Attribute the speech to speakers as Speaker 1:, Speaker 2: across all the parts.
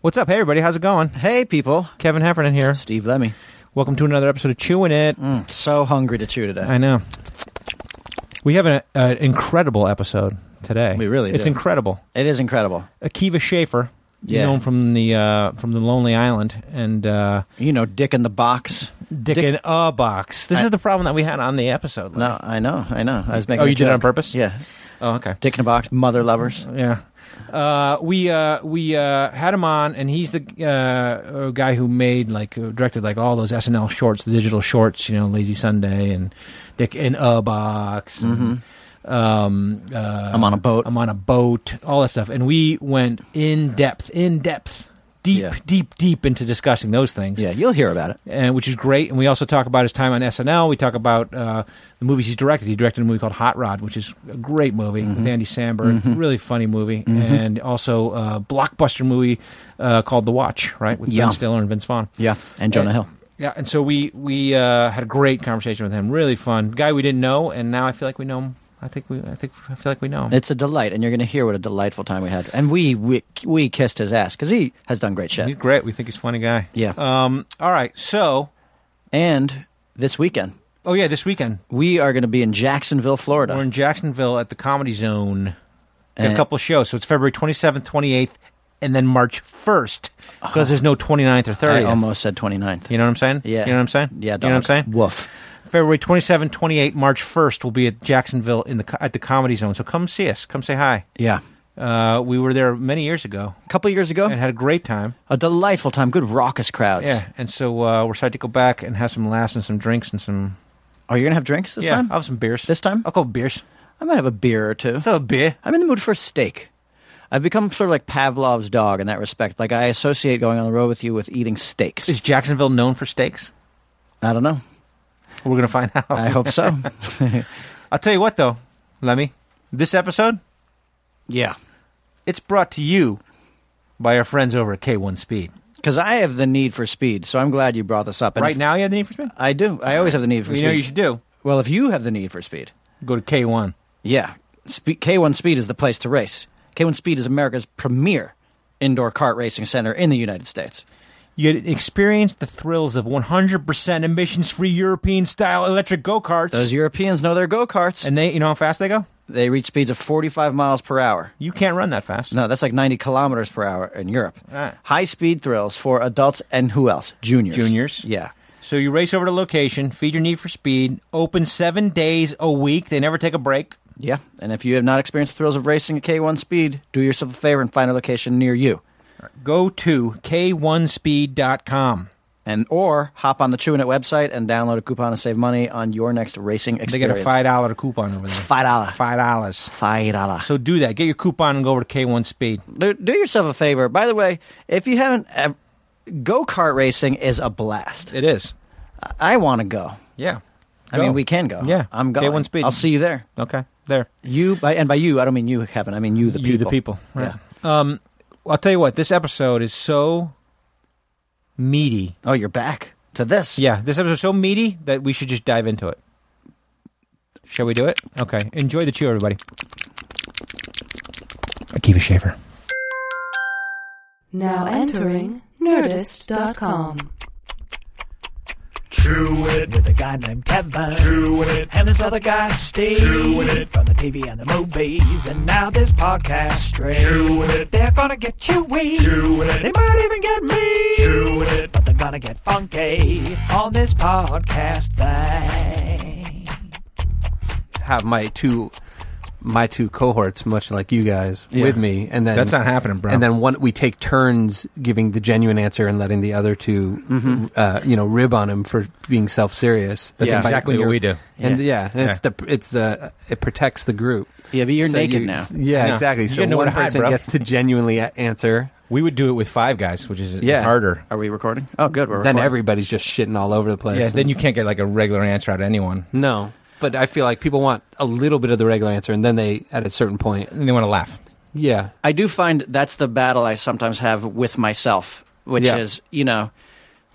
Speaker 1: What's up? Hey, everybody. How's it going?
Speaker 2: Hey, people.
Speaker 1: Kevin Heffernan here.
Speaker 2: Steve Lemmy. Mm,
Speaker 1: Welcome to another episode of Chewing It.
Speaker 2: So hungry to chew today.
Speaker 1: I know. We have an uh, incredible episode today.
Speaker 2: We really
Speaker 1: It's
Speaker 2: do.
Speaker 1: incredible.
Speaker 2: It is incredible.
Speaker 1: Akiva Schaffer,
Speaker 2: Yeah.
Speaker 1: known from the uh, from the Lonely Island and uh,
Speaker 2: You know, Dick in the Box.
Speaker 1: Dick, in a Box. This
Speaker 2: I-
Speaker 1: is the problem that we had on the episode.
Speaker 2: No, I know, I know. I was making.
Speaker 1: Oh,
Speaker 2: a
Speaker 1: you did it on
Speaker 2: joke.
Speaker 1: purpose?
Speaker 2: Yeah,
Speaker 1: Oh, okay.
Speaker 2: Dick in the Box, Mother Lovers.
Speaker 1: Yeah. Uh, we uh, we uh, had him on, and he's the uh, uh, guy who made like uh, directed like all those SNL shorts, the digital shorts, you know, Lazy Sunday and Dick in a Box.
Speaker 2: Mm-hmm.
Speaker 1: And, um, uh,
Speaker 2: I'm on a boat.
Speaker 1: Mm-hmm. I'm on a boat, all that stuff, and we went in depth, in depth, deep,
Speaker 2: Yeah.
Speaker 1: deep, deep into discussing those things
Speaker 2: Yeah, you'll hear about it.
Speaker 1: and which is great. And we also talk about his time on SNL. We talk about uh, the movies he's directed. He directed a movie called Hot Rod, which is a great movie
Speaker 2: Mm-hmm.
Speaker 1: with Andy Samberg, really funny movie, and also a blockbuster movie uh, called The Watch, right, with
Speaker 2: Yeah.
Speaker 1: Ben Stiller and Vince Vaughn.
Speaker 2: Yeah, and Jonah
Speaker 1: Uh,
Speaker 2: Hill.
Speaker 1: Yeah, and so we we uh, had a great conversation with him. Really fun guy we didn't know, and now I feel like we know him. I think we I think I feel like we know him.
Speaker 2: It's a delight, and you're going to hear what a delightful time we had. And we we, we kissed his ass because he has done great
Speaker 1: He's
Speaker 2: shit.
Speaker 1: great. We think he's a funny guy.
Speaker 2: Yeah.
Speaker 1: Um. All right. So.
Speaker 2: And this weekend
Speaker 1: Oh yeah. This weekend
Speaker 2: we are going to be in Jacksonville, Florida.
Speaker 1: we're in Jacksonville at the Comedy Zone. Got
Speaker 2: Uh,
Speaker 1: a couple of shows. So it's February 27th, 28th, and then March 1st because there's no 29th or
Speaker 2: I
Speaker 1: 30th.
Speaker 2: almost said 29th.
Speaker 1: You know what I'm saying?
Speaker 2: Yeah.
Speaker 1: You know what I'm saying?
Speaker 2: Yeah,
Speaker 1: You know what I'm
Speaker 2: dog.
Speaker 1: saying?
Speaker 2: Woof.
Speaker 1: February 27th, 28th, March 1st will be at Jacksonville in the co- at the Comedy Zone. So come see us. Come say hi.
Speaker 2: Yeah.
Speaker 1: Uh, we were there many years ago
Speaker 2: A couple years ago,
Speaker 1: and had a great time.
Speaker 2: a delightful time. Good raucous crowds.
Speaker 1: Yeah. And so uh, we're excited to go back and have some laughs and some drinks and some.
Speaker 2: Are you going to have drinks this
Speaker 1: yeah,
Speaker 2: time?
Speaker 1: I'll have some beers.
Speaker 2: This time?
Speaker 1: I'll go with beers.
Speaker 2: I might have a beer or two.
Speaker 1: So a beer.
Speaker 2: I'm in the mood for a steak. I've become sort of like Pavlov's dog in that respect. Like I associate going on the road with you with eating steaks.
Speaker 1: Is Jacksonville known for steaks?
Speaker 2: I don't know.
Speaker 1: We're going to find out.
Speaker 2: I hope so.
Speaker 1: I'll tell you what, though, Lemmy, this episode.
Speaker 2: yeah.
Speaker 1: It's brought to you by our friends over at K1 Speed.
Speaker 2: Because I have the need for speed, so I'm glad you brought this up. And
Speaker 1: right
Speaker 2: if-
Speaker 1: now, you have the need for speed?
Speaker 2: I do. I always have the need for
Speaker 1: You
Speaker 2: speed.
Speaker 1: know, what you should do
Speaker 2: well, if you have the need for speed,
Speaker 1: go to K1.
Speaker 2: yeah. Spe- K1 Speed is the place to race. K1 Speed is America's premier indoor kart racing center in the United States.
Speaker 1: You experience the thrills of 100% emissions free European style electric go
Speaker 2: Those
Speaker 1: karts.
Speaker 2: Europeans know their go karts.
Speaker 1: And they, you know how fast they go?
Speaker 2: They reach speeds of 45 miles per hour.
Speaker 1: You can't run that fast.
Speaker 2: No, that's like 90 kilometers per hour in Europe.
Speaker 1: Right.
Speaker 2: High speed thrills for adults and who else? Juniors.
Speaker 1: Juniors.
Speaker 2: Yeah.
Speaker 1: So you race over to location, feed your need for speed, open seven days a week. They never take a break.
Speaker 2: Yeah. And if you have not experienced the thrills of racing at K1 speed, do yourself a favor and find a location near you.
Speaker 1: Go to K1Speed.com.
Speaker 2: And or hop on the Chewin' It website and download a coupon to save money on your next racing
Speaker 1: They get
Speaker 2: experience.
Speaker 1: a $5 coupon over there.
Speaker 2: Five dollar.
Speaker 1: $5.
Speaker 2: Five dollar.
Speaker 1: So do that. Get your coupon and go over to K1 Speed.
Speaker 2: do, do yourself a favor. By the way, if you haven't, ev- go kart racing is a blast.
Speaker 1: It is.
Speaker 2: I- I want to go.
Speaker 1: Yeah.
Speaker 2: I mean, we can go.
Speaker 1: Yeah.
Speaker 2: I'm going.
Speaker 1: K1 Speed.
Speaker 2: I'll see you there.
Speaker 1: Okay, there.
Speaker 2: You by and by you, I don't mean you, Kevin. I mean you, the
Speaker 1: you,
Speaker 2: people.
Speaker 1: the people. Right. Um, I'll tell you what. This episode is so meaty.
Speaker 2: Oh, you're back to this.
Speaker 1: Yeah, this episode is so meaty that we should just dive into it. Shall we do it? Okay. Enjoy the chew, everybody. Akiva Shaver.
Speaker 3: Now entering Nerdist.com.
Speaker 4: Chew it with a guy named Kevin. Chew it and this other guy Steve. Chew it from the TV and the movies and now this podcast straight. Chew it. They're gonna get chewy. Chew it. They might even get me. Chew it. But they're gonna get funky on this podcast thing.
Speaker 5: have my two my two cohorts, much like you guys, with me, and then
Speaker 1: That's not happening, bro.
Speaker 5: And then one, we take turns giving the genuine answer and letting the other 2
Speaker 2: Mm-hmm.
Speaker 5: uh, you know, rib on him for being self serious.
Speaker 1: That's exactly what we do.
Speaker 5: And
Speaker 2: Yeah.
Speaker 5: yeah, and it's
Speaker 1: Yeah.
Speaker 5: the it's the uh, it protects the group.
Speaker 2: Yeah, but you're
Speaker 5: So
Speaker 2: naked
Speaker 5: you-
Speaker 2: now.
Speaker 5: Yeah,
Speaker 1: Yeah.
Speaker 5: exactly.
Speaker 1: You
Speaker 5: So
Speaker 1: gotta know where
Speaker 5: one
Speaker 1: to hide,
Speaker 5: person
Speaker 1: bro.
Speaker 5: gets to genuinely a- answer,
Speaker 1: We would do it with five guys, which is
Speaker 5: Yeah.
Speaker 1: harder.
Speaker 2: Are we recording? Oh, good. We're
Speaker 5: then
Speaker 2: recording.
Speaker 5: everybody's just shitting all over the place.
Speaker 1: Yeah, then you can't get like a regular answer out of anyone.
Speaker 5: no. But I feel like people want a little bit of the regular answer, and then they at a certain point,
Speaker 1: And they want to laugh.
Speaker 5: yeah,
Speaker 2: I do find that's the battle I sometimes have with myself, which
Speaker 5: Yeah.
Speaker 2: is you know,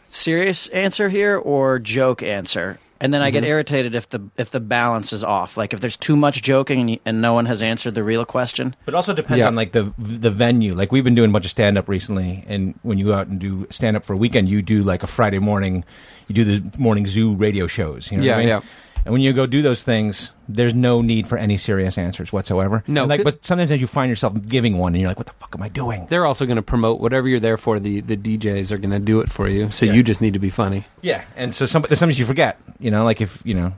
Speaker 2: serious answer here or joke answer. And then I get irritated if the if the balance is off. Like if there's too much joking and, y- and no one has answered the real question.
Speaker 1: But it also depends
Speaker 6: Yeah.
Speaker 1: on like the the venue. Like we've been doing a bunch of stand up recently, and when you go out and do stand up for a weekend, you do like a Friday morning, you do the morning zoo radio shows. You know what
Speaker 6: Yeah,
Speaker 1: I mean?
Speaker 6: yeah.
Speaker 1: And when you go do those things, there's no need for any serious answers whatsoever.
Speaker 5: No,
Speaker 1: And, like,
Speaker 5: c-
Speaker 1: but sometimes you find yourself giving one, and you're like, "What the fuck am I doing?"
Speaker 6: They're also going to promote whatever you're there for. The the DJs are going to do it for you, so
Speaker 1: Yeah.
Speaker 6: you just need to be funny.
Speaker 1: Yeah, and so some, sometimes you forget. You know, like if you know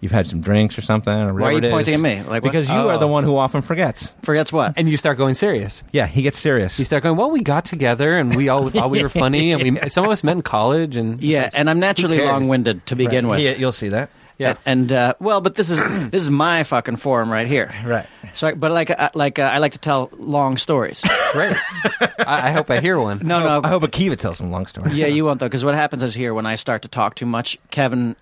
Speaker 1: you've had some drinks or something, or
Speaker 2: Why are
Speaker 1: whatever
Speaker 2: you
Speaker 1: it
Speaker 2: pointing
Speaker 1: is.
Speaker 2: at me? Like what-
Speaker 1: Because you are the
Speaker 5: Oh.
Speaker 1: one who often forgets.
Speaker 2: Forgets what?
Speaker 6: And you start going serious.
Speaker 1: Yeah, he gets serious.
Speaker 5: You start going, well, we got together and we all thought we were funny, and we some of us met in college, and
Speaker 2: Yeah, and I'm naturally
Speaker 1: cares?
Speaker 2: long-winded to begin with.
Speaker 1: He- you'll see that.
Speaker 5: yeah.
Speaker 2: And uh, well, but this is this is my fucking forum right here.
Speaker 1: Right.
Speaker 2: So, I- but like, I like uh, I like to tell long stories.
Speaker 5: great. I, I hope I hear one.
Speaker 2: No, no,
Speaker 1: I hope Akiva tells some long story.
Speaker 2: yeah, you won't though, because what happens is here when I start to talk too much, Kevin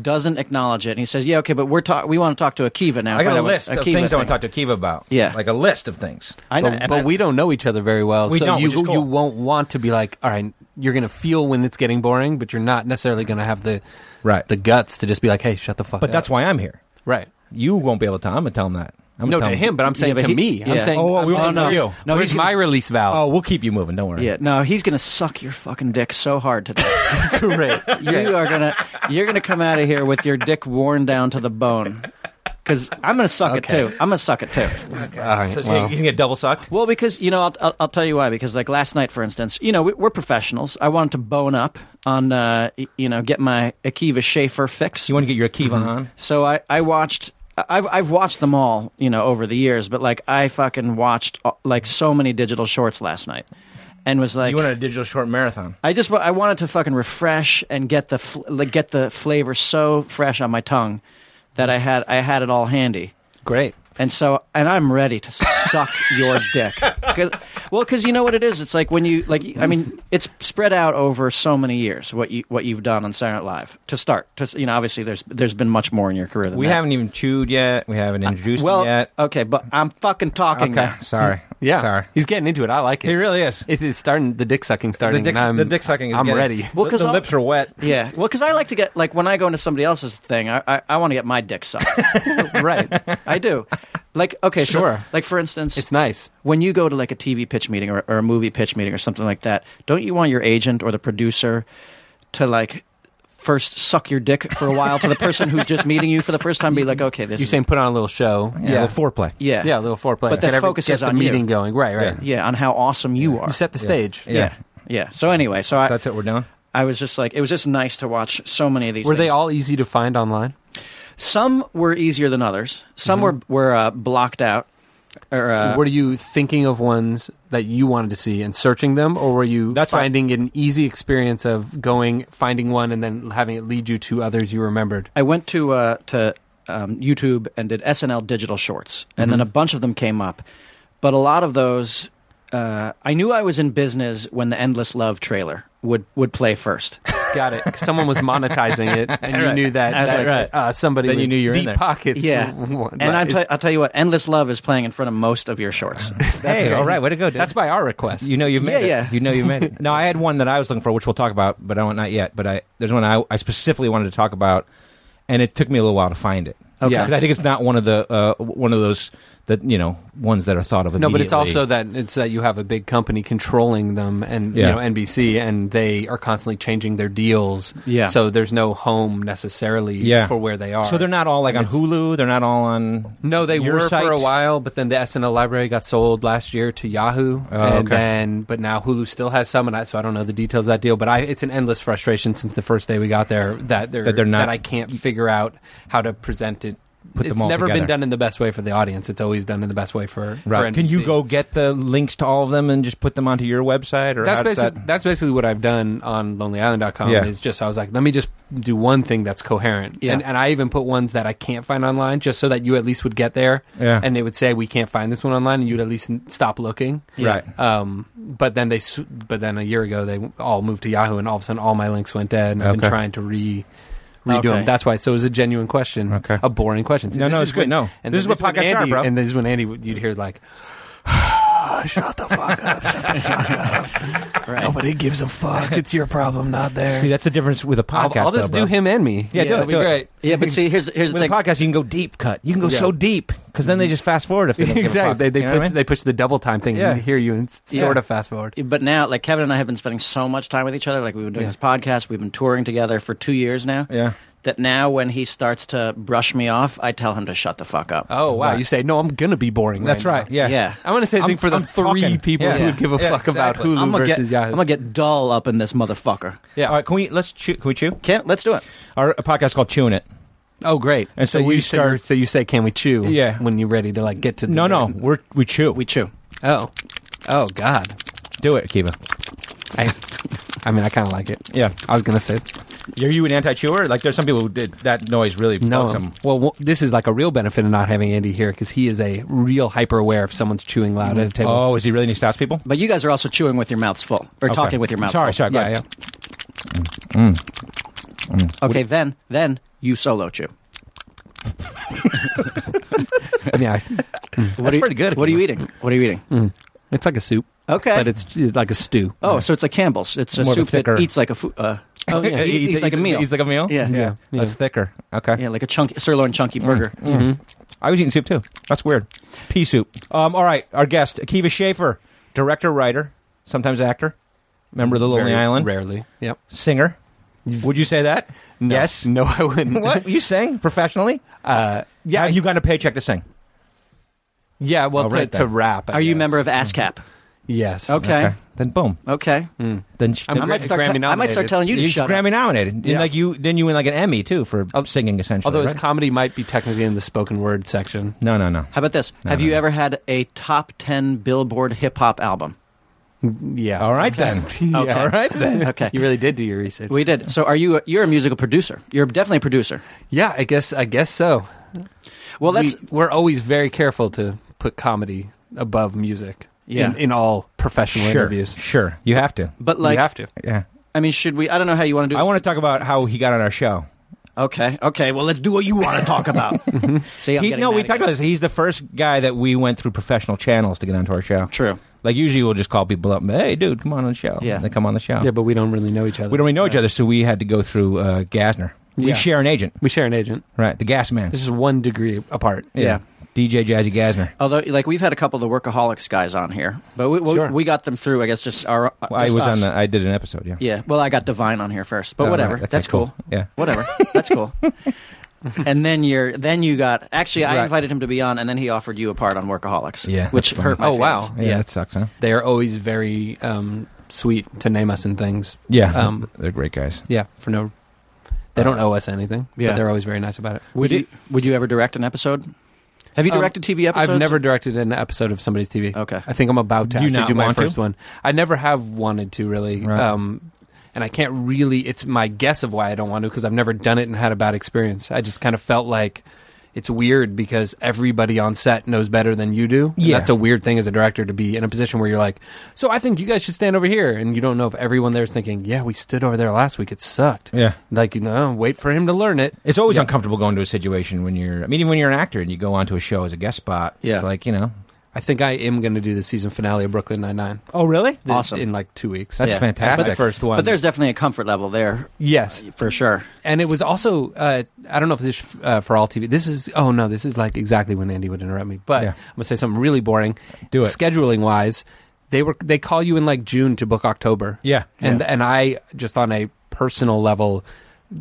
Speaker 2: doesn't acknowledge it, and he says, "Yeah, okay, but we're talk- we want to talk to Akiva now."
Speaker 1: I got
Speaker 2: Find
Speaker 1: a
Speaker 2: out what
Speaker 1: list of
Speaker 2: Akiva
Speaker 1: things I want
Speaker 2: thinks.
Speaker 1: to talk to Akiva about.
Speaker 2: Yeah.
Speaker 1: like a list of things.
Speaker 2: I know,
Speaker 5: But,
Speaker 2: and
Speaker 5: but
Speaker 2: I-
Speaker 5: we don't know each other very well,
Speaker 1: We
Speaker 5: so
Speaker 1: don't,
Speaker 5: you
Speaker 1: which is cool.
Speaker 5: you won't want to be like, all right, you're going to feel when it's getting boring, but you're not necessarily going to have the
Speaker 1: Right.
Speaker 5: the guts to just be like, hey, shut the fuck
Speaker 1: But
Speaker 5: up.
Speaker 1: that's why I'm here.
Speaker 5: right.
Speaker 1: You won't be able to. I'm gonna tell him that. I'm
Speaker 5: No,
Speaker 1: gonna
Speaker 5: to
Speaker 1: tell
Speaker 5: him, but I'm saying
Speaker 2: Yeah, but
Speaker 5: to
Speaker 2: he-
Speaker 5: me. I'm
Speaker 2: yeah.
Speaker 5: saying,
Speaker 1: Oh,
Speaker 5: I'm
Speaker 1: we
Speaker 5: saying,
Speaker 1: won't know
Speaker 2: no,
Speaker 1: you.
Speaker 2: No,
Speaker 5: where's
Speaker 2: he's
Speaker 5: my
Speaker 2: gonna-
Speaker 5: release valve?
Speaker 1: Oh, we'll keep you moving. Don't worry.
Speaker 2: Yeah, no, he's gonna suck your fucking dick so hard today.
Speaker 1: Oh,
Speaker 5: great.
Speaker 2: you are gonna you're gonna come out of here with your dick worn down to the bone. Because I'm gonna suck it too. I'm gonna suck it too.
Speaker 6: All right,
Speaker 1: So he's
Speaker 6: well,
Speaker 1: gonna- he's gonna get double sucked.
Speaker 2: Well, because you know, I'll, I'll, I'll tell you why. Because like last night, for instance, you know, we, we're professionals. I wanted to bone up on, uh, y- you know, get my Akiva Schaefer fix.
Speaker 1: You want to get your Akiva
Speaker 2: Mm-hmm.
Speaker 1: on?
Speaker 2: So I, I watched. I- I've I've watched them all, you know, over the years. But like, I fucking watched uh, like so many digital shorts last night, and was like,
Speaker 1: You want a digital short marathon?
Speaker 2: I just wa- I wanted to fucking refresh and get the fl- like, get the flavor so fresh on my tongue that I had I had it all handy.
Speaker 5: great.
Speaker 2: And so, and I'm ready to suck your dick. 'Cause- well, because you know what it is. It's like when you like. I mean, it's spread out over so many years. What you what you've done on Saturday Night Live to start. To, you know, obviously there's there's been much more in your career than
Speaker 1: We
Speaker 2: that.
Speaker 1: haven't even chewed yet. We haven't introduced
Speaker 2: Uh, Well,
Speaker 1: him yet.
Speaker 2: okay, but I'm fucking talking.
Speaker 1: Okay,
Speaker 2: now.
Speaker 1: sorry.
Speaker 5: Yeah,
Speaker 1: sorry.
Speaker 5: he's getting into it. I like it.
Speaker 1: He really is.
Speaker 5: It's, it's starting. The dick sucking starting.
Speaker 1: the, dick,
Speaker 5: and I'm,
Speaker 1: the dick sucking is
Speaker 5: I'm
Speaker 1: getting-
Speaker 5: ready.
Speaker 2: um, Well,
Speaker 1: the-
Speaker 2: 'cause
Speaker 1: the
Speaker 2: I'll-
Speaker 1: lips are wet.
Speaker 2: Yeah. Well, because I like to get like when I go into somebody else's thing, I I, I want to get my dick sucked.
Speaker 5: right.
Speaker 2: I do. Like okay, so,
Speaker 5: Sure.
Speaker 2: like for instance,
Speaker 5: It's nice.
Speaker 2: when you go to like a TV pitch meeting or, or a movie pitch meeting or something like that, don't you want your agent or the producer to like first suck your dick for a while to the person who's just meeting you for the first time? Be like, okay, this
Speaker 5: You're
Speaker 2: is,
Speaker 5: saying put on a little show.
Speaker 1: Yeah, a little foreplay.
Speaker 2: yeah,
Speaker 5: Yeah, a little foreplay.
Speaker 2: But that
Speaker 5: Get every-
Speaker 2: focuses
Speaker 5: get the
Speaker 2: on you.
Speaker 5: meeting going. Right, right.
Speaker 2: yeah, on how awesome you are.
Speaker 5: You set the stage.
Speaker 1: Yeah.
Speaker 2: yeah, yeah. So anyway, so I,
Speaker 1: That's what we're doing.
Speaker 2: I was just like, it was just nice to watch so many of these.
Speaker 5: Were they
Speaker 2: things.
Speaker 5: all easy to find online?
Speaker 2: Some were easier than others. Some were were uh, blocked out. Or uh,
Speaker 5: were you thinking of ones that you wanted to see and searching them, or were you
Speaker 1: That's what-
Speaker 5: finding an easy experience of going, finding one, and then having it lead you to others you remembered?
Speaker 2: I went to uh, to um, YouTube and did SNL digital shorts, and then a bunch of them came up. But a lot of those, uh, I knew I was in business when the Endless Love trailer would would play first.
Speaker 5: Got it. 'Cause Someone was monetizing it, and you
Speaker 1: Right.
Speaker 5: knew that,
Speaker 2: That's
Speaker 5: that,
Speaker 1: right.
Speaker 5: uh, somebody
Speaker 1: Then you
Speaker 5: with
Speaker 1: knew you were in
Speaker 5: deep
Speaker 1: there.
Speaker 5: pockets.
Speaker 2: yeah,
Speaker 5: wanted-
Speaker 2: and I
Speaker 5: is-
Speaker 2: tell- I'll tell you what, Endless Love is playing in front of most of your shorts.
Speaker 1: hey,
Speaker 5: great.
Speaker 1: all right, way to go, dude.
Speaker 5: that's by our request.
Speaker 1: You know you've made
Speaker 2: Yeah,
Speaker 1: it.
Speaker 2: yeah.
Speaker 1: You know you've made it. No, I had one that I was looking for, which we'll talk about, but I won't- not yet. But I there's one I, I specifically wanted to talk about, and it took me a little while to find it.
Speaker 5: Okay.
Speaker 1: because I think it's not one of the uh, one of those that you know ones that are thought of.
Speaker 5: no, but it's
Speaker 1: immediately.
Speaker 5: also that it's that you have a big company controlling them, and
Speaker 1: Yeah.
Speaker 5: you know NBC, and they are constantly changing their deals.
Speaker 2: Yeah.
Speaker 5: So there's no home necessarily
Speaker 1: Yeah.
Speaker 5: for where they are.
Speaker 1: so they're not all like on Hulu. They're not all on.
Speaker 5: No, they
Speaker 1: your
Speaker 5: were
Speaker 1: site?
Speaker 5: for a while, but then the SNL library got sold last year to Yahoo, and
Speaker 1: Oh, okay.
Speaker 5: then but now Hulu still has some, and I, so I don't know the details of that deal. But I, it's an endless frustration since the first day we got there that they're,
Speaker 1: That they're not-
Speaker 5: I can't figure out how to present it.
Speaker 1: Put them
Speaker 5: it's
Speaker 1: all
Speaker 5: never
Speaker 1: together.
Speaker 5: been done in the best way for the audience. It's always done in the best way for for
Speaker 1: Right? Can you
Speaker 5: NBC.
Speaker 1: go get the links to all of them and just put them onto your website? Or
Speaker 5: That's
Speaker 1: how does
Speaker 5: basically
Speaker 1: that-
Speaker 5: that's basically what I've done on LonelyIsland.com.
Speaker 1: Yeah.
Speaker 5: Is just I was like, let me just do one thing that's coherent,
Speaker 2: Yeah.
Speaker 5: and, and I even put ones that I can't find online, just so that you at least would get there,
Speaker 1: Yeah.
Speaker 5: and it would say we can't find this one online, and you'd at least n- stop looking.
Speaker 1: right.
Speaker 5: Um, but then they, s- but then a year ago they all moved to Yahoo, and all of a sudden all my links went dead, and I've
Speaker 1: Okay.
Speaker 5: been trying to re redo
Speaker 2: Okay.
Speaker 5: them. That's why. So it was a genuine question,
Speaker 1: Okay.
Speaker 5: a boring question. So
Speaker 1: No,
Speaker 5: this
Speaker 1: no,
Speaker 5: is
Speaker 1: it's good.
Speaker 5: when-
Speaker 1: No.
Speaker 5: and
Speaker 1: This is what
Speaker 5: when
Speaker 1: podcasts are,
Speaker 5: Andy-
Speaker 1: bro.
Speaker 5: And this is when Andy, would- you'd hear like. Shut the fuck up! Shut the fuck up!
Speaker 2: Right.
Speaker 6: Nobody gives a fuck. It's your problem, not theirs.
Speaker 1: See, that's the difference with a podcast.
Speaker 5: I'll, I'll just
Speaker 1: though,
Speaker 5: do
Speaker 1: bro.
Speaker 5: him and me.
Speaker 1: Yeah, do
Speaker 5: it'll
Speaker 1: it,
Speaker 5: be
Speaker 1: do it.
Speaker 5: great.
Speaker 2: Yeah, but see, here's here's the
Speaker 1: With a
Speaker 2: thing.
Speaker 1: podcast, you can go deep cut. You can go so deep because then they just fast forward if they don't give a
Speaker 5: Mm-hmm. exactly.
Speaker 1: fuck.
Speaker 5: They, they,
Speaker 1: You know
Speaker 5: put,
Speaker 1: what I mean?
Speaker 5: they push the double time thing.
Speaker 1: Yeah.
Speaker 5: You hear you and
Speaker 1: Yeah.
Speaker 5: sort of fast forward.
Speaker 2: But now, like Kevin and I have been spending so much time with each other. Like we've been doing
Speaker 5: Yeah.
Speaker 2: this podcast, we've been touring together for two years now.
Speaker 1: Yeah.
Speaker 2: That now, when he starts to brush me off, I tell him to shut the fuck up.
Speaker 5: Oh, wow. You say, no, I'm going to be boring.
Speaker 1: That's right.
Speaker 5: now."
Speaker 1: Yeah.
Speaker 2: Yeah.
Speaker 5: I want to say
Speaker 1: I'm-
Speaker 5: something for the
Speaker 1: I'm
Speaker 5: three
Speaker 1: fucking-
Speaker 5: people
Speaker 1: yeah.
Speaker 5: who would give a
Speaker 1: Yeah,
Speaker 5: fuck
Speaker 1: exactly.
Speaker 5: about Hulu
Speaker 2: I'm gonna
Speaker 5: versus
Speaker 2: get
Speaker 5: Yahoo.
Speaker 2: I'm gonna get dull up in this motherfucker.
Speaker 5: yeah.
Speaker 1: All right. Can we let's chew, can we chew?
Speaker 2: Can't let's do it.
Speaker 1: Our a podcast called Chewing It.
Speaker 5: Oh, great.
Speaker 1: And so we
Speaker 5: you say-
Speaker 1: start-
Speaker 5: so you say, can we chew?
Speaker 1: Yeah.
Speaker 5: When you're ready to like get to the
Speaker 1: No, no,
Speaker 5: drink.
Speaker 1: we're we chew.
Speaker 2: We chew.
Speaker 5: Oh. Oh, God.
Speaker 1: do it, Kiva.
Speaker 5: I, I mean, I kind of like it.
Speaker 1: Yeah.
Speaker 5: I was going to say,
Speaker 1: Are you an anti-chewer? Like, there's some people who did that noise really
Speaker 5: no.
Speaker 1: bugs them.
Speaker 5: Well, w- this is like a real benefit of not having Andy here because he is a real hyper aware if someone's chewing loud at a table.
Speaker 1: Oh, is he really? And he stops people.
Speaker 2: But you guys are also chewing with your mouths full or
Speaker 1: Okay.
Speaker 2: talking with your mouth.
Speaker 1: Sorry,
Speaker 2: full.
Speaker 1: sorry. go
Speaker 5: yeah,
Speaker 1: ahead.
Speaker 5: yeah.
Speaker 2: Okay, then then you solo chew.
Speaker 5: I mean, I,
Speaker 1: That's pretty good.
Speaker 2: What are you eating? What are you eating?
Speaker 5: it's like a soup,
Speaker 2: Okay.
Speaker 5: but it's, it's like a stew.
Speaker 2: oh, so it's like Campbell's. It's a
Speaker 1: More of a
Speaker 2: soup that
Speaker 1: thicker-
Speaker 2: eats like a food. Uh,
Speaker 5: Oh, yeah.
Speaker 2: It eats like a meal.
Speaker 1: Eats like a meal.
Speaker 2: yeah. yeah.
Speaker 5: Yeah. yeah.
Speaker 1: That's thicker. Okay.
Speaker 2: like a chunky sirloin chunky burger.
Speaker 5: Mhm.
Speaker 1: I was eating soup too. That's weird. Pea soup. Um, all right, our guest, Akiva Schaffer, director, writer, sometimes actor. Member of the Lonely
Speaker 5: Very
Speaker 1: Island.
Speaker 5: Rarely. Yep.
Speaker 1: Singer. Would you say that? Yes.
Speaker 5: No, I wouldn't.
Speaker 1: what you sing professionally?
Speaker 5: Uh, yeah.
Speaker 1: Have you gotten a paycheck to sing?
Speaker 5: yeah. Well,
Speaker 1: Oh, right
Speaker 5: to, to
Speaker 1: then.
Speaker 5: rap. I
Speaker 2: Are you a
Speaker 5: guess.
Speaker 2: member of ASCAP?
Speaker 1: Mm-hmm.
Speaker 5: Yes.
Speaker 2: Okay.
Speaker 1: Then boom.
Speaker 2: Okay.
Speaker 1: Mm-hmm. Then sh-
Speaker 5: I'm
Speaker 1: then
Speaker 2: Eh? I might
Speaker 5: Gra-
Speaker 2: start. I
Speaker 5: Grammy
Speaker 2: might start
Speaker 5: nominated.
Speaker 2: telling you to
Speaker 1: you're
Speaker 2: shut
Speaker 1: Grammy
Speaker 2: up. Oh,
Speaker 1: nominated. And
Speaker 5: Yeah.
Speaker 1: like you, then you win like an Emmy too for singing essentially.
Speaker 5: Although his
Speaker 1: right?
Speaker 5: comedy might be technically in the spoken word section.
Speaker 1: no, no, no.
Speaker 2: How about this? Have
Speaker 1: no,
Speaker 2: you
Speaker 1: no.
Speaker 2: ever had a top ten Billboard hip hop album?
Speaker 5: Yeah.
Speaker 1: All right then.
Speaker 2: Okay.
Speaker 1: All right then.
Speaker 2: Okay.
Speaker 5: You really did do your research.
Speaker 2: We did. So are you? You're a musical producer. You're definitely a producer.
Speaker 5: yeah, I guess. I guess so.
Speaker 2: Well, that's
Speaker 5: we, are always very careful to put comedy above music.
Speaker 2: Yeah.
Speaker 5: In, in all professional
Speaker 1: sure.
Speaker 5: interviews,
Speaker 1: Sure. You have to.
Speaker 2: but like
Speaker 5: you have to.
Speaker 1: Yeah.
Speaker 2: I mean, should we? I don't know how you want to do.
Speaker 1: I want to talk about how he got on our show.
Speaker 2: to. Okay. Okay. Well, let's do what you want to talk about. See, I'm
Speaker 1: Mm-hmm. He,
Speaker 2: getting
Speaker 1: no,
Speaker 2: mad
Speaker 1: we talked
Speaker 2: again.
Speaker 1: about this. He's the first guy that we went through professional channels to get onto our show.
Speaker 2: True.
Speaker 1: Like usually we'll just call people up and hey dude, come on on the show.
Speaker 2: Yeah.
Speaker 1: And they come on the show.
Speaker 5: Yeah, but we don't really know each other.
Speaker 1: we don't really know each other, so we had to go through uh, Gasner. We
Speaker 5: Yeah.
Speaker 1: share an
Speaker 2: e-
Speaker 1: agent,
Speaker 5: We share an agent.
Speaker 1: right? The Gas Man.
Speaker 5: It's just one degree apart.
Speaker 2: Yeah.
Speaker 1: DJ Jazzy Gasner.
Speaker 2: Although, like, we've had a couple of the workaholics guys on here, but we we,
Speaker 5: Sure.
Speaker 2: we got them through. I guess just our.
Speaker 1: Well, I
Speaker 2: just
Speaker 1: was
Speaker 2: us.
Speaker 1: on the. I did an episode. Yeah.
Speaker 2: Yeah. Well, I got Divine on here first, but
Speaker 1: Oh,
Speaker 2: whatever.
Speaker 1: right. Okay,
Speaker 2: That's cool.
Speaker 1: Yeah.
Speaker 2: Whatever. That's cool. and then you're then you got actually I
Speaker 1: Right.
Speaker 2: invited him to be on, and then he offered you a part on Workaholics.
Speaker 1: Yeah,
Speaker 2: Which
Speaker 1: that's
Speaker 2: hurt. My
Speaker 1: funny.
Speaker 5: Oh, wow.
Speaker 2: feelings.
Speaker 1: yeah. That sucks, huh?
Speaker 5: They are always very um, sweet to name us and things.
Speaker 1: Yeah.
Speaker 5: Um,
Speaker 1: they're great guys.
Speaker 5: Yeah, for no. They
Speaker 1: Uh,
Speaker 5: don't owe us anything.
Speaker 2: Yeah.
Speaker 5: But they're always very nice about it.
Speaker 2: Would you would you ever direct an episode? Have you
Speaker 5: Um,
Speaker 2: directed TV episodes?
Speaker 5: I've never directed an episode of somebody's TV.
Speaker 2: Okay.
Speaker 5: I think I'm about to
Speaker 1: Do you
Speaker 5: actually
Speaker 1: not
Speaker 5: do my
Speaker 1: want to?
Speaker 5: first one. I never have wanted to really.
Speaker 1: Right.
Speaker 5: Um, and I can't really. It's my guess of why I don't want to because I've never done it and had a bad experience. I just kind of felt like it's weird because everybody on set knows better than you do. And
Speaker 1: Yeah.
Speaker 5: that's a weird thing as a director to be in a position where you're like, so I think you guys should stand over here, and you don't know if everyone there is thinking, yeah, we stood over there last week. It sucked.
Speaker 1: Yeah.
Speaker 5: Like, you know, wait for him to learn it.
Speaker 1: It's always
Speaker 5: Yeah.
Speaker 1: uncomfortable going to a situation when you're. I mean, even when you're an actor and you go onto a show as a guest spot.
Speaker 2: Yeah.
Speaker 1: It's like you know.
Speaker 5: I think I am going to do the season finale of Brooklyn Nine Nine.
Speaker 1: Oh really?
Speaker 2: Awesome.
Speaker 5: In like two weeks.
Speaker 1: That's
Speaker 2: Yeah.
Speaker 5: That's the
Speaker 1: fantastic.
Speaker 5: first one.
Speaker 2: But there's definitely a comfort level there
Speaker 5: yes,
Speaker 2: for sure.
Speaker 5: and it was also uh, I don't know if this is, uh, for all TV. This is oh no, this is like exactly when Andy would interrupt me. But
Speaker 1: Yeah.
Speaker 5: I'm gonna say something really boring.
Speaker 1: Do it.
Speaker 5: Scheduling wise, they were they call you in like June to book October.
Speaker 1: Yeah.
Speaker 5: and and I just on a personal level.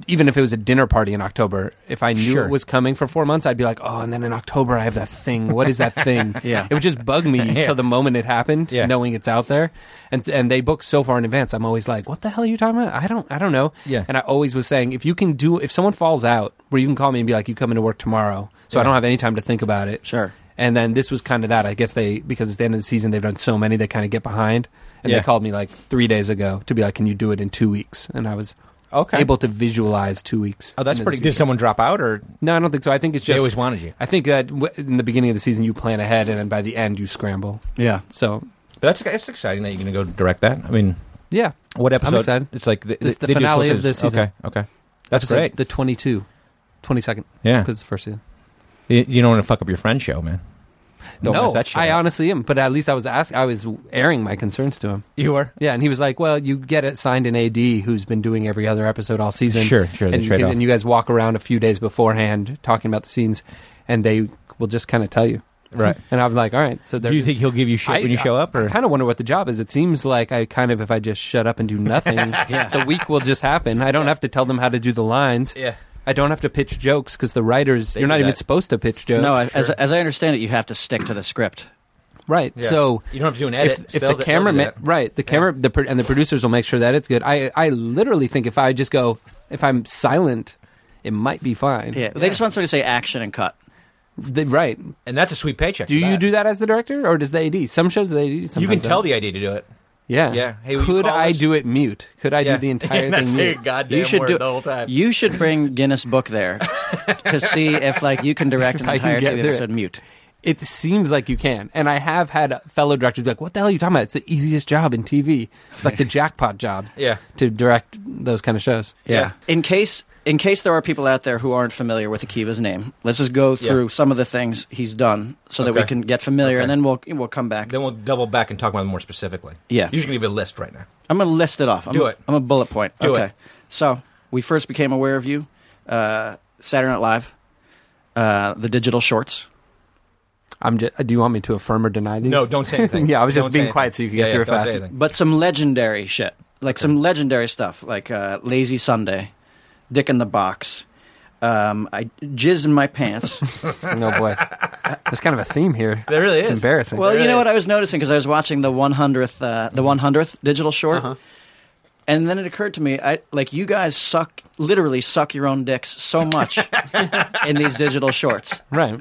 Speaker 5: Even if it was a dinner party in October, if I knew
Speaker 1: Sure.
Speaker 5: it was coming for four months, I'd be like, "Oh!" And then in October, I have that thing. What is that thing?
Speaker 2: Yeah.
Speaker 5: it would just bug me
Speaker 1: Yeah.
Speaker 5: till the moment it happened,
Speaker 1: Yeah.
Speaker 5: knowing it's out there. And and they book so far in advance. I'm always like, "What the hell are you talking about? I don't, I don't know."
Speaker 1: Yeah.
Speaker 5: And I always was saying, if you can do, if someone falls out, where you can call me and be like, you come into work tomorrow, so I
Speaker 1: Yeah.
Speaker 5: don't have any time to think about it.
Speaker 2: Sure.
Speaker 5: And then this was kind of that. I guess they because it's the end of the season, they've done so many, they kind of get behind. And
Speaker 1: Yeah.
Speaker 5: they called me like three days ago to be like, can you do it in two weeks? And I was
Speaker 1: Okay.
Speaker 5: able to visualize two weeks.
Speaker 1: oh, that's
Speaker 5: into the
Speaker 1: pretty. Did
Speaker 5: future.
Speaker 1: someone drop out or
Speaker 5: No, I don't think so. I think it's
Speaker 1: they
Speaker 5: just.
Speaker 1: always wanted you?
Speaker 5: I think that w- in the beginning of the season you plan ahead, and then by the end you scramble.
Speaker 2: Yeah.
Speaker 5: So
Speaker 1: But that's that's exciting that you're going to go direct that. I mean,
Speaker 5: yeah,
Speaker 1: what episode?
Speaker 5: excited.
Speaker 1: It's like the,
Speaker 5: It's the
Speaker 1: they do it
Speaker 5: finale
Speaker 1: full
Speaker 5: of the
Speaker 1: season.
Speaker 5: season.
Speaker 1: Okay, okay, that's
Speaker 5: Episode-
Speaker 1: great.
Speaker 5: The 22, 22nd
Speaker 1: yeah,
Speaker 5: because it's the first season.
Speaker 1: you you don't want to fuck up your friend show, man. Don't
Speaker 5: no,
Speaker 1: mess that shit
Speaker 5: I
Speaker 1: up.
Speaker 5: honestly am. But at least I was ask, I was airing my concerns to him.
Speaker 1: You were?
Speaker 5: Yeah, and he was like, "Well, you get it signed an AD who's been doing every other episode all season.
Speaker 1: Sure, sure, they
Speaker 5: And, you
Speaker 1: trade
Speaker 5: can-
Speaker 1: off.
Speaker 5: and you guys walk around a few days beforehand talking about the scenes, and they will just kind of tell you.
Speaker 1: Right.
Speaker 5: And I'm like, all right. So
Speaker 1: Do you think he'll give you shit when you show up? Or
Speaker 5: I kind of wonder what the job is. It seems like I kind of, if I just shut up and do nothing, the week will just happen. I don't have to tell them how to do the lines.
Speaker 1: Yeah.
Speaker 5: I don't have to pitch jokes because the writers,
Speaker 1: They
Speaker 5: you're
Speaker 1: do
Speaker 5: not even
Speaker 1: that.
Speaker 5: supposed to pitch jokes.
Speaker 2: No, I- as, as I understand it, you have to stick to the script.
Speaker 5: right. So
Speaker 1: you don't have to do an edit.
Speaker 5: if, if the camera right the camera the pro- and the producers will make sure that it's good i i literally think if i just go if i'm silent it might be fine
Speaker 2: Yeah, they just want somebody to say action and cut.
Speaker 5: They- right
Speaker 1: and that's a sweet paycheck.
Speaker 5: do you do that as the director or does the ad some shows the ad
Speaker 1: You can
Speaker 5: sometimes
Speaker 1: tell
Speaker 5: don't.
Speaker 1: the ID to do it.
Speaker 5: yeah
Speaker 1: yeah, hey, will you
Speaker 5: could
Speaker 1: call
Speaker 5: i
Speaker 1: us?
Speaker 5: do it mute could i
Speaker 1: Yeah.
Speaker 5: do the entire
Speaker 1: And that's
Speaker 5: thing
Speaker 1: a
Speaker 5: mute?
Speaker 1: goddamn
Speaker 2: you should
Speaker 1: word
Speaker 2: do
Speaker 1: the whole time.
Speaker 2: You should bring Guinness Book there to see if like you can direct an
Speaker 5: I can
Speaker 2: entire
Speaker 5: get
Speaker 2: TV
Speaker 5: through
Speaker 2: episode
Speaker 5: it.
Speaker 2: mute.
Speaker 5: it seems like you can and i have had fellow directors be like what the hell are you talking about it's the easiest job in tv it's like the jackpot job
Speaker 1: Yeah.
Speaker 5: to direct those kind of shows
Speaker 1: Yeah.
Speaker 2: In case in case there are people out there who aren't familiar with Akiva's name, let's just go
Speaker 1: Yeah.
Speaker 2: through some of the things he's done so that we
Speaker 1: Okay.
Speaker 2: can get familiar,
Speaker 1: Okay.
Speaker 2: and then we'll we'll come back.
Speaker 1: Then we'll double back and talk about them more specifically.
Speaker 2: Yeah.
Speaker 1: You're just going to give a list right now.
Speaker 2: I'm gonna list it off. I'm
Speaker 1: Do
Speaker 2: a,
Speaker 1: it.
Speaker 2: I'm a bullet point.
Speaker 1: Do it.
Speaker 2: okay. So we first became aware of you, uh, Saturday Night Live, uh, the digital shorts.
Speaker 5: i'm just do you want me to affirm or deny these
Speaker 1: No, don't say anything.
Speaker 5: yeah i was just
Speaker 1: Don't say
Speaker 5: being
Speaker 1: anything.
Speaker 5: quiet so you could
Speaker 1: Yeah,
Speaker 5: get
Speaker 1: yeah,
Speaker 5: through it
Speaker 1: don't say
Speaker 5: fast
Speaker 1: anything.
Speaker 2: but some legendary shit, like some legendary stuff, like uh, Lazy Sunday, Dick in the Box, um, I jizz in my pants.
Speaker 5: Oh boy, there's kind of a theme here.
Speaker 1: There really
Speaker 5: it's
Speaker 1: is.
Speaker 5: embarrassing.
Speaker 2: well,
Speaker 1: There
Speaker 2: you
Speaker 1: it
Speaker 2: know what
Speaker 1: is.
Speaker 2: I was noticing because I was watching the one hundredth, uh, the one hundredth digital short,
Speaker 1: Uh-huh.
Speaker 2: and then it occurred to me, I like you guys suck, literally suck your own dicks so much in these digital shorts.
Speaker 5: right?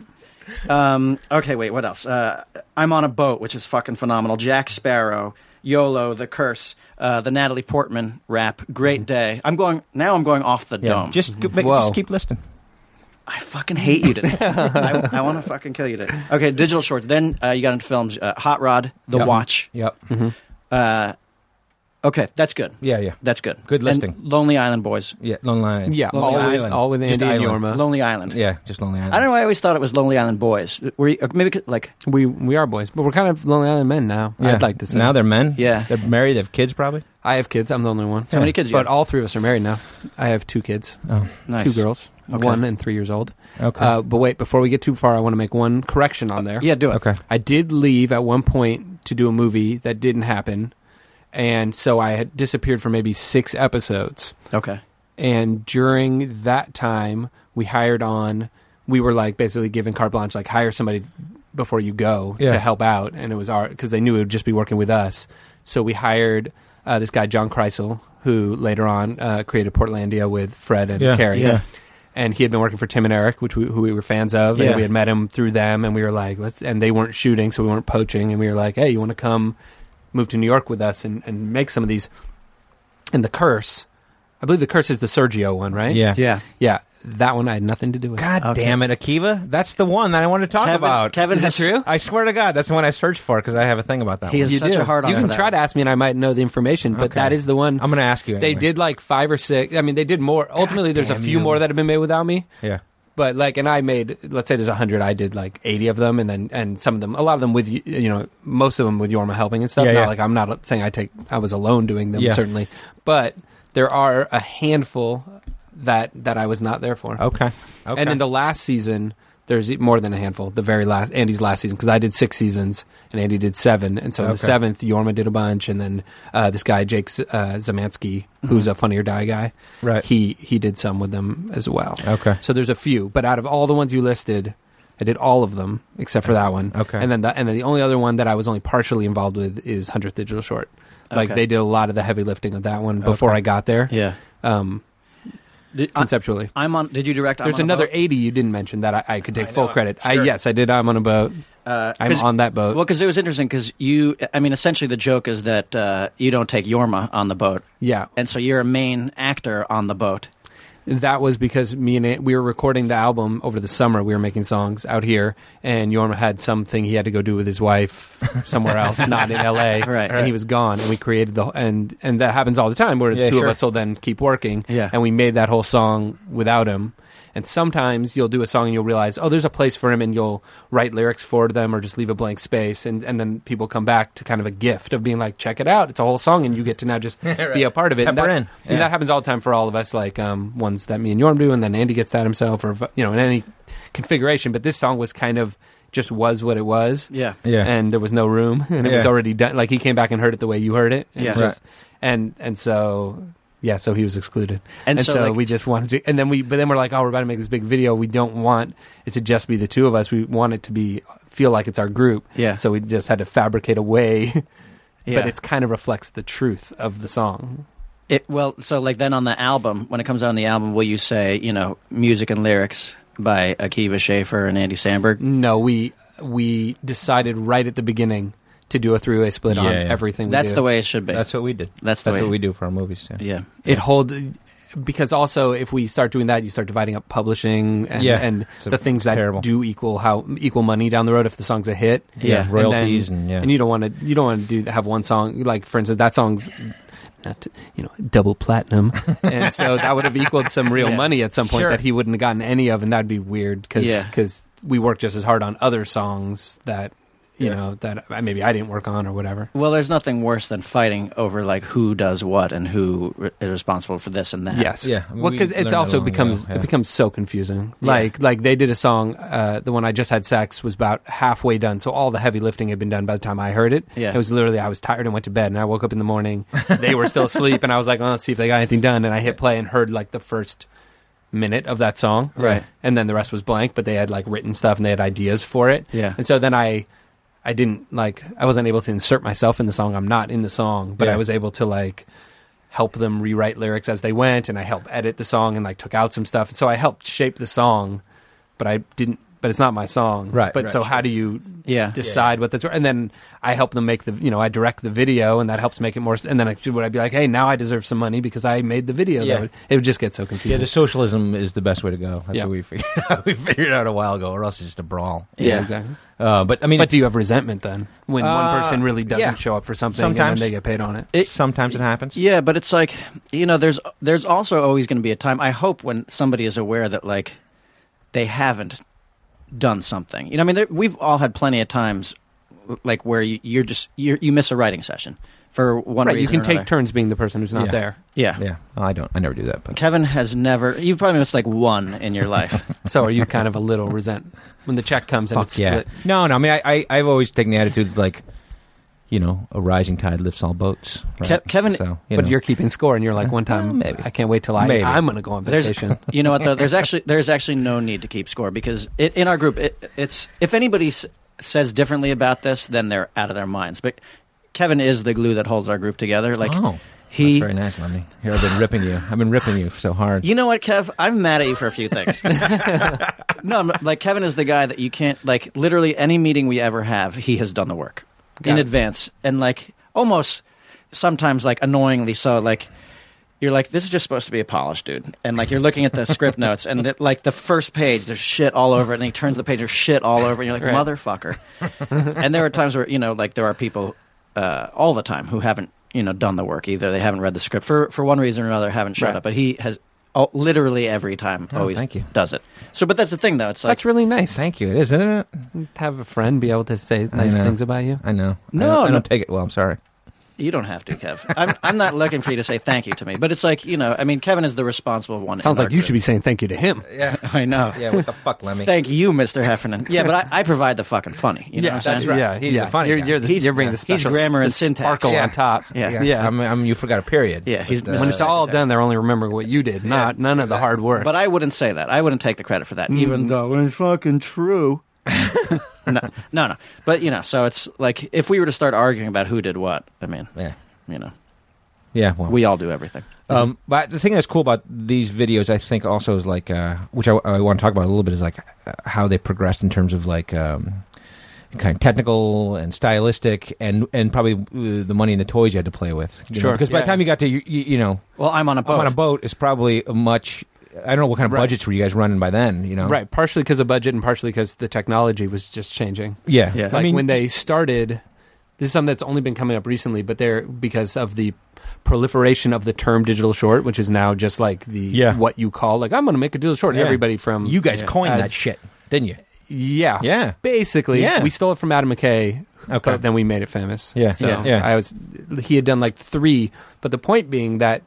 Speaker 2: Um, okay, wait, what else? Uh, I'm on a boat, which is fucking phenomenal. Jack Sparrow, YOLO, The Curse, uh, the Natalie Portman rap, Great Day. I'm going now. I'm going off the dome.
Speaker 1: Mm-hmm. Just, go, make,
Speaker 5: Whoa.
Speaker 1: just keep listing.
Speaker 2: I fucking hate you today. I, I want to fucking kill you today. Okay, digital shorts. Then uh, you got into films, uh, Hot Rod, The
Speaker 1: Yep.
Speaker 2: Watch.
Speaker 1: Yep.
Speaker 2: Uh, okay, that's good.
Speaker 1: Yeah, yeah.
Speaker 2: That's good.
Speaker 1: Good
Speaker 2: And
Speaker 1: listing.
Speaker 2: Lonely Island Boys.
Speaker 1: Yeah, Lonely Island.
Speaker 5: Yeah,
Speaker 1: Lonely
Speaker 5: all with,
Speaker 1: Island.
Speaker 5: all with
Speaker 1: Just
Speaker 5: Andy and
Speaker 1: Island.
Speaker 5: Yorma.
Speaker 2: Lonely Island.
Speaker 1: Yeah, just Lonely Island.
Speaker 2: I don't know. why I always thought it was Lonely Island Boys. Were you, or maybe like
Speaker 5: We we are boys, but we're kind of Lonely Island men now.
Speaker 1: Yeah.
Speaker 5: I'd like to say
Speaker 1: Now they're men.
Speaker 2: Yeah.
Speaker 1: They're married. They have kids probably.
Speaker 5: I have kids. I'm the only one.
Speaker 2: how many kids? You have?
Speaker 5: But all three of us are married now. I have two kids,
Speaker 1: Oh,
Speaker 2: Nice.
Speaker 5: two girls,
Speaker 2: Okay.
Speaker 5: one and three years old.
Speaker 1: okay. Uh,
Speaker 5: Uh, but wait, before we get too far, I want to make one correction on there.
Speaker 2: Yeah, do it.
Speaker 1: okay.
Speaker 5: I did leave at one point to do a movie that didn't happen, and so I had disappeared for maybe six episodes.
Speaker 2: Okay.
Speaker 5: and during that time we hired on we were like basically given carte blanche like hire somebody before you go
Speaker 1: Yeah.
Speaker 5: to help out and it was our because they knew it would just be working with us so we hired uh, this guy john kreisel who later on uh, created portlandia with fred and
Speaker 1: Yeah,
Speaker 5: carrie
Speaker 1: yeah.
Speaker 5: and he had been working for tim and eric which we, who we were fans of
Speaker 2: Yeah.
Speaker 5: and we had met him through them and we were like let's and they weren't shooting so we weren't poaching and we were like hey you want to come move to new york with us and, and make some of these and the curse I believe the curse is the Sergio one, right?
Speaker 1: Yeah.
Speaker 2: Yeah.
Speaker 5: Yeah. That one I had nothing to do with.
Speaker 1: God
Speaker 2: Okay.
Speaker 1: damn it, Akiva. That's the one that I wanted to talk
Speaker 2: Kevin,
Speaker 1: about.
Speaker 2: Kevin
Speaker 5: Is that
Speaker 2: has-
Speaker 5: true?
Speaker 1: I swear to God, that's the one I searched for because I have a thing about that
Speaker 2: He
Speaker 1: one.
Speaker 2: is such a hard on
Speaker 5: You
Speaker 2: for
Speaker 5: can
Speaker 2: that.
Speaker 5: try to ask me and I might know the information, but
Speaker 1: Okay.
Speaker 5: that is the one.
Speaker 1: I'm going to ask you.
Speaker 5: they
Speaker 1: anyway.
Speaker 5: did like five or six. I mean, they did more. Ultimately, there's a
Speaker 1: damn
Speaker 5: few
Speaker 1: you.
Speaker 5: more that have been made without me.
Speaker 1: Yeah.
Speaker 5: But like, and I made, let's say there's a hundred, I did like 80 of them. And then, and some of them, a lot of them with, you you know, most of them with Yorma helping and stuff.
Speaker 1: Yeah,
Speaker 5: not
Speaker 1: yeah.
Speaker 5: like I'm not saying I take, I was alone doing them,
Speaker 1: Yeah.
Speaker 5: certainly. But there are a handful that, that I was not there for.
Speaker 1: Okay. Oh, Okay.
Speaker 5: And in the last season, there's e- more than a handful. The very last Andy's last season because I did six seasons and Andy did seven, and so in
Speaker 1: Okay.
Speaker 5: the seventh Yorma did a bunch, and then uh, this guy Jake Z- uh, Zamansky, who's a Funny or Die guy,
Speaker 1: Mm-hmm. Right.
Speaker 5: He he did some with them as well.
Speaker 1: Okay.
Speaker 5: So there's a few, but out of all the ones you listed, I did all of them except for that one.
Speaker 1: Okay.
Speaker 5: And then the, and then the only other one that I was only partially involved with is Hundredth Digital Short. Like
Speaker 2: Okay.
Speaker 5: they did a lot of the heavy lifting of that one before
Speaker 1: Okay.
Speaker 5: I got there.
Speaker 2: Yeah.
Speaker 5: Um,
Speaker 2: Did, I,
Speaker 5: conceptually.
Speaker 2: am on. Did you direct? I'm
Speaker 5: There's
Speaker 2: on a
Speaker 5: another
Speaker 2: Boat?
Speaker 5: 80 you didn't mention that I, I could take full credit.
Speaker 1: Sure.
Speaker 5: I yes, I did. I'm on a boat.
Speaker 2: Uh,
Speaker 5: I'm
Speaker 2: 'cause-
Speaker 5: on that boat.
Speaker 2: Well, because it was interesting because you. I mean, essentially the joke is that uh, you don't take Yorma on the boat,
Speaker 5: yeah,
Speaker 2: and so you're a main actor on the boat.
Speaker 5: that was because me and Ant, we were recording the album over the summer. We were making songs out here, and Yorma had something he had to go do with his wife somewhere else, not in L.A.
Speaker 2: Right.
Speaker 5: and he was gone. And we created the and and that happens all the time where
Speaker 1: Yeah,
Speaker 5: two
Speaker 1: sure.
Speaker 5: of us will then keep working.
Speaker 2: Yeah.
Speaker 5: and we made that whole song without him. And sometimes you'll do a song and you'll realize, oh, there's a place for him, and you'll write lyrics for them or just leave a blank space, and and then people come back to kind of a gift of being like, check it out, it's a whole song, and you get to now just be a part of it. and
Speaker 1: Pepper
Speaker 5: that,
Speaker 1: in.
Speaker 5: and
Speaker 1: Yeah.
Speaker 5: that happens all the time for all of us, like um, ones that me and Yorm do, and then Andy gets that himself, or you know, in any configuration. But this song was kind of just was what it was
Speaker 2: Yeah.
Speaker 1: Yeah.
Speaker 5: and there was no room and it was
Speaker 1: Yeah.
Speaker 5: already done like he came back and heard it the way you heard it and
Speaker 2: Yeah.
Speaker 5: just- and and so yeah so he was excluded
Speaker 2: And
Speaker 5: and,
Speaker 2: so,
Speaker 5: so,
Speaker 2: like-
Speaker 5: we just wanted to and then we but then we're like oh we're about to make this big video we don't want it to just be the two of us we want it to be feel like it's our group
Speaker 2: Yeah.
Speaker 5: so we just had to fabricate a way
Speaker 2: Yeah.
Speaker 5: but it's kind of reflects the truth of the song
Speaker 2: It well, so like then on the album, when it comes out on the album, will you say you know music and lyrics by Akiva Schaffer and Andy Samberg?
Speaker 5: no we we decided right at the beginning to do a three-way split on
Speaker 1: Yeah, yeah.
Speaker 5: everything we
Speaker 2: That's
Speaker 5: do.
Speaker 2: the way it should be.
Speaker 1: That's what we did.
Speaker 2: That's the
Speaker 1: That's
Speaker 2: way-
Speaker 1: what we do for our movies. Yeah.
Speaker 2: yeah.
Speaker 5: it hold because also if we start doing that you start dividing up publishing and,
Speaker 1: Yeah.
Speaker 5: and
Speaker 1: So
Speaker 5: the things
Speaker 1: it's
Speaker 5: that
Speaker 1: terrible.
Speaker 5: do equal how equal money down the road if the song's a hit
Speaker 2: Yeah.
Speaker 5: And
Speaker 1: Royalties
Speaker 5: then-
Speaker 1: and, yeah.
Speaker 5: you don't want to you don't want to do have one song like for instance that song's not you know double platinum and so that would have equaled some real
Speaker 2: Yeah.
Speaker 5: money at some point
Speaker 1: Sure.
Speaker 5: that he wouldn't have gotten any of and that'd be weird because
Speaker 2: Yeah.
Speaker 5: we work just as hard on other songs that you
Speaker 1: Yeah.
Speaker 5: know that uh, maybe I didn't work on or whatever
Speaker 2: Well, there's nothing worse than fighting over like who does what and who re- is responsible for this and that.
Speaker 5: Yes.
Speaker 1: Yeah, I mean,
Speaker 5: well,
Speaker 1: we
Speaker 5: because
Speaker 1: learned
Speaker 5: it
Speaker 1: that
Speaker 5: also
Speaker 1: long ago,
Speaker 5: becomes
Speaker 1: yeah.
Speaker 5: it becomes so confusing. Like like they did a song, uh, the one I just had sex was about halfway done, so all the heavy lifting had been done by the time I heard it.
Speaker 2: Yeah.
Speaker 5: It was literally I was tired and went to bed, and I woke up in the morning. They were still asleep, and I was like, "Oh, let's see if they got anything done. And I hit play and heard like the first minute of that song,
Speaker 2: Right.
Speaker 5: And then the rest was blank, but they had like written stuff and they had ideas for it.
Speaker 2: Yeah.
Speaker 5: And so then I. I didn't like I wasn't able to insert myself in the song. I'm not in the song, but
Speaker 1: Yeah.
Speaker 5: I was able to like help them rewrite lyrics as they went and I helped edit the song and like took out some stuff. So I helped shape the song, but I didn't but it's not my song.
Speaker 1: Right,
Speaker 5: But
Speaker 1: right,
Speaker 5: so
Speaker 1: sure.
Speaker 5: how do you
Speaker 2: Yeah.
Speaker 5: decide what that's and then I help them make the you know, I direct the video and that helps make it more and then I should would I be like, Hey, now I deserve some money because I made the video
Speaker 1: Yeah.
Speaker 5: that would, it would just get so
Speaker 1: Yeah,
Speaker 5: confusing.
Speaker 1: the socialism is the best way to go. That's
Speaker 5: Yeah.
Speaker 1: what we figured out. we figured out a while ago, or else it's just a brawl.
Speaker 2: Yeah.
Speaker 5: exactly.
Speaker 1: Uh, but I mean,
Speaker 5: But do you have resentment then when
Speaker 1: Uh,
Speaker 5: one person really doesn't
Speaker 1: yeah.
Speaker 5: show up for something and
Speaker 1: Sometimes.
Speaker 5: then they get paid on it?
Speaker 2: It-
Speaker 1: sometimes it happens.
Speaker 2: Yeah, but it's like you know, there's there's also always going to be a time. I hope when somebody is aware that like they haven't done something. You know, I mean, there, we've all had plenty of times like where you, you're just you you miss a writing session for one
Speaker 5: Right, you
Speaker 2: reason.
Speaker 5: can
Speaker 2: or
Speaker 5: take
Speaker 2: another.
Speaker 5: turns being the person who's not
Speaker 1: Yeah.
Speaker 5: there.
Speaker 2: Yeah.
Speaker 1: Yeah, I don't. I never do that. But
Speaker 2: Kevin has never. You've probably missed like one in your life.
Speaker 5: So are you kind of a little resent when the check comes and
Speaker 1: fuck
Speaker 5: it's
Speaker 1: yeah.
Speaker 5: split?
Speaker 1: No, no. I mean, I, I I've always taken the attitude like, you know, a rising tide lifts all boats. Right?
Speaker 2: Kev- Kevin-
Speaker 1: so, you
Speaker 5: but
Speaker 1: know.
Speaker 5: you're keeping score, and you're like, one time,
Speaker 1: Well, maybe.
Speaker 5: I can't wait till I,
Speaker 1: Maybe.
Speaker 5: I'm going to go on
Speaker 2: There's-
Speaker 5: vacation.
Speaker 2: You know what? Though there's actually there's actually no need to keep score because it, in our group, it, it's if anybody s- says differently about this, then they're out of their minds. But Kevin is the glue that holds our group together. Like
Speaker 1: oh,
Speaker 2: he,
Speaker 1: that's very nice, Lemmy. Here, I've been ripping you. I've been ripping you so hard.
Speaker 2: you know what, Kev? I'm mad at you for a few things. no, I'm, like Kevin is the guy that you can't like. Literally any meeting we ever have, he has done the work in
Speaker 5: it.
Speaker 2: advance, and like almost sometimes like annoyingly so, like. You're like, this is just supposed to be a polish, dude. And like, you're looking at the script notes, and the, like the first page, there's shit all over it. And he turns the page, there's shit all over it. And you're like,
Speaker 5: Right.
Speaker 2: motherfucker. and there are times where, you know, like there are people uh, all the time who haven't, you know, done the work either. They haven't read the script for, for one reason or another, haven't shown
Speaker 5: Right.
Speaker 2: up. But he has oh, literally every time
Speaker 1: Oh,
Speaker 2: always
Speaker 1: thank you.
Speaker 2: does it. So, but that's the thing, though. It's like,
Speaker 5: That's really nice.
Speaker 1: Thank you. It is, isn't it?
Speaker 5: you. To have a friend be able to say nice
Speaker 1: know.
Speaker 5: things about you.
Speaker 1: I know.
Speaker 2: No,
Speaker 1: I don't, I
Speaker 2: no.
Speaker 1: don't take it well. I'm sorry.
Speaker 2: you don't have to, Kev. I'm, I'm not looking for you to say thank you to me. But it's like, you know, I mean, Kevin is the responsible one.
Speaker 5: Sounds like you should be saying thank you to him.
Speaker 1: Yeah.
Speaker 2: I know.
Speaker 1: Yeah. What the fuck, Lemmy?
Speaker 2: Thank you, Mr. Heffernan. Yeah, but I, I provide the fucking funny. You know what I'm
Speaker 1: that's
Speaker 2: saying?
Speaker 1: right. He's the funny
Speaker 5: you're,
Speaker 1: guy.
Speaker 5: You're, the,
Speaker 2: He's-
Speaker 5: you're bringing the
Speaker 2: he's
Speaker 5: special
Speaker 2: grammar
Speaker 5: the
Speaker 2: and syntax.
Speaker 5: sparkle
Speaker 1: Yeah.
Speaker 5: on top.
Speaker 2: Yeah.
Speaker 1: Yeah.
Speaker 5: Yeah.
Speaker 1: I'm, I'm, you forgot a period.
Speaker 2: Yeah, he's
Speaker 1: But, uh,
Speaker 2: Mr.
Speaker 5: When it's all done, they're only remembering what you did, not none of the hard work.
Speaker 2: But I wouldn't say that. I wouldn't take the credit for that, even though it's fucking true. no, no, no. But you know, so it's like if we were to start arguing about who did what, I mean,
Speaker 1: Yeah.
Speaker 2: you know,
Speaker 1: Yeah. Well,
Speaker 2: we all do everything.
Speaker 5: Mm-hmm.
Speaker 1: Um, but the thing that's cool about these videos, I think, also is like, uh, which I, I want to talk about a little bit, is like uh, how they progressed in terms of like um, kind of technical and stylistic, and and probably uh, the money and the toys you had to play with. you know?
Speaker 5: Sure.
Speaker 1: Because by the
Speaker 5: Yeah.
Speaker 1: time you got to, you, you you know,
Speaker 2: Well, I'm on a boat.
Speaker 1: I'm on a boat is probably a much. I don't know what kind of
Speaker 5: Right.
Speaker 1: budgets were you guys running by then. You know,
Speaker 5: right, partially because of budget and partially because the technology was just changing.
Speaker 1: Yeah.
Speaker 2: Yeah.
Speaker 5: Like
Speaker 1: I mean,
Speaker 5: when they started, This is something that's only been coming up recently, but they're because of the proliferation of the term digital short, which is now just like the
Speaker 1: Yeah.
Speaker 5: what you call like I'm going to make a digital short. and
Speaker 1: Yeah.
Speaker 5: Everybody from
Speaker 1: You guys coined
Speaker 5: ads-
Speaker 1: that shit, didn't you?
Speaker 5: yeah,
Speaker 1: Yeah.
Speaker 5: Basically,
Speaker 1: Yeah.
Speaker 5: we stole it from Adam McKay,
Speaker 1: Okay.
Speaker 5: but then we made it famous.
Speaker 1: Yeah,
Speaker 5: so
Speaker 1: yeah, yeah.
Speaker 5: I was he had done like three, but the point being that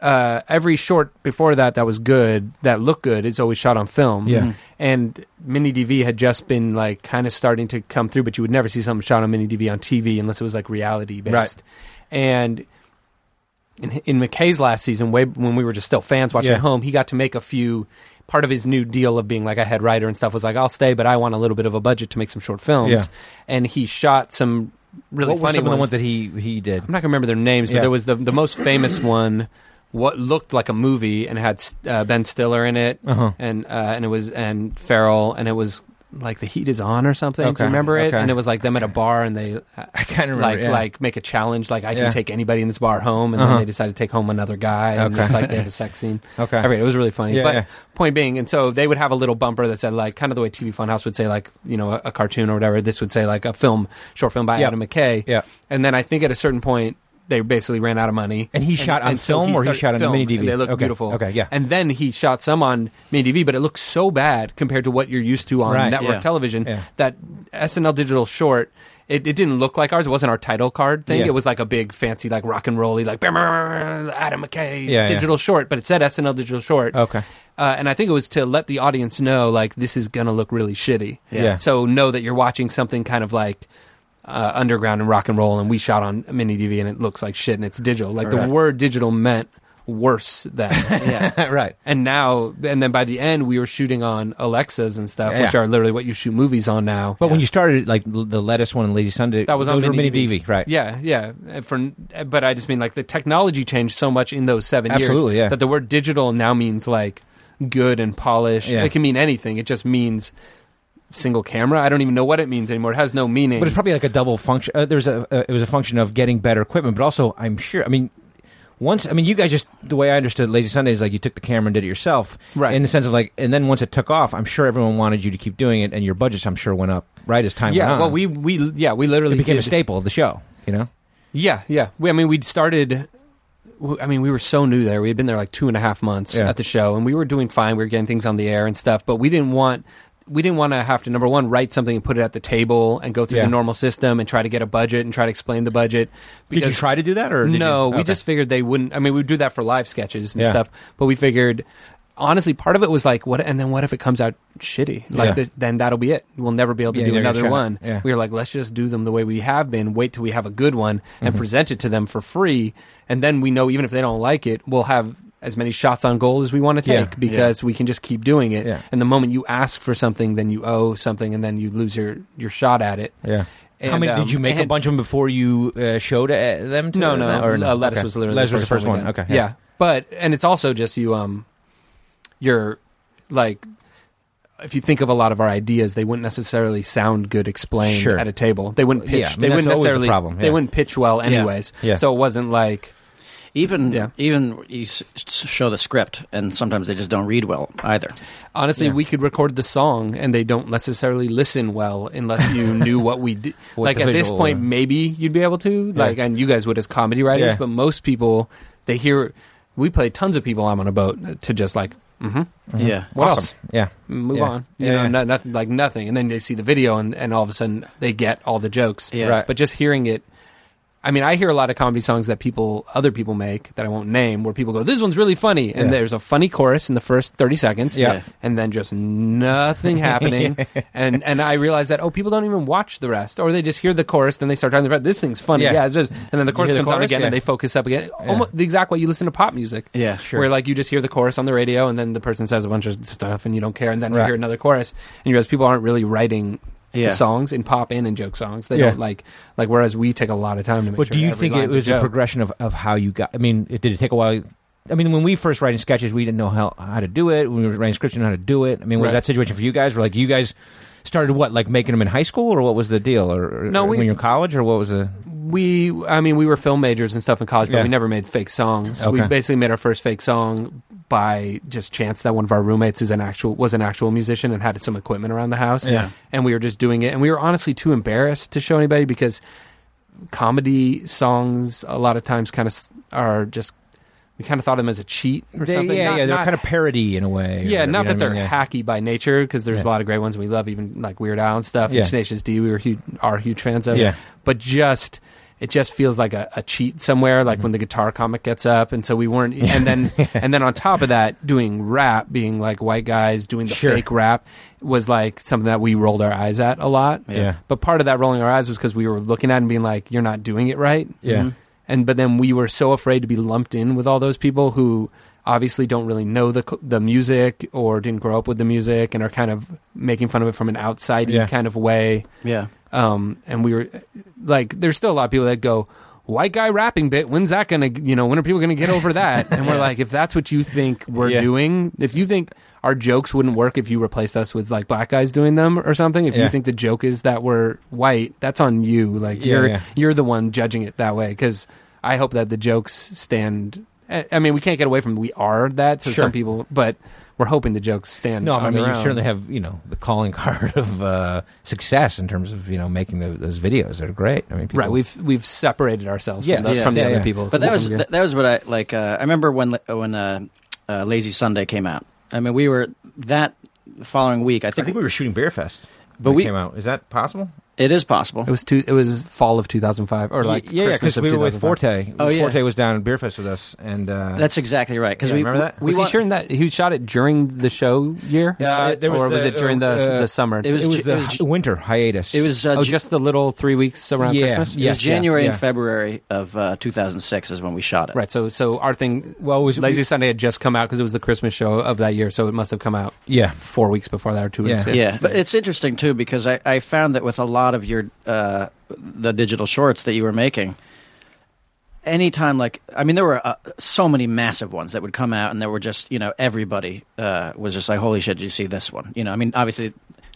Speaker 5: uh, every short before that that was good, that looked good, is always shot on film.
Speaker 1: Yeah.
Speaker 2: Mhm.
Speaker 5: and mini DV had just been like kind of starting to come through, but you would never see something shot on mini DV on TV unless it was like reality based.
Speaker 1: Right.
Speaker 5: And in, in McKay's last season, way when we were just still fans watching
Speaker 1: Yeah.
Speaker 5: at home, he got to make a few. Part of his new deal of being like a head writer and stuff was like, I'll stay, but I want a little bit of a budget to make some short films.
Speaker 1: Yeah.
Speaker 5: And he shot some really
Speaker 1: what were
Speaker 5: funny
Speaker 1: some of
Speaker 5: ones.
Speaker 1: the ones that he he did?
Speaker 5: I'm not gonna remember their names, but
Speaker 1: Yeah.
Speaker 5: there was the the most famous one. What looked like a movie and had uh, Ben Stiller in it,
Speaker 1: Uh-huh.
Speaker 5: and uh, and it was and Farrell, and it was like the heat is on or something. Do
Speaker 1: Okay,
Speaker 5: you remember it?
Speaker 1: okay.
Speaker 5: And it was like them at a bar, and they uh,
Speaker 1: I kind of
Speaker 5: like
Speaker 1: remember. yeah.
Speaker 5: like make a challenge, like I
Speaker 1: Yeah.
Speaker 5: can take anybody in this bar home, and
Speaker 1: Uh-huh.
Speaker 5: then they decide to take home another guy, and
Speaker 1: Okay.
Speaker 5: it's like they have a sex scene.
Speaker 1: okay,
Speaker 5: I mean, it was really funny.
Speaker 1: Yeah,
Speaker 5: but
Speaker 1: yeah.
Speaker 5: point being, and so they would have a little bumper that said like kind of the way TV Funhouse would say like you know a, a cartoon or whatever. This would say like a film, short film by
Speaker 1: Yeah.
Speaker 5: Adam McKay.
Speaker 1: Yeah.
Speaker 5: And then I think at a certain point they basically ran out of money.
Speaker 1: And he shot on
Speaker 5: so
Speaker 1: film or he
Speaker 5: started
Speaker 1: shot on
Speaker 5: film,
Speaker 1: mini DV?
Speaker 5: and They looked
Speaker 1: Okay,
Speaker 5: beautiful.
Speaker 1: okay, yeah.
Speaker 5: And then he shot some on mini DV, but it looked so bad compared to what you're used to on
Speaker 1: Right,
Speaker 5: network
Speaker 2: yeah.
Speaker 5: television
Speaker 1: Yeah.
Speaker 5: that SNL digital short. It, it didn't look like ours. It wasn't our title card thing.
Speaker 1: Yeah.
Speaker 5: It was like a big fancy, like rock and rolly, like Adam McKay
Speaker 1: Yeah, yeah.
Speaker 5: digital short. But it said SNL digital short.
Speaker 1: okay,
Speaker 5: Uh, and I think it was to let the audience know, like, this is going to look really shitty.
Speaker 1: yeah. yeah.
Speaker 5: So know that you're watching something kind of like uh, underground and rock and roll, and we shot on mini DV, and it looks like shit, and it's digital. Like
Speaker 1: Right.
Speaker 5: the word digital meant worse than.
Speaker 2: yeah.
Speaker 1: right.
Speaker 5: and now, and then by the end, we were shooting on Alexas and stuff, which
Speaker 1: Yeah.
Speaker 5: are literally what you shoot movies on now.
Speaker 1: But when you started, like l- the lettuce one and Lazy Sunday,
Speaker 5: That was on
Speaker 1: those were
Speaker 5: Mini
Speaker 1: mini
Speaker 5: DV.
Speaker 1: DV, right?
Speaker 5: Yeah, yeah. Uh, For but I just mean like the technology changed so much in those seven
Speaker 1: Absolutely,
Speaker 5: years
Speaker 1: yeah.
Speaker 5: that the word digital now means like good and polished.
Speaker 1: Yeah.
Speaker 5: It can mean anything. It just means single camera. I don't even know what it means anymore. It has no meaning.
Speaker 1: But it's probably like a double function. Uh, there's a uh, it was a function of getting better equipment, but also I'm sure. I mean, once I mean you guys just the way I understood Lazy Sunday is like you took the camera and did it yourself,
Speaker 5: Right.
Speaker 1: In the sense of like, and then once it took off, I'm sure everyone wanted you to keep doing it, and your budgets I'm sure went up right as time went
Speaker 5: yeah,
Speaker 1: on.
Speaker 5: well, we we yeah we
Speaker 1: it
Speaker 5: literally
Speaker 1: became a
Speaker 5: did-
Speaker 1: staple of the show, you know.
Speaker 5: Yeah, yeah. We, I mean, we'd started. w- I mean, we were so new there. We had been there like two and a half months
Speaker 1: Yeah.
Speaker 5: at the show, and we were doing fine. We were getting things on the air and stuff, but we didn't want we didn't want to have to number one write something and put it at the table and go through
Speaker 1: Yeah.
Speaker 5: the normal system and try to get a budget and try to explain the budget.
Speaker 1: Did you
Speaker 5: because-
Speaker 1: try to do that, or did
Speaker 5: no,
Speaker 1: you?
Speaker 5: we
Speaker 1: okay.
Speaker 5: just figured they wouldn't. I mean, we would do that for live sketches and
Speaker 1: Yeah.
Speaker 5: stuff, but we figured honestly, part of it was like, what? And then what if it comes out shitty? Like,
Speaker 1: Yeah.
Speaker 5: the, then that'll be it. We'll never be able to
Speaker 1: Yeah,
Speaker 5: do
Speaker 1: you're gonna
Speaker 5: another
Speaker 1: try.
Speaker 5: one.
Speaker 1: Yeah.
Speaker 5: We were like, let's just do them the way we have been. Wait till we have a good one
Speaker 1: Mm-hmm.
Speaker 5: and present it to them for free, and then we know even if they don't like it, we'll have. As many shots on goal as we want to
Speaker 1: Yeah.
Speaker 5: take because we can just keep doing it.
Speaker 1: Yeah.
Speaker 5: And the moment you ask for something, then you owe something, and then you lose your, your shot at it.
Speaker 1: yeah. How
Speaker 5: And,
Speaker 1: many
Speaker 5: um,
Speaker 1: did you make a
Speaker 5: and-
Speaker 1: bunch of them before you uh, showed uh, them? To
Speaker 5: no, no,
Speaker 1: them, or no?
Speaker 5: Uh, lettuce
Speaker 1: Okay.
Speaker 5: was literally
Speaker 1: lettuce
Speaker 5: the
Speaker 1: was the first one.
Speaker 5: we got.
Speaker 1: Okay,
Speaker 5: yeah. but and it's also just you um, you're like. If you think of a lot of our ideas, they wouldn't necessarily sound good explained
Speaker 1: Sure.
Speaker 5: at a table. They wouldn't
Speaker 1: Yeah,
Speaker 5: pitch.
Speaker 1: I mean,
Speaker 5: they
Speaker 1: that's
Speaker 5: wouldn't
Speaker 1: always the
Speaker 5: necessarily.
Speaker 1: problem,
Speaker 5: They
Speaker 1: yeah.
Speaker 5: wouldn't pitch well, anyways.
Speaker 1: Yeah.
Speaker 5: So it wasn't like
Speaker 2: Even
Speaker 5: Yeah.
Speaker 2: even you s- s- show the script, and sometimes they just don't read well either.
Speaker 5: Uh-huh. honestly,
Speaker 1: Yeah.
Speaker 5: we could record the song and they don't necessarily listen well unless you knew what we did.
Speaker 1: What
Speaker 5: like
Speaker 1: the
Speaker 5: at this
Speaker 1: visual-
Speaker 5: point, maybe you'd be able to.
Speaker 1: Yeah.
Speaker 5: Like, and you guys would as comedy writers,
Speaker 1: Yeah.
Speaker 5: but most people they hear. We play tons of people. I'm on a boat to just like. hmm
Speaker 2: Yeah.
Speaker 5: What
Speaker 1: Awesome.
Speaker 5: else?
Speaker 1: Yeah,
Speaker 5: move
Speaker 1: Yeah.
Speaker 5: on. You
Speaker 1: Yeah,
Speaker 5: know,
Speaker 1: yeah.
Speaker 5: no- nothing like nothing. And then they see the video, and, and all of a sudden they get all the jokes.
Speaker 2: Yeah.
Speaker 1: Right.
Speaker 5: But just hearing it, I mean, I hear a lot of comedy songs that people, other people make that I won't name, where people go, "This one's really funny," and
Speaker 1: Yeah.
Speaker 5: there's a funny chorus in the first thirty seconds.
Speaker 1: Yeah. Yeah.
Speaker 5: And then just nothing happening, and and I realize that oh, people don't even watch the rest, or they just hear the chorus, then they start talking about this thing's funny.
Speaker 1: Yeah.
Speaker 5: Yeah. it's just, and then the chorus
Speaker 1: hear the
Speaker 5: comes on
Speaker 1: chorus?
Speaker 5: again,
Speaker 1: Yeah.
Speaker 5: and they focus up again. Almost the exact way you listen to pop music.
Speaker 2: Yeah.
Speaker 1: sure.
Speaker 5: Where like you just hear the chorus on the radio, and then the person says a bunch of stuff, and you don't care, and then
Speaker 1: Right.
Speaker 5: you hear another chorus, and you realize people aren't really writing
Speaker 2: Yeah.
Speaker 5: the songs in pop in and joke songs. They
Speaker 1: Yeah.
Speaker 5: don't like like. Whereas we take a lot of time to make.
Speaker 1: But
Speaker 5: sure
Speaker 1: do you
Speaker 5: every
Speaker 1: think it
Speaker 5: line's
Speaker 1: was a,
Speaker 5: joke.
Speaker 1: progression of, of how you got? I mean, it, did it take a while? I mean, when we first writing sketches, we didn't know how how to do it. When we were writing scripts, we didn't know how to do it. I mean, was
Speaker 5: Right.
Speaker 1: that situation for you guys? Were like you guys started what like making them in high school, or what was the deal? Or, or
Speaker 5: No, we-
Speaker 1: when you were in college, or what was the
Speaker 5: we i mean we were film majors and stuff in college but
Speaker 1: Yeah.
Speaker 5: we never made fake songs we
Speaker 1: Okay.
Speaker 5: basically made our first fake song by just chance that one of our roommates is an actual was an actual musician and had some equipment around the house
Speaker 1: Yeah.
Speaker 5: and we were just doing it and we were honestly too embarrassed to show anybody because comedy songs a lot of times kind of are just we kind of thought of them as a cheat or
Speaker 1: They-
Speaker 5: something.
Speaker 1: yeah,
Speaker 5: Not-
Speaker 1: yeah, they're
Speaker 5: not-
Speaker 1: kind of parody in a way. or
Speaker 5: yeah,
Speaker 1: whatever, you
Speaker 5: not
Speaker 1: know
Speaker 5: that
Speaker 1: what I
Speaker 5: they're
Speaker 1: mean? Yeah.
Speaker 5: hacky by nature because there's
Speaker 1: Yeah.
Speaker 5: a lot of great ones we love, even like Weird Al and stuff.
Speaker 1: Yeah.
Speaker 5: And Tenacious D, we were huge, are huge fans of.
Speaker 1: Yeah.
Speaker 5: But just it just feels like a, a cheat somewhere, like
Speaker 1: Mm-hmm.
Speaker 5: when the guitar comic gets up, and so we weren't. And then and then on top of that, doing rap, being like white guys doing the
Speaker 1: Sure.
Speaker 5: fake rap was like something that we rolled our eyes at a lot.
Speaker 1: Yeah.
Speaker 5: But part of that rolling our eyes was because we were looking at it and being like, "You're not doing it right."
Speaker 1: Yeah. Mhm.
Speaker 2: Mm-hmm.
Speaker 5: And but then we were so afraid to be lumped in with all those people who obviously don't really know the c- the music or didn't grow up with the music and are kind of making fun of it from an outside
Speaker 1: Yeah.
Speaker 5: kind of way.
Speaker 2: Yeah.
Speaker 5: Um, and we were like, there's still a lot of people that go. White guy rapping bit. When's that gonna? You know, when are people gonna get over that? And we're like, if that's what you think we're
Speaker 1: Yeah.
Speaker 5: doing, if you think our jokes wouldn't work if you replaced us with like black guys doing them or something, if
Speaker 1: Yeah.
Speaker 5: you think the joke is that we're white, that's on you. Like
Speaker 1: Yeah,
Speaker 5: you're
Speaker 1: yeah.
Speaker 5: you're the one judging it that way. Because I hope that the jokes stand. I I mean, we can't get away from we are that. So
Speaker 1: Sure.
Speaker 5: some people, but we're hoping the jokes stand.
Speaker 1: No,
Speaker 5: on
Speaker 1: I mean
Speaker 5: their
Speaker 1: you
Speaker 5: own.
Speaker 1: certainly have you know the calling card of uh, success in terms of you know making tho- those videos. They're great. I mean, people,
Speaker 5: right. We've we've separated ourselves
Speaker 1: Yes.
Speaker 5: from the,
Speaker 1: Yeah,
Speaker 5: from the
Speaker 1: yeah,
Speaker 5: other
Speaker 1: yeah.
Speaker 5: people.
Speaker 2: But
Speaker 5: So
Speaker 2: that was
Speaker 5: that's-
Speaker 2: that, that was what I like. Uh, I remember when la- when uh, uh, Lazy Sunday came out. I mean, we were that following week. I
Speaker 1: I
Speaker 2: think,
Speaker 1: think we were shooting Beerfest.
Speaker 2: But
Speaker 1: when it
Speaker 2: we-
Speaker 1: came out. Is that possible?
Speaker 2: it is possible.
Speaker 5: It was two. It was fall of 2005, or like
Speaker 1: Y- yeah,
Speaker 5: Christmas
Speaker 1: because
Speaker 5: of
Speaker 1: we were with
Speaker 5: 2005.
Speaker 1: Forte.
Speaker 2: Oh, yeah.
Speaker 1: Forte was down in Beerfest with us, and uh,
Speaker 2: That's exactly right. Because
Speaker 1: Yeah,
Speaker 2: we
Speaker 1: remember that?
Speaker 2: we
Speaker 5: Was he
Speaker 2: want-
Speaker 5: sure in that he shot it during the show year?
Speaker 1: Yeah,
Speaker 5: Uh,
Speaker 1: there was
Speaker 5: or
Speaker 1: the-
Speaker 5: was it during the
Speaker 1: uh,
Speaker 5: the summer?
Speaker 2: it was
Speaker 1: it was
Speaker 2: ju-
Speaker 1: the
Speaker 2: it was
Speaker 1: hi-
Speaker 2: ju-
Speaker 1: winter hiatus.
Speaker 2: It was uh,
Speaker 5: oh,
Speaker 2: Ju-
Speaker 5: just the little three weeks around
Speaker 1: Yeah,
Speaker 5: Christmas.
Speaker 2: it was
Speaker 1: yes, yeah,
Speaker 2: January
Speaker 1: yeah.
Speaker 2: and February of uh, 2006 is when we shot it.
Speaker 5: Right. So so our thing.
Speaker 1: well, it was
Speaker 5: Lazy
Speaker 1: we-
Speaker 5: Sunday had just come out because it was the Christmas show of that year, so it must have come out
Speaker 1: Yeah,
Speaker 5: four weeks before that or two weeks.
Speaker 1: Yeah.
Speaker 2: yeah but it's interesting too because I, I found that with a lot of your uh, the digital shorts that you were making anytime like i mean there were uh, so many massive ones that would come out and there were just you know everybody uh, was just like holy shit did you see this one you know i mean obviously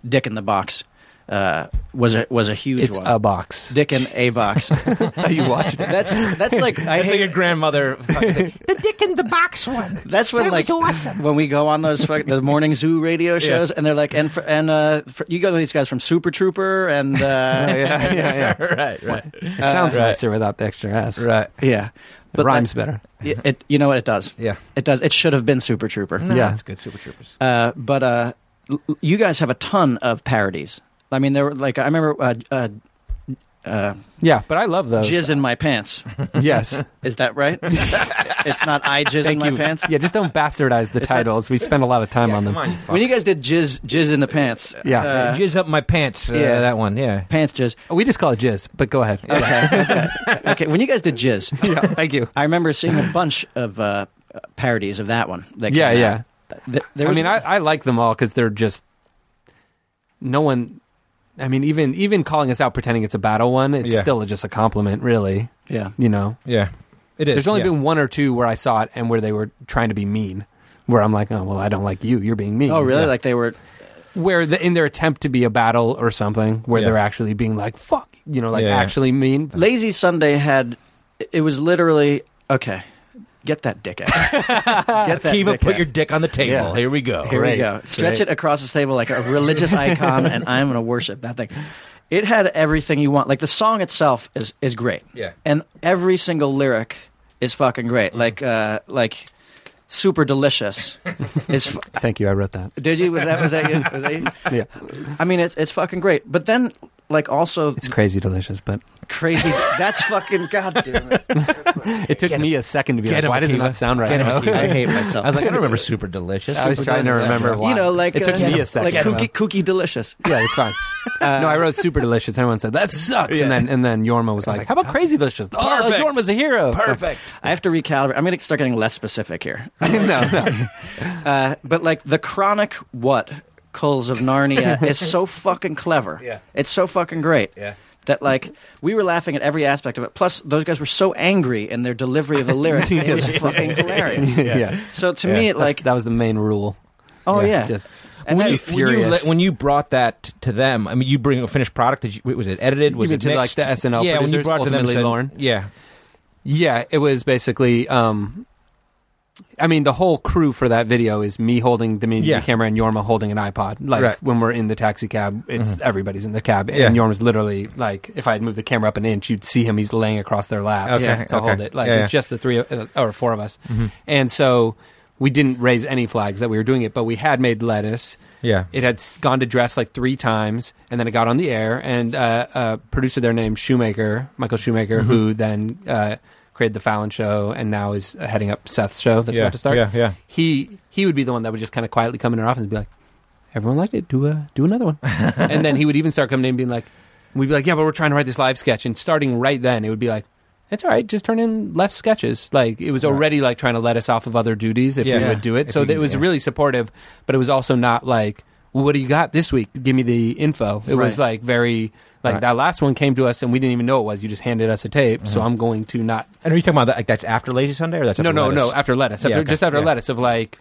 Speaker 2: dick in the box uh, was a was a huge
Speaker 5: It's
Speaker 2: one
Speaker 5: a box.
Speaker 2: dick in a box
Speaker 5: you watched it?
Speaker 2: that's that's like i
Speaker 1: That's like
Speaker 2: hate
Speaker 1: your grandmother. the dick in the box one.
Speaker 2: That's when
Speaker 1: That
Speaker 2: like
Speaker 1: was awesome.
Speaker 2: when we go on those fuck- the morning zoo radio shows and they're like and fr- and uh, fr- you go to these guys from Super Trooper and uh,
Speaker 1: Oh,
Speaker 5: yeah, yeah, yeah.
Speaker 1: right, Uh, right,
Speaker 5: It sounds nicer without the extra S.
Speaker 1: right.
Speaker 2: yeah,
Speaker 5: It rhymes
Speaker 2: like,
Speaker 5: better.
Speaker 2: y- It you know what it does.
Speaker 1: Yeah,
Speaker 2: It does. It should have been Super Trooper.
Speaker 1: no,
Speaker 5: Yeah.
Speaker 1: it's good. Super Troopers.
Speaker 2: Uh, but uh, l- l- you guys have a ton of parodies. I mean, there were like I remember uh, uh, uh,
Speaker 5: Yeah, but I love those. uh,
Speaker 2: jizz in my pants.
Speaker 5: yes.
Speaker 2: Is that right? it's not I jizz in
Speaker 5: Thank
Speaker 2: my
Speaker 5: you.
Speaker 2: pants.
Speaker 5: Yeah, just don't bastardize the titles. We spend a lot of time on them.
Speaker 1: Come on, you fuck.
Speaker 2: When you guys did jizz jizz in the pants,
Speaker 5: Yeah.
Speaker 2: uh,
Speaker 1: jizz up my pants. Uh,
Speaker 2: yeah.
Speaker 1: that one. Yeah.
Speaker 2: pants jizz.
Speaker 5: We just call it jizz, but go ahead.
Speaker 2: Okay, okay, okay. When you guys did jizz,
Speaker 5: yeah, thank you.
Speaker 2: I remember seeing a bunch of uh, parodies of that one. That
Speaker 5: Yeah,
Speaker 2: came
Speaker 5: yeah.
Speaker 2: out. Th- there
Speaker 5: I
Speaker 2: was-
Speaker 5: mean, I, I like them all because they're just no one. I mean, even even calling us out pretending it's a battle one, it's
Speaker 1: Yeah.
Speaker 5: still just a compliment, really.
Speaker 2: yeah,
Speaker 5: You know,
Speaker 1: Yeah. It is.
Speaker 5: there's only
Speaker 1: yeah.
Speaker 5: been one or two where I saw it and where they were trying to be mean. Where I'm like, oh well, I don't like you. You're being mean.
Speaker 2: oh really?
Speaker 5: Yeah.
Speaker 2: Like they were.
Speaker 5: where the, in their attempt to be a battle or something, where
Speaker 1: Yeah.
Speaker 5: they're actually being like, fuck, you know, like
Speaker 1: Yeah.
Speaker 5: actually mean.
Speaker 2: Lazy Sunday had. It was literally okay. Get that dick out. Get that
Speaker 1: Kiva,
Speaker 2: dick
Speaker 1: put
Speaker 2: out.
Speaker 1: your dick on the table.
Speaker 5: Yeah.
Speaker 1: Here we go.
Speaker 2: Here
Speaker 5: Great,
Speaker 2: we go. Stretch
Speaker 5: great.
Speaker 2: it across this table like a religious icon, and I'm going to worship that thing. It had everything you want. Like the song itself is is great.
Speaker 1: Yeah.
Speaker 2: and every single lyric is fucking great. Like uh, like super delicious is. Fu-
Speaker 5: Thank you. I wrote that.
Speaker 2: Did you? Was that was that you? Was that you?
Speaker 5: Yeah,
Speaker 2: I mean, it's it's fucking great. But then, like, also
Speaker 5: it's crazy delicious, but
Speaker 2: crazy. That's fucking goddamn it.
Speaker 5: it took me a second to be
Speaker 1: Get
Speaker 5: like,
Speaker 1: him,
Speaker 5: why does it
Speaker 1: Akiva.
Speaker 5: not sound right?
Speaker 1: Get him,
Speaker 5: now?
Speaker 1: Akiva.
Speaker 2: I hate myself.
Speaker 1: I was like, I don't remember super delicious.
Speaker 5: I was
Speaker 1: Super
Speaker 5: trying to
Speaker 1: Delicious.
Speaker 5: remember why.
Speaker 2: you know, like
Speaker 5: it took
Speaker 2: uh,
Speaker 5: me a second.
Speaker 2: like kooky, kooky delicious.
Speaker 5: yeah, it's fine.
Speaker 1: Uh,
Speaker 5: no, I wrote super delicious. Everyone said that sucks, and then and then Yorma was like, "How about crazy delicious?" Oh,
Speaker 1: Perfect.
Speaker 5: Yorma's a hero.
Speaker 1: Perfect.
Speaker 2: I have to recalibrate. I'm going to start getting less specific here.
Speaker 5: no, no.
Speaker 2: Uh, but like the chronic what culls of Narnia is so fucking clever.
Speaker 1: Yeah.
Speaker 2: it's so fucking great.
Speaker 1: Yeah.
Speaker 2: That like we were laughing at every aspect of it. Plus, those guys were so angry in their delivery of the lyrics; it was fucking hilarious.
Speaker 5: yeah,
Speaker 2: So to me, it like,
Speaker 5: that was the main rule.
Speaker 2: oh yeah,
Speaker 5: Just
Speaker 2: And
Speaker 1: when
Speaker 2: that-
Speaker 1: you,
Speaker 5: that-
Speaker 1: when you
Speaker 5: Furious.
Speaker 1: let- when you brought that to them, I mean, you bring a finished product. Did you, was it edited? Was
Speaker 5: mean
Speaker 1: it
Speaker 5: to,
Speaker 1: mixed?
Speaker 5: like, the SNL
Speaker 1: Yeah, when you
Speaker 5: producers,
Speaker 1: brought it to them, and
Speaker 5: ultimately
Speaker 1: said,
Speaker 5: Lauren?
Speaker 1: Yeah,
Speaker 5: Yeah, it was basically um I mean, the whole crew for that video is me holding the mini
Speaker 1: Yeah.
Speaker 5: camera and Yorma holding an iPod. Like
Speaker 1: Right. Mm-hmm.
Speaker 5: when we're in the taxi cab, it's everybody's in the cab, and
Speaker 1: Yeah.
Speaker 5: Yorma's literally like, if I had moved the camera up an inch, you'd see him. He's laying across their laps
Speaker 1: Okay,
Speaker 5: to
Speaker 1: okay.
Speaker 5: hold it. Like
Speaker 1: Yeah,
Speaker 5: it's
Speaker 1: yeah.
Speaker 5: just the three of- uh, or four of us,
Speaker 1: Mm-hmm.
Speaker 5: and so we didn't raise any flags that we were doing it, but we had made lettuce.
Speaker 1: Yeah.
Speaker 5: It had s- gone to dress like three times, and then it got on the air. And uh, a producer there named Shoemaker, Michael Shoemaker,
Speaker 1: Mm-hmm.
Speaker 5: who then uh, created the Fallon Show, and now is uh, heading up Seth's show that's
Speaker 1: yeah,
Speaker 5: about to start.
Speaker 1: Yeah, yeah.
Speaker 5: He he would be the one that would just kind of quietly come in our office and be like, "Everyone liked it. Do a do another one." and then he would even start coming in and being like, "We'd be like, yeah, but we're trying to write this live sketch." And starting right then, it would be like. It's all right. Just turn in less sketches. Like it was
Speaker 1: Right.
Speaker 5: already like trying to let us off of other duties if
Speaker 1: Yeah.
Speaker 5: we
Speaker 1: Yeah.
Speaker 5: would do it.
Speaker 1: If
Speaker 5: so
Speaker 1: you
Speaker 5: it
Speaker 1: can-
Speaker 5: was
Speaker 1: yeah.
Speaker 5: really supportive, but it was also not like, well, "What do you got this week? Give me the info." It was
Speaker 2: Right.
Speaker 5: like very like
Speaker 1: Right.
Speaker 5: that last one came to us and we didn't even know it was. You just handed us a tape, so
Speaker 1: Uh-huh.
Speaker 5: I'm going to not
Speaker 1: And are you talking about that, like that's after Lazy Sunday or that's
Speaker 5: no,
Speaker 1: after
Speaker 5: no,
Speaker 1: lettuce?
Speaker 5: no. After lettuce,
Speaker 1: Yeah,
Speaker 5: after,
Speaker 1: okay.
Speaker 5: just after
Speaker 1: Yeah.
Speaker 5: lettuce of like,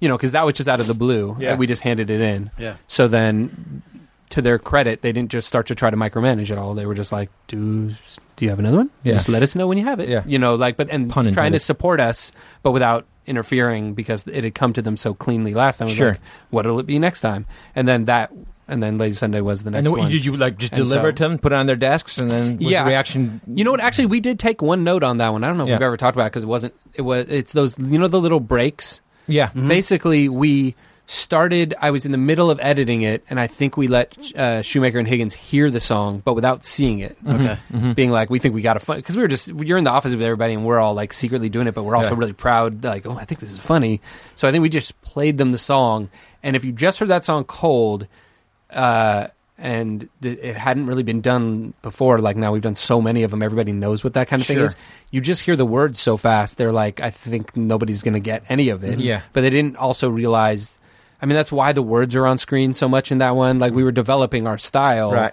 Speaker 5: you know, because that was just out of the blue.
Speaker 1: Yeah.
Speaker 5: we just handed it in.
Speaker 2: Yeah.
Speaker 5: So then, to their credit, they didn't just start to try to micromanage it all. They were just like, "Do do you have another one?
Speaker 1: Yeah.
Speaker 5: Just let us know when you have it."
Speaker 1: Yeah.
Speaker 5: You know, like, but and
Speaker 1: Pun
Speaker 5: trying to
Speaker 1: intended.
Speaker 5: support us, but without interfering because it had come to them so cleanly last time. It was
Speaker 1: Sure.
Speaker 5: Like, What'll it be next time? And then that, and then Lazy Sunday was the next
Speaker 1: And then what,
Speaker 5: one.
Speaker 1: did you like just
Speaker 5: And
Speaker 1: deliver
Speaker 5: so-
Speaker 1: it to them, put it on their desks, and then was
Speaker 5: Yeah.
Speaker 1: the reaction?
Speaker 5: You know what? Actually, we did take one note on that one. I don't know if
Speaker 1: Yeah.
Speaker 5: we've ever talked about it because it wasn't. It was. It's those. You know the little breaks.
Speaker 1: Yeah,
Speaker 5: Basically, we started. I was in the middle of editing it, and I think we let uh, Shoemaker and Higgins hear the song, but without seeing it.
Speaker 1: Mm-hmm.
Speaker 2: Okay.
Speaker 5: Being like, we think we got a fun because we were just you're in the office with everybody, and we're all like secretly doing it, but we're also
Speaker 1: Yeah.
Speaker 5: really proud. Like, oh, I think this is funny. So I think we just played them the song, and if you just heard that song cold, uh, and th- it hadn't really been done before. Like now we've done so many of them, everybody knows what that kind of thing
Speaker 1: Sure.
Speaker 5: is. You just hear the words so fast, they're like, I think nobody's going to get any of it.
Speaker 1: Mm-hmm. Yeah.
Speaker 5: But they didn't also realize. I mean, that's why the words are on screen so much in that one. Like we were developing our style,
Speaker 1: right.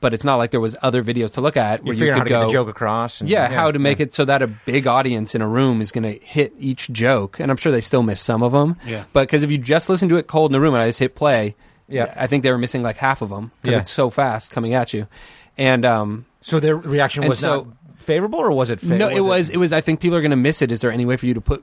Speaker 5: but it's not like there was other videos to look at
Speaker 1: You're
Speaker 5: where
Speaker 1: figuring
Speaker 5: you
Speaker 1: out how
Speaker 5: could
Speaker 1: to
Speaker 5: go.
Speaker 1: get the joke across. And,
Speaker 5: Yeah, how to make it so that a big audience in a room is going to hit each joke, and I'm sure they still miss some of them.
Speaker 2: Yeah.
Speaker 5: but because if you just listen to it cold in the room and I just hit play,
Speaker 1: Yeah.
Speaker 5: I think they were missing like half of them because
Speaker 1: Yeah.
Speaker 5: it's so fast coming at you. And um,
Speaker 1: So their reaction
Speaker 5: And
Speaker 1: was
Speaker 5: so-
Speaker 1: not favorable, or was it? Fa-
Speaker 5: no, it was it was. I think people are going to miss it. Is there any way for you to put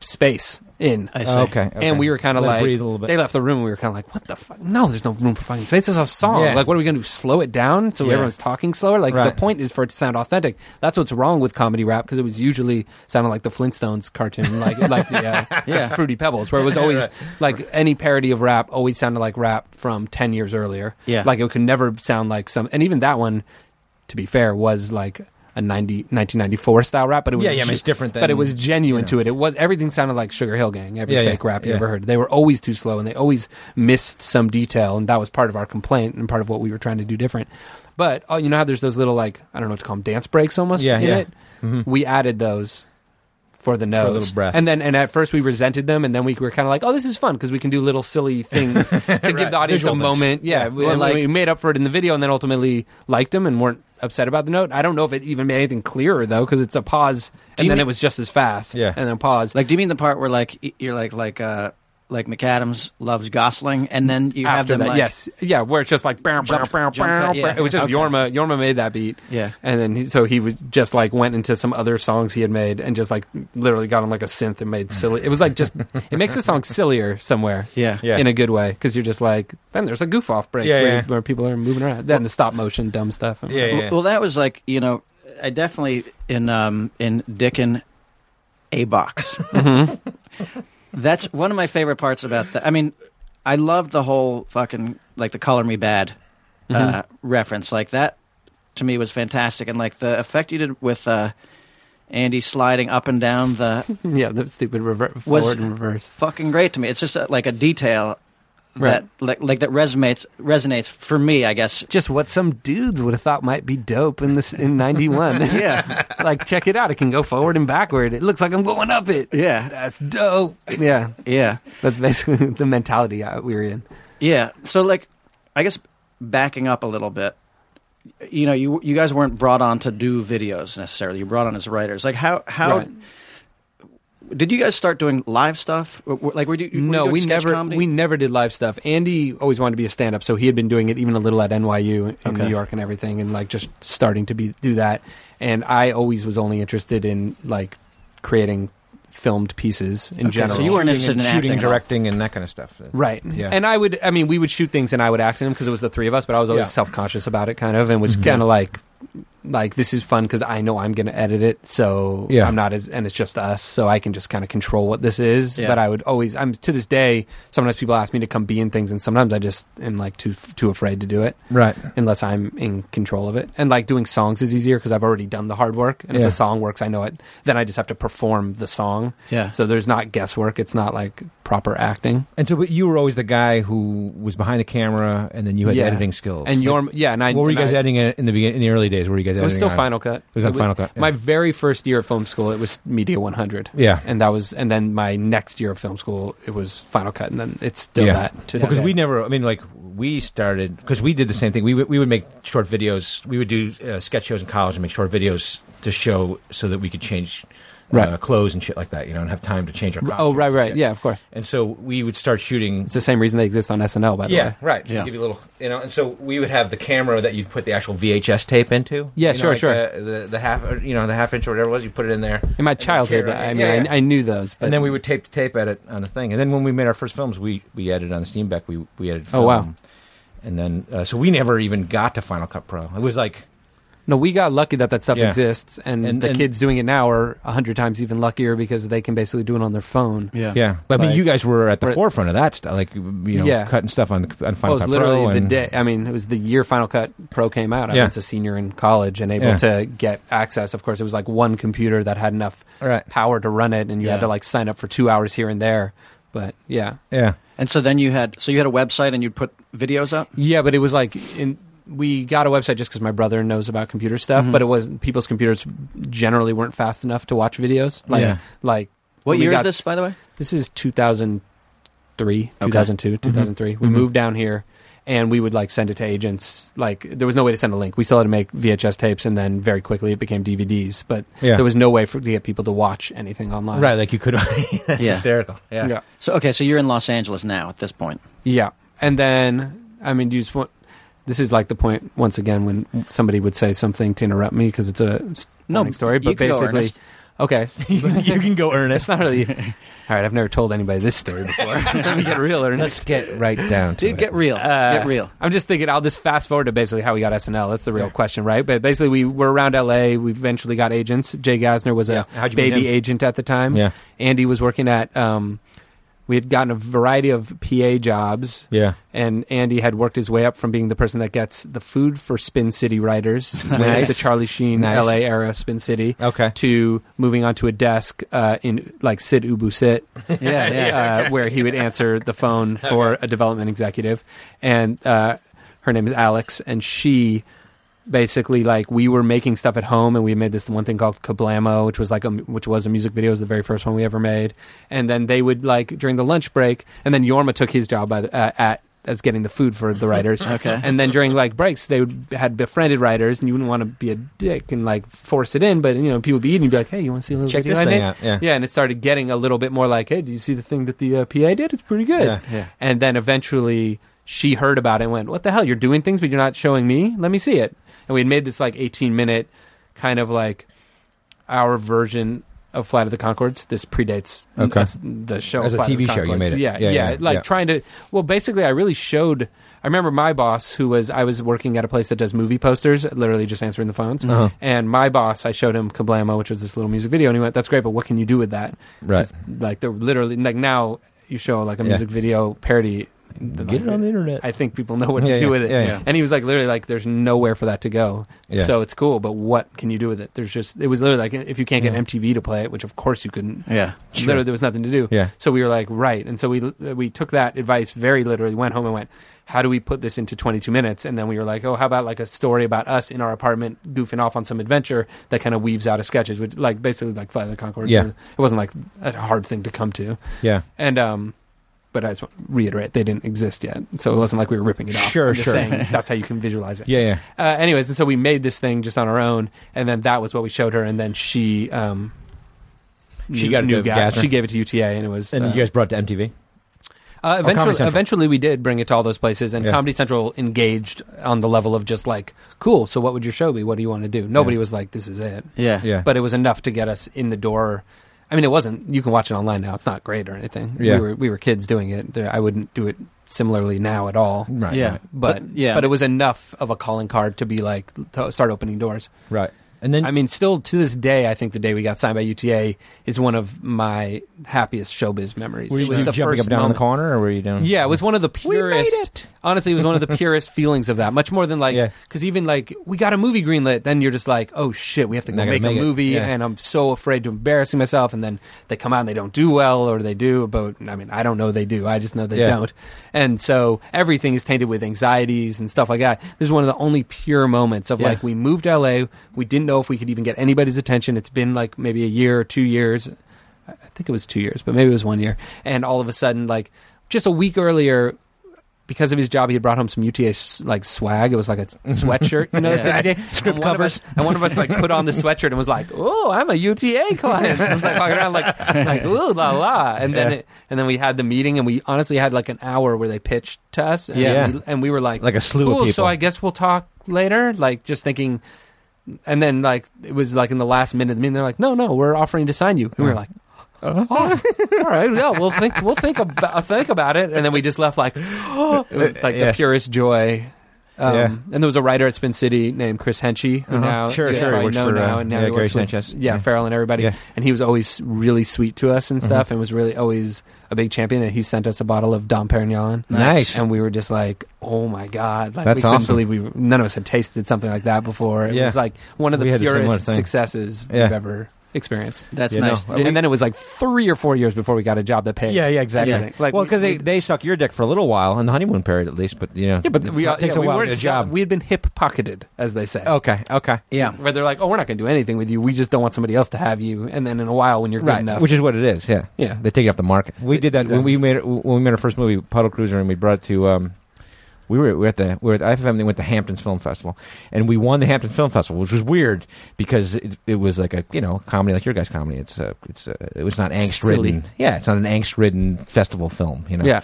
Speaker 5: space in?
Speaker 2: I see.
Speaker 1: Oh, okay, okay.
Speaker 5: And we were kind of
Speaker 1: Let it
Speaker 5: like,
Speaker 1: breathe a little bit.
Speaker 5: they left the room. and We were kind of like, what the fuck? No, there's no room for fucking space. It's a song.
Speaker 1: Yeah.
Speaker 5: Like, what are we going to do? Slow it down so
Speaker 1: Yeah.
Speaker 5: everyone's talking slower? Like,
Speaker 1: Right.
Speaker 5: the point is for it to sound authentic. That's what's wrong with comedy rap because it was usually sounding like the Flintstones cartoon, like like the uh,
Speaker 2: Yeah.
Speaker 5: Fruity Pebbles, where it was always
Speaker 1: Right.
Speaker 5: like any parody of rap always sounded like rap from 10 years earlier.
Speaker 2: Yeah.
Speaker 5: Like, it could never sound like some, and even that one, to be fair, was like a 90, 1994 style rap, but it was
Speaker 1: Yeah, yeah, I mean,
Speaker 5: ge-
Speaker 1: it's different
Speaker 5: but it
Speaker 1: than-
Speaker 5: was genuine
Speaker 1: know.
Speaker 5: to it. It was everything sounded like Sugar Hill Gang. Every
Speaker 1: Mm. Yeah, yeah,
Speaker 5: fake rap you
Speaker 1: yeah.
Speaker 5: ever heard. They were always too slow, and they always missed some detail, and that was part of our complaint and part of what we were trying to do different. But oh, you know how there's those little like I don't know what to call them dance breaks almost.
Speaker 1: Yeah,
Speaker 5: in
Speaker 1: yeah.
Speaker 5: It? We added those for the nose,
Speaker 1: a little breath.
Speaker 5: and then and at first we resented them, and then we were kind of like, oh, this is fun because we can do little silly things to give the audience
Speaker 1: Visual
Speaker 5: a
Speaker 1: things.
Speaker 5: moment. Yeah, we,
Speaker 2: Well,
Speaker 5: and
Speaker 2: like-
Speaker 5: we made up for it in the video, and then ultimately liked them and weren't upset about the note. I don't know if it even made anything clearer though, because it's a pause, and
Speaker 2: you
Speaker 5: then
Speaker 2: mean-
Speaker 5: it was just as fast.
Speaker 1: Yeah.
Speaker 5: and then pause.
Speaker 2: Like, do you mean the part where like y- you're like like uh like McAdams loves Gosling, and then you have
Speaker 5: after
Speaker 2: them
Speaker 5: that.
Speaker 2: like
Speaker 5: yes, yeah, where it's just like bow,
Speaker 2: Jump-
Speaker 5: bow, bow,
Speaker 2: jump
Speaker 5: bow,
Speaker 2: cut, yeah.
Speaker 5: bow. it was just
Speaker 2: Okay.
Speaker 5: Yorma. Yorma made that beat,
Speaker 2: Yeah.
Speaker 5: and then he, so he would just like went into some other songs he had made and just like literally got on like a synth and made silly. It was like just it makes the song sillier somewhere.
Speaker 2: yeah
Speaker 1: Yeah.
Speaker 5: In a good way, because you're just like then there's a goof off break
Speaker 1: Yeah,
Speaker 5: where,
Speaker 1: yeah.
Speaker 5: where people are moving around. Then the stop motion dumb stuff.
Speaker 1: Yeah, yeah.
Speaker 2: Well, well, that was like you know, I definitely in um in Dickin a box. That's one of my favorite parts about that. I mean, I loved the whole fucking like the "Color Me Bad" uh, reference. Like that to me was fantastic, and like the effect you did with uh, Andy sliding up and down the
Speaker 5: yeah. The stupid rever-
Speaker 2: Was-
Speaker 5: forward and reverse.
Speaker 2: fucking great to me. It's just uh, like a detail
Speaker 5: Right.
Speaker 2: that like, like that resonates resonates for me. I guess.
Speaker 5: Just what some dudes would have thought might be dope in this in '91.
Speaker 2: Yeah,
Speaker 5: like check it out. It can go forward and backward. It looks like I'm going up it.
Speaker 2: yeah,
Speaker 5: That's dope. Yeah.
Speaker 2: yeah.
Speaker 5: That's basically the mentality uh, we were in.
Speaker 2: Yeah. So like, I guess backing up a little bit, you know, you you guys weren't brought on to do videos necessarily. You brought on as writers. Like how how
Speaker 5: Right.
Speaker 2: did you guys start doing live stuff? W- w- Like were you, were you
Speaker 5: no,
Speaker 2: doing
Speaker 5: we
Speaker 2: sketch
Speaker 5: never
Speaker 2: comedy?
Speaker 5: we never did live stuff. Andy always wanted to be a stand up, so he had been doing it even a little at NYU in New York and everything and like just starting to be do that. And I always was only interested in like creating filmed pieces in general.
Speaker 2: so you weren't interested in
Speaker 1: shooting,
Speaker 2: acting
Speaker 1: and
Speaker 2: at all.
Speaker 1: directing, and that kind of stuff.
Speaker 5: Right.
Speaker 1: Yeah.
Speaker 5: And I would, I mean, we would shoot things and I would act in them because it was the three of us, but I was always
Speaker 1: Yeah.
Speaker 5: self conscious about it kind of and was
Speaker 1: Mhm.
Speaker 5: kind of like, like, this is fun because I know I'm going to edit it. So
Speaker 1: Yeah.
Speaker 5: I'm not as, and it's just us. So I can just kind of control what this is.
Speaker 2: Yeah.
Speaker 5: But I would always, I'm to this day, sometimes people ask me to come be in things and sometimes I just am like too, too afraid to do it
Speaker 1: Right.
Speaker 5: unless I'm in control of it. And like doing songs is easier because I've already done the hard work. And
Speaker 1: Yeah.
Speaker 5: if the song works, I know it. Then I just have to perform the song.
Speaker 2: Yeah.
Speaker 5: So there's not guesswork. It's not like proper acting.
Speaker 1: And so, but you were always the guy who was behind the camera, and then you had
Speaker 5: Yeah.
Speaker 1: the editing skills.
Speaker 5: and
Speaker 1: Like,
Speaker 5: your yeah, and I.
Speaker 1: what were you
Speaker 5: and
Speaker 1: guys
Speaker 5: I,
Speaker 1: editing in the beginning, in the early days? Were you guys
Speaker 5: It
Speaker 1: editing?
Speaker 5: was still
Speaker 1: on-
Speaker 5: Final Cut.
Speaker 1: It was on Final Cut. yeah.
Speaker 5: My very first year of film school, it was Media 100,
Speaker 1: yeah.
Speaker 5: and that was, and then my next year of film school, it was Final Cut, and then it's still
Speaker 1: Yeah.
Speaker 5: that. To
Speaker 1: because
Speaker 5: today.
Speaker 1: we never i mean like we started because we did the same thing we, would- we would make short videos we would do uh, sketch shows in college and make short videos to show so that we could change uh,
Speaker 5: Right.
Speaker 1: clothes and shit like that you know and have time to change our
Speaker 5: Oh
Speaker 1: costumes
Speaker 5: right,
Speaker 1: and
Speaker 5: right,
Speaker 1: shit.
Speaker 5: yeah, of course.
Speaker 1: and so we would start shooting
Speaker 5: It's the same reason they exist on SNL, by the
Speaker 1: yeah
Speaker 5: way.
Speaker 1: right yeah.
Speaker 2: Yeah.
Speaker 1: give you a little you know and so we would have the camera that you'd put the actual vhs tape into
Speaker 5: Yeah,
Speaker 1: you know,
Speaker 5: sure,
Speaker 1: like
Speaker 5: sure.
Speaker 1: the, the, the half or, you know the half inch or whatever it was you put it in there
Speaker 5: In my childhood,
Speaker 1: carry-
Speaker 5: I mean,
Speaker 1: yeah, yeah.
Speaker 5: I, I knew those, but
Speaker 1: and then we would tape to tape edit on the thing. And then when we made our first films, we we edited on the Steamback. We we edited. Film.
Speaker 5: Oh, wow.
Speaker 1: And then uh, so we never even got to Final Cut Pro. It was like
Speaker 5: no, we got lucky that that stuff
Speaker 1: Yeah.
Speaker 5: exists, and,
Speaker 1: And-
Speaker 5: the
Speaker 1: and-
Speaker 5: kids doing it now are a hundred times even luckier because they can basically do it on their phone.
Speaker 2: Yeah.
Speaker 1: yeah. But I mean,
Speaker 5: Like-
Speaker 1: you guys were at the
Speaker 5: Right.
Speaker 1: forefront of that stuff, like you know,
Speaker 5: Yeah.
Speaker 1: cutting stuff on on
Speaker 5: Well,
Speaker 1: Final
Speaker 5: it was
Speaker 1: Cut
Speaker 5: literally
Speaker 1: Pro.
Speaker 5: the
Speaker 1: and-
Speaker 5: day. I mean, it was the year Final Cut Pro came out. I
Speaker 1: Yeah.
Speaker 5: was a senior in college and able
Speaker 1: Yeah.
Speaker 5: to get access. Of course, it was like one computer that had enough
Speaker 1: Right.
Speaker 5: power to run it, and you had
Speaker 2: Yeah.
Speaker 5: to like sign up for two hours here and there. But yeah,
Speaker 1: Yeah.
Speaker 2: And so then you had so you had a website and you'd put videos up.
Speaker 5: yeah, but it was like in. We got a website just because my brother knows about computer stuff,
Speaker 1: Mm-hmm.
Speaker 2: Mhm.
Speaker 5: but it was people's computers generally weren't fast enough to watch videos. Like,
Speaker 1: Yeah.
Speaker 5: like
Speaker 2: What
Speaker 5: We
Speaker 2: year is
Speaker 5: got-
Speaker 2: this, by the way?
Speaker 5: This is 2003,
Speaker 2: Okay.
Speaker 5: 2002, 2003. We
Speaker 1: Mhm.
Speaker 5: moved down here and we would like send it to agents. Like there was no way to send a link. We still had to make VHS tapes and then very quickly it became DVDs, but
Speaker 1: Yeah.
Speaker 5: there was no way for to get people to watch anything online.
Speaker 1: right. Like you could. that's
Speaker 2: Yeah.
Speaker 1: Hysterical. Yeah.
Speaker 5: Yeah.
Speaker 2: So okay, so you're in Los Angeles now at this point.
Speaker 5: Yeah. And then I mean, do you just want this is like the point once again when somebody would say something to interrupt me because it's a s-
Speaker 2: No,
Speaker 5: boring story,
Speaker 2: you
Speaker 5: but
Speaker 2: can go,
Speaker 5: basically
Speaker 2: Ernest.
Speaker 5: okay.
Speaker 1: you can go
Speaker 5: It's
Speaker 1: earnest.
Speaker 5: not really All right, I've never told anybody this story before. Let me get real, Ernest.
Speaker 1: Let's get right down to it.
Speaker 2: Dude, get real.
Speaker 5: Uh,
Speaker 2: get real.
Speaker 5: I'm just thinking. I'll just fast forward to basically how we got SNL. That's the real question, right? But basically, we were around LA. We eventually got agents. Jay Gasner was
Speaker 1: Yeah.
Speaker 5: a
Speaker 1: How'd you meet
Speaker 5: baby
Speaker 1: him?
Speaker 5: agent at the time.
Speaker 1: yeah.
Speaker 5: Andy was working at. Um, we had gotten a variety of PA jobs,
Speaker 1: Yeah.
Speaker 5: and Andy had worked his way up from being the person that gets the food for Spin City writers, which is
Speaker 1: Nice.
Speaker 5: the Charlie Sheen
Speaker 1: Nice.
Speaker 5: LA era Spin City,
Speaker 1: Okay.
Speaker 5: to moving onto a desk uh, in like Sid Ubu Sit,
Speaker 2: Yeah, yeah.
Speaker 5: uh, where he would answer the phone for a development executive, and uh, her name is Alex, and she basically like we were making stuff at home, and we made this one thing called Kablamo, which was like a, which was a music video, it was the very first one we ever made, and then they would like during the lunch break, and then Yorma took his job by the, uh, at as getting the food for the writers.
Speaker 2: Okay.
Speaker 5: And then during like breaks, they would, had befriended writers, and you wouldn't want to be a dick and like force it in, but you know people would be eating, you'd be like, hey, you want to see a little
Speaker 1: Check
Speaker 5: video
Speaker 1: this
Speaker 5: I
Speaker 1: thing
Speaker 5: made?
Speaker 1: out. Yeah.
Speaker 5: Yeah, and it started getting a little bit more like, hey, do you see the thing that the uh, PA did? It's pretty good.
Speaker 1: Yeah.
Speaker 2: Yeah.
Speaker 5: And then eventually she heard about it and went, what the hell? You're doing things, but you're not showing me? Let me see it. And we had made this like 18 minute kind of like our version of Flight of the Concords. This predates
Speaker 1: Okay.
Speaker 5: us- the show.
Speaker 1: As a
Speaker 5: Flight of the
Speaker 1: TV show, you
Speaker 5: Conchords.
Speaker 1: made it.
Speaker 5: Yeah,
Speaker 1: Yeah,
Speaker 5: yeah.
Speaker 1: yeah,
Speaker 5: like
Speaker 1: yeah.
Speaker 5: trying to, well, basically, I really showed. I remember my boss, who was I was working at a place that does movie posters, literally just answering the phones.
Speaker 1: Uh-huh.
Speaker 5: And my boss, I showed him Kablamo, which was this little music video, and he went, "That's great, but what can you do with that?"
Speaker 1: Right.
Speaker 5: 'Cause, Like they're literally like now you show like a
Speaker 1: Yeah.
Speaker 5: music video parody.
Speaker 1: Get it on the internet.
Speaker 5: I think people know what
Speaker 1: Yeah,
Speaker 5: to do
Speaker 1: yeah,
Speaker 5: with it.
Speaker 1: yeah, yeah.
Speaker 5: And he was like, literally, like, there's nowhere for that to go.
Speaker 1: Yeah.
Speaker 5: So it's cool, but what can you do with it? There's just, it was literally like, if you can't get
Speaker 1: Yeah.
Speaker 5: MTV to play it, which of course you couldn't,
Speaker 2: Yeah.
Speaker 5: literally there was nothing to do.
Speaker 1: yeah.
Speaker 5: So we were like, right. And so we we took that advice very literally, went home and went, how do we put this into 22 minutes? And then we were like, oh, how about like a story about us in our apartment goofing off on some adventure that kind of weaves out of sketches, which like basically like Flight of the Concord.
Speaker 1: Yeah.
Speaker 5: It wasn't like a hard thing to come to.
Speaker 1: Yeah.
Speaker 5: And, um, but I just want to reiterate, they didn't exist yet. So it wasn't like we were ripping it off.
Speaker 1: Sure,
Speaker 5: I'm just
Speaker 1: sure.
Speaker 5: saying that's how you can visualize it
Speaker 1: Yeah. Yeah.
Speaker 5: uh, anyways, and so we made this thing just on our own, and then that was what we showed her, and then she um,
Speaker 1: She got it to
Speaker 5: guy-
Speaker 1: Gassner.
Speaker 5: She gave it to UTA, and it was
Speaker 1: And
Speaker 5: uh,
Speaker 1: you guys brought it to MTV.
Speaker 5: uh,
Speaker 1: Comedy
Speaker 5: eventually,
Speaker 1: Central.
Speaker 5: eventually we did bring it to all those places, and
Speaker 1: Yeah.
Speaker 5: Comedy Central engaged on the level of just like, cool. So what would your show be? What do you want to do? Nobody was like, this is it,
Speaker 2: Yeah.
Speaker 1: Yeah.
Speaker 5: but it was enough to get us in the door. I I mean, it wasn't. You can watch it online now. It's not great or anything.
Speaker 1: Yeah.
Speaker 5: We were we were kids doing it. There- I wouldn't do it similarly now at all.
Speaker 1: Right.
Speaker 2: yeah,
Speaker 1: Right.
Speaker 5: But,
Speaker 2: But- yeah.
Speaker 5: but it was enough of a calling card to be like to start opening doors.
Speaker 1: right. And then
Speaker 5: I mean, still to this day, I think the day we got signed by UTA is one of my happiest showbiz memories.
Speaker 1: were
Speaker 5: It
Speaker 1: you,
Speaker 5: was
Speaker 1: were you
Speaker 5: the
Speaker 1: jumping
Speaker 5: first
Speaker 1: up down
Speaker 5: moment-
Speaker 1: the corner, or were you down?
Speaker 5: Yeah, it was one of the
Speaker 1: We made
Speaker 5: purest.
Speaker 1: it!
Speaker 5: Honestly, it was one of the purest feelings of that. Much more than like,
Speaker 1: Yeah.
Speaker 5: because even like we got a movie greenlit, then you're just like, oh shit, we have to
Speaker 1: Not
Speaker 5: go
Speaker 1: gonna
Speaker 5: make,
Speaker 1: make
Speaker 5: a
Speaker 1: it.
Speaker 5: movie,
Speaker 1: Yeah.
Speaker 5: and I'm so afraid to embarrassing myself. And then they come out and they don't do well, or they do, but I mean, I don't know they do. I just know they
Speaker 1: Yeah.
Speaker 5: don't. And so everything is tainted with anxieties and stuff like that. This is one of the only pure moments of
Speaker 1: Yeah.
Speaker 5: like we moved to LA. We didn't know if we could even get anybody's attention. It's been like maybe a year or two years. I think it was two years, but maybe it was one year. And all of a sudden, like just a week earlier, because of his job, he had brought home some UTA s- like swag. It was like a sweatshirt, you know, that's
Speaker 2: Yeah.
Speaker 5: UTA. Script and one covers. Of us, and one of us like put on the sweatshirt and was like, "Oh, I'm a UTA client." I was like walking around like, like "Ooh la la," and then
Speaker 1: Yeah.
Speaker 5: it, and then we had the meeting, and we honestly had like an hour where they pitched to us, and,
Speaker 1: Yeah.
Speaker 5: we, and we were like,
Speaker 1: Like a slew of
Speaker 5: "Cool, so
Speaker 1: people."
Speaker 5: I guess we'll talk later." Like just thinking. And then, like it was like in the last minute of the meeting, they're like, "No, no, we're offering to sign you," and we were like, oh, all right, yeah, we'll think we'll think about think about it, and then we just left like it was like
Speaker 1: Yeah.
Speaker 5: the purest joy. Um,
Speaker 1: Yeah.
Speaker 5: And there was a writer at Spin City named Chris Henchy, who
Speaker 1: Uh-huh.
Speaker 5: now
Speaker 1: Sure,
Speaker 5: you
Speaker 1: sure, he
Speaker 5: probably
Speaker 1: works
Speaker 5: know
Speaker 1: for,
Speaker 5: now,
Speaker 1: uh,
Speaker 5: and now
Speaker 1: yeah,
Speaker 5: he works
Speaker 1: Gary
Speaker 5: with,
Speaker 1: Sanchez.
Speaker 5: yeah,
Speaker 1: Yeah.
Speaker 5: Farrell and everybody.
Speaker 1: Yeah. Mm-hmm.
Speaker 5: And he was always really sweet to us and stuff, and was really always a big champion. And he sent us a bottle of Dom Perignon,
Speaker 1: Nice.
Speaker 5: and we were just like, oh my god, like
Speaker 1: That's
Speaker 5: we couldn't
Speaker 1: awesome.
Speaker 5: believe we were- none of us had tasted something like that before. It
Speaker 1: Yeah.
Speaker 5: was like one of the
Speaker 1: We had a similar
Speaker 5: purest
Speaker 1: thing.
Speaker 5: successes
Speaker 1: Yeah.
Speaker 5: we've ever experienced
Speaker 2: that's
Speaker 1: Yeah,
Speaker 2: nice.
Speaker 1: no,
Speaker 2: Did-
Speaker 5: and then it was like three or four years before we got a job that paid.
Speaker 1: Yeah, yeah, exactly.
Speaker 2: Yeah.
Speaker 5: Like,
Speaker 1: well, because they,
Speaker 5: we-
Speaker 1: they suck your dick for a little while in the honeymoon period, at least. But you know,
Speaker 5: Yeah, but
Speaker 1: it's
Speaker 5: we
Speaker 1: not-
Speaker 5: all,
Speaker 1: it takes
Speaker 5: yeah,
Speaker 1: a while
Speaker 5: we
Speaker 1: to
Speaker 5: weren't
Speaker 1: get a
Speaker 5: sell-
Speaker 1: job. Oh.
Speaker 5: We had been hip pocketed, as they say.
Speaker 1: okay, okay,
Speaker 2: yeah,
Speaker 5: Where they're like, oh, we're not going to do anything with you. We just don't want somebody else to have you. And then in a while, when you're good
Speaker 1: right,
Speaker 5: enough,
Speaker 1: which is what it is. Yeah,
Speaker 5: Yeah.
Speaker 1: they take it off the market. We did that when we made when we made our first movie, Puddle Cruiser, and we brought it to. Um, we were, we were at the we were at the IFM. They went to Hamptons Film Festival, and we won the Hampton Film Festival, which was weird because it, it was like a you know comedy like your guys' comedy. It's uh, it's uh, it was not angst ridden.
Speaker 5: Silly.
Speaker 1: Yeah, it's not an angst ridden festival film. You know.
Speaker 5: yeah,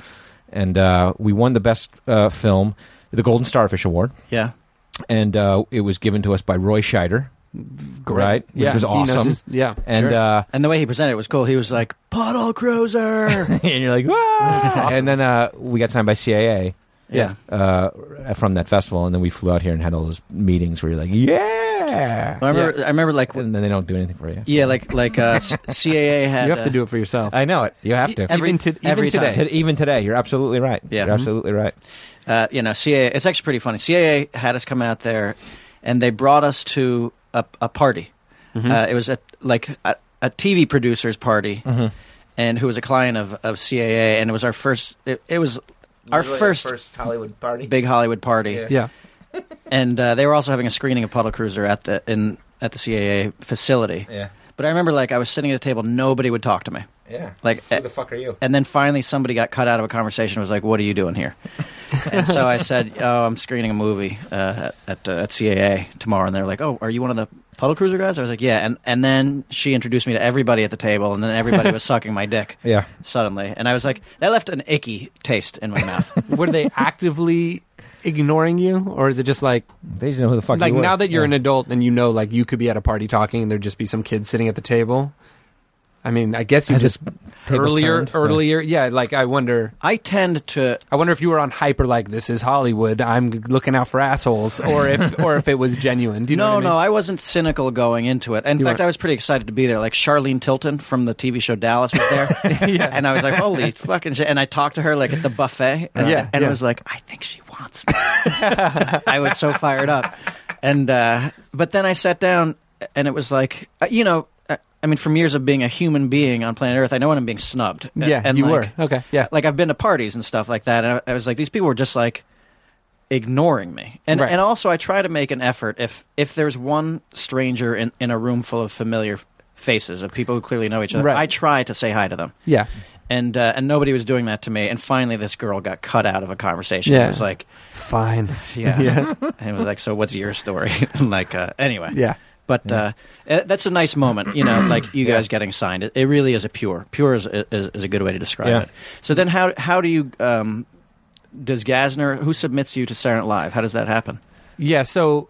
Speaker 1: and uh, we won the best uh, film, the Golden Starfish Award,
Speaker 2: yeah.
Speaker 1: and uh, it was given to us by Roy Scheider,
Speaker 5: Great.
Speaker 1: right? Which
Speaker 5: yeah,
Speaker 1: was
Speaker 5: he knows
Speaker 1: awesome.
Speaker 5: his- yeah,
Speaker 1: and
Speaker 5: sure.
Speaker 1: uh,
Speaker 2: And the way he presented it was cool. He was like, "Puddle Cruiser."
Speaker 1: and you're like, "Wah!" and then uh, we got signed by CAA
Speaker 2: yeah.
Speaker 1: uh, from that festival, and then we flew out here and had all those meetings where you're like, yeah,
Speaker 2: Well, I remember. I remember like
Speaker 1: and then they don't do anything for you.
Speaker 2: yeah, like like uh, C- CAA had.
Speaker 5: you have to
Speaker 2: uh,
Speaker 5: do it for yourself. E-,
Speaker 1: I know it. You have to.
Speaker 2: every-
Speaker 5: even to, even
Speaker 2: every
Speaker 5: today.
Speaker 2: time.
Speaker 1: T- Even today, you're absolutely right.
Speaker 2: Yeah.
Speaker 1: You're absolutely right.
Speaker 2: uh, you know, CAA. It's actually pretty funny. CAA had us come out there, and they brought us to a, a party.
Speaker 5: Mm-hmm.
Speaker 2: Uh, it was a like a, a TV producer's party,
Speaker 5: Mm-hmm.
Speaker 2: and who was a client of of CAA, and it was our first. It, it was
Speaker 5: Mm-hmm.
Speaker 2: our first,
Speaker 1: Hollywood party.
Speaker 2: big Hollywood party,
Speaker 1: Yeah.
Speaker 5: Yeah,
Speaker 2: and uh, they were also having a screening of Puddle Cruiser at the in at the CAA facility.
Speaker 1: Yeah,
Speaker 2: But I remember like I was sitting at a table, nobody would talk to me.
Speaker 1: yeah.
Speaker 2: Like e,
Speaker 5: Eh.
Speaker 1: Who the fuck are you?
Speaker 2: and then finally somebody got cut out of a conversation and was like what are you doing here and so i said oh i'm screening a movie uh, at, uh, at caa tomorrow and they're like oh are you one of the puddle cruiser guys i was like yeah and, and then she introduced me to everybody at the table and then everybody was sucking my dick
Speaker 1: Yeah.
Speaker 2: suddenly and i was like that left an icky taste in my mouth
Speaker 5: were they actively ignoring you, or is it just like
Speaker 1: They didn't know who the fuck.
Speaker 5: like
Speaker 1: you were.
Speaker 5: now that you're
Speaker 1: Yeah.
Speaker 5: an adult and you know like you could be at a party talking and there'd just be some kids sitting at the table? I mean, I guess you
Speaker 1: Has
Speaker 5: just
Speaker 1: it- tables
Speaker 5: earlier
Speaker 1: turned? Yeah.
Speaker 5: earlier yeah like I wonder
Speaker 2: i tend to
Speaker 5: I wonder if you were on hyper like this is Hollywood. I'm looking out for assholes, or if or if it was genuine. Do you know?
Speaker 2: no,
Speaker 5: what I mean?
Speaker 2: no, I wasn't cynical going into it. In
Speaker 5: You
Speaker 2: fact, I
Speaker 5: weren't.
Speaker 2: was pretty excited to be there. Like Charlene Tilton from the TV show Dallas was there, and I was like, "Holy fucking shit!" And I talked to her like at the buffet, and,
Speaker 5: Yeah,
Speaker 2: and
Speaker 5: yeah.
Speaker 2: I was like, "I think she wants me." I was so fired up, and uh, but then I sat down, and it was like, uh, you know, I, I mean, from years of being a human being on planet Earth, I know when I'm being snubbed. And-
Speaker 5: Yeah,
Speaker 2: and
Speaker 5: you
Speaker 2: like,
Speaker 5: were okay. Yeah,
Speaker 2: like I've been to parties and stuff like that, and I, I was like, these people were just like ignoring me, and
Speaker 5: Right.
Speaker 2: and also I try to make an effort if if there's one stranger in in a room full of familiar faces of people who clearly know each other,
Speaker 5: Right.
Speaker 2: I try to say hi to them,
Speaker 5: yeah,
Speaker 2: and uh, and nobody was doing that to me, and finally this girl got cut out of a conversation.
Speaker 5: Yeah.
Speaker 2: It was like,
Speaker 5: fine.
Speaker 2: yeah,
Speaker 5: Yeah.
Speaker 2: and it was like, so what's your story? like uh, anyway,
Speaker 5: Yeah,
Speaker 2: But uh, eh, that's a nice moment, you know, like you guys getting signed. It, it really is a pure. Pure is, is, is a good way to describe
Speaker 1: Yeah.
Speaker 2: it. So then, how how do you um, does Gasner who submits you to Silent Live? How does that happen?
Speaker 5: yeah. So,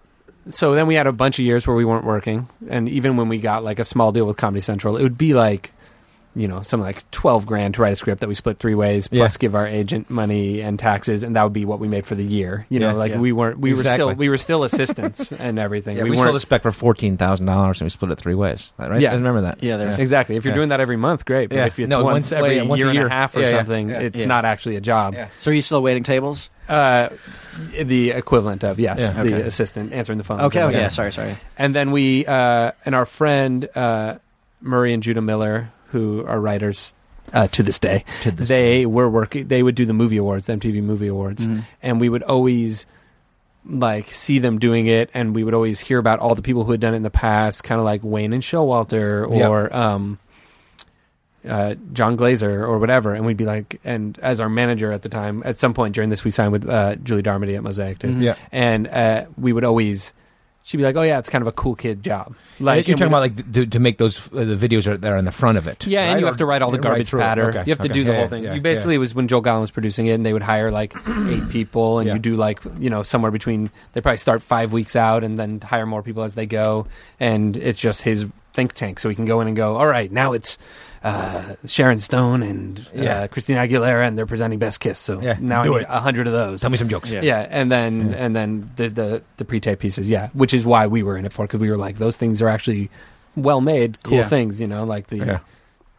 Speaker 5: so then we had a bunch of years where we weren't working, and even when we got like a small deal with Comedy Central, it would be like you know, something like twelve grand to write a script that we split three ways, plus
Speaker 1: Yeah.
Speaker 5: give our agent money and taxes, and that would be what we made for the year. You
Speaker 1: Yeah,
Speaker 5: know, like
Speaker 1: yeah.
Speaker 5: we weren't, we
Speaker 1: Exactly.
Speaker 5: were still, we were still assistants and everything.
Speaker 1: Yeah, we, sold a spec for fourteen thousand dollars and we split it three ways. That Right?
Speaker 5: Yeah.
Speaker 1: I remember that.
Speaker 2: Yeah, there's-
Speaker 5: Exactly. If you're
Speaker 1: Yeah.
Speaker 5: doing that every month, great. But
Speaker 1: Yeah.
Speaker 5: if it's
Speaker 1: No,
Speaker 5: once,
Speaker 1: once-
Speaker 5: every
Speaker 1: yeah, once a
Speaker 5: year,
Speaker 1: year.
Speaker 5: and a half or
Speaker 1: Yeah, yeah.
Speaker 5: something,
Speaker 1: Yeah.
Speaker 5: it's
Speaker 2: Yeah.
Speaker 5: not actually a job.
Speaker 1: Yeah.
Speaker 2: So are you still waiting tables?
Speaker 5: Uh, the equivalent of yes,
Speaker 1: Yeah.
Speaker 5: the
Speaker 2: Okay.
Speaker 5: assistant answering the phone.
Speaker 2: Okay. Oh, yeah. Sorry. Sorry.
Speaker 5: And then we uh, and our friend uh, Murray and Judah Miller, who are writers uh, to this day,
Speaker 1: To this
Speaker 5: they were working. They would do the movie awards, the MTV Movie Awards,
Speaker 1: Mm-hmm.
Speaker 2: Mhm.
Speaker 5: and we would always like see them doing it, and we would always hear about all the people who had done it in the past, kind of like Wayne and Showalter
Speaker 1: Yeah.
Speaker 5: or um, uh, John Glazer or whatever, and we'd be like, and as our manager at the time, at some point during this, we signed with uh, Julie Darmody at Mosaic too,
Speaker 1: Yeah.
Speaker 5: and uh, we would always. She'd be like, "Oh yeah, it's kind of a cool kid job."
Speaker 1: Like you're
Speaker 5: and
Speaker 1: talking
Speaker 5: we'd-
Speaker 1: about like to, to make those uh, the videos are, that are in the front of it.
Speaker 5: yeah,
Speaker 1: right?
Speaker 5: and you
Speaker 1: Or-
Speaker 5: have to write all the
Speaker 1: right
Speaker 5: garbage
Speaker 1: through it.
Speaker 5: patter.
Speaker 1: Okay,
Speaker 5: You have to
Speaker 1: okay.
Speaker 5: do the
Speaker 1: Yeah,
Speaker 5: whole
Speaker 1: yeah,
Speaker 5: thing.
Speaker 1: yeah,
Speaker 5: you basically it was when Joel Gollum was producing it, and they would hire like eight people, and
Speaker 1: Yeah.
Speaker 5: you do like you know somewhere between. They probably start five weeks out, and then hire more people as they go, and it's just his think tank. So he can go in and go. All right, now it's uh, Sharon Stone and uh,
Speaker 1: Yeah.
Speaker 5: Christina Aguilera, and they're presenting Best Kiss. So
Speaker 1: Yeah,
Speaker 5: now
Speaker 1: do
Speaker 5: I
Speaker 1: it.
Speaker 5: need a hundred of those.
Speaker 1: Tell me some jokes.
Speaker 2: Yeah.
Speaker 5: Yeah, and then
Speaker 1: Yeah.
Speaker 5: and then the the the pre-tape pieces, yeah, which is why we were in it for because we were like those things are actually well made, cool
Speaker 2: Yeah.
Speaker 5: things, you know, like the
Speaker 1: Yeah.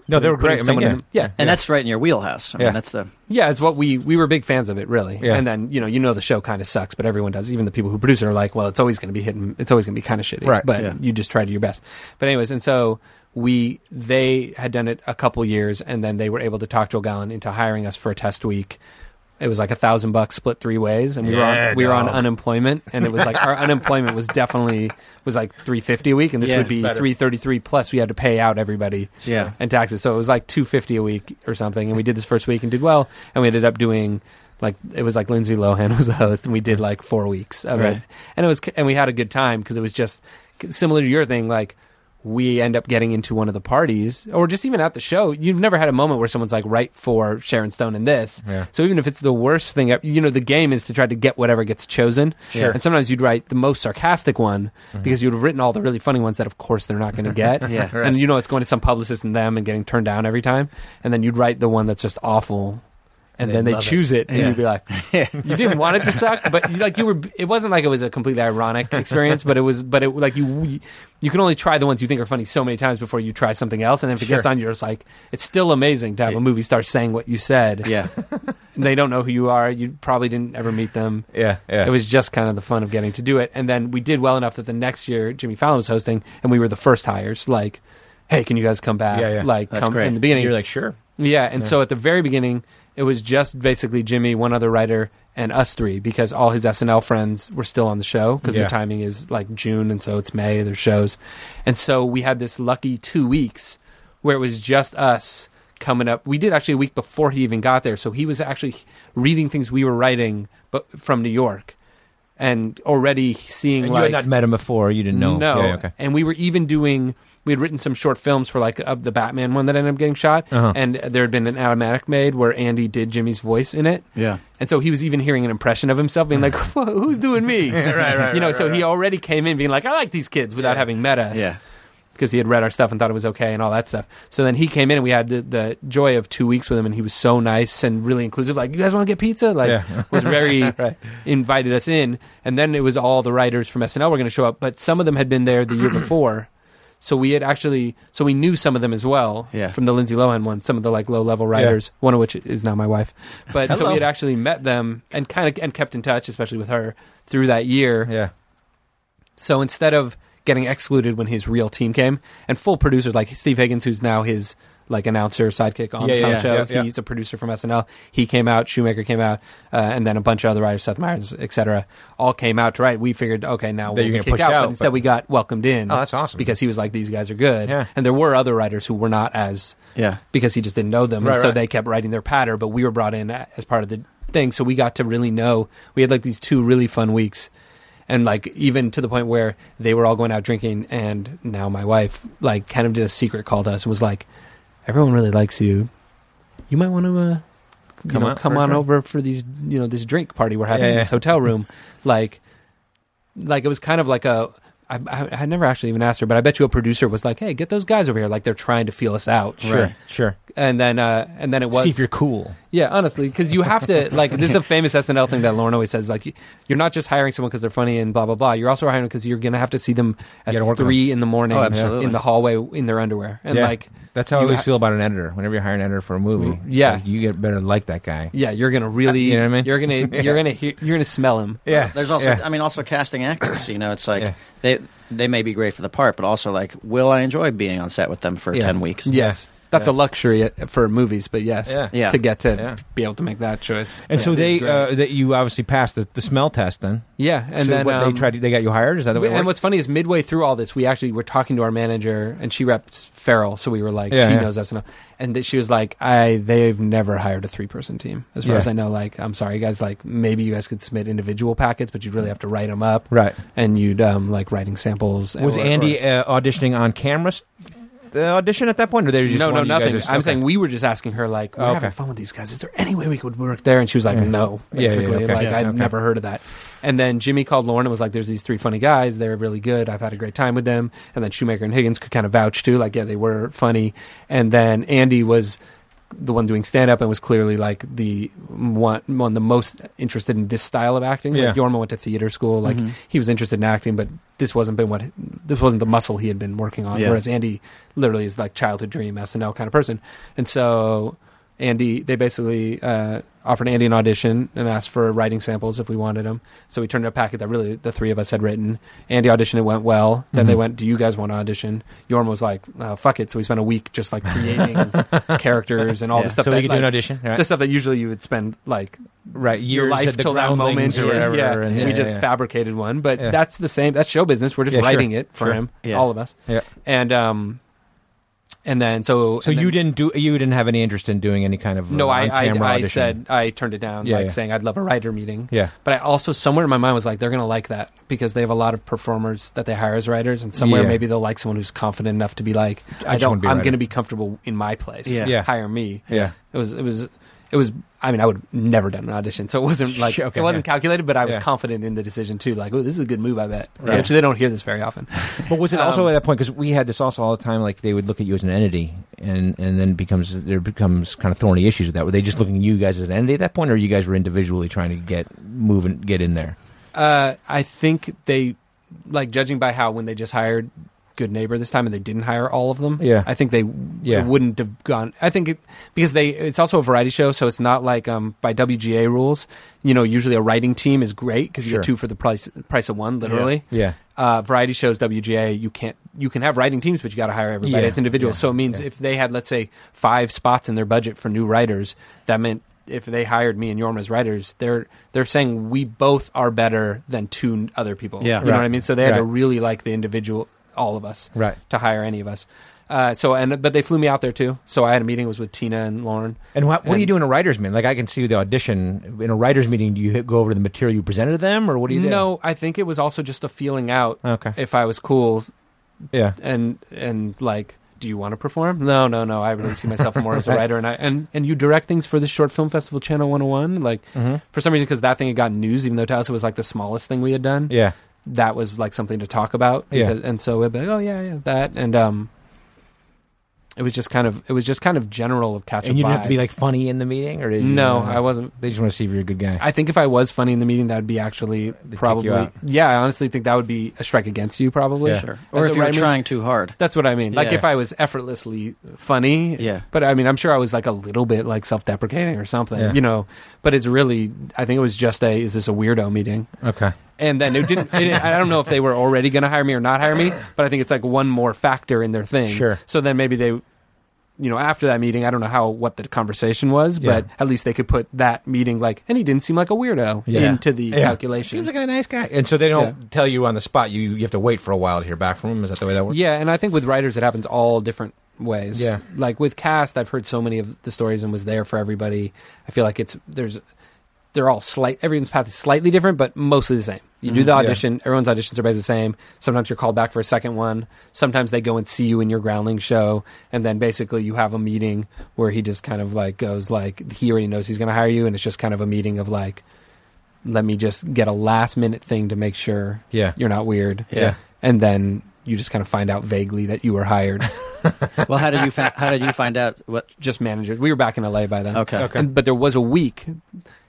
Speaker 1: No, they were great. I mean,
Speaker 5: Someone
Speaker 1: yeah.
Speaker 5: in- yeah.
Speaker 2: And that's right in your wheelhouse. I mean,
Speaker 1: Yeah.
Speaker 2: That's the.
Speaker 5: Yeah, it's what we we were big fans of it, really.
Speaker 1: Yeah.
Speaker 5: And then you know you know the show kind of sucks, but everyone does. Even the people who produce it are like, well, it's always going to be hidden. It's always going to be kind of shitty.
Speaker 1: Right,
Speaker 5: But
Speaker 2: yeah.
Speaker 5: you just try to do your best. But anyways, and so we they had done it a couple years, and then they were able to talk Joel Gallen into hiring us for a test week. It was like a thousand bucks split three ways, and we were
Speaker 1: Yeah,
Speaker 5: on, we were on
Speaker 1: dog.
Speaker 5: unemployment, and it was like our unemployment was definitely was like three fifty a week, and this
Speaker 2: Yeah,
Speaker 5: would be
Speaker 1: better.
Speaker 5: three thirty three plus we had to pay out everybody
Speaker 2: Yeah.
Speaker 5: and taxes. So it was like two fifty a week or something. And we did this first week and did well. And we ended up doing like it was like Lindsay Lohan was the host, and we did like four weeks of
Speaker 2: Right.
Speaker 5: it. And it was and we had a good time because it was just similar to your thing. Like we end up getting into one of the parties, or just even at the show. You've never had a moment where someone's like, "Right for Sharon Stone in this."
Speaker 1: Yeah.
Speaker 5: So even if it's the worst thing, ever- you know, the game is to try to get whatever gets chosen.
Speaker 1: Sure. Mm-hmm.
Speaker 5: And sometimes you'd write the most sarcastic one because you'd have written all the really funny ones that, of course, they're not going to get.
Speaker 2: Yeah.
Speaker 5: And you know it's going to some publicist and them and getting turned down every time. And then you'd write the one that's just awful. And,
Speaker 1: And
Speaker 5: then
Speaker 1: they
Speaker 5: they
Speaker 1: love it.
Speaker 5: choose it, and
Speaker 2: Yeah.
Speaker 5: you'd be like, "You didn't want it to suck, but you, like you were. It wasn't like it was a completely ironic experience, but it was. But it like you, you can only try the ones you think are funny so many times before you try something else, and if it
Speaker 1: Sure.
Speaker 5: gets on you, it's like it's still amazing to have
Speaker 1: Yeah.
Speaker 5: a movie star saying what you said.
Speaker 2: Yeah.
Speaker 5: And they don't know who you are. You probably didn't ever meet them.
Speaker 1: Yeah, yeah.
Speaker 5: It was just kind of the fun of getting to do it. And then we did well enough that the next year Jimmy Fallon was hosting and we were the first hires. Like, hey, can you guys come back?
Speaker 1: Yeah, yeah.
Speaker 5: Like
Speaker 2: That's
Speaker 5: come
Speaker 2: great.
Speaker 5: in the beginning.
Speaker 1: You're like, sure.
Speaker 5: yeah. And
Speaker 1: Yeah.
Speaker 5: so at the very beginning, it was just basically Jimmy, one other writer, and us three because all his SNL friends were still on the show because
Speaker 1: Yeah.
Speaker 5: the timing is like June and so it's May, there's shows. And so we had this lucky two weeks where it was just us coming up. We did actually a week before he even got there. So he was actually reading things we were writing but from New York and already seeing
Speaker 1: And you
Speaker 5: like
Speaker 1: had not met him before. You didn't know.
Speaker 5: no.
Speaker 1: Yeah, yeah, okay.
Speaker 5: And we were even doing. We had written some short films for like uh, the Batman one that ended up getting shot,
Speaker 1: Uh-huh.
Speaker 5: and there had been an automatic made where Andy did Jimmy's voice in it,
Speaker 2: Yeah.
Speaker 5: and so he was even hearing an impression of himself, being like, "Whoa, "Who's doing me?"
Speaker 1: right, right,
Speaker 5: you know,
Speaker 1: right,
Speaker 5: so
Speaker 1: right,
Speaker 5: he
Speaker 1: right.
Speaker 5: already came in being like, "I like these kids" without
Speaker 1: Yeah.
Speaker 5: having met us,
Speaker 2: Yeah.
Speaker 5: because he had read our stuff and thought it was okay and all that stuff. So then he came in and we had the, the joy of two weeks with him and he was so nice and really inclusive. Like, you guys want to get pizza? Like,
Speaker 1: Yeah.
Speaker 5: was very invited us in. And then it was all the writers from SNL were going to show up, but some of them had been there the year before. So we had actually, so we knew some of them as well
Speaker 2: Yeah.
Speaker 5: from the Lindsay Lohan one, some of the like low level writers, one of which is now my wife. But so
Speaker 1: Hello.
Speaker 5: we had actually met them and kind of and kept in touch, especially with her through that year.
Speaker 1: Yeah.
Speaker 5: So instead of getting excluded when his real team came, and full producers like Steve Higgins, who's now his like announcer sidekick on
Speaker 1: Yeah,
Speaker 5: the
Speaker 1: yeah,
Speaker 5: Fallon
Speaker 1: yeah,
Speaker 5: show,
Speaker 1: yeah, yeah.
Speaker 5: he's a producer from SNL. He came out, Shoemaker came out, uh, and then a bunch of other writers, Seth Meyers, etc., all came out to write. We figured, okay, now
Speaker 1: That
Speaker 5: we'll
Speaker 1: you're gonna
Speaker 5: kick
Speaker 1: push
Speaker 5: out,
Speaker 1: out,
Speaker 5: but instead
Speaker 1: but-
Speaker 5: we got welcomed in
Speaker 1: Oh, that's awesome.
Speaker 5: because he was like, these guys are good,
Speaker 1: Yeah.
Speaker 5: and there were other writers who were not as
Speaker 2: Yeah.
Speaker 5: because he just didn't know them.
Speaker 1: Right,
Speaker 5: and so
Speaker 1: right.
Speaker 5: they kept writing their patter, but we were brought in a- as part of the thing. So we got to really know. We had like these two really fun weeks. And like even to the point where they were all going out drinking, and now my wife like kind of did a secret call to us and was like, "Everyone really likes you. You might want to uh, you
Speaker 1: Come
Speaker 5: know,
Speaker 1: out
Speaker 5: come
Speaker 1: for a
Speaker 5: on
Speaker 1: drink."
Speaker 5: over for these you know this drink party we're having
Speaker 1: Yeah,
Speaker 5: in this
Speaker 1: yeah.
Speaker 5: hotel room." like, like it was kind of like a I, I, I never actually even asked her, but I bet you a producer was like, "Hey, get those guys over here!" Like they're trying to feel us out.
Speaker 1: Sure, sure.
Speaker 5: And then, uh, and then it was
Speaker 1: See if you're cool.
Speaker 5: yeah, honestly, because you have to like this is a famous SNL thing that Lauren always says. Like, you- you're not just hiring someone because they're funny and blah blah blah. You're also hiring because you're gonna have to see them at
Speaker 1: You gotta work with
Speaker 5: three in the morning
Speaker 2: Oh, absolutely.
Speaker 5: in the hallway in their underwear and
Speaker 1: Yeah.
Speaker 5: like.
Speaker 1: That's how I
Speaker 5: you
Speaker 1: always
Speaker 5: ha-
Speaker 1: feel about an editor. Whenever you hire an editor for a movie,
Speaker 5: Mm, yeah.
Speaker 1: like, you get better like that guy.
Speaker 5: Yeah, you're gonna really.
Speaker 1: You know what I mean?
Speaker 5: You're gonna you're gonna hear, you're gonna smell him.
Speaker 1: Yeah,
Speaker 2: There's also,
Speaker 1: yeah.
Speaker 2: I mean, also casting actors. You know, it's like
Speaker 1: Yeah.
Speaker 2: they they may be great for the part, but also like, will I enjoy being on set with them for
Speaker 1: Yeah.
Speaker 2: ten weeks?
Speaker 5: Yes, that's
Speaker 1: Yeah.
Speaker 5: a luxury uh, for movies, but yes,
Speaker 1: Yeah.
Speaker 2: Yeah.
Speaker 5: to get to
Speaker 1: Yeah.
Speaker 5: be able to make that choice.
Speaker 1: and so
Speaker 5: Yeah.
Speaker 1: they
Speaker 5: It's great.
Speaker 1: uh, that you obviously passed the, the smell test then.
Speaker 5: yeah, and
Speaker 1: so
Speaker 5: then
Speaker 1: what,
Speaker 5: um,
Speaker 1: they tried to, they got you hired. Is that the way? it
Speaker 5: and
Speaker 1: worked?
Speaker 5: what's funny is midway through all this, we actually were talking to our manager, and she reps Farrell, so we were like,
Speaker 1: Yeah,
Speaker 5: she
Speaker 1: yeah.
Speaker 5: knows us, and and that she was like, I they've never hired a three person team, as far
Speaker 1: Yeah.
Speaker 5: as I know. Like, I'm sorry, guys, like maybe you guys could submit individual packets, but you'd really have to write them up,
Speaker 1: right?
Speaker 5: and you'd um like writing samples.
Speaker 1: Was
Speaker 5: or- or-
Speaker 1: Andy uh, auditioning on camera? St- the audition at that point, or they were just
Speaker 5: no, no,
Speaker 1: one of you guys
Speaker 5: nothing.
Speaker 1: just-
Speaker 5: I'm
Speaker 1: okay.
Speaker 5: saying we were just asking her, like, we're
Speaker 1: Oh,
Speaker 5: having
Speaker 1: okay.
Speaker 5: fun with these guys. Is there any way we could work there? And she was like,
Speaker 1: Yeah.
Speaker 5: no,
Speaker 1: Yeah, yeah,
Speaker 5: basically.
Speaker 1: okay.
Speaker 5: Like,
Speaker 1: Yeah,
Speaker 5: I'd
Speaker 1: okay.
Speaker 5: never heard of that. And then Jimmy called Lauren and was like, there's these three funny guys. They're really good. I've had a great time with them. And then Shoemaker and Higgins could kind of vouch too. Like, yeah, they were funny. And then Andy was the one doing stand up and was clearly like the one, one the most interested in this style of acting.
Speaker 1: Yeah.
Speaker 5: Like Yorma went to theater school. Like he was interested in acting, but this wasn't been what this wasn't the muscle he had been working on.
Speaker 2: Yeah.
Speaker 5: Whereas Andy literally is like childhood dream SNL kind of person. And so Andy, they basically uh, offered Andy an audition and asked for writing samples if we wanted them. So we turned in a packet that really the three of us had written. Andy auditioned, it went well. Then
Speaker 1: Mm-hmm.
Speaker 5: they went, "Do you guys want to audition?" Yorm was like, oh, "Fuck it!" So we spent a week just like creating characters and all
Speaker 2: Yeah.
Speaker 5: the stuff.
Speaker 1: so
Speaker 5: that,
Speaker 1: we could do an
Speaker 5: like,
Speaker 1: audition, right?
Speaker 5: The stuff that usually you would spend like
Speaker 1: right,
Speaker 5: your
Speaker 1: years
Speaker 5: life
Speaker 1: at the
Speaker 5: till that moment.
Speaker 1: Groundlings or whatever.
Speaker 5: yeah,
Speaker 1: and-
Speaker 5: we
Speaker 1: yeah,
Speaker 5: just
Speaker 1: yeah.
Speaker 5: fabricated one, but
Speaker 1: Yeah.
Speaker 5: that's the same. That's show business. We're just
Speaker 1: Yeah, sure.
Speaker 5: writing it for
Speaker 1: Sure.
Speaker 5: him,
Speaker 2: Yeah.
Speaker 5: all of us.
Speaker 1: Yeah.
Speaker 5: And um, and then so
Speaker 1: So
Speaker 5: and
Speaker 1: you
Speaker 5: then-
Speaker 1: didn't do you didn't have any interest in doing any kind of uh,
Speaker 5: No, I I,
Speaker 1: on-camera
Speaker 5: I
Speaker 1: audition.
Speaker 5: said I turned it down,
Speaker 1: Yeah,
Speaker 5: like
Speaker 1: yeah.
Speaker 5: saying I'd love a writer meeting.
Speaker 1: yeah.
Speaker 5: But I also somewhere in my mind was like, they're gonna like that because they have a lot of performers that they hire as writers, and somewhere
Speaker 1: Yeah.
Speaker 5: maybe they'll like someone who's confident enough to be like, I,
Speaker 1: just wanna
Speaker 5: don't,
Speaker 1: be a
Speaker 5: I'm
Speaker 1: writer.
Speaker 5: gonna be comfortable in my place.
Speaker 2: Yeah.
Speaker 1: Yeah.
Speaker 5: hire me.
Speaker 1: Yeah,
Speaker 5: It was it was it was I mean I would have never done an audition so it wasn't like
Speaker 1: Sure, okay,
Speaker 5: it wasn't
Speaker 1: yeah.
Speaker 5: calculated but I was
Speaker 1: Yeah.
Speaker 5: confident in the decision too like oh this is a good move I bet
Speaker 1: Right.
Speaker 5: which they don't hear this very often
Speaker 1: but was it also
Speaker 5: Um,
Speaker 1: at that point because we had this also all the time? Like they would look at you as an entity, and and then becomes there becomes kind of thorny issues with that. Were they just looking at you guys as an entity at that point, or you guys were individually trying to get move and get in there?
Speaker 5: uh, I think they like judging by how when they just hired Good Neighbor this time and they didn't hire all of them
Speaker 1: Yeah.
Speaker 5: I think they
Speaker 1: Yeah.
Speaker 5: it wouldn't have gone I think it, because they it's also a variety show so it's not like um, by WGA rules you know usually a writing team is great because you
Speaker 1: Sure.
Speaker 5: get two for the price price of one literally
Speaker 1: Yeah,
Speaker 5: uh, variety shows WGA you can't you can have writing teams but you got to hire everybody
Speaker 1: Yeah,
Speaker 5: as individuals
Speaker 1: yeah,
Speaker 5: so it means
Speaker 1: yeah.
Speaker 5: if they had let's say five spots in their budget for new writers that meant if they hired me and Yorma as writers they're they're saying we both are better than two other people
Speaker 2: Yeah.
Speaker 5: you know
Speaker 1: Right.
Speaker 5: what I mean so they had to
Speaker 1: Right.
Speaker 5: really like the individual all of us
Speaker 1: right.
Speaker 5: to hire any of us uh, so and but they flew me out there too so I had a meeting it was with Tina and Lauren
Speaker 1: And what, what do you
Speaker 5: And-
Speaker 1: do in a writers' meeting? Like I can see the audition in a writers' meeting. Do you hit- go over the material you presented to them, or what do you do?
Speaker 5: no I think it was also just a feeling out
Speaker 1: Okay.
Speaker 5: if I was cool
Speaker 1: Yeah.
Speaker 5: and and like do you want to perform no no no i really see myself more as a writer and i and, and you direct things for the short film festival channel 101 like
Speaker 1: Mhm.
Speaker 5: for some reason because that thing had gotten news even though to us it was like the smallest thing we had done
Speaker 1: Yeah.
Speaker 5: that was like something to talk about
Speaker 1: Yeah.
Speaker 5: because- and so we'd be like oh yeah yeah that and um it was just kind of it was just kind of general of catch
Speaker 1: And
Speaker 5: a
Speaker 1: you didn't have to be
Speaker 5: vibe.
Speaker 1: like funny in the meeting, or did you,
Speaker 5: no
Speaker 1: uh,
Speaker 5: i wasn't
Speaker 1: They just want to see if you're a good guy.
Speaker 5: I think if I was funny in the meeting, that would be actually
Speaker 1: kick
Speaker 5: probably.
Speaker 1: you out.
Speaker 5: Yeah, I honestly think that would be a strike against you, probably.
Speaker 1: Yeah.
Speaker 2: Sure.
Speaker 5: As
Speaker 2: Or
Speaker 5: a
Speaker 2: if you were
Speaker 5: writer-
Speaker 2: trying too hard.
Speaker 5: That's what I mean. Like
Speaker 2: Yeah.
Speaker 5: if I was effortlessly funny,
Speaker 2: Yeah.
Speaker 5: But I mean, I'm sure I was like a little bit like self-deprecating or something,
Speaker 1: Yeah.
Speaker 5: you know. But it's really, I think it was just a, is this a weirdo meeting?
Speaker 1: okay.
Speaker 5: And then it didn't. it, I don't know if they were already going to hire me or not hire me, but I think it's like one more factor in their thing.
Speaker 1: Sure.
Speaker 5: So then maybe they, you know, after that meeting, I don't know how what the conversation was, but
Speaker 1: Yeah.
Speaker 5: at least they could put that meeting like, and he didn't seem like a weirdo
Speaker 1: Yeah.
Speaker 5: into the
Speaker 1: Yeah.
Speaker 5: calculation.
Speaker 1: Seems like a nice guy. And so they don't tell you on the spot. You you have to wait for a while to hear back from him. Is that the way that works?
Speaker 5: Yeah, and I think with writers it happens all different ways.
Speaker 1: Yeah.
Speaker 5: Like with cast, I've heard so many of the stories and was there for everybody. I feel like it's there's they're all slight everyone's path is slightly different, but mostly the same. You do the
Speaker 1: Mhm. Yeah.
Speaker 5: audition, everyone's auditions are basically the same. Sometimes you're called back for a second one. Sometimes they go and see you in your groundling show, and then basically you have a meeting where he just kind of like goes like he already knows he's gonna hire you and it's just kind of a meeting of like let me just get a last minute thing to make sure
Speaker 1: Yeah.
Speaker 5: you're not weird
Speaker 1: Yeah.
Speaker 5: and then you just kind of find out vaguely that you were hired.
Speaker 2: Well, how did you fa- how did you find out what?
Speaker 5: just managers. We were back in LA by then.
Speaker 2: Okay.
Speaker 1: Okay.
Speaker 5: And, but there was a week.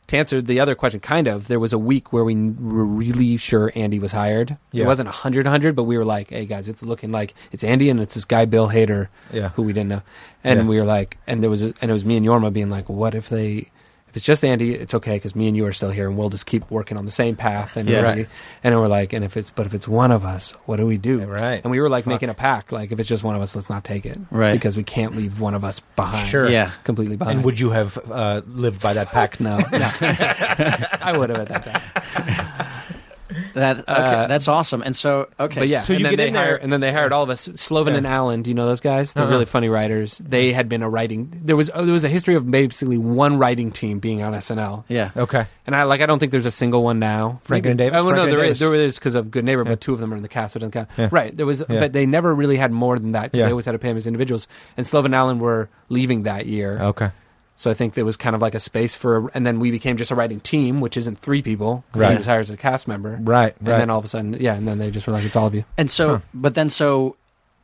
Speaker 5: To answer the other question, kind of, there was a week where we n- were really sure Andy was hired.
Speaker 1: Yeah.
Speaker 5: It wasn't 100 100, but we were like, hey, guys, it's looking like it's Andy and it's this guy, Bill Hader,
Speaker 1: Yeah.
Speaker 5: who we didn't know. And
Speaker 1: Yeah.
Speaker 5: we were like, and there was, a, and it was me and Yorma being like, what if they, if it's just Andy, it's okay because me and you are still here and we'll just keep working on the same path. And,
Speaker 1: Yeah.
Speaker 5: it'll
Speaker 1: Right.
Speaker 5: be- and we're like, and if it's, but if it's one of us, what do we do?
Speaker 1: Right.
Speaker 5: And we were like making a pact, like, if it's just one of us, let's not take it.
Speaker 2: Right.
Speaker 5: Because we can't leave one of us behind
Speaker 1: Sure.
Speaker 2: Yeah.
Speaker 5: completely behind.
Speaker 1: And would you have uh, lived by that pact?
Speaker 5: no, no. I would have at that time.
Speaker 2: That okay,
Speaker 5: Uh,
Speaker 2: that's awesome. And so okay,
Speaker 5: But yeah,
Speaker 1: So
Speaker 5: and
Speaker 1: you
Speaker 5: then
Speaker 1: get
Speaker 5: they
Speaker 1: in there-
Speaker 5: hired- and then they hired all of us. Sloven
Speaker 1: Yeah.
Speaker 5: and Allen, do you know those guys? They're
Speaker 1: Uh-uh.
Speaker 5: really funny writers. They had been a writing. There was oh, there was a history of basically one writing team being on SNL,
Speaker 2: yeah.
Speaker 1: Okay.
Speaker 5: and I like I don't think there's a single one now.
Speaker 1: Franklin
Speaker 5: Maybe-
Speaker 1: Dav-
Speaker 5: Oh no,
Speaker 1: Franklin
Speaker 5: there
Speaker 1: Davis.
Speaker 5: is. There is because of Good Neighbor,
Speaker 1: Yeah.
Speaker 5: but two of them are in the cast. So it doesn't count.
Speaker 1: Yeah.
Speaker 5: Right. There was,
Speaker 1: Yeah.
Speaker 5: but they never really had more than that. 'cause
Speaker 1: Yeah.
Speaker 5: They always had to pay them as individuals. And Sloven and Allen were leaving that year.
Speaker 1: Okay.
Speaker 5: So I think there was kind of like a space for, and then we became just a writing team, which isn't three people. 'cause
Speaker 1: Right.
Speaker 5: He was hired as a cast member,
Speaker 1: Right. Right.
Speaker 5: and then all of a sudden, yeah, and then they just were like, "It's all of you."
Speaker 2: And so,
Speaker 1: Huh.
Speaker 2: but then so,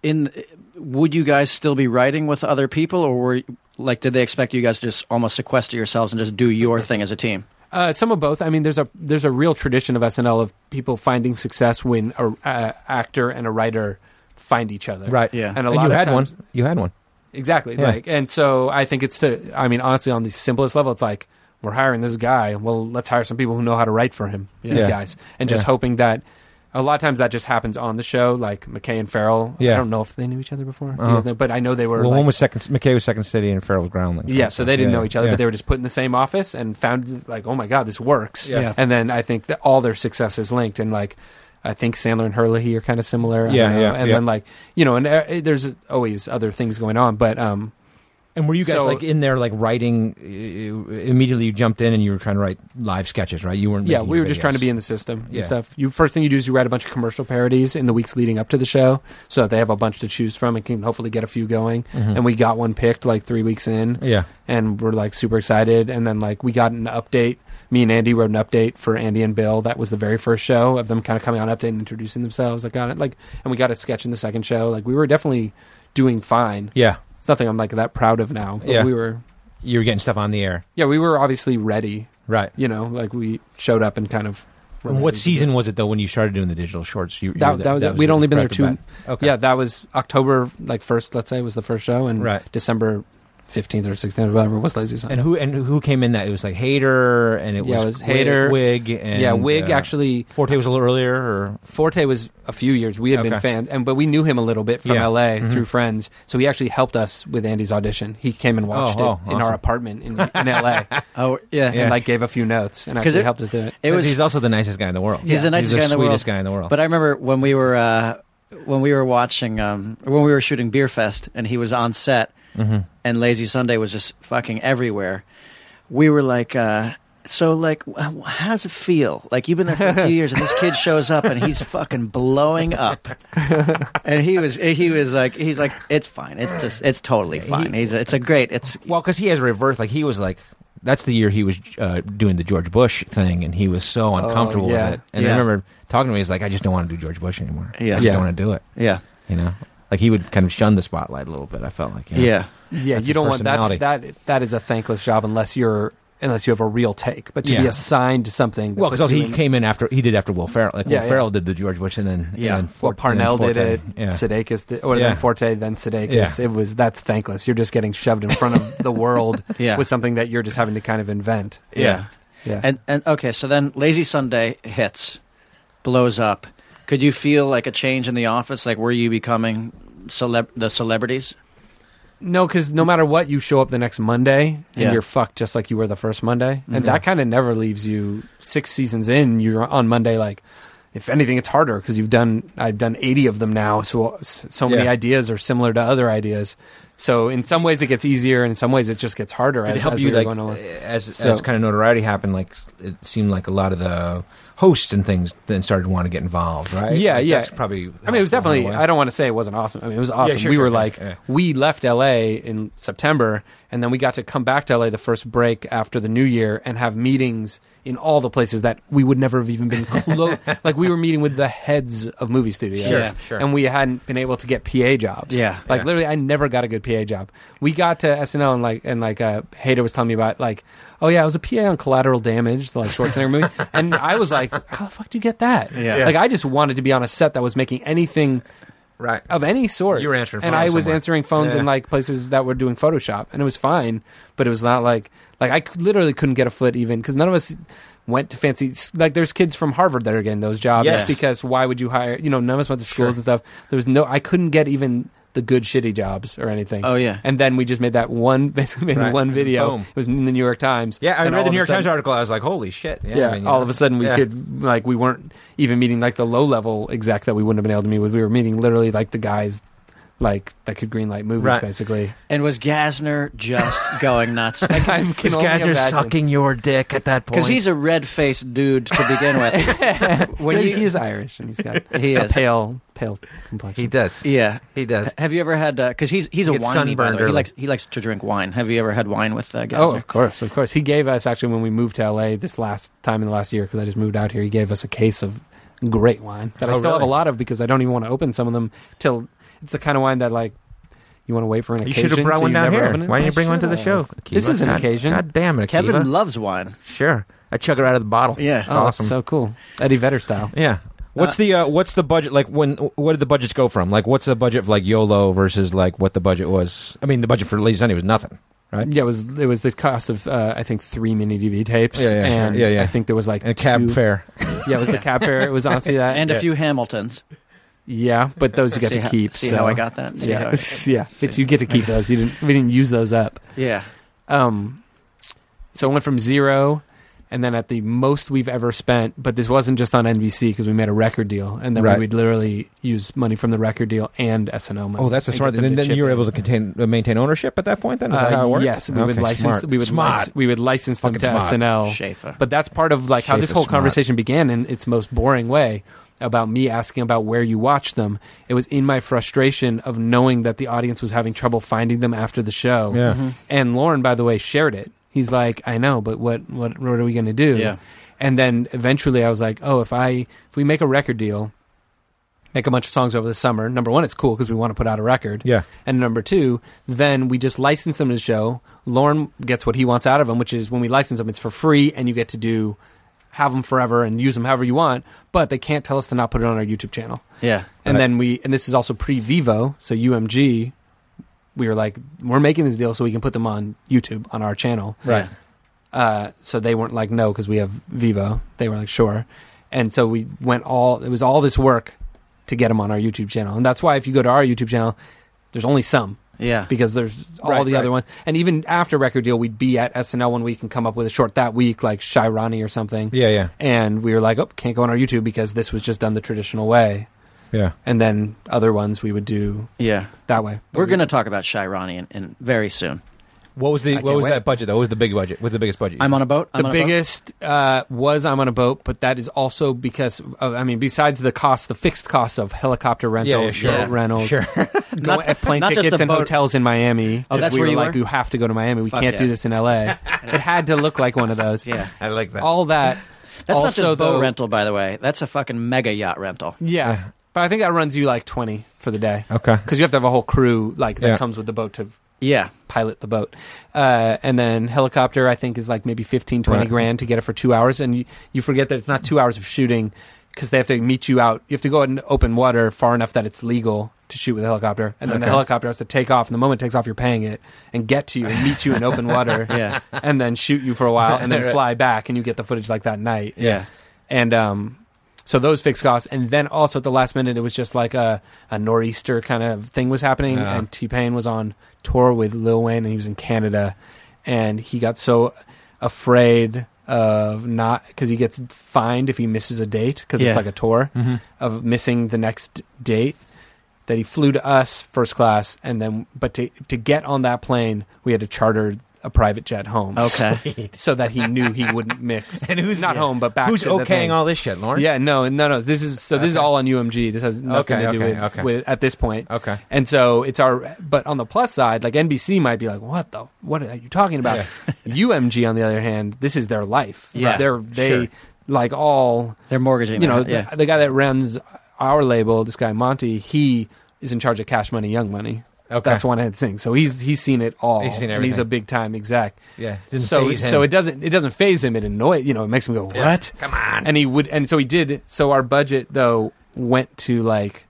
Speaker 2: in would you guys still be writing with other people, or were like did they expect you guys to just almost sequester yourselves and just do your thing as a team?
Speaker 5: Uh, some of both. I mean, there's a there's a real tradition of SNL of people finding success when a, a actor and a writer find each other,
Speaker 1: right.
Speaker 2: Yeah.
Speaker 5: And
Speaker 1: And
Speaker 5: a lot
Speaker 1: you
Speaker 5: of
Speaker 1: had
Speaker 5: times,
Speaker 1: one. You had one.
Speaker 5: exactly.
Speaker 1: Yeah.
Speaker 5: Like, and so I think it's to. I mean, honestly, on the simplest level, it's like we're hiring this guy. Well, let's hire some people who know how to write for him. These
Speaker 1: Yeah.
Speaker 5: guys, and just
Speaker 1: Yeah.
Speaker 5: hoping that. A lot of times that just happens on the show, like McKay and Farrell.
Speaker 1: Yeah.
Speaker 5: I don't know if they knew each other before, Do you
Speaker 1: Uh-huh.
Speaker 5: guys know? but I know they were.
Speaker 1: Well,
Speaker 5: like,
Speaker 1: one was second. McKay was second city, and Farrell was groundling.
Speaker 5: Yeah, so they didn't
Speaker 1: Yeah,
Speaker 5: know each other,
Speaker 1: yeah.
Speaker 5: but they were just put in the same office and found like, oh my god, this works.
Speaker 1: Yeah. Yeah.
Speaker 5: And then I think that all their success is linked, and like, I think Sandler and Herlihy are kind of similar. I
Speaker 1: Yeah,
Speaker 5: don't know.
Speaker 1: yeah,
Speaker 5: And
Speaker 1: yeah.
Speaker 5: then like, you know, and uh, there's always other things going on, but um,
Speaker 1: And were you guys
Speaker 5: So-
Speaker 1: like in there, like writing? uh, Immediately, you jumped in and you were trying to write live sketches, right? You weren't.
Speaker 5: yeah,
Speaker 1: making
Speaker 5: we
Speaker 1: your
Speaker 5: were just
Speaker 1: videos.
Speaker 5: trying to be in the system
Speaker 1: Yeah.
Speaker 5: and stuff. You first thing you do is you write a bunch of commercial parodies in the weeks leading up to the show, so that they have a bunch to choose from and can hopefully get a few going.
Speaker 1: Mhm.
Speaker 5: And we got one picked like three weeks in,
Speaker 1: Yeah.
Speaker 5: and we're like super excited. And then like we got an update. Me and Andy wrote an update for Andy and Bill. That was the very first show of them kind of coming on update and introducing themselves. I got it. Like, and we got a sketch in the second show. Like, we were definitely doing fine.
Speaker 1: Yeah.
Speaker 5: It's nothing I'm like that proud of now. But
Speaker 1: Yeah.
Speaker 5: we were.
Speaker 1: You were getting stuff on the air,
Speaker 5: Yeah, we were obviously ready.
Speaker 1: right?
Speaker 5: You know, like we showed up and kind of. were
Speaker 1: And what
Speaker 5: ready to
Speaker 1: season
Speaker 5: do it.
Speaker 1: was it though when you started doing the digital shorts? You, you
Speaker 5: That-
Speaker 1: were-
Speaker 5: that was it. We'd only been there
Speaker 1: right off the
Speaker 5: two-
Speaker 1: bat. Okay.
Speaker 5: Yeah, that was October like first. Let's say was the first show, and
Speaker 1: Right.
Speaker 5: December fifteenth or sixteenth or whatever was Lazy Sunday.
Speaker 1: And who and who came in that? It was like Hater, and it
Speaker 5: Yeah,
Speaker 1: was,
Speaker 5: it was Hader.
Speaker 1: Wig, and
Speaker 5: yeah, Wig
Speaker 1: uh,
Speaker 5: actually
Speaker 1: Forte was a little earlier, or
Speaker 5: Forte was a few years. We had been
Speaker 1: Okay.
Speaker 5: fans, and but we knew him a little bit from
Speaker 1: Yeah.
Speaker 5: LA
Speaker 1: Mhm.
Speaker 5: through friends. So he actually helped us with Andy's audition. He came and watched
Speaker 1: Oh, oh,
Speaker 5: it in our
Speaker 1: awesome.
Speaker 5: apartment in, in LA,
Speaker 2: Oh yeah,
Speaker 5: and like gave a few notes and
Speaker 2: 'Cause
Speaker 5: actually
Speaker 2: it-
Speaker 5: helped us do it.
Speaker 2: it was.
Speaker 1: he's also the nicest guy in the world.
Speaker 2: He's the nicest guy in the world.
Speaker 1: sweetest guy in the world.
Speaker 2: But I remember when we were uh, when we were watching um, when we were shooting Beer Fest, and he was on set,
Speaker 1: Mhm.
Speaker 2: and Lazy Sunday was just fucking everywhere. We were like, uh, so like, wh- how does it feel? Like you've been there for a few years, and this kid shows up, and he's fucking blowing up. and he was he was like he's like it's fine, it's just it's totally fine. He's a, it's a great it's
Speaker 1: Well, because he has reversed. Like he was like, that's the year he was uh, doing the George Bush thing, and he was so uncomfortable
Speaker 5: Oh, yeah.
Speaker 1: with it. And
Speaker 2: Yeah.
Speaker 1: I remember talking to me. He's like, I just don't want to do George Bush anymore.
Speaker 2: Yeah.
Speaker 1: I just
Speaker 5: Yeah.
Speaker 1: don't want to do it.
Speaker 2: yeah
Speaker 1: You know, like he would kind of shun the spotlight a little bit. I felt like, you know?
Speaker 2: yeah
Speaker 5: Yeah,
Speaker 1: That's
Speaker 5: you
Speaker 1: his
Speaker 5: don't want that's, that.
Speaker 1: personality.
Speaker 5: That is a thankless job unless you're unless you have a real take. But to be
Speaker 1: Yeah.
Speaker 5: assigned something, that
Speaker 1: Well, because
Speaker 5: puts you
Speaker 1: he
Speaker 5: in-
Speaker 1: came in after he did after Will Ferrell. Like
Speaker 5: Yeah,
Speaker 1: Will
Speaker 5: yeah.
Speaker 1: Ferrell did the George Bush, and then
Speaker 2: Yeah.
Speaker 1: and then
Speaker 5: Well,
Speaker 1: Fort- and then
Speaker 5: Parnell did
Speaker 1: Forte.
Speaker 5: it.
Speaker 1: Yeah.
Speaker 5: Sudeikis, did, or
Speaker 1: Yeah.
Speaker 5: then Forte, then Sudeikis.
Speaker 1: Yeah.
Speaker 5: It was that's thankless. You're just getting shoved in front of the world
Speaker 2: Yeah.
Speaker 5: with something that you're just having to kind of invent.
Speaker 2: yeah.
Speaker 5: Yeah,
Speaker 2: And and okay, so then Lazy Sunday hits, blows up. Could you feel like a change in the office? Like were you becoming celeb the celebrities?
Speaker 5: No, because no matter what, you show up the next Monday and
Speaker 2: Yeah.
Speaker 5: you're fucked just like you were the first Monday, and
Speaker 1: Mm-hmm.
Speaker 2: Mhm.
Speaker 5: that kind of never leaves you. Six seasons in, you're on Monday like, if anything, it's harder because you've done I've done eighty of them now, so so many
Speaker 1: Yeah.
Speaker 5: ideas are similar to other ideas. So in some ways it gets easier, and in some ways it just gets harder.
Speaker 1: Did
Speaker 5: as,
Speaker 1: it help
Speaker 5: as
Speaker 1: you
Speaker 5: we were
Speaker 1: like
Speaker 5: going along.
Speaker 1: as
Speaker 5: So-
Speaker 1: as kind of notoriety happened? Like it seemed like a lot of the hosts and things then started to want to get involved, right?
Speaker 5: Yeah,
Speaker 1: Like,
Speaker 5: yeah.
Speaker 1: That's probably.
Speaker 5: I mean, it was
Speaker 1: helped along the
Speaker 5: definitely.
Speaker 1: way.
Speaker 5: I don't want to say it wasn't awesome. I mean, it was awesome.
Speaker 1: sure,
Speaker 5: we
Speaker 1: sure,
Speaker 5: were
Speaker 1: yeah,
Speaker 5: like,
Speaker 1: yeah.
Speaker 5: we left LA in September, and then we got to come back to LA the first break after the New Year and have meetings in all the places that we would never have even been close. like we were meeting with the heads of movie studios,
Speaker 1: Sure, sure.
Speaker 5: and we hadn't been able to get PA jobs.
Speaker 2: Yeah.
Speaker 5: like
Speaker 1: Yeah.
Speaker 5: literally, I never got a good PA job. We got to SNL and like and like uh, Hader was telling me about like. Oh yeah, I was a PA on Collateral Damage, the like Schwarzenegger movie, and I was like, "How the fuck do you get that?"
Speaker 2: Yeah. Yeah.
Speaker 5: like I just wanted to be on a set that was making anything
Speaker 1: Right.
Speaker 5: of any sort.
Speaker 1: You were answering
Speaker 5: and
Speaker 1: phones
Speaker 5: I was
Speaker 1: somewhere.
Speaker 5: answering phones
Speaker 1: Yeah.
Speaker 5: in like places that were doing Photoshop, and it was fine. But it was not like like I c- literally couldn't get a foot even because none of us went to fancy like there's kids from Harvard that are getting those jobs
Speaker 1: Yes.
Speaker 5: because why would you hire you know none of us went to schools and stuff. There was no I couldn't get even the good shitty jobs or anything.
Speaker 2: Oh, yeah.
Speaker 5: And then we just made that one basically made
Speaker 1: Right.
Speaker 5: one video.
Speaker 1: Boom.
Speaker 5: It was in the New York Times.
Speaker 1: Yeah, I
Speaker 5: and
Speaker 1: read
Speaker 5: all
Speaker 1: the
Speaker 5: of
Speaker 1: New
Speaker 5: a
Speaker 1: York Times
Speaker 5: sudden-
Speaker 1: article. I was like, "Holy shit!" Yeah,
Speaker 5: yeah,
Speaker 1: I mean,
Speaker 5: all
Speaker 1: yeah.
Speaker 5: of a sudden we
Speaker 1: Yeah.
Speaker 5: could like we weren't even meeting like the low level exec that we wouldn't have been able to meet with. We were meeting literally like the guys like that could greenlight movies
Speaker 1: Right.
Speaker 5: basically.
Speaker 2: And was Gasner just going nuts?
Speaker 5: I can
Speaker 1: Because
Speaker 5: only
Speaker 1: guys are
Speaker 5: imagine.
Speaker 1: sucking your dick at that point.
Speaker 2: Because he's a red faced dude to begin with. when
Speaker 5: He's-
Speaker 2: you,
Speaker 5: he is Irish and he's got
Speaker 2: He
Speaker 5: a
Speaker 2: is.
Speaker 5: pale pale complexion.
Speaker 1: he does.
Speaker 2: yeah.
Speaker 1: He does.
Speaker 2: Have you ever had? Because he's he's a
Speaker 1: Gets
Speaker 2: wine.
Speaker 1: sunburned
Speaker 2: He
Speaker 1: early.
Speaker 2: likes he likes to drink wine. Have you ever had wine with uh, Gasner?
Speaker 5: Oh, of course, of course. He gave us actually when we moved to LA this last time in the last year because I just moved out here. He gave us a case of great wine that I
Speaker 1: Oh,
Speaker 5: still have a
Speaker 1: really?
Speaker 5: lot of because I don't even want to open some of them till it's the kind of wine that like you want to wait for an
Speaker 1: You
Speaker 5: occasion.
Speaker 1: should have brought
Speaker 5: so
Speaker 1: one
Speaker 5: you
Speaker 1: down
Speaker 5: never
Speaker 1: here.
Speaker 5: open it.
Speaker 1: Why didn't you
Speaker 5: I
Speaker 1: bring one to
Speaker 5: should
Speaker 1: the
Speaker 5: have.
Speaker 1: show?
Speaker 5: This
Speaker 1: Akiva?
Speaker 5: is an
Speaker 1: God-
Speaker 5: occasion.
Speaker 1: God damn it,
Speaker 2: Kevin
Speaker 1: Akiva.
Speaker 2: loves wine.
Speaker 1: Sure, I chug her out of the bottle.
Speaker 2: Yeah.
Speaker 1: it's
Speaker 5: Oh,
Speaker 1: awesome.
Speaker 5: so cool, Eddie Vedder style.
Speaker 1: yeah. What's the uh, what's the budget like? When what did the budgets go from? Like, what's the budget of like YOLO versus like what the budget was? I mean, the budget for Lazy Sunday was nothing, right?
Speaker 5: Yeah, it was it was the cost of uh, I think three mini DVD tapes.
Speaker 1: Yeah, yeah,
Speaker 5: and
Speaker 1: yeah, yeah.
Speaker 5: I think there was like
Speaker 1: And a cab
Speaker 5: two-
Speaker 1: fare.
Speaker 5: Yeah, it was the cab fare. It was honestly that.
Speaker 2: And a few Hamiltons.
Speaker 5: yeah, but those you Uh, got
Speaker 2: see
Speaker 5: to
Speaker 2: how,
Speaker 5: keep.
Speaker 2: See
Speaker 5: so.
Speaker 2: how I got that. See how I
Speaker 5: Yeah,
Speaker 2: got that?
Speaker 5: yeah. It's, you get to keep those. You didn't. We didn't use those up.
Speaker 2: Yeah.
Speaker 5: Um, so it went from zero, and then at the most we've ever spent. But this wasn't just on NBC because we made a record deal, and then
Speaker 1: Right.
Speaker 5: we would literally use money from the record deal and SNL money.
Speaker 1: Oh, that's a
Speaker 5: and
Speaker 1: smart.
Speaker 5: get them
Speaker 1: Thing. And
Speaker 5: to
Speaker 1: then you
Speaker 5: chip
Speaker 1: were
Speaker 5: in.
Speaker 1: able to contain uh, maintain ownership at that point. Then is that
Speaker 5: Uh,
Speaker 1: how it worked?
Speaker 5: Yes, we would
Speaker 1: Okay,
Speaker 5: license.
Speaker 1: smart.
Speaker 5: We would
Speaker 1: smart.
Speaker 5: license, we would license them
Speaker 1: Fucking
Speaker 5: to
Speaker 1: smart.
Speaker 5: SNL.
Speaker 2: Schaefer.
Speaker 5: Oh. But that's part of like how
Speaker 1: Shape
Speaker 5: this
Speaker 1: is
Speaker 5: whole
Speaker 1: smart.
Speaker 5: conversation began in its most boring way about me asking about where you watched them. It was in my frustration of knowing that the audience was having trouble finding them after the show.
Speaker 1: Yeah.
Speaker 2: Mm-hmm.
Speaker 5: And Lauren, by the way, shared it. He's like, I know, but what what, what are we going to do?
Speaker 2: Yeah.
Speaker 5: And then eventually, I was like, oh, if I if we make a record deal, make a bunch of songs over the summer. Number one, it's cool because we want to put out a record.
Speaker 1: Yeah.
Speaker 5: And number two, then we just license them to the show. Lauren gets what he wants out of them, which is when we license them, it's for free, and you get to do have them forever and use them however you want. But they can't tell us to not put it on our YouTube channel.
Speaker 2: Yeah.
Speaker 5: And
Speaker 1: Right.
Speaker 5: then we, and this is also pre Vivo, so UMG. We were like, we're making this deal so we can put them on YouTube on our channel.
Speaker 1: Right.
Speaker 5: Uh, so they weren't like, no, because we have Vivo. They were like, sure. And so we went all, it was all this work to get them on our YouTube channel. And that's why if you go to our YouTube channel, there's only some
Speaker 2: Yeah.
Speaker 5: because there's all
Speaker 1: Right,
Speaker 5: the
Speaker 1: right.
Speaker 5: other ones. And even after Record Deal, we'd be at SNL one week and come up with a short that week, like Shy Ronnie or something.
Speaker 1: Yeah. Yeah.
Speaker 5: And we were like, oh, can't go on our YouTube because this was just done the traditional way.
Speaker 1: Yeah.
Speaker 5: And then other ones we would do
Speaker 2: yeah.
Speaker 5: that way. But
Speaker 2: We're
Speaker 5: we-
Speaker 2: going to talk about Shy Ronnie in, in very soon.
Speaker 1: What was the
Speaker 5: can't
Speaker 1: what was
Speaker 5: wait.
Speaker 1: that budget though? What was the big budget? What's the biggest budget?
Speaker 2: I'm on a boat. I'm
Speaker 5: the
Speaker 2: on a boat.
Speaker 5: biggest uh, was I'm on a boat, but that is also because of, I mean, besides the cost, the fixed cost of helicopter rentals,
Speaker 1: sure.
Speaker 5: boat rentals,
Speaker 1: Sure.
Speaker 5: go-
Speaker 2: Not-
Speaker 5: and plane
Speaker 2: not just
Speaker 5: tickets,
Speaker 2: a
Speaker 5: and
Speaker 2: boat.
Speaker 5: hotels in Miami.
Speaker 2: Oh,
Speaker 5: 'cause
Speaker 2: that's
Speaker 5: we
Speaker 2: where
Speaker 5: were
Speaker 2: you
Speaker 5: like,
Speaker 2: were?
Speaker 5: you have to go to Miami. We
Speaker 2: Fuck
Speaker 5: can't
Speaker 2: yeah.
Speaker 5: do this in L.A. it had to look like one of those.
Speaker 2: Yeah.
Speaker 1: I like that.
Speaker 5: all that.
Speaker 2: That's
Speaker 5: also,
Speaker 2: not just boat
Speaker 5: though-
Speaker 2: rental, by the way. That's a fucking mega yacht rental.
Speaker 5: Yeah, but I think that runs you like twenty for the day
Speaker 1: okay.
Speaker 5: because you have to have a whole crew like that
Speaker 1: Yeah.
Speaker 5: comes with the boat to
Speaker 2: Yeah.
Speaker 5: pilot the boat. Uh, and then helicopter, I think, is like maybe 15, 20
Speaker 1: Right.
Speaker 5: grand to get it for two hours. And you, you forget that it's not two hours of shooting because they have to meet you out. You have to go out in open water far enough that it's legal to shoot with a helicopter. And then the
Speaker 1: Okay.
Speaker 5: helicopter has to take off. And the moment it takes off, you're paying it and get to you and meet you in open water
Speaker 2: Yeah.
Speaker 5: and then shoot you for a while and then
Speaker 1: Right.
Speaker 5: fly back. And you get the footage like that night
Speaker 2: Yeah.
Speaker 5: and um so those fixed costs and then also at the last minute it was just like a, a nor'easter kind of thing was happening
Speaker 1: Yeah.
Speaker 5: and t-pain was on tour with lil wayne and he was in canada and he got so afraid of not because he gets fined if he misses a date because
Speaker 2: Yeah.
Speaker 5: it's like a tour of missing the next date that he flew to us first class and then but to, to get on that plane we had to charter a a private jet home.
Speaker 2: Okay.
Speaker 5: so that he knew he wouldn't mix.
Speaker 1: And who's-
Speaker 5: not
Speaker 1: yeah.
Speaker 5: home, but back
Speaker 1: Who's
Speaker 5: to the
Speaker 1: okaying
Speaker 5: thing.
Speaker 1: all this shit, Lauren?
Speaker 5: Yeah, no, no, no. This is so. This is
Speaker 1: Okay.
Speaker 5: all on UMG. This has nothing
Speaker 1: Okay,
Speaker 5: to do
Speaker 1: okay,
Speaker 5: with,
Speaker 1: okay.
Speaker 5: with at this point.
Speaker 1: Okay.
Speaker 5: And so it's our. But on the plus side, like NBC might be like, "What the? What are you talking about?" UMG, on the other hand, this is their life.
Speaker 2: Yeah,
Speaker 5: they're they
Speaker 2: sure.
Speaker 5: like all
Speaker 2: They're mortgaging.
Speaker 5: you know,
Speaker 2: that, yeah.
Speaker 5: the, the guy that runs our label, this guy Monty, he is in charge of Cash Money, Young Money.
Speaker 1: Okay.
Speaker 5: That's one head thing. So he's he's seen it all.
Speaker 1: He's seen
Speaker 5: And he's
Speaker 1: everything.
Speaker 5: a big time exec.
Speaker 1: Yeah. Didn't
Speaker 5: So
Speaker 1: faze
Speaker 5: so
Speaker 1: him.
Speaker 5: it doesn't it doesn't phase him. It annoys you know. It makes him go what?
Speaker 1: Come on.
Speaker 5: And he would and so he did. So our budget though went to like,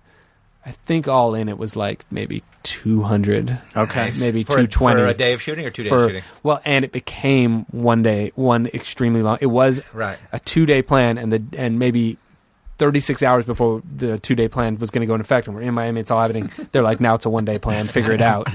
Speaker 5: I think all in it was like maybe two hundred.
Speaker 2: Okay.
Speaker 5: Maybe
Speaker 1: for, a-
Speaker 5: two twenty
Speaker 1: for a day of shooting or two days of shooting.
Speaker 5: well, and it became one day, one extremely long. It was
Speaker 1: Right.
Speaker 5: a two day plan, and the and maybe thirty six hours before the two day plan was going to go into effect, and we're in Miami, it's all happening. They're like, now it's a one day plan, figure it out.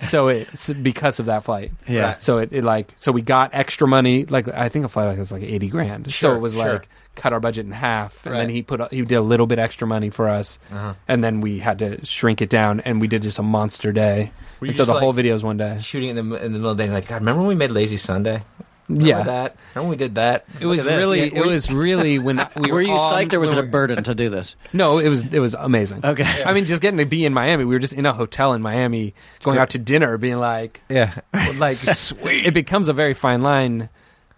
Speaker 5: so it's because of that flight.
Speaker 2: Yeah.
Speaker 1: Right.
Speaker 5: So it, it like so we got extra money. Like I think a flight like that's like eighty grand.
Speaker 1: Sure,
Speaker 5: so it was
Speaker 1: sure.
Speaker 5: like cut our budget in half, and then
Speaker 1: Right.
Speaker 5: he put a- he did a little bit extra money for us,
Speaker 1: Uh-huh.
Speaker 5: and then we had to shrink it down, and we did just a monster day.
Speaker 1: Were you
Speaker 5: And so
Speaker 1: just
Speaker 5: the whole
Speaker 1: like-
Speaker 5: video is one day.
Speaker 1: Shooting in the in the middle of the day, like God. Remember when we made Lazy Sunday? Remember
Speaker 5: Yeah,
Speaker 1: that. Remember when we did that?
Speaker 5: It was really, it was really when I- we
Speaker 2: were you
Speaker 5: on-
Speaker 2: psyched or was
Speaker 5: when
Speaker 2: it a
Speaker 5: we-
Speaker 2: burden to do this?
Speaker 5: No, it was it was amazing.
Speaker 2: Okay.
Speaker 5: I mean, just getting to be in Miami. We were just in a hotel in Miami, going out to dinner, being like,
Speaker 1: yeah.
Speaker 5: like It becomes a very fine line.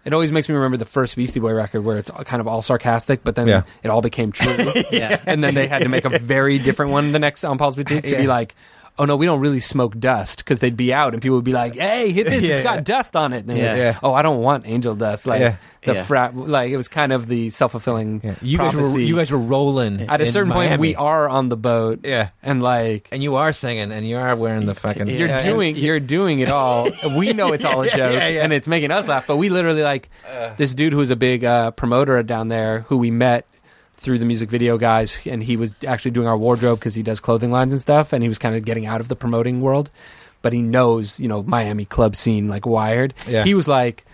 Speaker 5: It always makes me remember the first Beastie Boy record where it's all- kind of all sarcastic, but then
Speaker 1: Yeah.
Speaker 5: it all became true.
Speaker 2: Yeah.
Speaker 5: and then they had to make a very different one the next on Paul's Boutique to be
Speaker 1: Yeah.
Speaker 5: like, oh no, we don't really smoke dust because they'd be out and people would be like, hey, hit this,
Speaker 1: Yeah,
Speaker 5: it's got
Speaker 1: yeah.
Speaker 5: dust on it. And they're
Speaker 2: Yeah.
Speaker 5: like,
Speaker 1: Yeah.
Speaker 5: oh, I don't want angel dust. Like
Speaker 1: Yeah.
Speaker 5: the
Speaker 2: Yeah.
Speaker 5: frat, like it was kind of the self fulfilling
Speaker 1: Yeah. You guys
Speaker 5: prophecy.
Speaker 1: were you guys were rolling
Speaker 5: At a
Speaker 1: in
Speaker 5: certain point, we
Speaker 1: Miami.
Speaker 5: are on the boat,
Speaker 1: Yeah.
Speaker 5: and like.
Speaker 1: And you are singing, and you are wearing the fucking.
Speaker 5: You're
Speaker 1: Yeah, and-
Speaker 5: doing you're doing it all. we know it's all a joke, and it's making us laugh. But we literally like this dude who's a big uh, promoter down there, who we met through the music video guys, and he was actually doing our wardrobe because he does clothing lines and stuff, and he was kind of getting out of the promoting world, but he knows you know Miami club scene like wired.
Speaker 1: Yeah.
Speaker 5: He was like.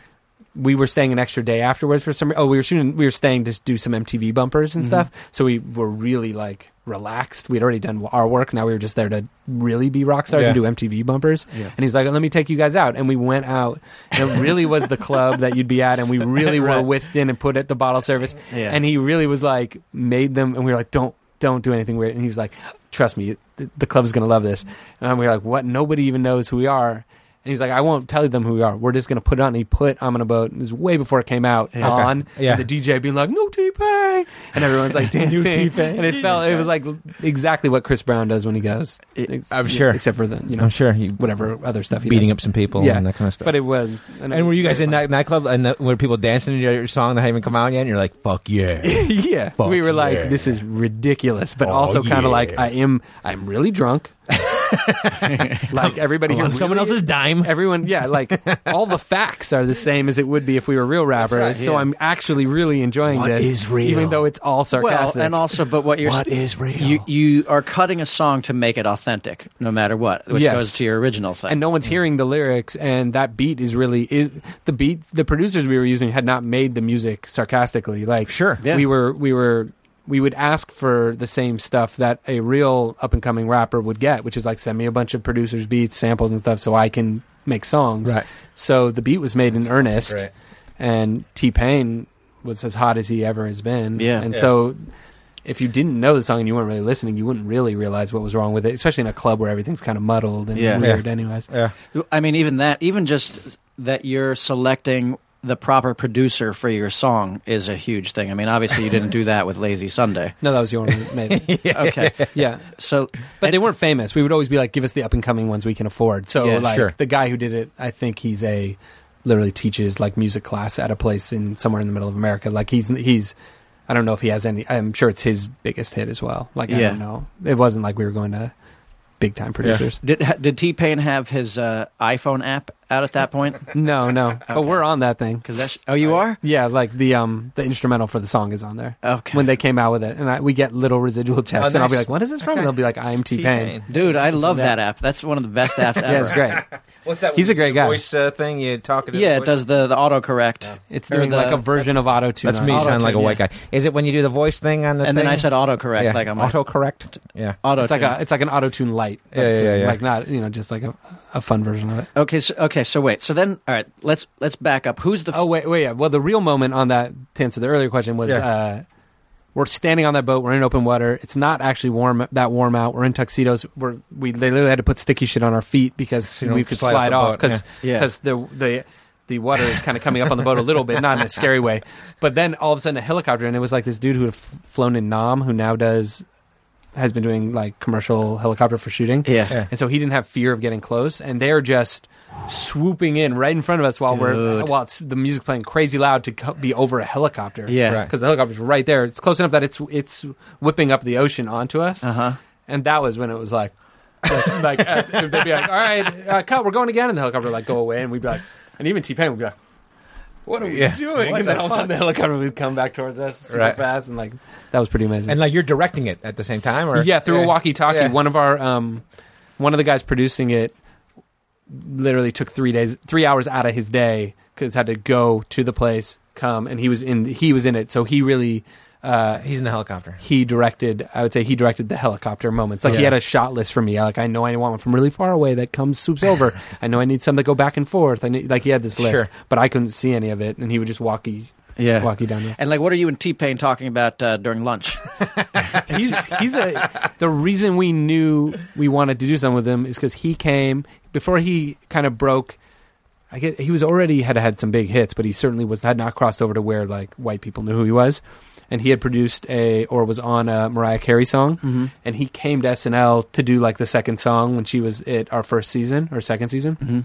Speaker 5: We were staying an extra day afterwards for some. Oh, we were shooting. We were staying to do some MTV bumpers and stuff. So we were really like relaxed. We'd already done our work. Now we were just there to really be rock stars
Speaker 1: Yeah.
Speaker 5: and do MTV bumpers.
Speaker 2: Yeah.
Speaker 5: And he was like, "Let me take you guys out." And we went out, and it really was the club that you'd be at. And we really were whisked in and put at the bottle service.
Speaker 2: Yeah.
Speaker 5: And he really was like, made them, and we were like, "Don't, don't do anything weird." And he was like, "Trust me, the, the club is gonna love this." And we were like, "What? Nobody even knows who we are." And he was like, "I won't tell them who we are. We're just gonna put it on." And he put "I'm on a boat." And it was way before it came out
Speaker 2: Yeah.
Speaker 5: on.
Speaker 1: Okay. Yeah.
Speaker 5: And the DJ being like, "No T-Pain," and everyone's like dancing. and it felt it was like exactly what Chris Brown does when he goes. Ex-
Speaker 1: I'm sure.
Speaker 5: except for the you know
Speaker 1: I'm sure you
Speaker 5: whatever other stuff he
Speaker 1: beating
Speaker 5: does.
Speaker 1: up some people
Speaker 5: Yeah.
Speaker 1: and that kind of stuff.
Speaker 5: But it was. it
Speaker 1: and were
Speaker 5: was
Speaker 1: you guys
Speaker 5: very
Speaker 1: in that nightclub and the, were people dancing to your song that hadn't even come out yet? And you're like, fuck yeah.
Speaker 5: fun. yeah,
Speaker 1: Fuck
Speaker 5: we were like,
Speaker 1: yeah.
Speaker 5: this is ridiculous, but
Speaker 1: Oh,
Speaker 5: also kind
Speaker 1: yeah.
Speaker 5: of like I am. I'm really drunk. like everybody here,
Speaker 1: on someone
Speaker 5: really-
Speaker 1: else's dime.
Speaker 5: Everyone, yeah, like all the facts are the same as it would be if we were real rappers.
Speaker 1: right,
Speaker 5: so
Speaker 1: yeah.
Speaker 5: I'm actually really enjoying
Speaker 1: What
Speaker 5: this,
Speaker 1: is real?
Speaker 5: even though it's all
Speaker 2: Well,
Speaker 5: sarcastic.
Speaker 2: and also, but what you're
Speaker 1: What is real?
Speaker 2: You you are cutting a song to make it authentic, no matter what, which
Speaker 5: Yes.
Speaker 2: goes to your original thing.
Speaker 5: and no one's hearing the lyrics and that beat is really is, the beat the producers we were using had not made the music sarcastically like
Speaker 1: Sure.
Speaker 2: Yeah.
Speaker 5: we were we were we would ask for the same stuff that a real up and coming rapper would get which is like send me a bunch of producers beats samples and stuff so i can make songs
Speaker 1: Right.
Speaker 5: so the beat was made in earnest
Speaker 1: Right.
Speaker 5: and t-pain was as hot as he ever has been
Speaker 2: Yeah.
Speaker 5: and
Speaker 1: Yeah.
Speaker 5: so if you didn't know the song and you weren't really listening, you wouldn't really realize what was wrong with it, especially in a club where everything's kind of muddled and
Speaker 2: Yeah.
Speaker 5: weird,
Speaker 1: Yeah.
Speaker 5: anyways.
Speaker 1: Yeah.
Speaker 2: I mean, even that, even just that you're selecting the proper producer for your song is a huge thing. I mean, obviously, you didn't do that with Lazy Sunday.
Speaker 5: No, that was the only maybe.
Speaker 2: Okay,
Speaker 5: yeah.
Speaker 2: so
Speaker 5: But they weren't famous. We would always be like, give us the up and coming ones we can afford. So
Speaker 2: Yeah,
Speaker 5: like
Speaker 1: sure.
Speaker 5: the guy who did it, I think he's a literally teaches like music class at a place in somewhere in the middle of America. Like he's he's I don't know if he has any I'm sure it's his biggest hit as well. Like I
Speaker 2: Yeah.
Speaker 5: don't know. It wasn't like we were going to big time producers.
Speaker 2: did ha- did T Pain have his uh, iPhone app out at that point?
Speaker 5: No, no. But we're on that thing.
Speaker 2: Because that's oh, you are
Speaker 5: Yeah, like the um the instrumental for the song is on there.
Speaker 2: okay.
Speaker 5: When they came out with it, and I, we get little residual checks, and I'll be
Speaker 1: nice.
Speaker 5: like, "What is this from?"
Speaker 1: Okay.
Speaker 5: And they'll be like, "I am T Pain."
Speaker 2: Dude, I love
Speaker 5: that.
Speaker 2: that app. That's one of the best apps ever.
Speaker 5: Yeah, it's great.
Speaker 1: What's that?
Speaker 5: He's a great guy.
Speaker 1: Voice uh, thing you talking to.
Speaker 2: Yeah,
Speaker 1: the
Speaker 2: it
Speaker 1: voice?
Speaker 2: does the, the autocorrect.
Speaker 5: It's
Speaker 2: Or
Speaker 5: doing
Speaker 2: the-
Speaker 5: like a version of auto tune.
Speaker 1: That's me sounding like a
Speaker 2: Auto-tune,
Speaker 1: white
Speaker 2: yeah.
Speaker 1: guy. Is it when you do the voice thing on the
Speaker 2: And
Speaker 1: thing?
Speaker 2: then I said autocorrect,
Speaker 1: yeah.
Speaker 2: like I'm auto
Speaker 1: auto correct. Yeah.
Speaker 2: auto.
Speaker 5: It's like a it's like an auto tune light.
Speaker 1: Yeah,
Speaker 5: That's
Speaker 1: yeah,
Speaker 5: doing,
Speaker 1: yeah.
Speaker 5: Like not you know just like a, a fun version of it.
Speaker 2: Okay, so, okay. okay, so wait. So then, all right, let's let's back up. Who's the? f-
Speaker 5: Oh wait, wait, yeah. Well, the real moment on that to answer the earlier question was
Speaker 1: Yeah.
Speaker 5: uh, we're standing on that boat. We're in open water. It's not actually warm that warm out. We're in tuxedos. We're we they literally had to put sticky shit on our feet because
Speaker 1: So you
Speaker 5: we
Speaker 1: don't
Speaker 5: could
Speaker 1: slide
Speaker 5: slide
Speaker 1: off the
Speaker 5: off
Speaker 1: boat,
Speaker 5: because
Speaker 2: yeah.
Speaker 5: the the the water is kind of coming up on the boat a little bit, not in a scary way. But then all of a sudden a helicopter, and it was like this dude who had f- flown in Nam, who now does has been doing like commercial helicopter for shooting.
Speaker 2: yeah.
Speaker 1: Yeah.
Speaker 5: And so he didn't have fear of getting close, and they're just swooping in right in front of us while we're
Speaker 2: Dude.
Speaker 5: while it's, the music's playing crazy loud to co- be over a helicopter.
Speaker 2: Yeah.
Speaker 1: Right.
Speaker 5: because the helicopter's right there. It's close enough that it's it's whipping up the ocean onto us,
Speaker 2: Uh huh.
Speaker 5: and that was when it was like, like, like, uh, they'd be like, "All right, uh, cut, we're going again," and the helicopter would like go away, and we'd be like, and even T Pain would be like. What are we
Speaker 1: Yeah.
Speaker 5: doing?
Speaker 1: What
Speaker 5: and
Speaker 1: the
Speaker 5: then all of a sudden, the helicopter would come back towards us super
Speaker 1: Right.
Speaker 5: fast, and like that was pretty amazing.
Speaker 1: And like you're directing it at the same time, or
Speaker 5: Yeah, through a walkie-talkie.
Speaker 1: Yeah.
Speaker 5: One of our, um, one of the guys producing it, literally took three days, three hours out of his day because had to go to the place, come, and he was in, he was in it. So he really, uh,
Speaker 1: He's in the helicopter.
Speaker 5: he directed. I would say he directed the helicopter moments. Like he
Speaker 1: Yeah.
Speaker 5: had a shot list for me. Like I know I want one from really far away that comes swoops over. I know I need some that go back and forth. I need, like he had this list,
Speaker 1: Sure.
Speaker 5: but I couldn't see any of it, and he would just walkie.
Speaker 2: Yeah.
Speaker 5: Walkie down the
Speaker 2: And like, what are you and T Pain talking about uh, during lunch?
Speaker 5: he's he's a the reason we knew we wanted to do something with him is because he came before he kind of broke. I get he was already had had some big hits, but he certainly was had not crossed over to where like white people knew who he was. And he had produced a or was on a Mariah Carey song,
Speaker 2: Mhm.
Speaker 5: and he came to SNL to do like the second song when she was at our first season or second season.
Speaker 2: Mhm.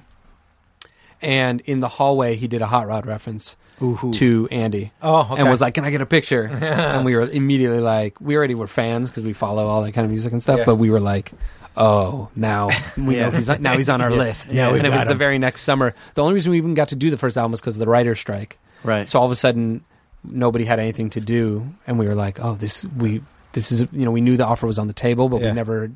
Speaker 5: And in the hallway, he did a hot rod reference to Andy
Speaker 1: Oh, okay.
Speaker 5: and was like, "Can I get a picture?" and we were immediately like, we already were fans because we follow all that kind of music and stuff.
Speaker 1: Yeah.
Speaker 5: But we were like, "Oh, now we
Speaker 2: Yeah.
Speaker 5: know he's now he's on our list."
Speaker 2: Yeah, we've
Speaker 5: and it was
Speaker 2: got
Speaker 5: the
Speaker 2: him.
Speaker 5: very next summer. The only reason we even got to do the first album was because of the writer's strike.
Speaker 2: Right.
Speaker 5: So all of a sudden, nobody had anything to do, and we were like, "Oh, this we this is you know we knew the offer was on the table, but
Speaker 1: Yeah.
Speaker 5: we never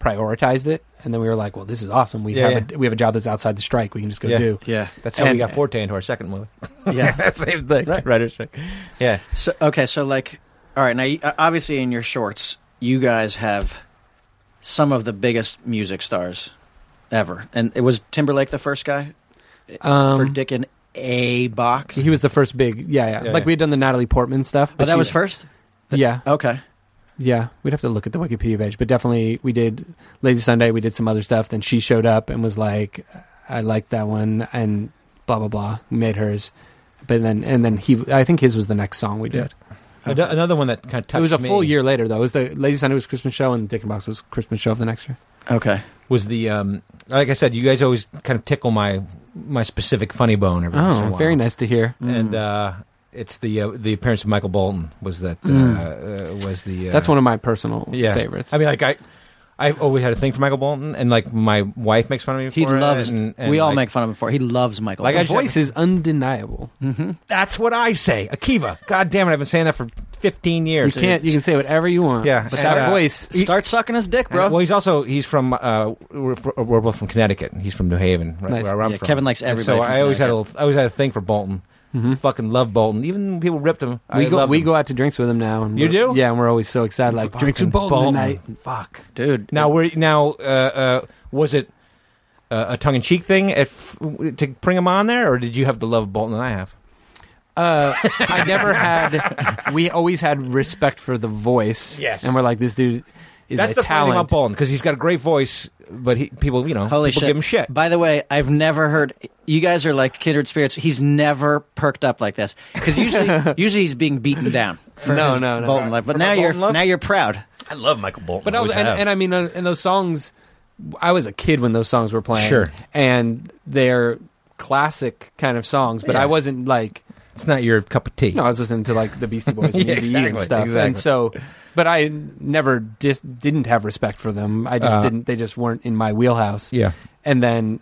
Speaker 5: prioritized it." And then we were like, "Well, this is awesome. We
Speaker 1: Yeah,
Speaker 5: have a we have a job that's outside the strike. We can just go
Speaker 1: Yeah.
Speaker 5: do."
Speaker 2: yeah.
Speaker 1: That's how we
Speaker 5: and-
Speaker 1: got Forte into our second movie.
Speaker 2: Yeah.
Speaker 1: Same thing.
Speaker 5: Right.
Speaker 1: Writer's strike. Yeah.
Speaker 2: So okay, so like, all right, now you- uh, obviously in your shorts, you guys have some of the biggest music stars ever, and it was Timberlake the first guy
Speaker 5: Um,
Speaker 2: for Dick in a box.
Speaker 5: He was the first big, yeah, yeah.
Speaker 1: Yeah,
Speaker 5: like
Speaker 1: yeah.
Speaker 5: we had done the Natalie Portman stuff,
Speaker 2: but Oh, that
Speaker 5: she-
Speaker 2: was first.
Speaker 5: yeah,
Speaker 2: Okay,
Speaker 5: yeah. We'd have to look at the Wikipedia page, but definitely we did Lazy Sunday. We did some other stuff. Then she showed up and was like, "I like that one," and blah blah blah. We made hers, but then and then he, I think his was the next song we did.
Speaker 1: Ano- Another one that kind of touched
Speaker 5: it was a
Speaker 1: me
Speaker 5: full year later though. It was the Lazy Sunday was Christmas show and Dick and Box was Christmas show of the next year.
Speaker 2: okay,
Speaker 1: Was the um, like I said, you guys always kind of tickle my my specific funny bone every once in a
Speaker 5: Oh,
Speaker 1: while.
Speaker 5: very nice Mm. to hear.
Speaker 2: Mm.
Speaker 1: And uh, it's the uh, the appearance of Michael Bolton was that uh, uh, was the uh,
Speaker 5: Mm. That's one of my personal
Speaker 1: Yeah.
Speaker 5: favorites.
Speaker 1: I mean, like I. I've always had a thing for Michael Bolton, and like my wife makes fun of me.
Speaker 2: he
Speaker 1: for it,
Speaker 2: loves.
Speaker 1: and- and,
Speaker 2: we all
Speaker 1: like,
Speaker 2: make fun of him for. it. He loves Michael.
Speaker 1: Like
Speaker 5: the
Speaker 1: I Mm-hmm. just-
Speaker 5: voice is undeniable.
Speaker 1: That's what I say, Akiva. God damn it, I've been saying that for 15
Speaker 5: You
Speaker 1: years.
Speaker 5: can't. You can say whatever you want.
Speaker 1: Yeah,
Speaker 5: but
Speaker 1: and,
Speaker 5: that
Speaker 1: uh,
Speaker 5: voice.
Speaker 2: Start sucking his dick, bro.
Speaker 1: Well, he's also he's from uh, we're, we're both from Connecticut. He's from New Haven, right
Speaker 5: Nice.
Speaker 1: where I'm
Speaker 2: Yeah,
Speaker 1: from.
Speaker 2: Kevin likes
Speaker 1: And
Speaker 2: everybody
Speaker 1: So
Speaker 2: from
Speaker 1: I always had a
Speaker 2: Connecticut. Hmm?
Speaker 1: little- I always had a thing for Bolton.
Speaker 5: Mhm.
Speaker 1: Fucking love Bolton. Even when people ripped him.
Speaker 5: We
Speaker 1: I
Speaker 5: go,
Speaker 1: loved
Speaker 5: we
Speaker 1: him.
Speaker 5: go out to drinks with him now. And
Speaker 1: You
Speaker 5: we're-
Speaker 1: do?
Speaker 5: Yeah, and we're always so excited. Like drinks with
Speaker 1: Fucking Bolton.
Speaker 5: Bolton, tonight.
Speaker 2: Fuck, dude.
Speaker 1: Now we're now uh, uh, was it uh, a tongue in cheek thing at, f- to bring him on there, or did you have the love of Bolton that I have?
Speaker 5: Uh, I never had. We always had respect for the voice.
Speaker 1: Yes.
Speaker 5: and we're like, this dude is
Speaker 1: That's
Speaker 5: a
Speaker 1: the funny thing about
Speaker 5: talent.
Speaker 1: Bolton because he's got a great voice, but he, people you know
Speaker 2: Holy
Speaker 1: people
Speaker 2: shit.
Speaker 1: give him shit.
Speaker 2: By the way, I've never heard you guys are like kindred spirits. He's never perked up like this because usually, usually he's being beaten down. For
Speaker 5: No,
Speaker 2: his
Speaker 5: no, no.
Speaker 2: Bolton life. But
Speaker 1: For my
Speaker 2: now you're
Speaker 1: Bolton love?
Speaker 2: now you're proud.
Speaker 1: I love Michael Bolton,
Speaker 5: But I was, and, and I mean, uh, and those songs. I was a kid when those songs were playing.
Speaker 1: Sure.
Speaker 5: and they're classic kind of songs. But
Speaker 1: Yeah.
Speaker 5: I wasn't like
Speaker 1: it's not your cup of tea.
Speaker 5: No, I was listening to like the Beastie Boys and
Speaker 1: Yeah,
Speaker 5: Eazy-E and
Speaker 1: exactly,
Speaker 5: stuff, and
Speaker 1: exactly.
Speaker 5: so. But I never dis- didn't have respect for them. I just
Speaker 1: Uh,
Speaker 5: didn't. They just weren't in my wheelhouse.
Speaker 1: Yeah,
Speaker 5: And then,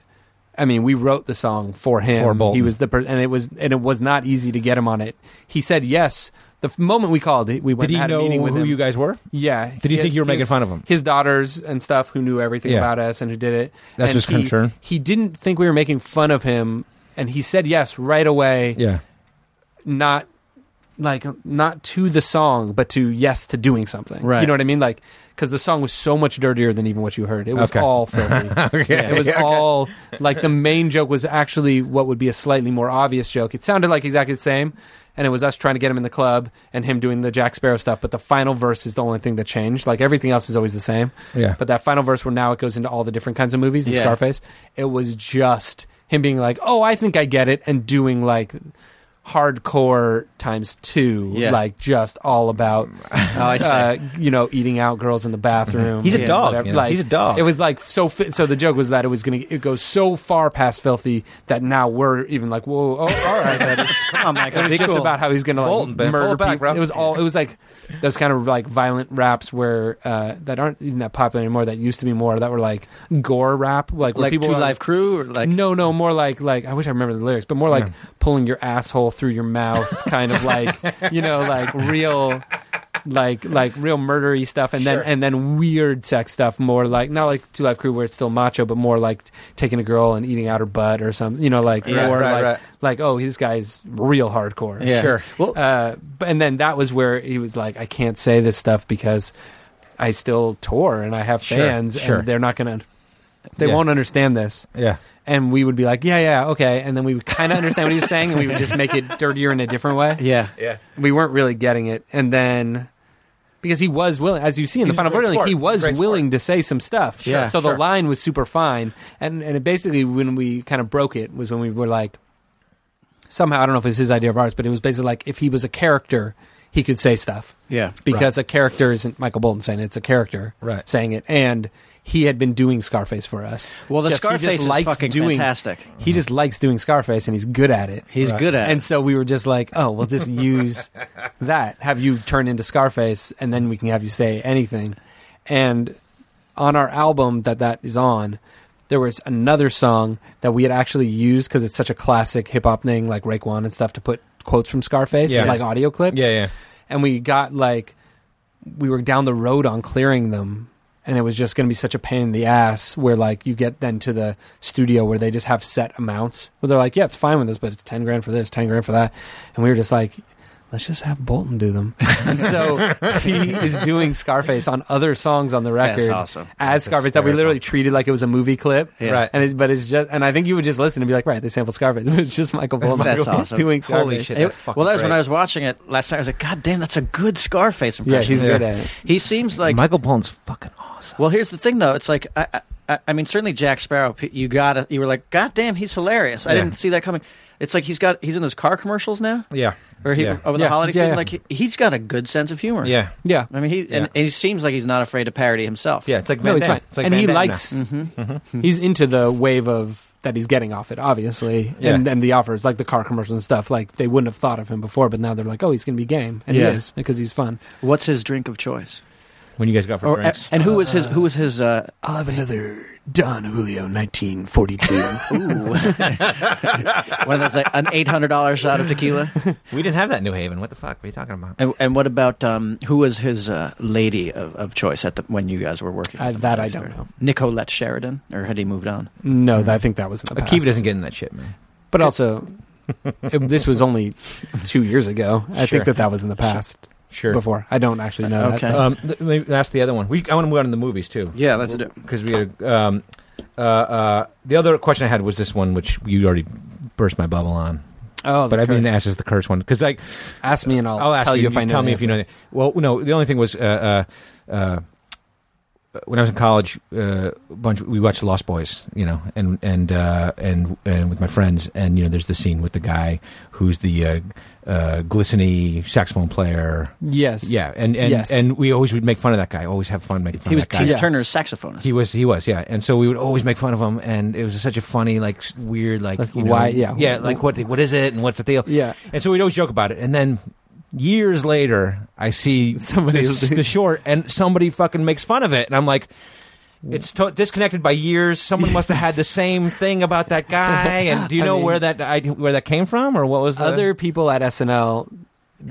Speaker 5: I mean, we wrote the song for him.
Speaker 1: For Bolton.
Speaker 5: He was the per- and it was and it was not easy to get him on it. He said yes the f- moment we called. We went
Speaker 1: did he
Speaker 5: and had a
Speaker 1: know
Speaker 5: meeting with
Speaker 1: who
Speaker 5: him.
Speaker 1: you guys were?
Speaker 5: yeah.
Speaker 1: Did he think you were making
Speaker 5: his-
Speaker 1: fun of him?
Speaker 5: His daughters and stuff who knew everything
Speaker 1: Yeah.
Speaker 5: about us and who did it.
Speaker 1: That's
Speaker 5: And
Speaker 1: his
Speaker 5: he-
Speaker 1: concern.
Speaker 5: He didn't think we were making fun of him, and he said yes right away
Speaker 1: Yeah,
Speaker 5: not like not to the song, but to yes to doing something.
Speaker 2: Right.
Speaker 5: You know what I mean? Like because the song was so much dirtier than even what you heard. It was
Speaker 1: Okay.
Speaker 5: all filthy.
Speaker 1: okay.
Speaker 5: It was all like the main joke was actually what would be a slightly more obvious joke. It sounded like exactly the same, and it was us trying to get him in the club and him doing the Jack Sparrow stuff. But the final verse is the only thing that changed. Like everything else is always the same.
Speaker 1: Yeah.
Speaker 5: But that final verse where now it goes into all the different kinds of movies and
Speaker 2: Yeah.
Speaker 5: Scarface, it was just him being like, "Oh, I think I get it," and doing like hardcore times two,
Speaker 2: Yeah.
Speaker 5: like just all about
Speaker 2: Oh, I see.
Speaker 5: uh, you know, eating out girls in the bathroom.
Speaker 1: Mm-hmm. He's a
Speaker 5: and
Speaker 1: dog, you know, he's a dog.
Speaker 5: It was like so. Fi- so the joke was that it was gonna it goes so far past filthy that now we're even like, whoa, oh, all right. That
Speaker 2: Come on, Michael.
Speaker 5: it
Speaker 2: be
Speaker 5: was just
Speaker 2: cool.
Speaker 5: about how he's gonna like
Speaker 1: Bolton, man, pull
Speaker 5: murder
Speaker 1: it back,
Speaker 5: people.
Speaker 1: bro.
Speaker 5: It was all. It was like those kind of like violent raps where uh, that aren't even that popular anymore. That used to be more that were like gore rap, like where
Speaker 2: like
Speaker 5: people
Speaker 2: Two
Speaker 5: were, like,
Speaker 2: Live Crew or like
Speaker 5: no, no, more like like I wish I remember the lyrics, but more like pulling your asshole through your mouth, kind of like you know, like real, like like real murdery stuff, and then and then weird sex stuff, more like not like Two Life Crew where it's still macho, but more like taking a girl and eating out her butt or something, you know, like
Speaker 1: Yeah,
Speaker 5: or
Speaker 1: right,
Speaker 5: like
Speaker 1: right.
Speaker 5: like oh, this guy's real hardcore,
Speaker 2: Yeah.
Speaker 1: Sure.
Speaker 2: Well,
Speaker 5: uh, but- and then that was where he was like, I can't say this stuff because I still tour and I have
Speaker 1: Sure,
Speaker 5: fans,
Speaker 1: sure.
Speaker 5: and they're not gonna, they
Speaker 1: Yeah.
Speaker 5: won't understand this
Speaker 1: Yeah.
Speaker 5: and we would be like, yeah, yeah, okay, and then we would kind of understand what he was saying, and we would just make it dirtier in a different way.
Speaker 2: yeah.
Speaker 1: Yeah.
Speaker 5: We weren't really getting it, and then because he was willing, as you see in the
Speaker 1: He's a
Speaker 5: final
Speaker 1: great
Speaker 5: version, like, he
Speaker 1: sport.
Speaker 5: was
Speaker 1: Great
Speaker 5: willing to say some stuff.
Speaker 2: Sure,
Speaker 5: so
Speaker 1: sure.
Speaker 5: the line was super fine, and and it basically when we kind of broke it was when we were like, somehow I don't know if it was his idea of ours, but it was basically like if he was a character, he could say stuff
Speaker 2: Yeah.
Speaker 5: because a character isn't Michael Bolton saying it, it's a character
Speaker 1: Right.
Speaker 5: saying it, and he had been doing Scarface for us.
Speaker 2: Well, the
Speaker 5: Just- he just
Speaker 2: Scarface is
Speaker 5: likes
Speaker 2: fucking
Speaker 5: doing,
Speaker 2: fantastic.
Speaker 5: He just likes doing Scarface, and he's good at it.
Speaker 2: He's good at
Speaker 5: and
Speaker 2: it.
Speaker 5: so we were just like, oh, we'll just use that. Have you turn into Scarface, and then we can have you say anything. And on our album that that is on, there was another song that we had actually used because it's such a classic hip hop thing, like Raekwon and stuff, to put quotes from Scarface,
Speaker 1: Yeah.
Speaker 5: like audio clips
Speaker 1: Yeah. Yeah.
Speaker 5: and we got like we were down the road on clearing them and it was just going to be such a pain in the ass where like you get then to the studio where they just have set amounts where they're like yeah it's fine with this but it's 10 grand for this 10 grand for that and we were just like let's just have bolton do them and so he is doing scarface on other songs on the
Speaker 2: That's
Speaker 5: record
Speaker 2: awesome.
Speaker 5: as scarface that we
Speaker 1: hysterical.
Speaker 5: literally treated like it was a movie clip
Speaker 2: Yeah.
Speaker 1: Right.
Speaker 5: and it, but it's just and i think you would just listen and be like right they sampled scarface but it's just michael bolton
Speaker 2: That's awesome.
Speaker 5: doing scarface.
Speaker 1: Holy shit.
Speaker 2: It-
Speaker 1: That's fucking
Speaker 2: well, that was when
Speaker 1: great.
Speaker 2: I was watching it last night. I was like, God damn, that's a good Scarface impression.
Speaker 5: yeah he's
Speaker 1: Yeah.
Speaker 5: good at it
Speaker 2: He seems like.
Speaker 1: Michael Bolton's fucking awesome.
Speaker 2: Well, here's the thing, though. It's like I, I- I, I mean, certainly Jack Sparrow. p- You got You were like, God damn, he's hilarious. I
Speaker 1: Yeah.
Speaker 2: didn't see that coming. It's like he's got. He's in those car commercials now,
Speaker 1: Yeah.
Speaker 2: or he
Speaker 1: Yeah.
Speaker 2: over the
Speaker 5: Yeah,
Speaker 2: holiday
Speaker 5: yeah,
Speaker 2: season.
Speaker 5: yeah.
Speaker 2: Like he, he's got a good sense of humor.
Speaker 1: Yeah.
Speaker 5: yeah
Speaker 2: I mean, he
Speaker 1: Yeah.
Speaker 2: and, and he seems like he's not afraid to parody himself.
Speaker 1: Yeah. It's like
Speaker 5: No,
Speaker 1: Van
Speaker 5: he's
Speaker 1: Damme.
Speaker 5: fine.
Speaker 1: It's like Mm-hmm.
Speaker 5: and
Speaker 1: Van
Speaker 5: he
Speaker 1: Damme now.
Speaker 5: likes. He's into the wave of that he's getting off it, obviously, and
Speaker 1: Yeah.
Speaker 5: and the offers like the car commercials and stuff. Like they wouldn't have thought of him before, but now they're like, oh, he's going to be game, and
Speaker 2: Yeah.
Speaker 5: he is because he's fun.
Speaker 2: What's his drink of choice?
Speaker 1: when you guys go out for
Speaker 2: Or,
Speaker 1: drinks.
Speaker 2: and who was his? Who was his? Uh,
Speaker 5: I'll have another Don Julio, nineteen forty two.
Speaker 2: ooh, one of those like an eight hundred dollar shot of tequila.
Speaker 1: we didn't have that in New Haven. What the fuck? What are you talking about?
Speaker 2: And, and what about um, who was his uh, lady of, of choice at the when you guys were working?
Speaker 5: Uh,
Speaker 2: with him?
Speaker 5: that I don't know.
Speaker 2: Nicolette Sheridan, or had he moved on?
Speaker 5: No,
Speaker 1: Mm-hmm.
Speaker 5: that- I think that was in the past.
Speaker 1: Akiva doesn't get in that shit, man.
Speaker 5: but also. it- this was only two years ago. I
Speaker 1: Sure.
Speaker 5: think that that was in the past.
Speaker 1: Sure.
Speaker 5: Before I don't actually know.
Speaker 2: Okay.
Speaker 5: That, so-
Speaker 1: Um, th- maybe that's the other one. We, I want to move on to the movies too.
Speaker 2: Yeah, let's do.
Speaker 1: because we had um, uh, uh, the other question I had was this one, which you already burst my bubble on,
Speaker 5: oh,
Speaker 1: but
Speaker 5: the
Speaker 1: I mean,
Speaker 5: curse.
Speaker 1: ask is the curse one because like
Speaker 5: ask me and I'll,
Speaker 1: I'll ask
Speaker 5: tell you, if I know.
Speaker 1: tell
Speaker 5: the
Speaker 1: me if you know.
Speaker 5: answer.
Speaker 1: the- Well, no, the only thing was uh, uh, uh, when I was in college, uh, bunch we watched Lost Boys, you know, and and uh, and and with my friends, and you know, there's the scene with the guy who's the uh, uh, glisteny saxophone player.
Speaker 5: Yes.
Speaker 1: Yeah, and and,
Speaker 5: Yes.
Speaker 1: and we always would make fun of that guy. Always have fun making fun
Speaker 2: He
Speaker 1: of
Speaker 2: was
Speaker 1: that guy.
Speaker 2: Tina
Speaker 5: Oh, Yeah.
Speaker 2: Turner's saxophonist.
Speaker 1: He was, he was, yeah. And so we would always make fun of him, and it was such a funny, like s- weird, like,
Speaker 5: Like,
Speaker 1: you know,
Speaker 5: why- yeah.
Speaker 1: yeah, like what, the- what is it, and what's the deal?
Speaker 5: Yeah.
Speaker 1: And so we'd always joke about it, and then years later, I see
Speaker 5: Somebody
Speaker 1: this,
Speaker 5: else-
Speaker 1: the short, and somebody fucking makes fun of it, and I'm like. It's to- disconnected by years. Someone must have had the same thing about that guy. And do you
Speaker 5: I
Speaker 1: know
Speaker 5: mean-
Speaker 1: where that I, where that came from, or what was the
Speaker 5: other people at SNL,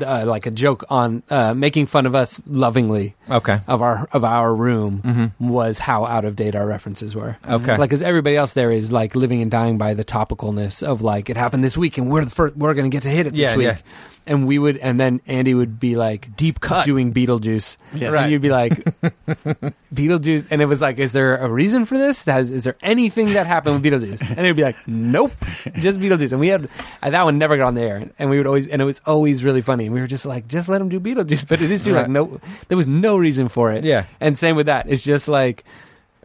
Speaker 5: uh, like a joke on uh, making fun of us lovingly.
Speaker 1: Okay.
Speaker 5: of our of our room
Speaker 1: Mhm.
Speaker 5: was how out of date our references were.
Speaker 1: Okay.
Speaker 5: Like, because everybody else there is like living and dying by the topicalness of like it happened this week, and we're the first, we're going to get to hit it this
Speaker 1: Yeah,
Speaker 5: week.
Speaker 1: yeah.
Speaker 5: And we would, and then Andy would be like
Speaker 1: deep cut.
Speaker 5: doing Beetlejuice,
Speaker 2: Yeah.
Speaker 5: and you'd be like Beetlejuice, and it was like, is there a reason for this? Has, is there anything that happened with Beetlejuice? And it'd be like, nope, just Beetlejuice. And we had and that one never got on the air, and we would always, and it was always really funny. And we were just like, just let him do Beetlejuice, but it is too like
Speaker 1: Right.
Speaker 5: no, there was no reason for it.
Speaker 1: Uh-huh. Yeah.
Speaker 5: And same with that. It's just like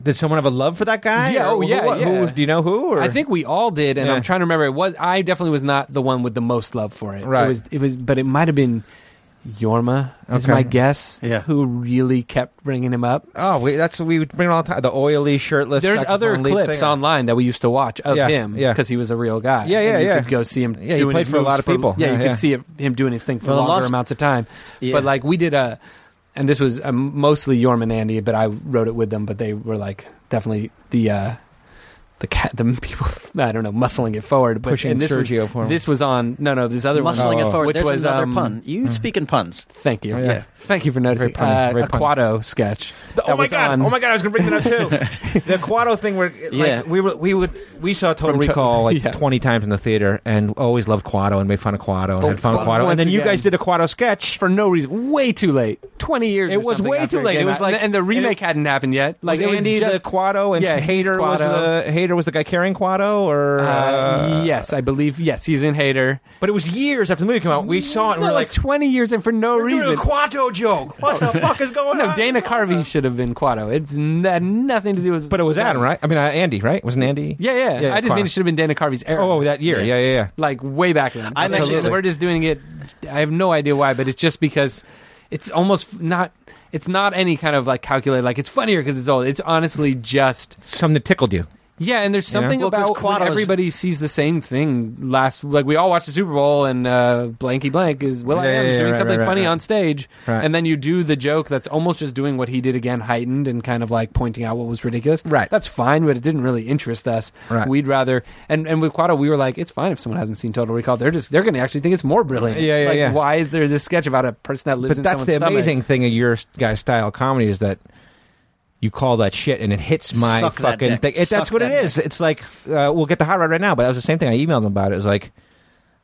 Speaker 1: Did someone have a love for that guy?
Speaker 5: Yeah,
Speaker 1: Or
Speaker 5: oh,
Speaker 1: who-
Speaker 5: yeah,
Speaker 1: what- who-
Speaker 5: yeah.
Speaker 1: do you know who? Or?
Speaker 5: I think we all did, and
Speaker 1: Yeah.
Speaker 5: I'm trying to remember. It was I definitely was not the one with the most love for it.
Speaker 1: Right.
Speaker 5: It was. It was, but it might have been Yorma. Is
Speaker 1: Okay.
Speaker 5: my guess.
Speaker 2: Yeah.
Speaker 5: Who really kept bringing him up?
Speaker 1: Oh, we, that's we would bring it all the time. The oily, shirtless.
Speaker 5: There's
Speaker 1: saxophone
Speaker 5: other
Speaker 1: lead
Speaker 5: clips
Speaker 1: singer.
Speaker 5: online that we used to watch of
Speaker 1: Yeah,
Speaker 5: him
Speaker 1: yeah.
Speaker 5: because he was a real guy.
Speaker 1: Yeah, yeah,
Speaker 5: and you
Speaker 1: yeah.
Speaker 5: Could go see him.
Speaker 1: Yeah, he
Speaker 5: doing
Speaker 1: played
Speaker 5: his
Speaker 1: for a
Speaker 5: moves
Speaker 1: lot of people.
Speaker 5: Yeah,
Speaker 1: Yeah,
Speaker 5: you
Speaker 1: yeah.
Speaker 5: could see it- him doing his thing for
Speaker 2: Well, the
Speaker 5: longer
Speaker 2: lost-
Speaker 5: amounts of time.
Speaker 2: Yeah.
Speaker 5: But like we did a, and this was uh, mostly Yorm and Andy, but I wrote it with them. But they were like definitely the. uh the cat, the people, I don't know, muscling it forward, but,
Speaker 1: pushing
Speaker 5: and this was-
Speaker 1: Sergio for him.
Speaker 5: This was on no no this other one
Speaker 2: Muscling
Speaker 1: Oh,
Speaker 2: it forward.
Speaker 5: which
Speaker 2: There's
Speaker 5: was,
Speaker 2: another
Speaker 5: um,
Speaker 2: pun. You speak in puns.
Speaker 5: Thank you.
Speaker 1: Yeah. Yeah.
Speaker 5: Thank you for
Speaker 1: Very
Speaker 5: noticing.
Speaker 1: punny,
Speaker 5: uh,
Speaker 1: very
Speaker 5: a
Speaker 1: punny.
Speaker 5: Quado sketch.
Speaker 1: The- oh
Speaker 5: that
Speaker 1: my
Speaker 5: was
Speaker 1: god!
Speaker 5: on-
Speaker 1: Oh my god! I was gonna bring that up too. the Quado thing, where like
Speaker 2: Yeah.
Speaker 1: we were, we would we saw Total
Speaker 5: From Cho-
Speaker 1: Recall like
Speaker 5: yeah.
Speaker 1: twenty times in the theater, and always loved Quado and made fun of Quado and
Speaker 5: But-
Speaker 1: had fun with
Speaker 5: but
Speaker 1: Quado, and
Speaker 5: once
Speaker 1: then you
Speaker 5: again-
Speaker 1: guys did a Quado sketch.
Speaker 5: For no reason, way too late. Twenty years.
Speaker 1: It
Speaker 5: or
Speaker 1: was
Speaker 5: something
Speaker 1: way
Speaker 5: after
Speaker 1: too late.
Speaker 5: came
Speaker 1: It was
Speaker 5: out.
Speaker 1: like-
Speaker 5: and the remake hadn't happened yet.
Speaker 1: Like
Speaker 5: it was
Speaker 1: Andy
Speaker 5: just-
Speaker 1: the Quado and
Speaker 5: Yeah, he's
Speaker 1: Hater was
Speaker 5: Quado.
Speaker 1: the Hater was the guy carrying Quado, or
Speaker 5: uh, yes, I believe. Yes, he's in Hater.
Speaker 1: But it was years after the movie came out. We saw it and
Speaker 5: No,
Speaker 1: we are
Speaker 5: like,
Speaker 1: like,
Speaker 5: twenty years, and for no
Speaker 1: "We're doing
Speaker 5: reason.
Speaker 1: a Quado joke. What the fuck is going on?
Speaker 5: no, Dana Carvey should have been Quado. It's n- had nothing to do with.
Speaker 1: But it was Adam, right? I mean, uh, Andy, right? Wasn't Andy?
Speaker 5: Yeah, yeah.
Speaker 1: Yeah,
Speaker 5: I just
Speaker 1: Quado.
Speaker 5: mean it should have been Dana Carvey's era.
Speaker 1: Oh, that year. Yeah, yeah, yeah.
Speaker 5: like way back then.
Speaker 2: I'm
Speaker 5: That's
Speaker 2: actually-
Speaker 5: what- we're just doing it. I have no idea why, but it's just because it's almost not. It's not any kind of like calculated. Like it's funnier because it's old. It's honestly just
Speaker 1: Something that tickled you.
Speaker 5: yeah. And there's
Speaker 1: You know?
Speaker 5: something
Speaker 2: Well, 'cause
Speaker 5: about when
Speaker 2: Quado's-
Speaker 5: everybody sees the same thing. Last like we all watched the Super Bowl and uh, blanky blank is Will I
Speaker 1: Yeah,
Speaker 5: Am
Speaker 1: yeah,
Speaker 5: is
Speaker 1: yeah,
Speaker 5: doing
Speaker 1: right,
Speaker 5: something
Speaker 1: right,
Speaker 5: funny
Speaker 1: right.
Speaker 5: on stage,
Speaker 1: Right.
Speaker 5: and then you do the joke that's almost just doing what he did again, heightened and kind of like pointing out what was ridiculous.
Speaker 1: Right.
Speaker 5: That's fine, but it didn't really interest us.
Speaker 1: Right.
Speaker 5: We'd rather and and with Quado, we were like, it's fine if someone hasn't seen Total Recall. They're just they're going to actually think it's more brilliant.
Speaker 1: Yeah, yeah,
Speaker 5: like,
Speaker 1: yeah.
Speaker 5: Why is there this sketch about a person that lives?
Speaker 1: But
Speaker 5: in
Speaker 1: that's the
Speaker 5: someone's stomach?
Speaker 1: amazing thing of your guy's style of comedy is that you call that shit and it hits my
Speaker 2: Suck that
Speaker 1: fucking
Speaker 2: dick.
Speaker 1: thing. It, that's
Speaker 2: Suck
Speaker 1: what
Speaker 2: that
Speaker 1: it is. It's like uh, we'll get the hot rod right now, but that was the same thing. I emailed him about it. It was like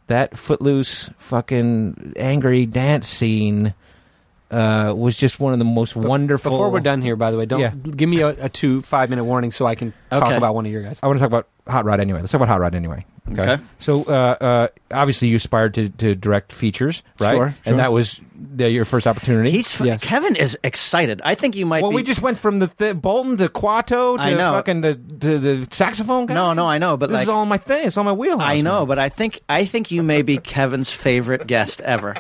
Speaker 1: that footloose fucking angry dance scene uh, was just one of the most wonderful.
Speaker 5: Before we're done here, by the way, don't
Speaker 1: Yeah.
Speaker 5: give me a, a two five minute warning so I can talk
Speaker 2: Okay.
Speaker 5: about one of your guys.
Speaker 1: I want to talk about Hot Rod anyway. Let's talk about Hot Rod anyway. Okay.
Speaker 2: Okay.
Speaker 1: So uh, uh, obviously you aspired to, to direct features, right?
Speaker 5: Sure, sure.
Speaker 1: And that was the, your first opportunity.
Speaker 2: He's fu-
Speaker 5: Yes.
Speaker 2: Kevin is excited. I think you might.
Speaker 1: well,
Speaker 2: be,
Speaker 1: we just went from the th- Bolton to Quato to
Speaker 2: I know.
Speaker 1: fucking the to the saxophone guy.
Speaker 2: No, no, I know, but
Speaker 1: this
Speaker 2: like
Speaker 1: is all my thing. It's all my wheelhouse.
Speaker 2: I know,
Speaker 1: man.
Speaker 2: but I think I think you may be Kevin's favorite guest ever.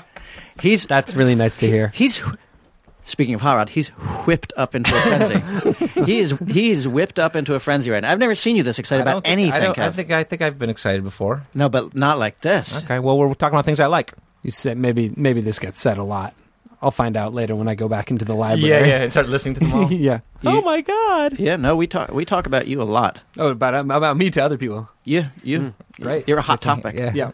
Speaker 2: He's
Speaker 5: That's really nice to hear.
Speaker 2: he's speaking of hot rod, he's whipped up into a frenzy. he is he is whipped up into a frenzy right now. I've never seen you this
Speaker 1: I
Speaker 2: excited
Speaker 1: don't
Speaker 2: about
Speaker 1: think- I,
Speaker 2: anything,
Speaker 1: don't- I
Speaker 2: Kevin.
Speaker 1: think I think I've been excited before.
Speaker 2: No, but not like this.
Speaker 1: Okay. Well, we're talking about things I like.
Speaker 5: You said maybe maybe this gets said a lot. I'll find out later when I go back into the library.
Speaker 1: And start listening to them
Speaker 5: yeah.
Speaker 1: oh my god.
Speaker 2: Yeah, no, we talk we talk about you a lot.
Speaker 5: Oh, about about me to other people.
Speaker 2: Yeah, you,
Speaker 5: great.
Speaker 2: You're a hot topic.
Speaker 1: Mm, Yeah.
Speaker 5: Yeah,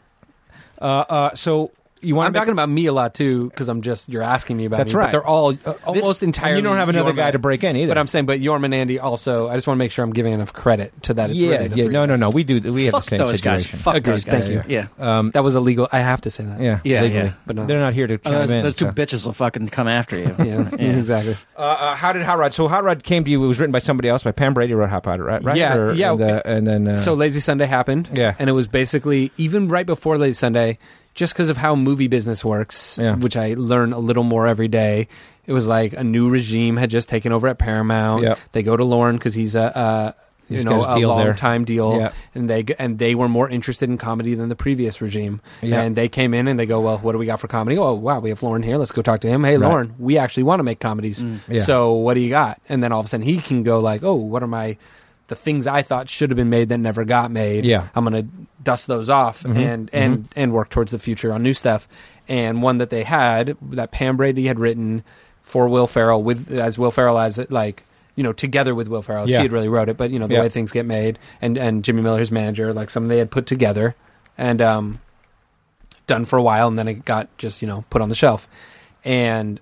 Speaker 1: Uh, uh, so you
Speaker 5: I'm
Speaker 1: want to
Speaker 5: talking about me a lot too because I'm just you're asking me about.
Speaker 1: That's
Speaker 5: me,
Speaker 1: right.
Speaker 5: But they're all uh, almost entirely.
Speaker 1: You don't have another
Speaker 5: Yorma.
Speaker 1: guy to break in either.
Speaker 5: But I'm saying, but Yorm and Andy also. I just want to make sure I'm giving enough credit to that. It's
Speaker 1: yeah,
Speaker 5: really the
Speaker 1: yeah.
Speaker 5: three
Speaker 1: No,
Speaker 5: of
Speaker 1: no,
Speaker 5: us.
Speaker 1: no. We do. We have
Speaker 2: Fuck
Speaker 1: the same
Speaker 2: those guys.
Speaker 1: situation.
Speaker 2: Fuck
Speaker 5: Agreed.
Speaker 2: those guys.
Speaker 5: Thank
Speaker 2: Yeah.
Speaker 1: Um,
Speaker 5: That was illegal. I have to say that.
Speaker 1: yeah,
Speaker 2: Yeah,
Speaker 1: legally.
Speaker 2: yeah.
Speaker 5: But no.
Speaker 1: they're not here to chime
Speaker 2: Otherwise,
Speaker 1: in.
Speaker 2: Uh, those two
Speaker 1: so.
Speaker 2: bitches will fucking come after you.
Speaker 5: Yeah,
Speaker 2: Yeah.
Speaker 5: exactly.
Speaker 1: Uh, uh, how did Hot Rod? So Hot Rod came to you. It was written by somebody else, by Pam Brady. Wrote Hot Rod, right? right?
Speaker 5: Yeah,
Speaker 1: Or-
Speaker 5: yeah.
Speaker 1: And, uh, and then uh,
Speaker 5: so Lazy Sunday happened.
Speaker 1: Yeah.
Speaker 5: and it was basically even right before Lazy Sunday, just because of how movie business works,
Speaker 1: Yeah.
Speaker 5: which I learn a little more every day. It was like a new regime had just taken over at Paramount.
Speaker 1: Yep.
Speaker 5: They go to Lauren because he's a. Uh, you
Speaker 1: He's
Speaker 5: know,
Speaker 1: got
Speaker 5: a
Speaker 1: his deal
Speaker 5: long
Speaker 1: there.
Speaker 5: time deal,
Speaker 1: Yep.
Speaker 5: and they and they were more interested in comedy than the previous regime.
Speaker 1: Yep.
Speaker 5: And they came in and they go, "Well, what do we got for comedy? Oh, wow, we have Lauren here. Let's go talk to him. Hey, Lauren, we actually want to make comedies.
Speaker 1: Mm. Yeah.
Speaker 5: So what do you got?" And then all of a sudden he can go like, "Oh, what are my the things I thought should have been made that never got made.
Speaker 1: Yeah. Mm-hmm.
Speaker 5: I'm gonna dust those off and and and work towards the future on new stuff. And one that they had that Pam Brady had written for Will Ferrell with as Will Ferrell as it like you know together with Will Ferrell.
Speaker 1: Yeah.
Speaker 5: She had really wrote it, but you know the
Speaker 1: Yeah.
Speaker 5: way things get made and and Jimmy Miller his manager like something they had put together and um done for a while and then it got just you know put on the shelf and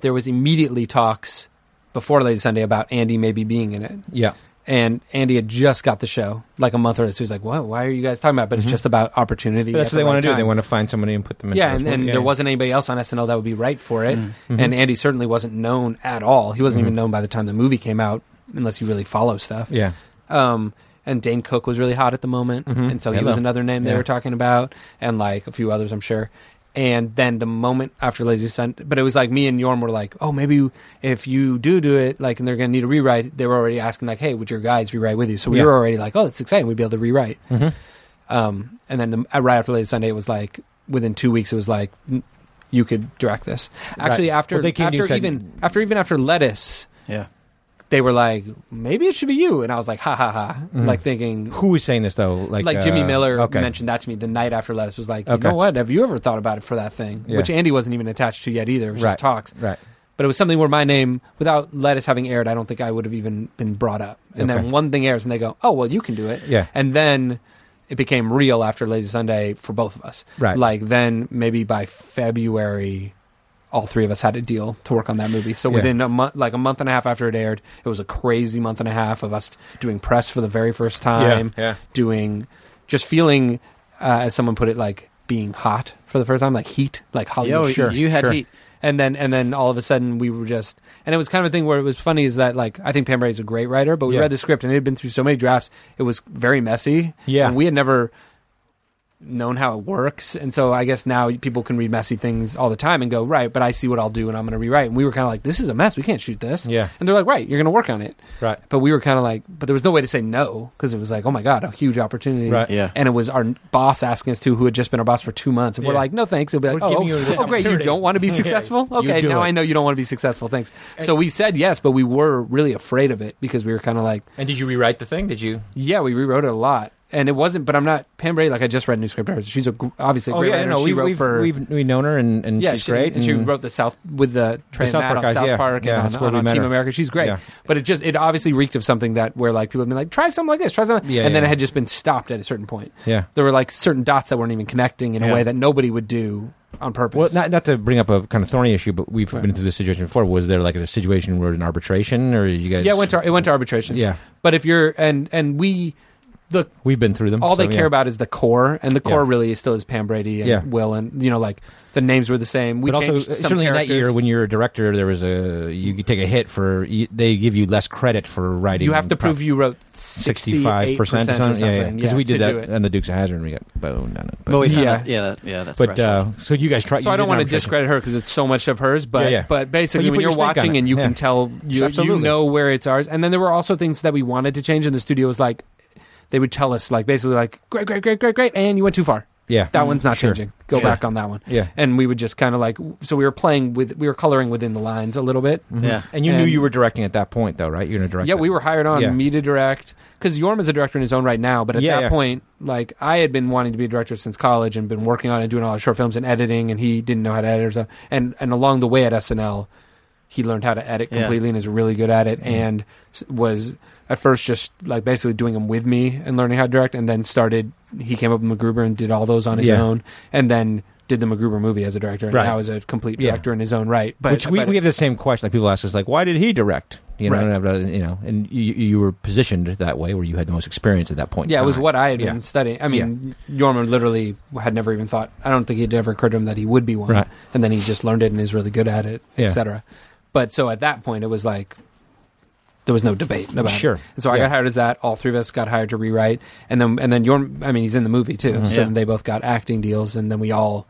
Speaker 5: there was immediately talks before Lazy Sunday about Andy maybe being in it.
Speaker 1: Yeah.
Speaker 5: And Andy had just got the show like a month or so. He's like, "What? Why are you guys talking about?" it?" But it's just about opportunity.
Speaker 1: Mm-hmm. But that's what
Speaker 5: at the
Speaker 1: they want
Speaker 5: right
Speaker 1: to do. They
Speaker 5: time.
Speaker 1: want to find somebody and put them in.
Speaker 5: yeah, and, and there wasn't anybody else on SNL that would be right for it.
Speaker 1: Mm-hmm.
Speaker 5: And Andy certainly wasn't known at all. He wasn't even known by the time the movie came out, unless you really follow stuff.
Speaker 1: Yeah.
Speaker 5: Um, and Dane Cook was really hot at the moment,
Speaker 1: Mhm.
Speaker 5: and so he
Speaker 1: Hello.
Speaker 5: was another name they
Speaker 1: Yeah.
Speaker 5: were talking about, and like a few others, I'm sure. And then the moment after Lazy Sunday, but it was like me and Yorm were like, "Oh, maybe if you do do it, like, and they're going to need a rewrite." They were already asking like, "Hey, would your guys rewrite with you?" So we
Speaker 1: Yeah.
Speaker 5: were already like, "Oh, that's exciting! We'd be able to rewrite."
Speaker 1: Mhm.
Speaker 5: Um, and then the, uh, right after Lazy Sunday, it was like within two weeks, it was like "N- you could direct this. Actually, after
Speaker 1: Well, they came to you
Speaker 5: after
Speaker 1: and said-
Speaker 5: even after even after Lettuce,
Speaker 2: Yeah.
Speaker 5: they were like, maybe it should be you. And I was like, ha ha ha.
Speaker 1: Mm-hmm.
Speaker 5: Like thinking,
Speaker 1: Who was saying this though? Like
Speaker 5: like, Jimmy
Speaker 1: uh,
Speaker 5: Miller
Speaker 1: okay.
Speaker 5: mentioned that to me the night after Lettuce was like,
Speaker 1: Okay.
Speaker 5: you know what? Have you ever thought about it for that thing?
Speaker 1: Yeah.
Speaker 5: Which Andy wasn't even attached to yet either. It was
Speaker 1: Right.
Speaker 5: just talks.
Speaker 1: Right.
Speaker 5: But it was something where my name, without Lettuce having aired, I don't think I would have even been brought up. And
Speaker 1: Okay.
Speaker 5: then one thing airs and they go, oh, well, you can do it.
Speaker 1: Yeah.
Speaker 5: And then it became real after Lazy Sunday for both of us.
Speaker 1: Right.
Speaker 5: Like then maybe by February, all three of us had a deal to work on that movie. So
Speaker 1: Yeah.
Speaker 5: within a month, like a month and a half after it aired, it was a crazy month and a half of us doing press for the very first time,
Speaker 1: Yeah.
Speaker 5: doing just feeling, uh, as someone put it, like being hot for the first time, like heat, like Hollywood.
Speaker 2: Yo,
Speaker 5: sure,
Speaker 2: you had
Speaker 5: sure
Speaker 2: heat.
Speaker 5: and then and then all of a sudden we were just and it was kind of a thing where it was funny is that like I think Pam Brady's a great writer, but we
Speaker 1: Yeah.
Speaker 5: read the script and it had been through so many drafts, it was very messy.
Speaker 1: Yeah.
Speaker 5: and we had never known how it works, and so I guess now people can read messy things all the time and go right, but I see what I'll do and I'm going to rewrite. And we were kind of like, this is a mess. We can't shoot this.
Speaker 1: Yeah.
Speaker 5: and they're like, right, you're going to work on it.
Speaker 1: Right.
Speaker 5: But we were kind of like, but there was no way to say no because it was like, oh my god, a huge opportunity.
Speaker 1: Right.
Speaker 2: Yeah.
Speaker 5: And it was our boss asking us to, who had just been our boss for two months. If we're
Speaker 1: Yeah.
Speaker 5: like, no thanks, it'll be like,
Speaker 1: We're
Speaker 5: oh,
Speaker 1: giving you this
Speaker 5: oh, great, you
Speaker 1: opportunity.
Speaker 5: don't want to be
Speaker 1: Yeah.
Speaker 5: successful?
Speaker 1: You
Speaker 5: Okay,
Speaker 1: do
Speaker 5: now
Speaker 1: it.
Speaker 5: I know you don't want to be successful. Thanks. So we said yes, but we were really afraid of it because we were kind of like,
Speaker 1: And did you rewrite the thing? Did you?
Speaker 5: yeah, we rewrote it a lot. And it wasn't, but I'm not, Pam Brady, like I just read New Script Writers. She's a, gr- obviously a
Speaker 1: Oh
Speaker 5: great
Speaker 1: yeah.
Speaker 5: writer.
Speaker 1: No,
Speaker 5: she
Speaker 1: we've,
Speaker 5: wrote
Speaker 1: we've,
Speaker 5: for,
Speaker 1: we've we've known her and, and
Speaker 5: yeah,
Speaker 1: she's
Speaker 5: she,
Speaker 1: great.
Speaker 5: And she
Speaker 1: and-
Speaker 5: wrote the South with the Trey
Speaker 1: South
Speaker 5: Matt
Speaker 1: Park
Speaker 5: on
Speaker 1: guys,
Speaker 5: South
Speaker 1: yeah.
Speaker 5: Park
Speaker 1: Yeah,
Speaker 5: and
Speaker 1: that's
Speaker 5: on,
Speaker 1: where
Speaker 5: on,
Speaker 1: we
Speaker 5: on
Speaker 1: met
Speaker 5: Team
Speaker 1: her.
Speaker 5: America. She's great,
Speaker 1: Yeah.
Speaker 5: but it just it obviously reeked of something that where like people have been like try something like this, try something,
Speaker 1: Yeah,
Speaker 5: and then
Speaker 1: yeah.
Speaker 5: it had just been stopped at a certain point.
Speaker 1: Yeah.
Speaker 5: There were like certain dots that weren't even connecting in
Speaker 2: Yeah.
Speaker 5: a way that nobody would do on purpose.
Speaker 1: Well, not not to bring up a kind of thorny issue, but we've
Speaker 5: Right.
Speaker 1: been through this situation before. Was there like a situation where an arbitration, or you guys?
Speaker 5: yeah, it went to it went to arbitration.
Speaker 1: Yeah,
Speaker 5: but if you're and and we the
Speaker 1: we've been through them.
Speaker 5: all they
Speaker 1: so,
Speaker 5: care
Speaker 1: yeah.
Speaker 5: about is the core, and the core
Speaker 1: Yeah.
Speaker 5: really still is Pam Brady and
Speaker 1: Yeah.
Speaker 5: Will, and you know like the names were the same. We
Speaker 1: but also,
Speaker 5: changed
Speaker 1: uh,
Speaker 5: some
Speaker 1: certainly in that year,
Speaker 5: characters.
Speaker 1: when you're a director, there was a you could take a hit for you, they give you less credit for writing.
Speaker 5: you have to
Speaker 1: pro-
Speaker 5: prove you wrote
Speaker 1: 65%
Speaker 5: 65
Speaker 1: or something. Yeah, yeah. Because we did
Speaker 5: to do
Speaker 1: that
Speaker 5: it.
Speaker 1: on the Dukes of Hazzard and we got boned on it. But,
Speaker 2: But we found
Speaker 5: Yeah.
Speaker 2: out- yeah, that, yeah, that's
Speaker 1: but
Speaker 2: threshold.
Speaker 1: uh, so you guys try.
Speaker 5: So
Speaker 1: you
Speaker 5: I don't
Speaker 1: did
Speaker 5: want to
Speaker 1: arbitration.
Speaker 5: discredit her because it's so much of hers, but
Speaker 1: Yeah, yeah.
Speaker 5: but basically
Speaker 1: But you
Speaker 5: when
Speaker 1: put
Speaker 5: you're
Speaker 1: your stake on
Speaker 5: watching
Speaker 1: it,
Speaker 5: and you
Speaker 1: yeah.
Speaker 5: can tell you you
Speaker 1: Absolutely.
Speaker 5: know where it's ours. And then there were also things that we wanted to change, and the studio was like, they would tell us like basically like great great great great great, and you went too far.
Speaker 1: Yeah,
Speaker 5: That one's not
Speaker 1: Mm-hmm. Sure.
Speaker 5: changing. Go
Speaker 1: Sure.
Speaker 5: back on that one.
Speaker 1: yeah.
Speaker 5: And we would just kind of like so we were playing with we were coloring within the lines a little bit.
Speaker 1: Mhm.
Speaker 2: Yeah.
Speaker 1: and you knew
Speaker 5: And-
Speaker 1: you were directing at that point, though, right? You're going to direct.
Speaker 5: Yeah,
Speaker 1: it.
Speaker 5: we were hired on
Speaker 1: Yeah.
Speaker 5: me to direct because Yorm is a director in his own right now. But at
Speaker 1: Yeah,
Speaker 5: that
Speaker 1: yeah.
Speaker 5: point, like I had been wanting to be a director since college and been working on it, doing all the short films and editing, and he didn't know how to edit. or so- And and along the way at SNL, he learned how to edit
Speaker 2: Yeah.
Speaker 5: completely and is really good at
Speaker 1: Mm-hmm.
Speaker 5: it. And s- was at first just like basically doing them with me and learning how to direct, and then started. He came up with MacGruber and did all those on his
Speaker 1: Yeah.
Speaker 5: own, and then did the MacGruber movie as a director, and
Speaker 1: Right.
Speaker 5: now is a complete
Speaker 1: Yeah.
Speaker 5: director in his own right. But
Speaker 1: Which we,
Speaker 5: but-
Speaker 1: we have the same question. Like people ask us, like, why did he direct? You know,
Speaker 5: Right.
Speaker 1: and I've done- you know, and you, you were positioned that way where you had the most experience at that point. in
Speaker 5: Yeah, it was
Speaker 1: time.
Speaker 5: what I had been
Speaker 1: Yeah.
Speaker 5: studying. I mean, Yorman literally had never even thought. I don't think it ever occurred to him that he would be one.
Speaker 1: Right.
Speaker 5: And then he just learned it and is really good at it,
Speaker 1: Yeah.
Speaker 5: etc. But so at that point, it was like there was no debate about it.
Speaker 1: Sure.
Speaker 5: And so I
Speaker 1: Yeah.
Speaker 5: got hired as that. All three of us got hired to rewrite, and then and then Yorm. I mean, he's in the movie
Speaker 1: Mm-hmm.
Speaker 5: too. So
Speaker 2: Yeah.
Speaker 5: then they both got acting deals, and then we all,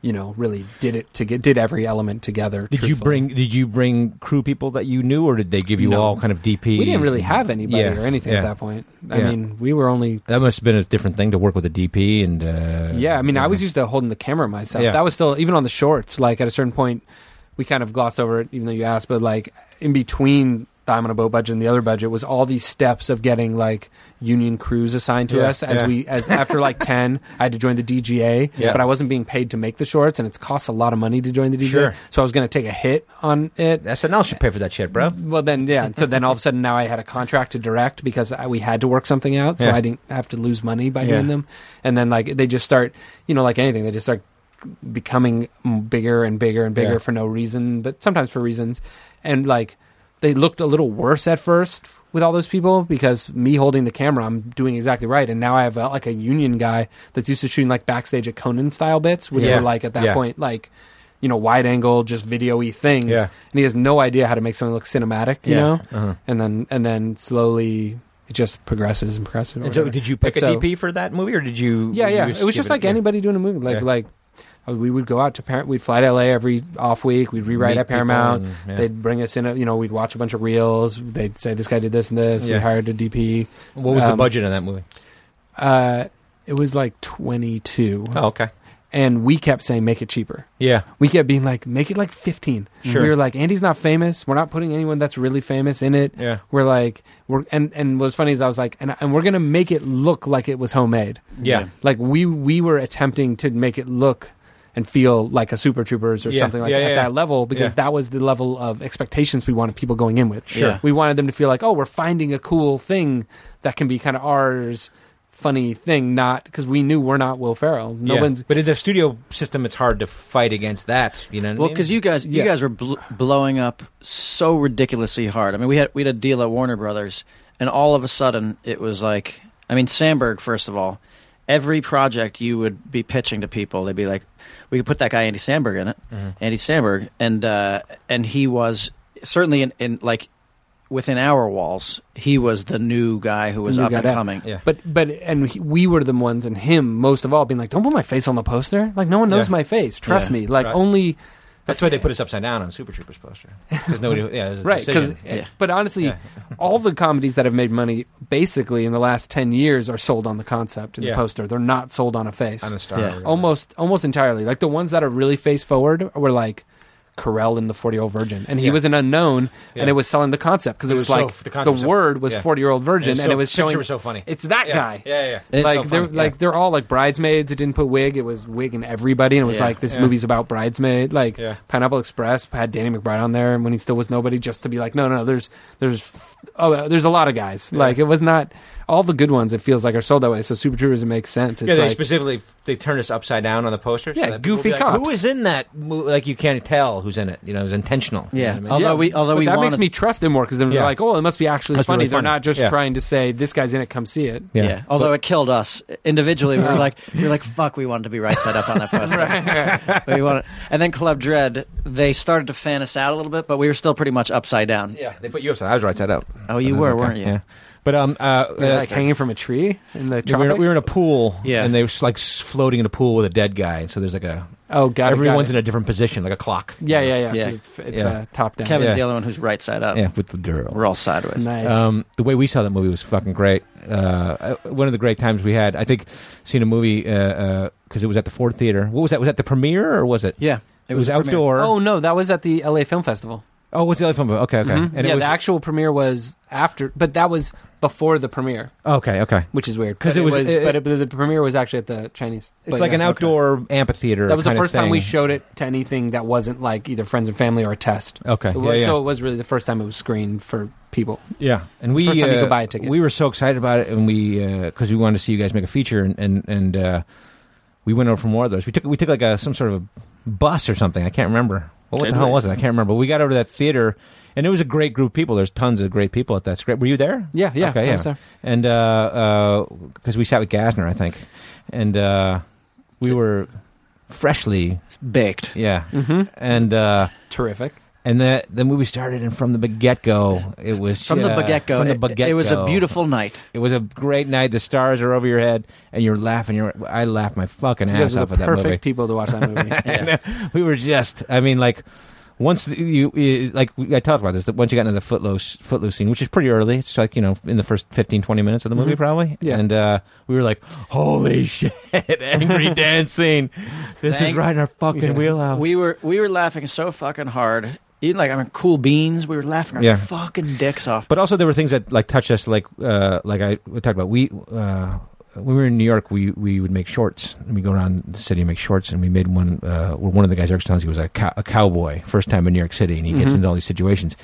Speaker 5: you know, really did it to get did every element together.
Speaker 1: Did you
Speaker 5: truthfully.
Speaker 1: bring? Did you bring crew people that you knew, or did they give you
Speaker 5: No.
Speaker 1: all kind of DPs?
Speaker 5: We didn't really
Speaker 1: and-
Speaker 5: have anybody
Speaker 1: Yeah,
Speaker 5: or anything
Speaker 1: yeah.
Speaker 5: at that point. I
Speaker 1: Yeah.
Speaker 5: mean, we were only
Speaker 1: That must have been a different thing to work with a DP and. Uh,
Speaker 5: Yeah, I mean, I
Speaker 1: you
Speaker 5: was
Speaker 1: know.
Speaker 5: used to holding the camera myself.
Speaker 1: Yeah.
Speaker 5: That was still even on the shorts. Like at a certain point, we kind of glossed over it, even though you asked. But like in between the I'm on a boat budget and the other budget was all these steps of getting like union crews assigned to
Speaker 1: Yeah,
Speaker 5: us as
Speaker 1: yeah.
Speaker 5: we as after like ten, I had to join the DGA,
Speaker 1: Yeah.
Speaker 5: but I wasn't being paid to make the shorts, and it's cost a lot of money to join the DGA.
Speaker 1: Sure.
Speaker 5: So I was going to take a hit on it.
Speaker 1: SNL should pay for that shit, bro.
Speaker 5: Well, then, yeah. So then all of a sudden now I had a contract to direct because I, we had to work something out. So
Speaker 1: Yeah.
Speaker 5: I didn't have to lose money by
Speaker 1: Yeah.
Speaker 5: doing them. And then, like, they just start, you know, like anything, they just start becoming mm, bigger and bigger and bigger
Speaker 1: Yeah.
Speaker 5: for no reason, but sometimes for reasons. And like they looked a little worse at first with all those people because me holding the camera, I'm doing exactly right. And now I have uh, like a union guy that's used to shooting like backstage at Conan style bits, which
Speaker 1: Yeah.
Speaker 5: were like at that
Speaker 1: Yeah.
Speaker 5: point like you know wide angle, just video y things.
Speaker 1: Yeah.
Speaker 5: And he has no idea how to make something look cinematic. You
Speaker 1: Yeah.
Speaker 5: know,
Speaker 1: Uh-huh.
Speaker 5: and then and then slowly it just progresses and progresses. or
Speaker 1: And so,
Speaker 5: whatever.
Speaker 1: did you pick
Speaker 5: But
Speaker 1: a
Speaker 5: so-
Speaker 1: DP for that movie, or did you?
Speaker 5: Yeah,
Speaker 1: you
Speaker 5: yeah. It was
Speaker 1: give
Speaker 5: just like
Speaker 1: yeah.
Speaker 5: anybody doing a movie. Like
Speaker 1: Yeah.
Speaker 5: like uh, we would go out to parent. We'd fly to LA every off week. We'd rewrite
Speaker 1: Meet
Speaker 5: at
Speaker 1: people
Speaker 5: Paramount.
Speaker 1: and- yeah.
Speaker 5: They'd bring us in. A, you know, we'd watch a bunch of reels. They'd say this guy did this and this.
Speaker 1: Yeah.
Speaker 5: We hired a DP.
Speaker 1: What was the
Speaker 5: um,
Speaker 1: budget on that movie?
Speaker 5: Uh, it was like twenty two,
Speaker 1: Oh, okay.
Speaker 5: and we kept saying make it cheaper.
Speaker 1: Yeah,
Speaker 5: We kept being like make it like fifteen.
Speaker 1: Sure.
Speaker 5: We were like Andy's not famous. We're not putting anyone that's really famous in it.
Speaker 1: yeah,
Speaker 5: We're like we're and and what's funny is I was like and and we're gonna make it look like it was homemade.
Speaker 1: yeah.
Speaker 5: like we we were attempting to make it look and feel like a super troopers or
Speaker 1: Yeah,
Speaker 5: something like
Speaker 1: yeah,
Speaker 5: that,
Speaker 1: yeah.
Speaker 5: at that level because
Speaker 1: Yeah.
Speaker 5: that was the level of expectations we wanted people going in with
Speaker 2: Sure. Yeah.
Speaker 5: we wanted them to feel like oh we're finding a cool thing that can be kind of ours funny thing not because we knew we're not will ferrell no
Speaker 1: yeah.
Speaker 5: one's
Speaker 1: But in the studio system, it's hard to fight against that. You know, what I
Speaker 2: Well,
Speaker 1: mean?
Speaker 2: because you guys, you
Speaker 5: Yeah.
Speaker 2: guys were bl- blowing up so ridiculously hard. I mean, we had we had a deal at Warner Brothers, and all of a sudden it was like, I mean, Sandberg. First of all, every project you would be pitching to people, they'd be like, "We could put that guy Andy Sandberg in it,
Speaker 1: Mm-hmm.
Speaker 2: Andy Sandberg," and uh, and he was certainly in, in like within our walls, he was the new guy who was
Speaker 5: new
Speaker 2: up
Speaker 5: guy
Speaker 2: and
Speaker 5: down.
Speaker 2: coming.
Speaker 1: Yeah.
Speaker 5: but but and he, we were the ones and him most of all being like don't put my face on the poster like no one knows
Speaker 1: Yeah.
Speaker 5: my face trust
Speaker 2: Yeah.
Speaker 5: me like
Speaker 1: Right.
Speaker 5: only
Speaker 1: that's why they put us upside down on Super Troopers poster because nobody. Yeah, it was a
Speaker 5: right because
Speaker 1: decision.
Speaker 2: Yeah.
Speaker 5: but honestly
Speaker 1: Yeah.
Speaker 5: all the comedies that have made money basically in the last 10 years are sold on the concept and
Speaker 1: Yeah.
Speaker 5: the poster they're not sold on a face
Speaker 1: I'm a star.
Speaker 2: Yeah.
Speaker 1: or whatever.
Speaker 5: almost almost entirely like the ones that are really face forward were like Carell in the 40 year old virgin and he
Speaker 1: Yeah.
Speaker 5: was an unknown
Speaker 1: Yeah.
Speaker 5: and it was selling the concept because it
Speaker 1: It
Speaker 5: was
Speaker 1: was so-
Speaker 5: like
Speaker 1: the
Speaker 5: the,
Speaker 1: concept was so-
Speaker 5: word was
Speaker 1: yeah.
Speaker 5: 40 year old virgin and,
Speaker 1: so-
Speaker 5: it was
Speaker 1: picture
Speaker 5: showing
Speaker 1: was so funny.
Speaker 5: it's that
Speaker 1: yeah.
Speaker 5: guy
Speaker 1: Yeah, yeah.
Speaker 2: It's
Speaker 5: like
Speaker 1: so
Speaker 5: they're
Speaker 1: funny, yeah.
Speaker 5: like they're all like bridesmaids. It didn't put wig. It was wig and everybody, and it was
Speaker 2: Yeah.
Speaker 5: like this
Speaker 1: Yeah.
Speaker 5: movie's about bridesmaid. Like
Speaker 1: Yeah.
Speaker 5: Pineapple Express had Danny McBride on there, and when he still was nobody, just to be like, no, no, there's there's oh, there's a lot of guys. Like it was not all the good ones. It feels like are sold that way. So Super Troopers, it makes sense. It's
Speaker 1: Yeah, they
Speaker 5: like,
Speaker 1: specifically they turned us upside down on the poster.
Speaker 5: Yeah,
Speaker 1: so that people
Speaker 5: goofy
Speaker 1: would be like,
Speaker 5: cops.
Speaker 1: Who is in that? Mo-? Like you can't tell who's in it. You know, it was intentional. You
Speaker 2: Yeah.
Speaker 1: know what I mean?
Speaker 2: Although we, although
Speaker 5: but
Speaker 2: we
Speaker 5: that
Speaker 2: wanted,
Speaker 5: makes me trust them more because they're
Speaker 1: Yeah.
Speaker 5: like, oh, it must be actually
Speaker 1: Must be
Speaker 5: funny.
Speaker 1: really
Speaker 5: They're
Speaker 1: funny.
Speaker 5: not just
Speaker 1: Yeah.
Speaker 5: trying to say this guy's in it, come see it.
Speaker 2: yeah. Although it killed us individually, we were like, we were like, fuck, we wanted to be right side up on that poster. we wanted, and then Club Dread, they started to fan us out a little bit, but we were still pretty much upside down.
Speaker 1: Yeah, they put you upside. I was right side up.
Speaker 2: Oh, you
Speaker 1: That was
Speaker 2: were, weren't you?
Speaker 1: Yeah. But um, uh,
Speaker 5: They're,
Speaker 1: uh,
Speaker 5: like hanging from a tree in the
Speaker 1: we were, in-
Speaker 5: tropics.
Speaker 1: we were in a pool,
Speaker 2: Yeah.
Speaker 1: and they were s- like s- floating in a pool with a dead guy. And so there's like a
Speaker 5: oh god,
Speaker 1: everyone's in a different position, like a clock.
Speaker 5: yeah, yeah, yeah. 'cause
Speaker 2: Yeah.
Speaker 5: It's, it's
Speaker 1: Yeah.
Speaker 5: uh, top down.
Speaker 2: Kevin's
Speaker 1: Yeah.
Speaker 2: the only one who's right side up.
Speaker 1: yeah, with the girl.
Speaker 2: We're all sideways.
Speaker 5: Nice.
Speaker 1: Um, the way we saw that movie was fucking great. Uh, uh, one of the great times we had. I think seeing a movie because uh 'cause it was at the Ford Theater. What was that? Was that the premiere or was it?
Speaker 2: Yeah.
Speaker 1: It was,
Speaker 2: a premiere.
Speaker 1: outdoor.
Speaker 5: oh no, that was at the LA Film Festival.
Speaker 1: oh, was the other film? Okay, okay.
Speaker 5: Mhm.
Speaker 1: And
Speaker 5: yeah,
Speaker 1: it was,
Speaker 5: the actual premiere was after, but that was before the premiere,
Speaker 1: okay, okay.
Speaker 5: which is weird
Speaker 1: 'Cause
Speaker 5: But
Speaker 1: it was- it-
Speaker 5: but, it, but the premiere was actually at the Chinese.
Speaker 1: It's
Speaker 5: But
Speaker 1: like
Speaker 5: yeah,
Speaker 1: an
Speaker 5: okay.
Speaker 1: outdoor amphitheater.
Speaker 5: That was the
Speaker 1: kind of
Speaker 5: first time we
Speaker 1: thing.
Speaker 5: showed it to anything that wasn't like either friends and family or a test.
Speaker 1: Okay,
Speaker 5: It
Speaker 1: yeah,
Speaker 5: was-
Speaker 1: yeah.
Speaker 5: So it was really the first time it was screened for people.
Speaker 1: Yeah, and we
Speaker 5: First time you
Speaker 1: uh,
Speaker 5: could buy a ticket.
Speaker 1: we were so excited about it, and we because we wanted to see you guys make a feature, and and, and uh, we went over for more of those. We took we took like a some sort of a bus or something. I can't remember. Well, what
Speaker 2: Did
Speaker 1: the hell
Speaker 2: we?
Speaker 1: was it? I can't remember. But we got over to that theater, and it was a great group of people. There's tons of great people at that script. Were you there?
Speaker 5: Yeah, yeah.
Speaker 1: Okay,
Speaker 5: I
Speaker 1: yeah.
Speaker 5: was there.
Speaker 1: And because uh, 'cause we sat with Gasner, I think, and uh, we were freshly
Speaker 2: Baked.
Speaker 1: yeah,
Speaker 5: Mm-hmm.
Speaker 1: and uh,
Speaker 5: Terrific.
Speaker 1: and the the movie started, and from the get go, it was
Speaker 2: From
Speaker 1: uh,
Speaker 2: the baguette go.
Speaker 1: From the
Speaker 2: It, it was a
Speaker 1: get-go.
Speaker 2: beautiful night.
Speaker 1: It was a great night. The stars are over your head, and you're laughing. You're, I laughed my fucking
Speaker 5: You guys
Speaker 1: ass
Speaker 5: are
Speaker 1: off
Speaker 5: the
Speaker 1: at that
Speaker 5: perfect
Speaker 1: movie.
Speaker 5: people to watch that movie. Oh,
Speaker 2: Yeah.
Speaker 1: We were just, I mean, like once the, you, you- like I talked about this. That once you got into the footloose footloose scene, which is pretty early. It's like you know in the first 15, 20 minutes of the movie,
Speaker 2: Mm-hmm.
Speaker 1: probably.
Speaker 5: Yeah.
Speaker 1: And uh, we were like, "Holy shit, angry dancing! This is
Speaker 2: Thank-
Speaker 1: right in our fucking wheelhouse."
Speaker 2: We were we were laughing so fucking hard. Even like I mean, cool beans. We were laughing our
Speaker 1: Yeah.
Speaker 2: fucking dicks off.
Speaker 1: But also there were things that like touched us, like uh, like I talked about. We uh, when we were in New York, we we would make shorts. We go around the city and make shorts, and we made one. Uh, where one of the guys, Eric Stones, he was a, cow- a cowboy, first time in New York City, and he gets
Speaker 5: Mhm.
Speaker 1: into all these situations.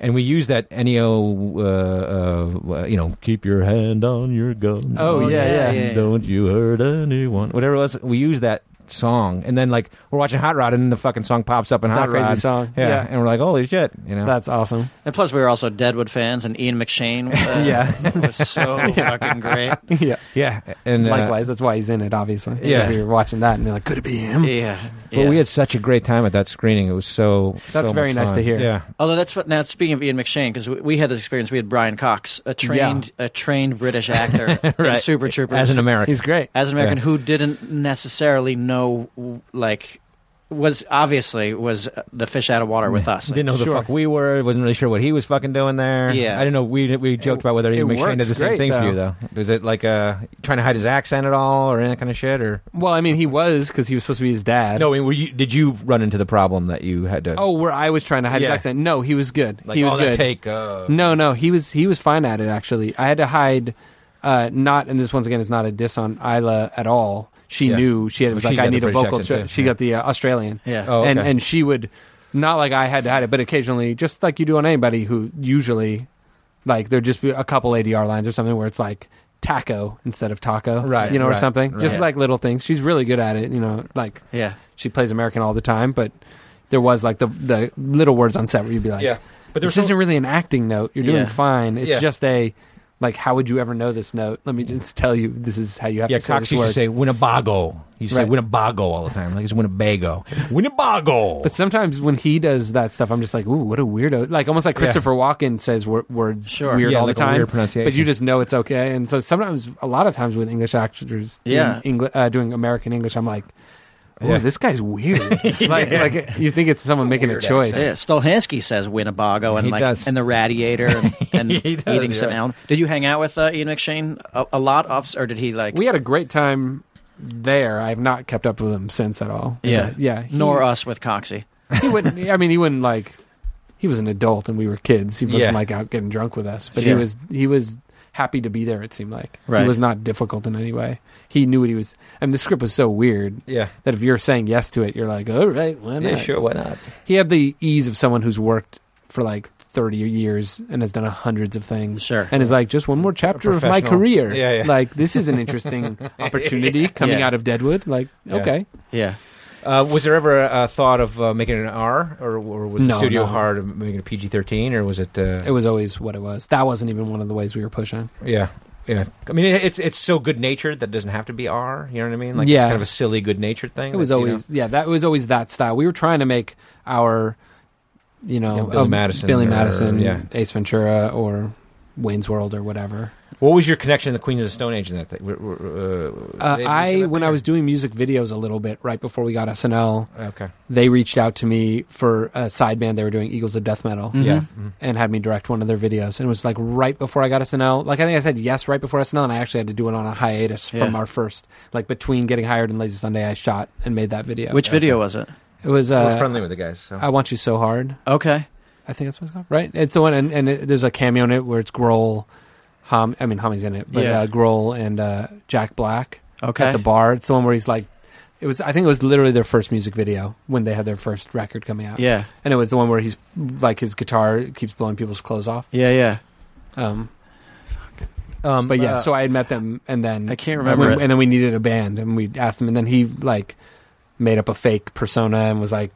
Speaker 1: And we used that neo, uh, uh, you know, keep your hand on your gun.
Speaker 5: Oh, yeah, yeah,
Speaker 2: yeah.
Speaker 1: Don't you hurt anyone? Whatever it was, we used that song. And then like we're watching Hot Rod, and then the fucking song pops up in
Speaker 5: That
Speaker 1: Hot
Speaker 5: crazy
Speaker 1: Rod.
Speaker 5: song.
Speaker 1: Yeah.
Speaker 5: Yeah.
Speaker 1: and we're like, holy shit, you know.
Speaker 5: That's awesome.
Speaker 2: And plus, we were also Deadwood fans, and Ian McShane. Uh,
Speaker 5: Yeah.
Speaker 2: was so fucking great.
Speaker 5: yeah.
Speaker 1: yeah, and uh,
Speaker 5: Likewise, that's why he's in it. Obviously,
Speaker 1: Yeah.
Speaker 5: Because We were watching that and be like, could it be him?
Speaker 2: Yeah,
Speaker 1: Hmm. But
Speaker 2: yeah.
Speaker 1: we had such a great time at that screening. It was so.
Speaker 5: That's
Speaker 1: so
Speaker 5: very
Speaker 1: much
Speaker 5: nice to
Speaker 1: fun.
Speaker 5: hear.
Speaker 1: Yeah,
Speaker 2: Although that's what now speaking of Ian McShane because we, we had this experience. We had Brian Cox, a trained a trained British actor, in
Speaker 1: Right.
Speaker 2: Super Troopers,
Speaker 1: as an American,
Speaker 5: He's great.
Speaker 2: as an American
Speaker 1: Yeah.
Speaker 2: who didn't necessarily know like was obviously was uh, the fish out of water with us.
Speaker 1: didn't know who the
Speaker 5: Sure.
Speaker 1: fuck we were. Wasn't really sure what he was fucking doing there.
Speaker 2: Yeah.
Speaker 1: I didn't know. We we joked about whether
Speaker 5: it
Speaker 1: Ian McShane did
Speaker 5: works
Speaker 1: the same
Speaker 5: great,
Speaker 1: thing for
Speaker 5: though.
Speaker 1: you though. Was it like uh, trying to hide his accent at all or any kind of shit or?
Speaker 5: Well, I mean, he was because he was supposed to be his dad.
Speaker 1: No, I mean, were you, did you run into the problem that you had to?
Speaker 5: Oh, where I was trying to hide his
Speaker 1: Yeah.
Speaker 5: accent. No, he was good.
Speaker 1: like
Speaker 5: he was
Speaker 1: all
Speaker 5: good.
Speaker 1: that take. Uh,
Speaker 5: No, no, he was he was fine at it actually. I had to hide, uh, not and this once again is not a diss on Isla at all. She
Speaker 1: Yeah.
Speaker 5: knew she had it was
Speaker 1: Well, she's
Speaker 5: like
Speaker 1: got the
Speaker 5: I need a
Speaker 1: British
Speaker 5: vocal.
Speaker 1: accent,
Speaker 5: tr-
Speaker 1: too,
Speaker 5: she
Speaker 1: yeah.
Speaker 5: got the uh, Australian,
Speaker 2: Yeah.
Speaker 1: Oh,
Speaker 5: and
Speaker 1: okay.
Speaker 5: and she would not like I had to hide it, but occasionally, just like you do on anybody who usually, like there'd just be a couple ADR lines or something where it's like taco instead of taco,
Speaker 1: Right,
Speaker 5: You know, or
Speaker 1: right,
Speaker 5: something. Just
Speaker 2: right.
Speaker 5: like little things. She's really good at it. You know, like
Speaker 2: Yeah.
Speaker 5: she plays American all the time, but there was like the the little words on set where you'd be like,
Speaker 1: Yeah. But there's
Speaker 5: this
Speaker 1: no-
Speaker 5: isn't really an acting note. You're doing
Speaker 2: Yeah.
Speaker 5: fine. It's
Speaker 1: Yeah.
Speaker 5: just a like, how would you ever know this note? Let me just tell you, this is how you have
Speaker 1: Yeah,
Speaker 5: to say
Speaker 1: Cox
Speaker 5: this
Speaker 1: used
Speaker 5: word.
Speaker 1: to say Winnebago. He used to
Speaker 5: Right.
Speaker 1: say Winnebago all the time, like it's Winnebago, Winnebago.
Speaker 5: but sometimes when he does that stuff, I'm just like, ooh, what a weirdo! Like almost like Christopher Walken says wor- words
Speaker 2: Sure.
Speaker 5: weird
Speaker 1: Yeah,
Speaker 5: all
Speaker 1: like
Speaker 5: the
Speaker 1: a
Speaker 5: time,
Speaker 1: weird pronunciation.
Speaker 5: but you just know it's okay. And so sometimes, a lot of times with English actors, doing
Speaker 2: Yeah.
Speaker 5: Engli- uh, doing American English, I'm like, ooh,
Speaker 1: Yeah.
Speaker 5: this guy's weird. It's like, like you think it's someone making a
Speaker 1: Weird
Speaker 5: choice.
Speaker 2: Yeah, Stolhansky says Winnebago and
Speaker 1: He
Speaker 2: like
Speaker 1: does.
Speaker 2: and the Radiator and, and
Speaker 1: He does,
Speaker 2: eating some
Speaker 1: yeah.
Speaker 2: elm. Did you hang out with uh, Ian McShane a, a lot, off, or did he like?
Speaker 5: we had a great time there. I've not kept up with him since at all.
Speaker 2: Yeah.
Speaker 5: But, yeah. He,
Speaker 2: nor us with Coxie.
Speaker 5: he wouldn't. I mean, he wouldn't like. He was an adult and we were kids. He wasn't
Speaker 1: Yeah.
Speaker 5: like out getting drunk with us, but
Speaker 2: Sure.
Speaker 5: he was. He was happy to be there. It seemed like
Speaker 2: Right.
Speaker 5: he was not difficult in any way. He knew what he was. I mean, the script was so weird
Speaker 1: yeah,
Speaker 5: that if you're saying yes to it, you're like, all right, why not?
Speaker 1: yeah, sure, why not?
Speaker 5: He had the ease of someone who's worked for like. 30 years and has done hundreds of things
Speaker 2: Sure.
Speaker 5: and is like just one more chapter of my
Speaker 1: professional.
Speaker 5: career
Speaker 1: Yeah, yeah.
Speaker 5: like this is an interesting opportunity coming
Speaker 2: Yeah.
Speaker 5: out of deadwood like
Speaker 1: Yeah.
Speaker 5: okay
Speaker 2: Yeah,
Speaker 1: Uh, was there ever a, a thought of uh, making it an R, or, or was the
Speaker 5: No,
Speaker 1: studio
Speaker 5: no.
Speaker 1: hard of making it PG thirteen, or was it? Uh,
Speaker 5: it was always what it was that wasn't even one of the ways we were pushing
Speaker 1: yeah, yeah. I mean, it, it's it's so good natured that it doesn't have to be R. You know what I mean? Like
Speaker 5: Yeah.
Speaker 1: it's kind of a silly good natured thing.
Speaker 5: It was
Speaker 1: that, you know-
Speaker 5: always yeah, that was always that style. We were trying to make our you know
Speaker 1: Yeah, Billy
Speaker 5: of
Speaker 1: Madison
Speaker 5: Billy
Speaker 1: or-
Speaker 5: Madison,
Speaker 1: yeah.
Speaker 5: Ace Ventura or Wayne's World or whatever.
Speaker 1: What was your connection to the Queens of the Stone Age in that thing? Were- were, Uh,
Speaker 5: Uh,
Speaker 1: they-
Speaker 5: I
Speaker 1: that
Speaker 5: when I
Speaker 1: there?
Speaker 5: was doing music videos a little bit right before we got SNL,
Speaker 1: okay,
Speaker 5: they reached out to me for a side band they were doing Eagles of Death Metal
Speaker 1: Mm-hmm. yeah,
Speaker 5: and had me direct one of their videos. And it was like right before I got SNL. Like I think I said yes right before SNL, and I actually had to do it on a hiatus from
Speaker 2: Yeah.
Speaker 5: our first like between getting hired and Lazy Sunday. I shot and made that video.
Speaker 2: which video was it?
Speaker 5: it was
Speaker 1: Mhm.
Speaker 5: uh,
Speaker 1: we're friendly with the guys. So.
Speaker 5: I want you so hard.
Speaker 2: Okay,
Speaker 5: I think that's what it's called, right? It's the one, and, and it, there's a cameo in it where it's Grohl. Hom, I mean, Homie's in it, but
Speaker 2: Yeah.
Speaker 5: uh, Grohl and uh, Jack Black
Speaker 2: okay.
Speaker 5: at the bar. It's the one where he's like, it was. I think it was literally their first music video when they had their first record coming out.
Speaker 2: yeah,
Speaker 5: and it was the one where he's like his guitar keeps blowing people's clothes off.
Speaker 2: yeah, yeah.
Speaker 5: Um,
Speaker 1: um,
Speaker 5: but yeah,
Speaker 1: uh,
Speaker 5: so I had met them, and then
Speaker 2: I can't remember
Speaker 5: and,
Speaker 2: it.
Speaker 5: we- and then we needed a band, and we asked him, and then he like made up a fake persona and was like,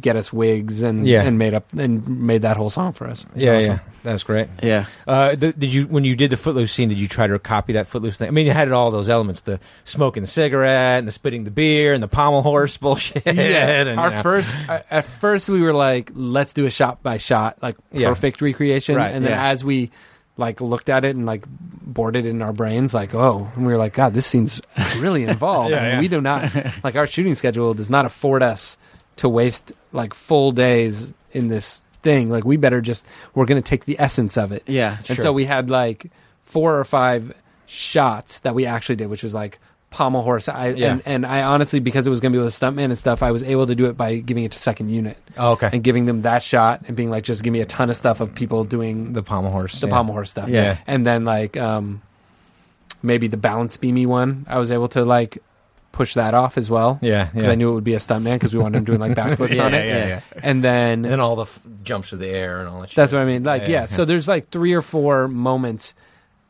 Speaker 5: get us wigs, and
Speaker 1: Yeah.
Speaker 5: and made up and made that whole song for us. It was
Speaker 1: yeah,
Speaker 5: awesome.
Speaker 1: yeah, that's great.
Speaker 2: Yeah,
Speaker 1: Uh, th- did you when you did the Footloose scene? Did you try to copy that Footloose thing? I mean, it had all those elements: the smoking the cigarette, and the spitting the beer, and the pommel horse bullshit. and, uh,
Speaker 5: our
Speaker 1: you know.
Speaker 5: first at at first we were like, let's do a shot by shot, like
Speaker 1: Yeah.
Speaker 5: perfect recreation,
Speaker 1: Right,
Speaker 5: and then
Speaker 1: yeah.
Speaker 5: as we like looked at it and like boarded it in our brains, like oh, and we were like, God, this scene's really involved.
Speaker 1: Yeah,
Speaker 5: And
Speaker 1: yeah.
Speaker 5: We do not like our shooting schedule does not afford us to waste like full days in this thing. Like we better just we're gonna take the essence of it.
Speaker 2: yeah.
Speaker 5: And so we had like four or five shots that we actually did, which was like pommel horse. I,
Speaker 1: Yeah.
Speaker 5: and, and I honestly, because it was going to be with a stuntman and stuff, I was able to do it by giving it to second unit
Speaker 1: oh, okay,
Speaker 5: and giving them that shot and being like, just give me a ton of stuff of people doing
Speaker 1: the
Speaker 5: the,
Speaker 1: pommel horse,
Speaker 5: the
Speaker 1: yeah.
Speaker 5: pommel horse stuff.
Speaker 1: Yeah.
Speaker 5: And then like, um, maybe the balance beamy one, I was able to like push that off as well.
Speaker 1: yeah,
Speaker 5: Because
Speaker 1: yeah.
Speaker 5: I knew it would be a stuntman because we wanted him doing like backflips
Speaker 2: Yeah,
Speaker 5: on it.
Speaker 2: yeah,
Speaker 1: yeah,
Speaker 2: yeah.
Speaker 1: yeah.
Speaker 5: And then
Speaker 1: And then all the f- jumps of the air and all that. Shit.
Speaker 5: That's what I mean. Like, yeah. So there's like three or four moments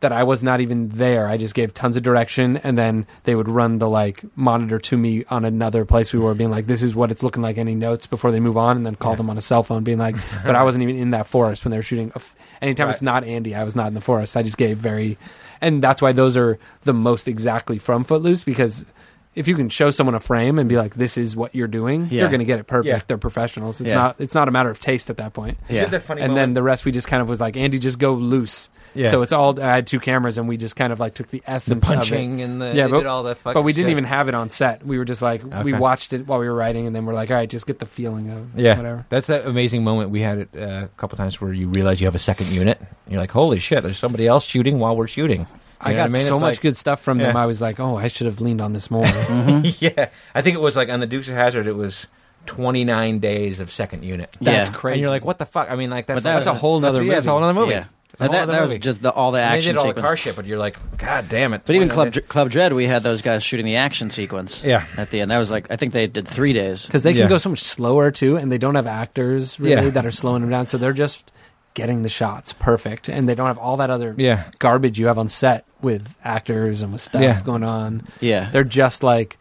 Speaker 5: that I was not even there. I just gave tons of direction, and then they would run the like monitor to me on another place we were, being like, "This is what it's looking like." Any notes before they move on, and then call them on a cell phone, being like, "But I wasn't even in that forest when they were shooting." A f- Anytime it's not Andy, I was not in the forest. I just gave very, and that's why those are the most exactly from Footloose because. If you can show someone a frame and be like, "This is what you're doing,"
Speaker 2: Yeah.
Speaker 5: they're going to get it perfect.
Speaker 1: Yeah.
Speaker 5: They're professionals. It's
Speaker 2: Yeah.
Speaker 5: not. It's not a matter of taste at that point
Speaker 2: Yeah.
Speaker 5: and then the rest we just kind of was like andy just go loose
Speaker 1: Yeah.
Speaker 5: so it's all i had two cameras and we just kind of like took the
Speaker 1: the
Speaker 5: essence of
Speaker 1: punching and the yeah,
Speaker 5: but-
Speaker 1: did all that.
Speaker 5: it
Speaker 1: Fucking
Speaker 5: but we didn't
Speaker 1: shit.
Speaker 5: even have it on set we were just like we
Speaker 1: Okay.
Speaker 5: watched it while we were writing and then we're like all right just get the feeling of
Speaker 1: Yeah,
Speaker 5: whatever
Speaker 1: that's that amazing moment we had it uh, a couple times where you realize you have a second unit. And you're like, holy shit, there's somebody else shooting while we're shooting. You
Speaker 5: i
Speaker 1: know what
Speaker 5: got
Speaker 1: mean?
Speaker 5: so
Speaker 1: It's
Speaker 5: much
Speaker 1: like-
Speaker 5: good stuff from them
Speaker 1: Yeah. Mm-hmm.
Speaker 5: i was like oh i should have leaned on this more
Speaker 1: yeah, I think it was like on the Dukes of Hazard. It was 29 days of second unit.
Speaker 2: That's
Speaker 5: crazy.
Speaker 1: And you're like, what the fuck? I mean, like that's
Speaker 2: But that-
Speaker 1: that's a whole
Speaker 2: that's-
Speaker 1: other
Speaker 2: yeah,
Speaker 1: movie. That's a whole other movie.
Speaker 2: Yeah.
Speaker 1: It's a
Speaker 2: That,
Speaker 1: whole
Speaker 2: that
Speaker 1: other
Speaker 2: was
Speaker 1: movie.
Speaker 2: just the, all the
Speaker 1: And they
Speaker 2: action
Speaker 1: did all the
Speaker 2: sequence.
Speaker 1: car shit, but you're like, god damn it.
Speaker 2: But even
Speaker 1: Why
Speaker 2: Club
Speaker 1: did
Speaker 2: Dr- Club Dread, we had those guys shooting the action sequence.
Speaker 1: Yeah.
Speaker 2: At the end, that was like I think they did three days.
Speaker 5: because they can
Speaker 1: Yeah.
Speaker 5: go so much slower too and they don't have actors really
Speaker 1: Yeah.
Speaker 5: that are slowing them down so they're just getting the shots perfect and they don't have all that other
Speaker 1: they- yeah,
Speaker 5: garbage you have on set with actors and with stuff
Speaker 1: Yeah.
Speaker 5: going on
Speaker 2: Yeah.
Speaker 5: They're just like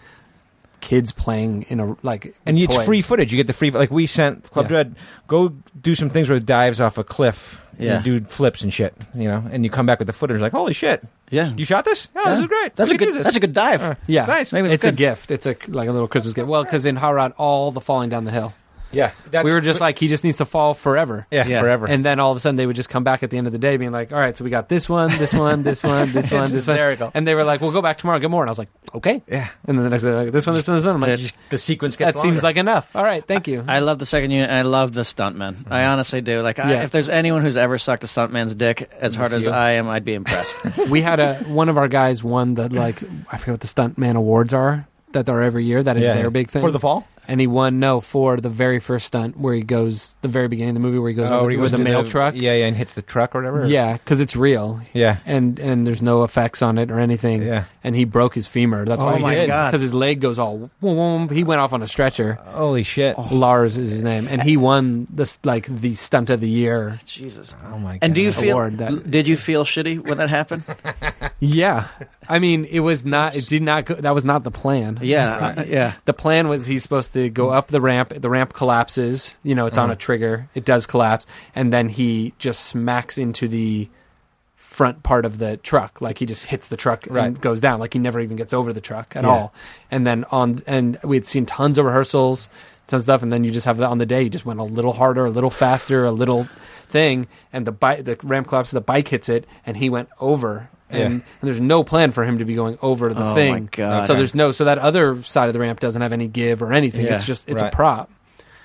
Speaker 5: kids playing in a like
Speaker 1: and
Speaker 5: with
Speaker 1: it's
Speaker 5: toys.
Speaker 1: free footage. You get the free like we sent Club
Speaker 5: Yeah.
Speaker 1: Dread. Go do some things where it dives off a cliff.
Speaker 2: Yeah.
Speaker 1: and do flips and shit. You know, and you come back with the footage like, holy shit,
Speaker 2: yeah.
Speaker 1: you shot this? Oh, this is great.
Speaker 2: That's
Speaker 1: We
Speaker 2: a
Speaker 1: can do
Speaker 2: good.
Speaker 1: this.
Speaker 2: That's a good dive.
Speaker 1: Uh,
Speaker 5: Yeah,
Speaker 1: It's nice.
Speaker 2: Maybe
Speaker 5: It's
Speaker 2: they
Speaker 5: a
Speaker 2: could.
Speaker 5: gift. It's a like a little Christmas gift. Well, because in Harad, all the falling down the hill,
Speaker 1: yeah, that's,
Speaker 5: we were just like he just needs to fall forever.
Speaker 1: yeah,
Speaker 2: Yeah.
Speaker 1: forever.
Speaker 5: And then all of a sudden, they would just come back at the end of the day, being like, "All right, so we got this one, this one, this one, this one, this
Speaker 1: hysterical.
Speaker 5: one." And they were like, "We'll go back tomorrow and get more." And I was like, "Okay."
Speaker 1: yeah,
Speaker 5: And then the next day, like, this one, this one, this one. I'm like,
Speaker 1: the sequence gets
Speaker 5: "That
Speaker 1: longer.
Speaker 5: seems like enough." All right, thank you.
Speaker 2: I love the second unit, and I love the stuntman. I
Speaker 1: Mm-hmm.
Speaker 2: honestly do. Like, I,
Speaker 5: Yeah.
Speaker 2: if there's anyone who's ever sucked a stuntman's dick as hard as
Speaker 5: you.
Speaker 2: I am, I'd be impressed.
Speaker 5: we had a one of our guys won the like I forget what the stuntman awards are that are every year. That is
Speaker 1: Yeah.
Speaker 5: their big thing
Speaker 1: for the fall.
Speaker 5: and he won no for the very first stunt where he goes the very beginning of the movie where he goes
Speaker 1: Oh,
Speaker 5: with,
Speaker 1: where he
Speaker 5: with
Speaker 1: goes to
Speaker 5: the mail truck.
Speaker 1: Yeah, yeah, and hits the truck or whatever.
Speaker 5: Yeah, because it's real
Speaker 1: yeah,
Speaker 5: and and there's no effects on it or anything.
Speaker 1: yeah.
Speaker 5: And he broke his femur. That's
Speaker 1: Oh,
Speaker 5: why
Speaker 1: my
Speaker 5: he
Speaker 2: God.
Speaker 5: because his leg goes all. Whoom, whoom. He went off on a stretcher.
Speaker 1: Holy shit!
Speaker 5: Lars is his name, and he won this like the stunt of the year.
Speaker 2: Jesus.
Speaker 1: Oh my god!
Speaker 2: And do you feel?
Speaker 5: Award that-
Speaker 2: Did you feel shitty when that happened?
Speaker 5: Yeah, I mean it was not. It did not go. That was not the plan.
Speaker 2: Yeah, I- yeah.
Speaker 5: the plan was he's supposed to go up the ramp. The ramp collapses. You know, it's
Speaker 2: Uh-huh.
Speaker 5: on a trigger. It does collapse, and then he just smacks into the front part of the truck. Like he just hits the truck
Speaker 1: Right.
Speaker 5: and goes down. Like he never even gets over the truck at
Speaker 1: Yeah.
Speaker 5: all. And then on and we had seen tons of rehearsals, tons of stuff, and then you just have that on the day. You just went a little harder, a little faster, a little thing, and the bike, the ramp collapses. The bike hits it, and he went over. And,
Speaker 1: Yeah.
Speaker 5: and there's no plan for him to be going over the
Speaker 2: Oh, my
Speaker 5: thing.
Speaker 2: God.
Speaker 5: So there's no so that other side of the ramp doesn't have any give or anything.
Speaker 2: Yeah,
Speaker 5: it's just it's
Speaker 1: right.
Speaker 5: a prop,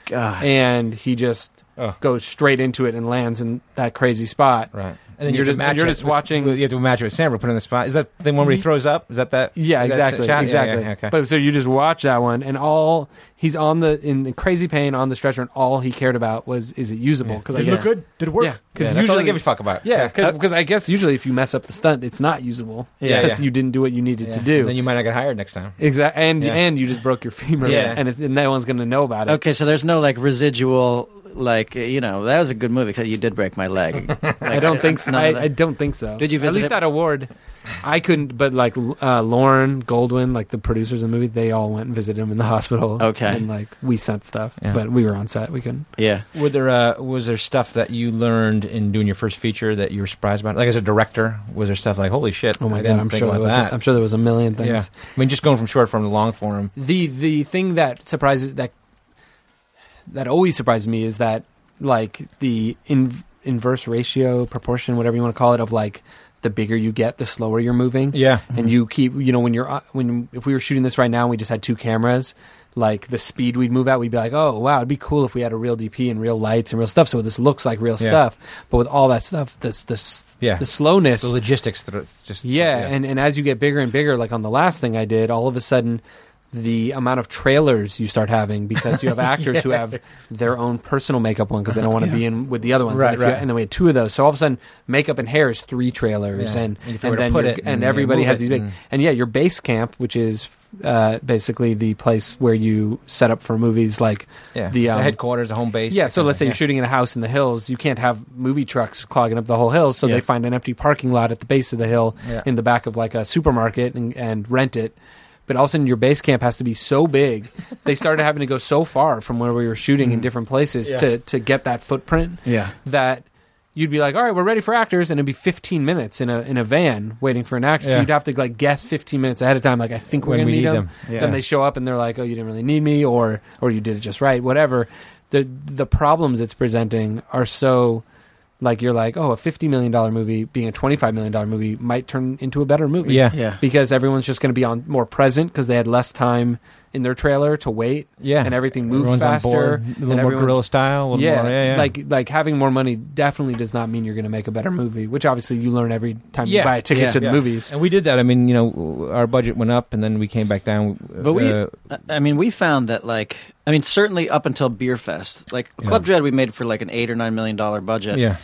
Speaker 2: God.
Speaker 5: and he just
Speaker 1: Oh.
Speaker 5: goes straight into it and lands in that crazy spot.
Speaker 1: Right. And
Speaker 5: You're
Speaker 1: you have to
Speaker 5: just-
Speaker 1: match
Speaker 5: you're
Speaker 1: it
Speaker 5: just
Speaker 1: with-
Speaker 5: watching-
Speaker 1: You have to match it with Sam. We're putting on the spot. Is that the one where he
Speaker 5: Ye-
Speaker 1: throws up? Is that that?
Speaker 5: Yeah,
Speaker 1: is that
Speaker 5: exactly,
Speaker 1: shot? Yeah,
Speaker 5: exactly.
Speaker 1: yeah, okay.
Speaker 5: But so you just watch that one, and all he's on the in crazy pain on the stretcher, and all he cared about was is it usable?
Speaker 1: Yeah.
Speaker 5: I
Speaker 1: Did it
Speaker 5: guess,
Speaker 1: look good? Did it work?
Speaker 5: Yeah, 'cause
Speaker 1: because that's all
Speaker 5: usually-
Speaker 1: they give a fuck about.
Speaker 5: yeah, because I guess usually if you mess up the stunt, it's not usable.
Speaker 1: Yeah,
Speaker 5: because
Speaker 1: yeah.
Speaker 5: you didn't do what you needed
Speaker 1: Yeah.
Speaker 5: to do.
Speaker 1: Then you might not get hired next time.
Speaker 5: exactly, and
Speaker 1: Yeah.
Speaker 5: and you just broke your femur,
Speaker 1: Yeah.
Speaker 5: and it, and no one's gonna know about it.
Speaker 2: Okay, so there's no like residual, like you know, that was a good movie because you did break my leg. Like,
Speaker 5: I don't think so.
Speaker 2: none of
Speaker 5: I,
Speaker 2: that-
Speaker 5: I don't think so.
Speaker 2: Did you
Speaker 5: At
Speaker 2: visit
Speaker 5: least
Speaker 2: it?
Speaker 5: that award, I couldn't. But like uh, Lauren Goldwyn, like the producers of the movie, they all went and visited him in the hospital.
Speaker 2: Okay.
Speaker 5: and like we sent stuff,
Speaker 1: Yeah.
Speaker 5: but we were on set. We couldn't.
Speaker 2: yeah.
Speaker 1: Were there uh, was there stuff that you learned in doing your first feature that you were surprised about? Like as a director, was there stuff like holy shit?
Speaker 5: Oh
Speaker 1: I
Speaker 5: my god,
Speaker 1: didn't
Speaker 5: I'm
Speaker 1: think
Speaker 5: sure there
Speaker 1: about
Speaker 5: was.
Speaker 1: that.
Speaker 5: A, I'm sure there was a million things.
Speaker 1: Yeah. I mean, just going from short form to long form.
Speaker 5: the the thing that surprises that that always surprises me is that like the in, inverse ratio proportion whatever you want to call it of like the bigger you get the slower you're moving
Speaker 1: Yeah.
Speaker 5: and you keep you know when you're uh, when if we were shooting this right now and we just had two cameras like the speed we'd move at we'd be like oh wow it'd be cool if we had a real dp and real lights and real stuff so this looks like real
Speaker 1: Yeah.
Speaker 5: stuff but with all that stuff this this
Speaker 1: Yeah.
Speaker 5: the slowness
Speaker 1: The logistics. That are just
Speaker 5: yeah, and and as you get bigger and bigger, like on the last thing I did, all of a sudden, the amount of trailers you start having because you have actors who have their own personal makeup on because they don't want to be in with the other ones.
Speaker 7: Right,
Speaker 5: and, if you-
Speaker 7: right.
Speaker 5: and then we had two of those, so all of a sudden, makeup and hair is three trailers,
Speaker 1: Yeah.
Speaker 5: and
Speaker 1: And if you were
Speaker 5: and
Speaker 1: to
Speaker 5: then
Speaker 1: put
Speaker 5: you're-
Speaker 1: it
Speaker 5: and,
Speaker 1: and, you know,
Speaker 5: everybody
Speaker 1: move
Speaker 5: has
Speaker 1: it
Speaker 5: these big
Speaker 1: and-
Speaker 5: and yeah, your base camp, which is uh, basically the place where you set up for movies, like
Speaker 1: yeah.
Speaker 5: the, um,
Speaker 1: headquarters, the home base.
Speaker 5: yeah,
Speaker 1: that
Speaker 5: so
Speaker 1: kinda-
Speaker 5: let's say
Speaker 1: yeah.
Speaker 5: you're shooting in a house in the hills, you can't have movie trucks clogging up the whole hill, so
Speaker 7: Yeah.
Speaker 5: they find an empty parking lot at the base of the hill
Speaker 1: Yeah.
Speaker 5: in the back of like a supermarket and, and rent it. But all of a sudden, your base camp has to be so big. They started having to go so far from where we were shooting
Speaker 1: Mm-hmm.
Speaker 5: in different places to, to get that footprint
Speaker 7: Yeah.
Speaker 5: that you'd be like, all right, we're ready for actors, and it'd be 15 minutes in a in a van waiting for an actor. So
Speaker 1: Yeah.
Speaker 5: you'd have to like guess 15 minutes ahead of time, like I think we're
Speaker 1: When
Speaker 5: gonna
Speaker 1: we
Speaker 5: need,
Speaker 1: need
Speaker 5: them.
Speaker 1: them.
Speaker 7: Yeah.
Speaker 5: Then they show up and they're like, oh, you didn't really need me, or or you did it just right, whatever. The the problems it's presenting are so. Like you're like, oh, a fifty million dollar movie being a twenty five million dollar movie might turn into a better movie,
Speaker 1: Yeah.
Speaker 2: Yeah.
Speaker 5: because everyone's just going to be on more present because they had less time in their trailer to wait,
Speaker 1: Yeah.
Speaker 5: and everything moved
Speaker 1: Everyone's on
Speaker 5: faster,
Speaker 1: board, a
Speaker 5: and
Speaker 1: little more
Speaker 5: everyone's-
Speaker 1: guerrilla style. A little
Speaker 5: yeah,
Speaker 1: more, yeah, yeah.
Speaker 5: like like having more money definitely does not mean you're going to make a better movie, which obviously you learn every time you
Speaker 1: Yeah,
Speaker 5: buy a ticket
Speaker 2: yeah,
Speaker 5: to the
Speaker 1: yeah.
Speaker 5: movies.
Speaker 1: And we did that. I mean, you know, our budget went up, and then we came back down.
Speaker 2: But we-
Speaker 1: uh,
Speaker 2: I- I mean, we found that like I mean, certainly up until Beer Fest, like Club Dread, we made for like an eight or nine million dollar budget.
Speaker 1: yeah,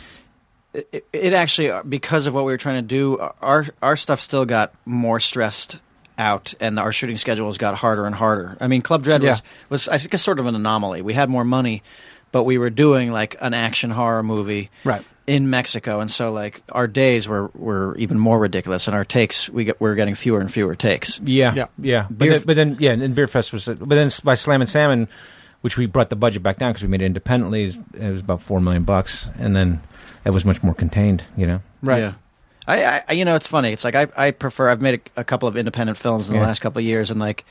Speaker 2: It, it actually because of what we were trying to do, our our stuff still got more stressed out, and our shooting schedules got harder and harder. I mean, Club Dread
Speaker 5: Yeah.
Speaker 2: was was I guess sort of an anomaly. We had more money, but we were doing like an action horror movie,
Speaker 5: Right.
Speaker 2: in Mexico, and so like our days were were even more ridiculous, and our takes we get, we were getting fewer and fewer takes.
Speaker 1: yeah,
Speaker 5: Yeah.
Speaker 1: yeah, yeah. But,
Speaker 2: Beer-
Speaker 1: then, but then, yeah, and then Beer Fest was. But then s- by Slam and Salmon, which we brought the budget back down because we made it independently. is- It was about four million bucks, and then it was much more contained. You know,
Speaker 5: Right.
Speaker 2: Yeah. I, I- I, you know, it's funny. It's like I, I prefer. I've made a, a couple of independent films in the
Speaker 1: Yeah.
Speaker 2: last couple of years, and like,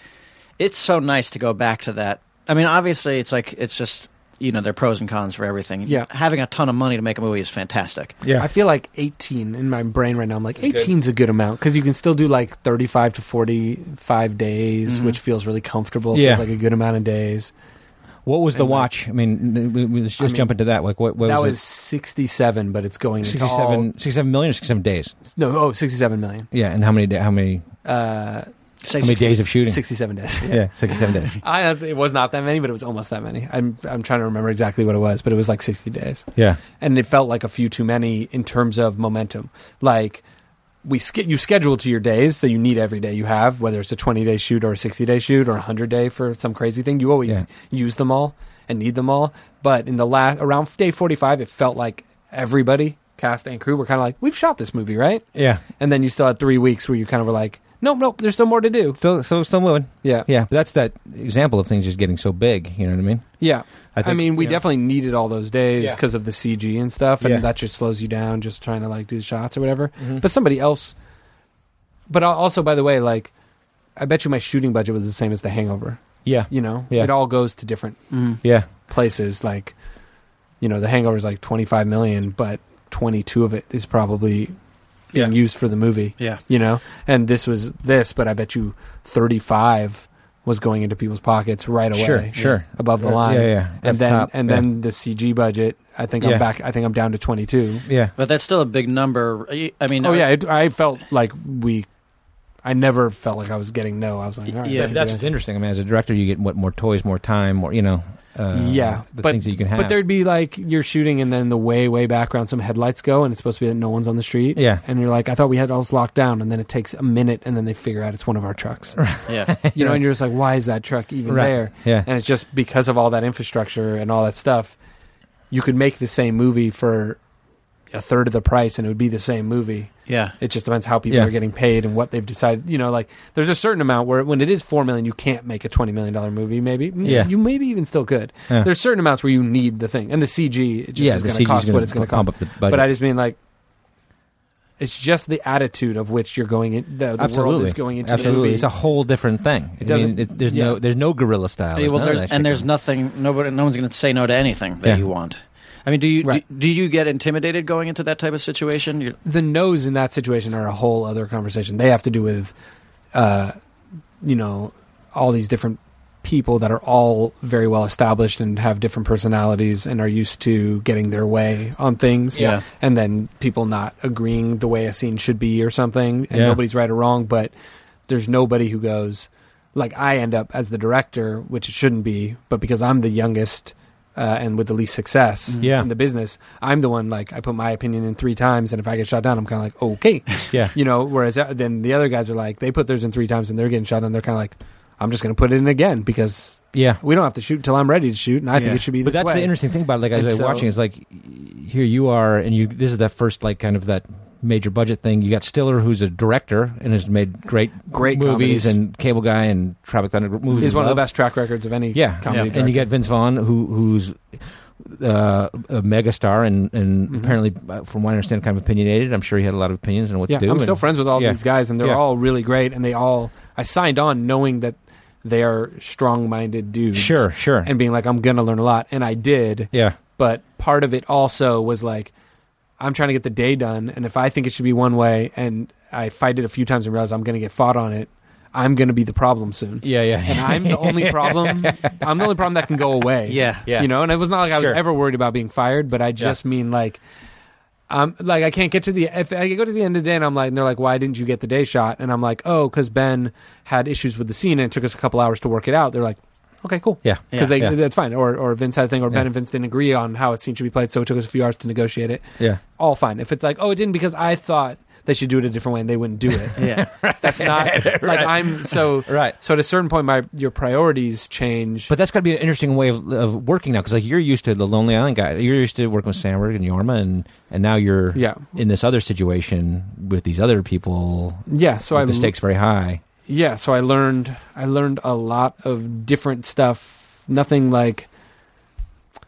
Speaker 2: it's so nice to go back to that. I mean, obviously, it's like it's just you know there are pros and cons for everything.
Speaker 5: Yeah.
Speaker 2: having a ton of money to make a movie is fantastic.
Speaker 5: I
Speaker 1: yeah,
Speaker 5: feel like 18 in my brain right now. I'm like 18's a good amount because you can still do like 35 to 45 days,
Speaker 2: Mhm.
Speaker 5: which feels really comfortable.
Speaker 1: Mm-hmm. Yeah.
Speaker 5: feels like a good amount of days.
Speaker 1: What was the
Speaker 5: And, like-
Speaker 1: watch? I mean, n- we- we- let's
Speaker 5: I
Speaker 1: just
Speaker 5: mean,
Speaker 1: jump into that. Like, what, what
Speaker 5: that was,
Speaker 1: was,
Speaker 5: 67, but it's going
Speaker 1: it?
Speaker 5: into all,
Speaker 1: 67, 67 million or 67 days?
Speaker 5: no, oh, 67 million.
Speaker 1: Yeah, and how many da- how many
Speaker 5: Uh,
Speaker 2: Say
Speaker 1: how many
Speaker 2: 60
Speaker 1: days of shooting?
Speaker 5: 67 days.
Speaker 1: Yeah, 67 days.
Speaker 5: I honestly, it was not that many, but it was almost that many. I'm I'm trying to remember exactly what it was, but it was like 60 days.
Speaker 1: Yeah.
Speaker 5: and it felt like a few too many in terms of momentum. Like we sk- you schedule to your days, so you need every day you have, whether it's a twenty day shoot or a sixty day shoot or a hundred day for some crazy thing. You always
Speaker 1: Yeah.
Speaker 5: use them all and need them all. But in the last around day forty five, it felt like everybody, cast and crew, were kind of like, "We've shot this movie, right?"
Speaker 1: Yeah.
Speaker 5: And then you still had three weeks where you kind of were like, "Nope, nope, there's still more to do."
Speaker 1: Still so still moving.
Speaker 5: Yeah,
Speaker 1: Yeah, but that's that example of things just getting so big, you know what I mean?
Speaker 5: yeah. I,
Speaker 1: think-
Speaker 5: mean, we
Speaker 1: yeah.
Speaker 5: definitely needed all those days
Speaker 1: Yeah.
Speaker 5: because of the CG and stuff, and
Speaker 1: Yeah.
Speaker 5: that just slows you down just trying to like do shots or whatever.
Speaker 1: Mhm.
Speaker 5: But somebody else. But al- also, by the way, like, I bet you my shooting budget was the same as The Hangover.
Speaker 1: Yeah.
Speaker 5: You know,
Speaker 1: Yeah.
Speaker 5: it all goes to different
Speaker 2: Mhm.
Speaker 1: Yeah.
Speaker 5: places. Like, you know, The Hangover is like twenty five million, but twenty two of it is probably being used for the movie.
Speaker 2: Yeah.
Speaker 5: You know, and this was this, but I bet you thirty five was going into people's pockets right away.
Speaker 1: Sure, sure.
Speaker 5: Above the
Speaker 1: Uh,
Speaker 5: line
Speaker 1: Yeah, yeah. At
Speaker 5: and
Speaker 1: the
Speaker 5: then
Speaker 1: top,
Speaker 5: and
Speaker 1: yeah.
Speaker 5: then the CG budget. I think I'm
Speaker 1: Yeah.
Speaker 5: back. I think I'm down to 22.
Speaker 1: yeah.
Speaker 2: But that's still a big number. I I mean,
Speaker 5: oh
Speaker 2: I-
Speaker 5: yeah, it, I felt like we. I never felt like I was getting no. I was like, all right,
Speaker 2: Yeah,
Speaker 5: I
Speaker 1: But
Speaker 5: can
Speaker 1: that's
Speaker 5: do
Speaker 1: what's
Speaker 5: this.
Speaker 1: interesting. I mean, as a director, you get what more toys, more time, more you know, uh,
Speaker 5: Yeah,
Speaker 1: the
Speaker 5: but-
Speaker 1: things that you can have.
Speaker 5: But there'd be like you're shooting, and then the way way background, some headlights go, and it's supposed to be that no one's on the street.
Speaker 1: yeah,
Speaker 5: And you're like, I thought we had all this locked down, and then it takes a minute, and then they figure out it's one of our trucks.
Speaker 2: yeah.
Speaker 5: You know, and you're just like, why is that truck even
Speaker 1: Right.
Speaker 5: there?
Speaker 1: yeah,
Speaker 5: and it's just because of all that infrastructure and all that stuff you could make the same movie for a third of the price and it would be the same movie
Speaker 2: yeah.
Speaker 5: it just depends how people
Speaker 1: Yeah.
Speaker 5: are getting paid and what they've decided you know like there's a certain amount where when it is 4 million you can't make a 20 million dollar movie maybe Mm,
Speaker 1: Yeah.
Speaker 5: you maybe even still could
Speaker 1: Yeah.
Speaker 5: there's certain amounts where you need the thing and the cg it just
Speaker 1: yeah.
Speaker 5: is
Speaker 1: The
Speaker 5: going to
Speaker 1: CG
Speaker 5: cost
Speaker 1: is
Speaker 5: what it's going
Speaker 1: going
Speaker 5: to cost
Speaker 1: up the budget.
Speaker 5: but i just mean like it's just the attitude of which you're going in the, the
Speaker 1: absolutely,
Speaker 5: world is going into
Speaker 1: absolutely,
Speaker 5: the movie
Speaker 1: it's a whole different thing. I
Speaker 5: It
Speaker 1: mean,
Speaker 5: doesn't-
Speaker 1: it, there's
Speaker 5: yeah.
Speaker 1: no there's no guerrilla style.
Speaker 2: Yeah, well,
Speaker 1: none of
Speaker 2: there's,
Speaker 1: that shit
Speaker 2: and there's
Speaker 1: going
Speaker 2: nothing. Nobody, no one's going to say no to anything that
Speaker 1: Yeah.
Speaker 2: you want. I mean, do you
Speaker 5: Right.
Speaker 2: do, do you get intimidated going into that type of situation? You're,
Speaker 5: the no's in that situation are a whole other conversation. They have to do with, uh, you know, all these different people that are all very well established and have different personalities and are used to getting their way on things.
Speaker 2: Yeah.
Speaker 5: And then people not agreeing the way a scene should be or something. And
Speaker 1: Yeah.
Speaker 5: nobody's right or wrong, but there's nobody who goes, like I end up as the director, which it shouldn't be, but because I'm the youngest uh, and with the least success
Speaker 1: Yeah.
Speaker 5: in the business, I'm the one like I put my opinion in three times, and if I get shot down, I'm kind of like okay,
Speaker 1: Yeah.
Speaker 5: you know. Whereas uh, then the other guys are like they put theirs in three times and they're getting shot down, they're kind of like I'm just going to put it in again because
Speaker 1: Yeah.
Speaker 5: we don't have to shoot till I'm ready to shoot, and I
Speaker 2: Yeah.
Speaker 5: think it should be
Speaker 1: But
Speaker 5: this
Speaker 1: that's
Speaker 5: way.
Speaker 1: the interesting thing about it, like as
Speaker 5: And
Speaker 1: I'm
Speaker 5: so-
Speaker 1: watching is like y- here you are and you this is that first like kind of that major budget thing. You got Stiller who's a director and has made great
Speaker 5: Great
Speaker 1: movies
Speaker 5: comedies.
Speaker 1: and Cable Guy and Tropic Thunder movies.
Speaker 5: He's
Speaker 1: we
Speaker 5: one of the
Speaker 1: love.
Speaker 5: best track records of any
Speaker 1: Yeah.
Speaker 5: comedy.
Speaker 1: And you get Vince Vaughn who who's uh, a megastar and and
Speaker 5: Mhm.
Speaker 1: apparently uh, from what I understand kind of opinionated. I'm sure he had a lot of opinions on what
Speaker 5: yeah,
Speaker 1: to do.
Speaker 5: I'm still
Speaker 1: and-
Speaker 5: friends with all
Speaker 1: yeah.
Speaker 5: these guys, and they're
Speaker 1: Yeah.
Speaker 5: all really great. And they all, I signed on knowing that they are strong-minded dudes.
Speaker 1: Sure, sure.
Speaker 5: And being like, I'm gonna learn a lot, and I did.
Speaker 1: yeah.
Speaker 5: But part of it also was like, I'm trying to get the day done, and if I think it should be one way, and I fight it a few times and realize I'm gonna get fought on it, I'm gonna be the problem soon.
Speaker 1: Yeah, yeah.
Speaker 5: And I'm the only problem. I'm the only problem that can go away.
Speaker 2: Yeah.
Speaker 1: Yeah.
Speaker 5: You know, and it was not like I was
Speaker 1: Sure.
Speaker 5: ever worried about being fired, but I just mean like, um, like I can't get to the if I go to the end of the day and I'm like, and they're like, why didn't you get the day shot? And I'm like, oh, because Ben had issues with the scene and it took us a couple hours to work it out. They're like, okay, cool,
Speaker 1: Yeah.
Speaker 5: because they
Speaker 1: Yeah.
Speaker 5: that's fine. Or or Vince had a thing, or
Speaker 1: Yeah.
Speaker 5: Ben and Vince didn't agree on how a scene should be played, so it took us a few hours to negotiate it.
Speaker 1: Yeah.
Speaker 5: All fine. If it's like, oh, it didn't because I thought they should do it a different way and they wouldn't do it.
Speaker 2: Yeah.
Speaker 5: That's not like I'm so
Speaker 1: Right.
Speaker 5: So at a certain point, my your priorities change.
Speaker 1: But that's got to be an interesting way of, of working now, because like you're used to the Lonely Island guy, you're used to working with Sandberg and Yorma, and and now you're
Speaker 5: yeah,
Speaker 1: in this other situation with these other people.
Speaker 5: yeah. So
Speaker 1: with
Speaker 5: I
Speaker 1: the stakes very high.
Speaker 5: yeah so i learned i learned a lot of different stuff nothing like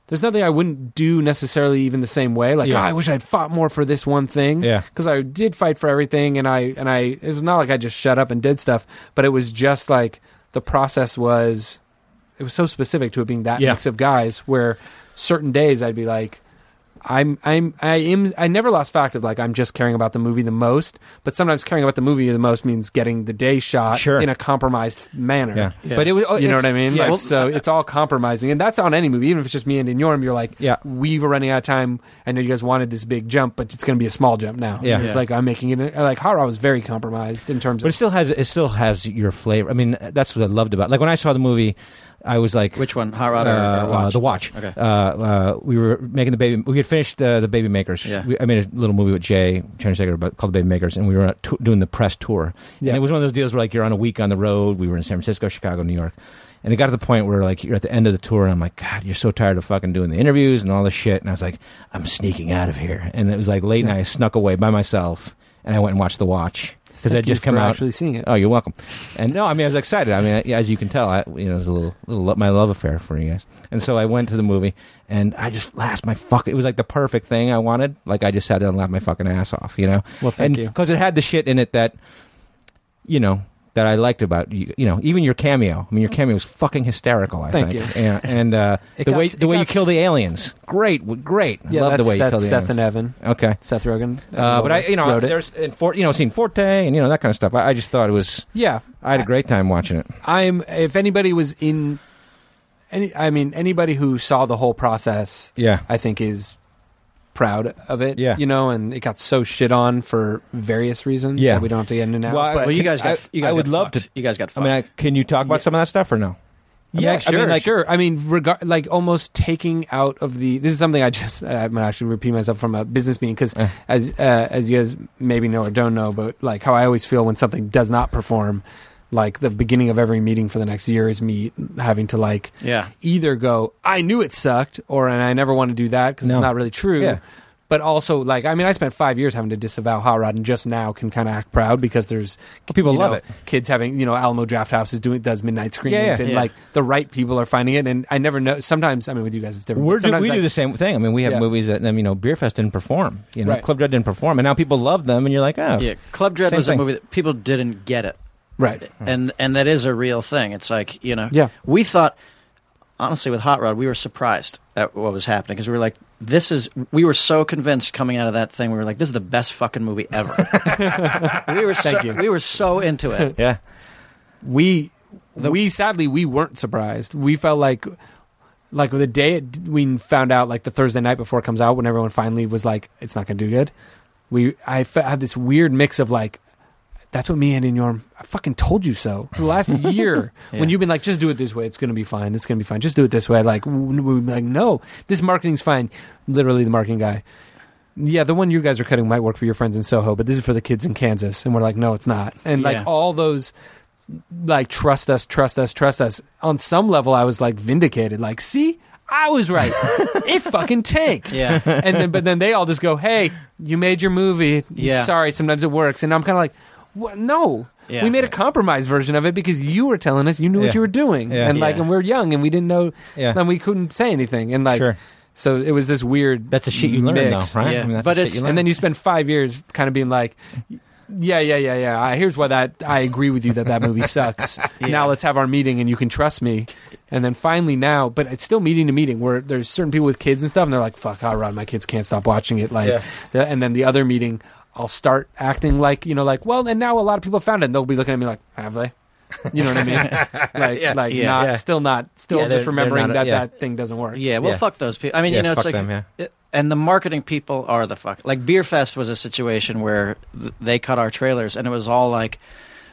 Speaker 5: there's nothing i wouldn't do necessarily even the same way like
Speaker 1: Yeah.
Speaker 5: "Ah, i wish i'd fought more for this one thing
Speaker 1: Yeah.
Speaker 5: because i did fight for everything and i and i it was not like i just shut up and did stuff but it was just like the process was it was so specific to it being that
Speaker 1: Yeah.
Speaker 5: mix of guys where certain days i'd be like I'm I'm I am I never lost fact of like I'm just caring about the movie the most, but sometimes caring about the movie the most means getting the day shot
Speaker 1: Sure.
Speaker 5: in a compromised manner.
Speaker 1: Yeah.
Speaker 2: Yeah.
Speaker 1: but it was. oh,
Speaker 5: You know
Speaker 1: it's-
Speaker 5: what I mean?
Speaker 1: Yeah,
Speaker 5: Like, so it's all compromising, and that's on any movie. Even if it's just me and Norm, you're like,
Speaker 1: Yeah.
Speaker 5: we were running out of time. I know you guys wanted this big jump, but it's going to be a small jump now.
Speaker 1: Yeah.
Speaker 5: it's
Speaker 2: Yeah.
Speaker 5: like I'm making it. Like Hara was very compromised in terms
Speaker 1: but it
Speaker 5: of
Speaker 1: still has it still has your flavor. I mean, that's what I loved about. Like when I saw the movie, I was like,
Speaker 2: Which one? Harad or,
Speaker 1: uh,
Speaker 2: or Watch?
Speaker 1: uh, the watch.
Speaker 2: Okay.
Speaker 1: Uh, uh, we were making the baby. We had finished uh, the baby makers.
Speaker 2: Yeah.
Speaker 1: We, I made a little movie with Jay Chandrasekhar about called the baby makers, and we were t- doing the press tour.
Speaker 5: Yeah.
Speaker 1: And it was one of those deals where like you're on a week on the road. We were in San Francisco, Chicago, New York, and it got to the point where like you're at the end of the tour, and I'm like, God, you're so tired of fucking doing the interviews and all this shit. And I was like, I'm sneaking out of here. And it was like late, and I snuck away by myself, and I went and watched the watch because
Speaker 5: Thank
Speaker 1: I'd
Speaker 5: you
Speaker 1: just come
Speaker 5: for
Speaker 1: out.
Speaker 5: actually seeing it.
Speaker 1: Oh, you're welcome. And no, I mean, I was excited. I mean, I- as you can tell, I, you know, it was a little, little lo- my love affair for you guys. And so I went to the movie, and I just laughed my fuck. It was like the perfect thing I wanted. Like I just sat down and laughed my fucking ass off, you know.
Speaker 5: Well, thank
Speaker 1: and
Speaker 5: you.
Speaker 1: because it had the shit in it that, you know, that I liked about you. You know, even your cameo. I mean, your cameo was fucking hysterical. I
Speaker 5: Thank
Speaker 1: think. Yeah, and uh, the
Speaker 5: It got-
Speaker 1: way
Speaker 5: it
Speaker 1: the way you
Speaker 5: got-
Speaker 1: kill the aliens, great, w- great.
Speaker 5: yeah.
Speaker 1: Love the
Speaker 5: that's
Speaker 1: way you
Speaker 5: that's
Speaker 1: kill the
Speaker 5: Seth and
Speaker 1: aliens.
Speaker 5: Evan,
Speaker 1: okay.
Speaker 5: Seth Rogen.
Speaker 1: Uh, but I, you know,
Speaker 5: wrote it.
Speaker 1: there's and for, you know, seen Forte and you know that kind of stuff. I, I just thought it was.
Speaker 5: yeah.
Speaker 1: I had a great time watching it.
Speaker 5: I'm if anybody was in any I mean anybody who saw the whole process
Speaker 1: Yeah.
Speaker 5: I think is proud of it.
Speaker 1: Yeah.
Speaker 5: You know, and it got so shit on for various reasons.
Speaker 1: Yeah.
Speaker 5: that we don't have to get into now.
Speaker 1: Well, I-
Speaker 5: but
Speaker 2: well, you guys got.
Speaker 1: I-
Speaker 2: you guys
Speaker 1: I would
Speaker 2: got
Speaker 1: love
Speaker 2: fucked.
Speaker 1: to-
Speaker 2: You guys got.
Speaker 1: I
Speaker 2: Fucked.
Speaker 1: mean, I, can you talk about some of that stuff or no? I mean,
Speaker 5: yeah,
Speaker 1: I- I
Speaker 5: sure,
Speaker 1: mean, like-
Speaker 5: sure. I mean, rega- like almost taking out of the. This is something I just. I'm gonna actually repeat myself from a business meeting because,
Speaker 1: Eh.
Speaker 5: as uh, as you guys maybe know or don't know, but like how I always feel when something does not perform, like the beginning of every meeting for the next year is me having to like
Speaker 2: yeah.
Speaker 5: either go, I knew it sucked, or and I never want to do that because
Speaker 1: No.
Speaker 5: it's not really true.
Speaker 1: Yeah.
Speaker 5: But also, like, I mean, I spent five years having to disavow Hot Rod, and just now can kind of act proud because there's
Speaker 1: Well, people
Speaker 5: you
Speaker 1: love
Speaker 5: know,
Speaker 1: it.
Speaker 5: Kids having, you know, Alamo Draft House is doing does midnight screenings,
Speaker 1: Yeah, yeah,
Speaker 5: and
Speaker 2: yeah.
Speaker 5: like the right people are finding it. And I never know. Sometimes, I mean, with you guys, it's different.
Speaker 1: We're
Speaker 5: but
Speaker 1: do,
Speaker 5: sometimes
Speaker 1: we
Speaker 5: I-
Speaker 1: do the same thing. I mean, we have
Speaker 5: Yeah.
Speaker 1: movies that, um, you know, Beerfest didn't perform. You know,
Speaker 5: Right.
Speaker 1: Club Dread didn't perform, and now people love them, and you're like, oh,
Speaker 2: Yeah, Club Dread
Speaker 1: Same
Speaker 2: was
Speaker 1: thing. Hmm.
Speaker 2: a movie that people didn't get it,
Speaker 5: right.
Speaker 2: and and that is a real thing. It's like you know,
Speaker 5: Yeah.
Speaker 2: we thought honestly with Hot Rod, we were surprised at what was happening because we were like, this is. We were so convinced coming out of that thing, we were like, this is the best fucking movie ever. we were so,
Speaker 5: Thank you.
Speaker 2: we were so into it.
Speaker 1: yeah,
Speaker 5: we we sadly we weren't surprised. We felt like like the day it, we found out, like the Thursday night before it comes out, when everyone finally was like, "It's not going to do good." We I fe- had this weird mix of like, That's what me and in your I fucking told you so. For the last year, when you've been like, just do it this way, it's gonna be fine. It's gonna be fine. Just do it this way. Like, w- we like, no, this marketing's fine. Literally, the marketing guy. Yeah, the one you guys are cutting might work for your friends in Soho, but this is for the kids in Kansas. And we're like, no, it's not. And
Speaker 2: Yeah.
Speaker 5: like all those, like trust us, trust us, trust us. On some level, I was like vindicated. Like, see, I was right. it fucking tanked
Speaker 2: Yeah.
Speaker 5: and then but then they all just go, "Hey, you made your movie.
Speaker 2: Yeah.
Speaker 5: Sorry, sometimes it works." And I'm kind of like, what? "No,
Speaker 2: Yeah.
Speaker 5: we made a compromise version of it because you were telling us you knew
Speaker 1: Yeah.
Speaker 5: what you were doing,
Speaker 1: Yeah.
Speaker 5: and like,
Speaker 2: Yeah.
Speaker 5: and we're young and we didn't know,
Speaker 1: Yeah.
Speaker 5: and we couldn't say anything, and like,
Speaker 1: sure.
Speaker 5: so it was this weird.
Speaker 1: That's a shit you learn,
Speaker 5: mix.
Speaker 1: though, right?
Speaker 2: Yeah.
Speaker 1: that's
Speaker 2: But
Speaker 1: the shit
Speaker 2: it's-
Speaker 1: you learn.
Speaker 5: And then you spend five years kind of being like. Yeah, yeah, yeah, yeah. I, here's why that I agree with you that that movie sucks.
Speaker 2: Yeah.
Speaker 5: Now let's have our meeting, and you can trust me. And then finally now, but it's still meeting to meeting where there's certain people with kids and stuff, and they're like, "Fuck, Hot Rod, my kids can't stop watching it." Like,
Speaker 1: Yeah.
Speaker 5: the, and then the other meeting, I'll start acting like you know, like, well, and now a lot of people found it, and they'll be looking at me like, "Have they?" You know what I mean? like,
Speaker 1: Yeah.
Speaker 5: like
Speaker 2: Yeah.
Speaker 5: not,
Speaker 1: Yeah.
Speaker 5: still not, still
Speaker 1: Yeah, they're-
Speaker 5: just
Speaker 1: they're
Speaker 5: remembering
Speaker 1: not-
Speaker 5: that
Speaker 1: yeah.
Speaker 5: that thing doesn't work.
Speaker 2: Yeah, well,
Speaker 1: Yeah.
Speaker 2: fuck those people. I mean,
Speaker 1: Yeah,
Speaker 2: you know, it's
Speaker 1: fuck
Speaker 2: like,
Speaker 1: them, yeah.
Speaker 2: it- and the marketing people are the fuck. Like Beer Fest was a situation where th- they cut our trailers, and it was all like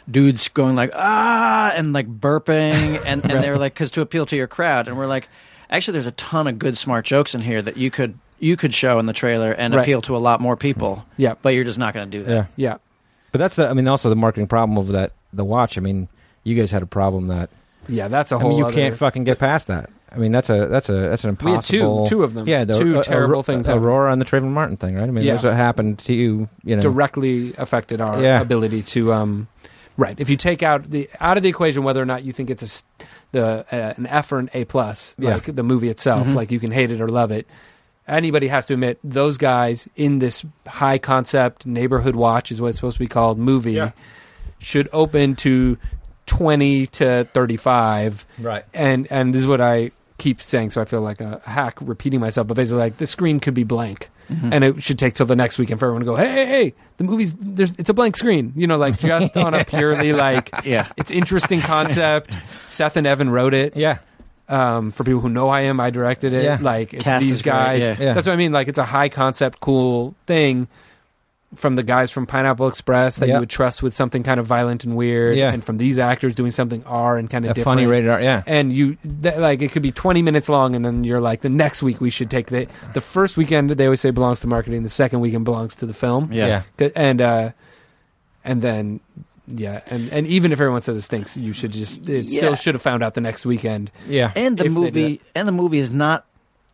Speaker 2: dudes going like ah and like burping, and, and they were like, because to appeal to your crowd, and we're like, actually, there's a ton of good smart jokes in here that you could you could show in the trailer and
Speaker 5: Right.
Speaker 2: appeal to a lot more people.
Speaker 5: Yeah.
Speaker 2: but you're just not going to do that.
Speaker 1: yeah.
Speaker 5: yeah,
Speaker 1: But that's the. I mean, also the marketing problem of that the watch. I mean, you guys had a problem that.
Speaker 5: yeah. That's a
Speaker 1: I
Speaker 5: whole.
Speaker 1: mean, you
Speaker 5: other-
Speaker 1: can't fucking get past that. I mean, that's a that's a that's an
Speaker 5: We had two-
Speaker 1: impossible.
Speaker 5: two of them.
Speaker 1: Yeah, the,
Speaker 5: Two
Speaker 1: uh,
Speaker 5: terrible
Speaker 1: Aurora-
Speaker 5: things happened.
Speaker 1: Aurora and the Trayvon Martin thing, right? I mean,
Speaker 5: Yeah.
Speaker 1: that's what happened to you. You know,
Speaker 5: directly affected our
Speaker 1: Yeah.
Speaker 5: ability to um right if you take out the out of the equation whether or not you think it's a s- the uh, an f or an a plus
Speaker 1: Yeah. Mm-hmm.
Speaker 5: like the movie itself like you can hate it or love it anybody has to admit those guys in this high concept neighborhood watch is what it's supposed to be called movie should open to 20 to 35
Speaker 1: right?
Speaker 5: and and this is what I keep saying, so I feel like a hack repeating myself. But basically, like the screen could be blank,
Speaker 2: Mm-hmm. Mm.
Speaker 5: and it should take till the next weekend for everyone to go, hey, hey, hey, the movie's there's it's a blank screen, you know, like just on a purely like
Speaker 2: Yeah.
Speaker 5: it's interesting concept. Seth and Evan wrote it.
Speaker 1: Yeah,
Speaker 5: Um, for people who know I am, I directed it.
Speaker 1: Yeah.
Speaker 5: Like it's
Speaker 2: Cast
Speaker 5: these
Speaker 2: is great,
Speaker 5: guys.
Speaker 2: yeah.
Speaker 1: Yeah.
Speaker 5: That's what I mean. Like it's a high concept, cool thing. From the guys from Pineapple Express that
Speaker 1: Yeah.
Speaker 5: you would trust with something kind of violent and weird,
Speaker 1: Yeah.
Speaker 5: and from these actors doing something R and kind of
Speaker 1: a
Speaker 5: different
Speaker 1: funny rated R. Yeah,
Speaker 5: and you th- like it could be 20 minutes long and then you're like the next week we should take the the first weekend they always say belongs to marketing the second weekend belongs to the film
Speaker 2: Yeah.
Speaker 1: yeah.
Speaker 5: C- and uh and then yeah and and even if everyone says it stinks you should just it
Speaker 2: Yeah.
Speaker 5: still should have found out the next weekend
Speaker 1: yeah.
Speaker 2: and the
Speaker 5: if they do
Speaker 2: movie and the movie is not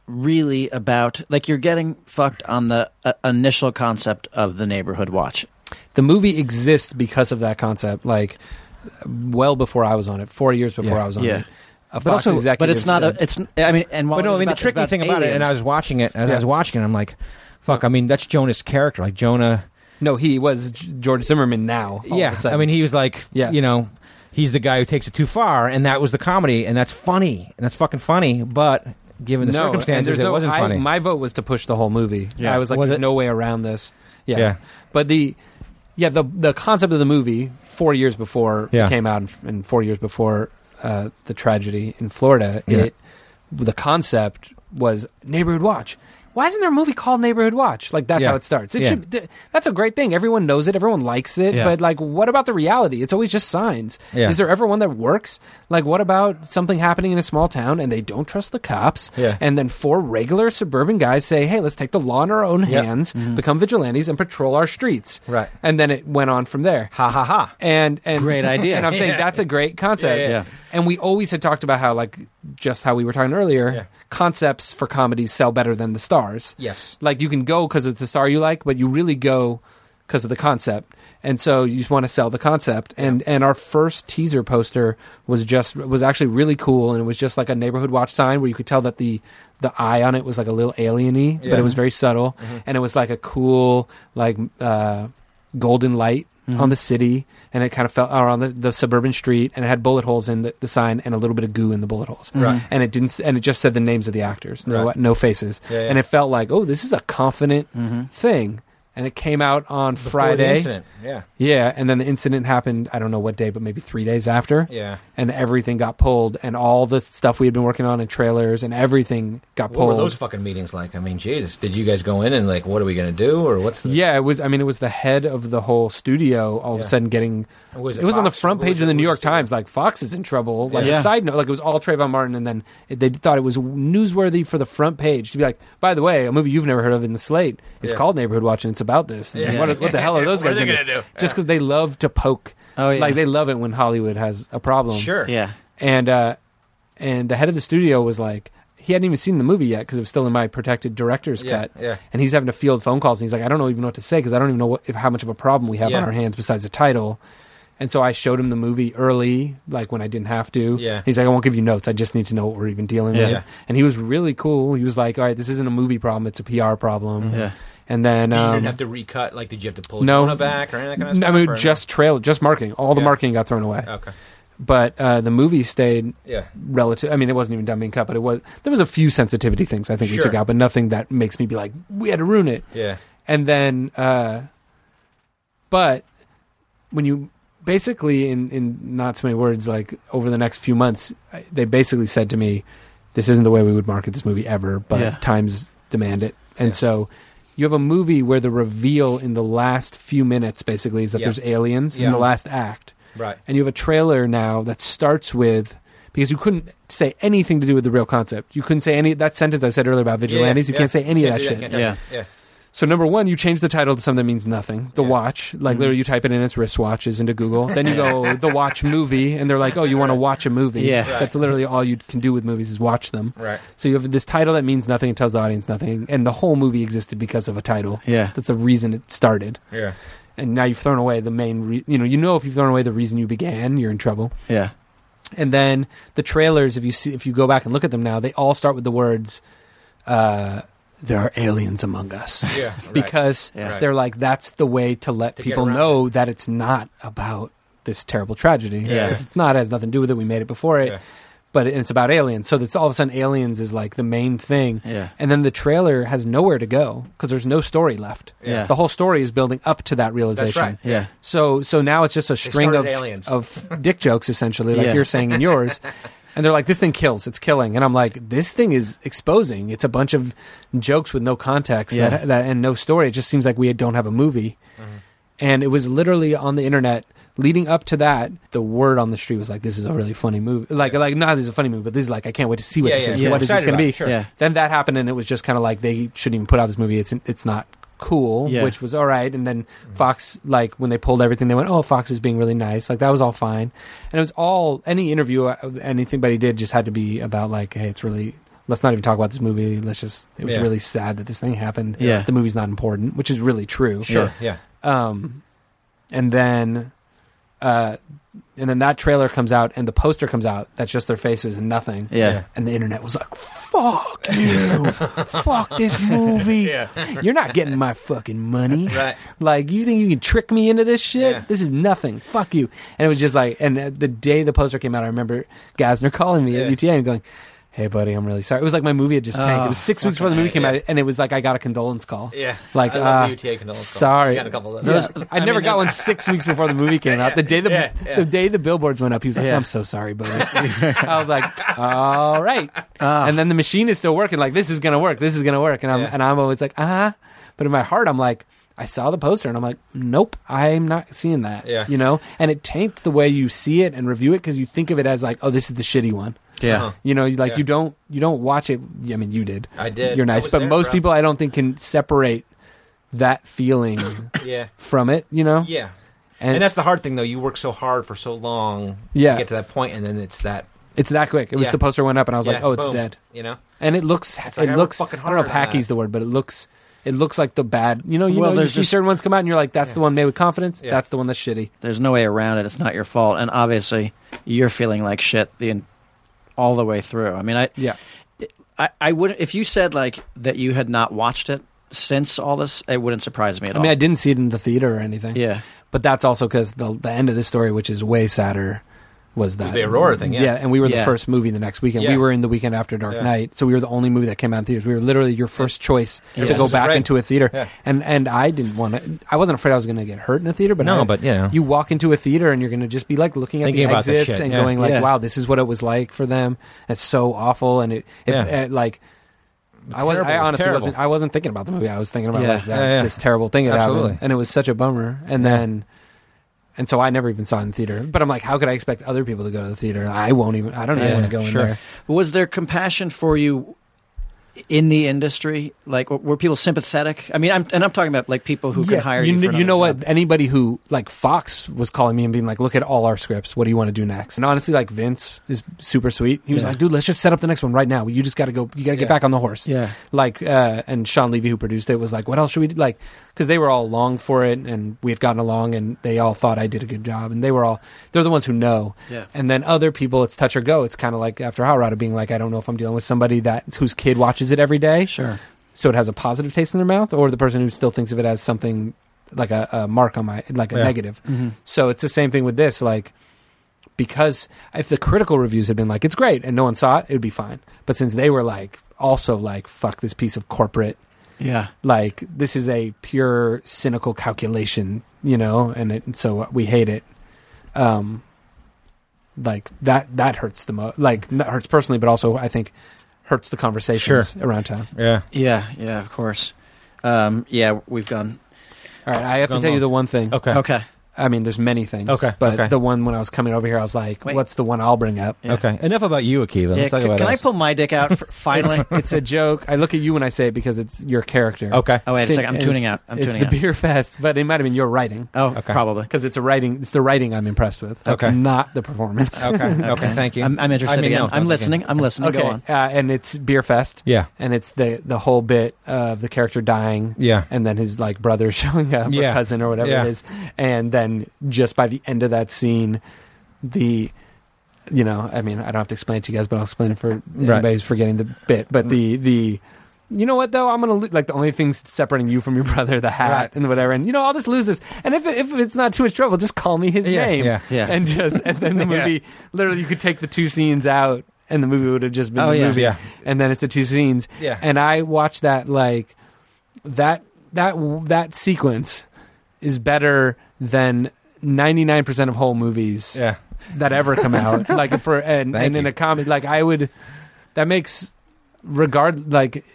Speaker 2: really about like you're getting fucked on the uh, initial concept of the neighborhood watch
Speaker 5: the movie exists because of that concept like well before I was on it 4 years before
Speaker 1: Yeah.
Speaker 5: I was on
Speaker 2: Yeah.
Speaker 5: it a
Speaker 1: But
Speaker 5: Fox
Speaker 1: also- but
Speaker 5: executive
Speaker 2: but it's not
Speaker 5: said-
Speaker 2: a it's i mean and while
Speaker 1: But no,
Speaker 2: it
Speaker 1: I mean
Speaker 2: was
Speaker 1: the
Speaker 2: about, it's
Speaker 1: tricky thing about it, and I was
Speaker 2: aliens.
Speaker 1: watching it. As I
Speaker 5: Yeah.
Speaker 1: was watching it, I'm like, fuck. I mean, that's Jonah's character. Like Jonah.
Speaker 5: no he was G- George Zimmerman now all of
Speaker 1: yeah,
Speaker 5: a
Speaker 1: I
Speaker 5: sudden.
Speaker 1: mean, he was like,
Speaker 5: Yeah.
Speaker 1: you know, he's the guy who takes it too far, and that was the comedy, and that's funny, and that's fucking funny. But given the
Speaker 5: No, and
Speaker 1: circumstances,
Speaker 5: there's
Speaker 1: it
Speaker 5: no-
Speaker 1: wasn't
Speaker 5: I-
Speaker 1: funny.
Speaker 5: My vote was to push the whole movie.
Speaker 1: Yeah.
Speaker 5: I was like,
Speaker 1: Was
Speaker 5: there's
Speaker 1: it?
Speaker 5: no way around this. Yeah.
Speaker 1: Yeah.
Speaker 5: But the, yeah, the the concept of the movie four years before
Speaker 1: Yeah.
Speaker 5: it came out and, and four years before uh, the tragedy in Florida,
Speaker 1: Yeah.
Speaker 5: it the concept was neighborhood watch. Why isn't there a movie called Neighborhood Watch? Like that's
Speaker 1: Yeah.
Speaker 5: how it starts. It
Speaker 1: Yeah.
Speaker 5: should. th- That's a great thing. Everyone knows it. Everyone likes it.
Speaker 1: Yeah.
Speaker 5: But like, what about the reality? It's always just signs.
Speaker 1: Yeah.
Speaker 5: Is there ever one that works? Like, what about something happening in a small town and they don't trust the cops?
Speaker 1: Yeah.
Speaker 5: And then four regular suburban guys say, hey, let's take the law in our own
Speaker 1: Yeah.
Speaker 5: hands, become vigilantes, and patrol our streets.
Speaker 1: Mm-hmm. Right.
Speaker 5: And then it went on from there.
Speaker 1: ha ha ha.
Speaker 5: And, and
Speaker 2: Great idea.
Speaker 5: And I'm saying
Speaker 1: Yeah.
Speaker 5: that's a great concept.
Speaker 1: Yeah, yeah,
Speaker 2: yeah.
Speaker 5: And we always had talked about how, like, just how we were talking earlier,
Speaker 1: Yeah.
Speaker 5: concepts for comedies sell better than the stars
Speaker 1: Yes.
Speaker 5: like you can go because it's the star you like, but you really go because of the concept. And so you just want to sell the concept. And and our first teaser poster was just was actually really cool, and it was just like a neighborhood watch sign where you could tell that the the eye on it was like a little alieny,
Speaker 1: Yeah.
Speaker 5: but it was very subtle,
Speaker 1: Mm-hmm.
Speaker 5: and it was like a cool like uh, golden light.
Speaker 1: Mm-hmm.
Speaker 5: On the city, and it kind of fell or on the, the suburban street, and it had bullet holes in the, the sign and a little bit of goo in the bullet holes.
Speaker 1: Right.
Speaker 5: And it didn't, s- and it just said the names of the actors, no,
Speaker 1: Right.
Speaker 5: no faces,
Speaker 1: Yeah, yeah.
Speaker 5: and it felt like, oh, this is a confident thing. and it came out on
Speaker 1: Before The
Speaker 5: Friday.
Speaker 1: incident. Yeah.
Speaker 5: yeah, and then the incident happened. I don't know what day, but maybe three days after.
Speaker 1: Yeah.
Speaker 5: and everything got pulled, and all the stuff we had been working on and trailers and everything got
Speaker 1: What
Speaker 5: pulled.
Speaker 1: were those fucking meetings like? I mean, Jesus, did you guys go in and like, what are we gonna do, or what's the?
Speaker 5: yeah, it was. I mean, it was the head of the whole studio all of
Speaker 1: Yeah.
Speaker 5: a sudden getting.
Speaker 1: Was
Speaker 5: it was on the
Speaker 1: Fox?
Speaker 5: front
Speaker 1: What was
Speaker 5: page of
Speaker 1: it?
Speaker 5: the New
Speaker 1: What was
Speaker 5: York
Speaker 1: it?
Speaker 5: Times, like Fox is in trouble. Like
Speaker 2: Yeah.
Speaker 5: a side note, like it was all Trayvon Martin, and then it, they thought it was newsworthy for the front page to be like, by the way, a movie you've never heard of in the slate is
Speaker 1: Yeah.
Speaker 5: called Neighborhood Watch, and it's about this. And
Speaker 1: Yeah.
Speaker 5: What, what the hell are those
Speaker 1: What are
Speaker 5: guys
Speaker 1: they
Speaker 5: gonna
Speaker 1: gonna do?
Speaker 5: Just because they love to poke,
Speaker 2: Oh, yeah.
Speaker 5: like they love it when Hollywood has a problem.
Speaker 1: Sure.
Speaker 2: yeah.
Speaker 5: and uh, and the head of the studio was like, he hadn't even seen the movie yet because it was still in my protected director's
Speaker 1: Yeah,
Speaker 5: cut.
Speaker 1: yeah.
Speaker 5: And he's having to field phone calls, and he's like, I don't even know what to say because I don't even know what, if, how much of a problem we have
Speaker 1: Yeah.
Speaker 5: on our hands besides the title. And so I showed him the movie early, like when I didn't have to.
Speaker 1: Yeah.
Speaker 5: He's like, I won't give you notes. I just need to know what we're even dealing
Speaker 2: Yeah.
Speaker 1: Yeah.
Speaker 5: with. And he was really cool. He was like, All right, this isn't a movie problem; it's a PR problem.
Speaker 2: Yeah.
Speaker 5: And then
Speaker 1: You
Speaker 5: um,
Speaker 1: didn't have to recut. Like, did you have to pull
Speaker 5: no.
Speaker 1: Jonah back or any of that kind of
Speaker 5: I
Speaker 1: stuff?
Speaker 5: mean,
Speaker 1: or-
Speaker 5: just trail, just marketing. All the
Speaker 1: Yeah.
Speaker 5: marketing got thrown away,
Speaker 1: okay.
Speaker 5: but uh, the movie stayed
Speaker 1: Yeah.
Speaker 5: relative. I mean, it wasn't even done being cut, but it was. There was a few sensitivity things I think we
Speaker 1: Sure.
Speaker 5: took out, but nothing that makes me be like, we had to ruin it.
Speaker 1: Yeah.
Speaker 5: And then, uh, but when you basically, in in not so many words, like over the next few months, I- they basically said to me, "This isn't the way we would market this movie ever, but
Speaker 2: Yeah.
Speaker 5: times demand it." And
Speaker 1: Yeah.
Speaker 5: so. You have a movie where the reveal in the last few minutes basically is that
Speaker 1: Yeah.
Speaker 5: there's aliens in
Speaker 1: Yeah.
Speaker 5: the last act
Speaker 1: Right.
Speaker 5: and you have a trailer now that starts with because you couldn't say anything to do with the real concept. You couldn't say any that sentence I said earlier about vigilantes.
Speaker 1: Yeah,
Speaker 5: you
Speaker 1: yeah.
Speaker 5: can't say any
Speaker 1: Can't
Speaker 5: of that
Speaker 1: do
Speaker 5: shit.
Speaker 1: can't touch
Speaker 2: Yeah.
Speaker 1: it. Yeah.
Speaker 5: So number one, you change the title to something that means nothing. The
Speaker 1: Yeah. Mm-hmm.
Speaker 5: watch, like literally, you type it in, it's wristwatches into Google. Then you go the watch movie, and they're like, oh, you want to watch a movie?
Speaker 2: Yeah.
Speaker 1: Right.
Speaker 5: that's literally all you can do with movies is watch them.
Speaker 1: Right.
Speaker 5: So you have this title that means nothing. It tells the audience nothing, and the whole movie existed because of a title.
Speaker 2: Yeah.
Speaker 5: That's the reason it started,
Speaker 1: Yeah.
Speaker 5: and now you've thrown away the main. Re- you know, you know if you've thrown away the reason you began, you're in trouble.
Speaker 2: Yeah.
Speaker 5: And then the trailers, if you see, if you go back and look at them now, they all start with the words, uh, "There are aliens among us,"
Speaker 1: Yeah. Right.
Speaker 5: because
Speaker 2: Yeah.
Speaker 5: they're like that's the way to let
Speaker 1: To get
Speaker 5: people
Speaker 1: around
Speaker 5: know that it's not about this terrible tragedy.
Speaker 2: Yeah.
Speaker 5: 'Cause it's not it has nothing to do with it. We made it before it,
Speaker 1: Yeah.
Speaker 5: but it, it's about aliens. So that's all of a sudden aliens is like the main thing.
Speaker 2: Yeah.
Speaker 5: And then the trailer has nowhere to go because there's no story left.
Speaker 2: Yeah.
Speaker 5: The whole story is building up to that
Speaker 1: That's
Speaker 5: realization.
Speaker 1: right.
Speaker 2: Yeah.
Speaker 5: So so now it's just a string
Speaker 1: started
Speaker 5: of
Speaker 1: aliens.
Speaker 5: of dick jokes essentially, like
Speaker 2: Yeah.
Speaker 5: you're saying in yours. And they're like, this thing kills. It's killing. And I'm like, this thing is exposing. It's a bunch of jokes with no context
Speaker 2: Yeah. Mm-hmm.
Speaker 5: that, that and no story. It just seems like we don't have a movie. And it was literally on the internet leading up to that. The word on the street was like, this is a really funny movie. Like, like not this is a funny movie, but this is like, I can't wait to see what
Speaker 1: Yeah,
Speaker 5: this
Speaker 1: yeah,
Speaker 5: is.
Speaker 1: yeah.
Speaker 5: What is this
Speaker 1: Excited
Speaker 5: going
Speaker 1: about
Speaker 5: to
Speaker 1: it,
Speaker 5: be?
Speaker 1: sure.
Speaker 2: Yeah.
Speaker 5: Then that happened, and it was just kind of like they shouldn't even put out this movie. It's it's not cool,
Speaker 2: Yeah.
Speaker 5: which was all right. And then Fox, like when they pulled everything, they went, "Oh, Fox is being really nice." Like that was all fine, and it was all any interview, uh, anything that he did just had to be about like, "Hey, it's really." Let's not even talk about this movie. Let's just. It was
Speaker 1: Yeah.
Speaker 5: really sad that this thing happened.
Speaker 2: Yeah.
Speaker 5: The movie's not important, which is really true.
Speaker 1: Sure. Yeah.
Speaker 5: Um, and then, uh, and then that trailer comes out and the poster comes out. That's just their faces and nothing
Speaker 2: Yeah.
Speaker 5: and the internet was like, "Fuck you, fuck this movie. You're not getting my fucking money.
Speaker 1: Right.
Speaker 5: Like, you think you can trick me into this shit?
Speaker 1: Yeah.
Speaker 5: This is nothing. Fuck you." And it was just like, and uh, the day the poster came out, I remember Gasner calling me
Speaker 1: Yeah.
Speaker 5: at UTA and going. Hey buddy, I'm really sorry. It was like my movie had just tanked.
Speaker 2: Oh,
Speaker 5: it was six weeks before the movie came
Speaker 1: Yeah.
Speaker 5: out, and it was like I got a condolence call.
Speaker 1: Yeah.
Speaker 5: Like,
Speaker 1: I love
Speaker 5: uh,
Speaker 1: the UTA condolence call.
Speaker 5: sorry.
Speaker 1: You got a couple of
Speaker 5: Yeah.
Speaker 1: those.
Speaker 5: I, never got one six weeks before the movie came out. The day the
Speaker 1: Yeah, yeah.
Speaker 5: the day the billboards went up, he was like,
Speaker 2: Yeah.
Speaker 5: "I'm so sorry, buddy." I was like, "All right." And then the machine is still working. Like this is gonna work. This is gonna work. And I'm
Speaker 1: Ah. Yeah.
Speaker 5: and I'm always like, "Ah," but in my heart, I'm like. I saw the poster and I'm like, nope, I'm not seeing that.
Speaker 1: Yeah.
Speaker 5: You know, and it taints the way you see it and review it because you think of it as like, oh, this is the shitty one.
Speaker 1: Uh-huh.
Speaker 2: Yeah.
Speaker 5: You know, you- like
Speaker 1: Yeah.
Speaker 5: you don't you don't watch it. I mean, you did.
Speaker 1: I did.
Speaker 5: You're
Speaker 1: I
Speaker 5: nice,
Speaker 1: was
Speaker 5: but
Speaker 1: there,
Speaker 5: most
Speaker 1: bro.
Speaker 5: people I don't think can separate that feeling
Speaker 1: Yeah.
Speaker 5: from it. You know,
Speaker 1: Yeah.
Speaker 5: and,
Speaker 1: And, that's the hard thing, though. You work so hard for so long
Speaker 5: Yeah.
Speaker 1: to get to that point, and then it's that.
Speaker 5: it's that quick. It was
Speaker 1: Yeah.
Speaker 5: the poster went up, and I was
Speaker 1: yeah,
Speaker 5: like, oh, it's
Speaker 1: boom,
Speaker 5: dead.
Speaker 1: You know?
Speaker 5: And it looks
Speaker 1: like I
Speaker 5: it
Speaker 1: worked
Speaker 5: looks. I
Speaker 1: fucking
Speaker 5: don't know if
Speaker 1: hard on
Speaker 5: hacky's
Speaker 1: that.
Speaker 5: the word, but it looks it looks like the bad. You know, you
Speaker 2: Well,
Speaker 5: know, you
Speaker 2: there's
Speaker 5: see
Speaker 2: just-
Speaker 5: certain ones come out, and you're like, that's the one made with confidence.
Speaker 1: Yeah.
Speaker 5: That's the one that's shitty.
Speaker 2: There's no way around it. It's not your fault, and obviously, you're feeling like shit the en- all the way through. I mean, I
Speaker 5: Yeah,
Speaker 2: I, I wouldn't if you said like that you had not watched it since all this, it wouldn't surprise me at
Speaker 5: I
Speaker 2: all.
Speaker 5: mean, I didn't see it in the theater or anything.
Speaker 2: yeah,
Speaker 5: but that's also because the the end of this story, which is way sadder, was that
Speaker 1: the Aurora thing, yeah.
Speaker 5: and we were
Speaker 2: Yeah.
Speaker 5: the first movie the next weekend.
Speaker 1: Yeah.
Speaker 5: We were in the weekend after Dark
Speaker 1: Yeah.
Speaker 5: Knight, so we were the only movie that came out in theaters. We were literally your first choice to
Speaker 1: Everyone
Speaker 5: go
Speaker 1: was
Speaker 5: back
Speaker 1: afraid.
Speaker 5: into a theater,
Speaker 1: Yeah.
Speaker 5: and and I didn't want to. I wasn't afraid I was going to get hurt in a theater, but
Speaker 1: No,
Speaker 5: I-
Speaker 1: but, you know.
Speaker 5: you walk into a theater and you're going to just be like looking at
Speaker 1: Thinking
Speaker 5: the
Speaker 1: about that
Speaker 5: exits
Speaker 1: shit,
Speaker 5: and
Speaker 1: yeah.
Speaker 5: going like,
Speaker 2: Yeah.
Speaker 5: "Wow, this is what it was like for them. It's so awful," and it, it,
Speaker 1: Yeah.
Speaker 5: it, like. I was I
Speaker 1: Terrible,
Speaker 5: honestly
Speaker 1: terrible.
Speaker 5: wasn't I wasn't thinking about the movie. I was thinking about
Speaker 2: Yeah.
Speaker 5: like that,
Speaker 1: Yeah, yeah.
Speaker 5: this terrible thing that
Speaker 1: Absolutely.
Speaker 5: happened, and it was such a bummer. And then, and so I never even saw it in theater. But I'm like, how could I expect other people to go to the theater? I won't even. I don't even
Speaker 1: Yeah,
Speaker 5: want to go
Speaker 1: sure.
Speaker 5: in there.
Speaker 2: Was there compassion for you in the industry? Like, w- were people sympathetic? I mean, I'm, and I'm talking about like people who can
Speaker 5: Yeah.
Speaker 2: hire
Speaker 5: you.
Speaker 2: you.
Speaker 5: kn-
Speaker 2: for another
Speaker 5: you know
Speaker 2: job.
Speaker 5: what? Anybody who like Fox was calling me and being like, look at all our scripts. What do you want to do next? And honestly, like Vince is super sweet. He was
Speaker 2: Yeah.
Speaker 5: like, dude, let's just set up the next one right now. You just got to go. You got to get
Speaker 1: Yeah.
Speaker 5: back on the horse.
Speaker 2: Yeah.
Speaker 5: like uh, and Sean Levy who produced it was like, what else should we do? like? Because they were all along for it, and we had gotten along, and they all thought I did a good job, and they were all they're the ones who know.
Speaker 2: Yeah.
Speaker 5: And then other people, it's touch or go. It's kind of like after Hot Rod being like, I don't know if I'm dealing with somebody that whose kid watches it every day,
Speaker 2: Sure.
Speaker 5: so it has a positive taste in their mouth, or the person who still thinks of it as something like a, a mark on my like a
Speaker 1: Yeah.
Speaker 5: negative.
Speaker 2: Mm-hmm.
Speaker 5: So it's the same thing with this, like. Because if the critical reviews had been like it's great and no one saw it, it would be fine. But since they were like also like fuck this piece of corporate
Speaker 2: Yeah.
Speaker 5: like this is a pure cynical calculation you know and it, so we hate it um like that that hurts the most like that hurts personally but also i think hurts the conversations around town
Speaker 1: Yeah.
Speaker 2: Yeah. Yeah. Of course. Um, yeah, we've gone.
Speaker 5: all right i have to
Speaker 1: Gone
Speaker 5: tell you
Speaker 1: long.
Speaker 5: the one thing
Speaker 1: Okay.
Speaker 2: Okay.
Speaker 5: i mean there's many things
Speaker 1: Okay,
Speaker 5: but
Speaker 1: okay.
Speaker 5: the one when i was coming over here i was like
Speaker 2: Wait.
Speaker 5: what's the one i'll bring up
Speaker 2: Yeah.
Speaker 1: Okay. Enough about you, Akiva.
Speaker 2: Yeah,
Speaker 1: Let's talk
Speaker 2: can
Speaker 1: about
Speaker 2: can I
Speaker 1: us.
Speaker 2: pull my dick out for, finally?
Speaker 5: it's a joke i look at you when i say it because it's your character
Speaker 1: okay.
Speaker 2: Oh wait a
Speaker 5: It's in-
Speaker 2: second! I'm
Speaker 5: it's-
Speaker 2: tuning out. I'm
Speaker 5: it's
Speaker 2: tuning
Speaker 5: the
Speaker 2: out.
Speaker 5: beer fest but it might have been your writing
Speaker 2: Oh,
Speaker 1: Okay.
Speaker 2: probably.
Speaker 5: because it's a writing it's the writing i'm impressed with
Speaker 1: Okay.
Speaker 5: not the performance
Speaker 1: Okay. Okay. Thank you.
Speaker 2: I'm, I'm interested
Speaker 1: I mean,
Speaker 2: again.
Speaker 1: no,
Speaker 2: I'm
Speaker 1: okay.
Speaker 2: listening. I'm listening. Go
Speaker 5: Okay,
Speaker 2: on.
Speaker 5: Uh, and it's Beer Fest,
Speaker 1: Yeah.
Speaker 5: and it's the the whole bit of the character dying,
Speaker 1: Yeah.
Speaker 5: and then his like brother showing up, or
Speaker 1: Yeah.
Speaker 5: cousin or whatever
Speaker 1: Yeah.
Speaker 5: it is, and then just by the end of that scene, the you know, I mean, I don't have to explain it to you guys, but I'll explain it for anybody
Speaker 1: Right.
Speaker 5: who's forgetting the bit. But the the you know what though, I'm gonna lo- like the only things separating you from your brother, the hat
Speaker 1: Right.
Speaker 5: and whatever, and you know, I'll just lose this, and if it- if it's not too much trouble, just call me his
Speaker 1: Yeah,
Speaker 5: name,
Speaker 1: yeah,
Speaker 2: yeah.
Speaker 5: and just and then the
Speaker 1: Yeah.
Speaker 5: movie literally you could take the two scenes out. And the movie would have just been
Speaker 2: Oh,
Speaker 5: the
Speaker 2: yeah.
Speaker 5: movie
Speaker 1: Yeah.
Speaker 5: and then it's the two scenes.
Speaker 1: Yeah.
Speaker 5: And I watched that like that that that sequence is better than 99% of whole movies
Speaker 1: yeah.
Speaker 5: that ever come out like for and,
Speaker 1: Thank
Speaker 5: and in
Speaker 1: you.
Speaker 5: a comedy like I would that makes regard like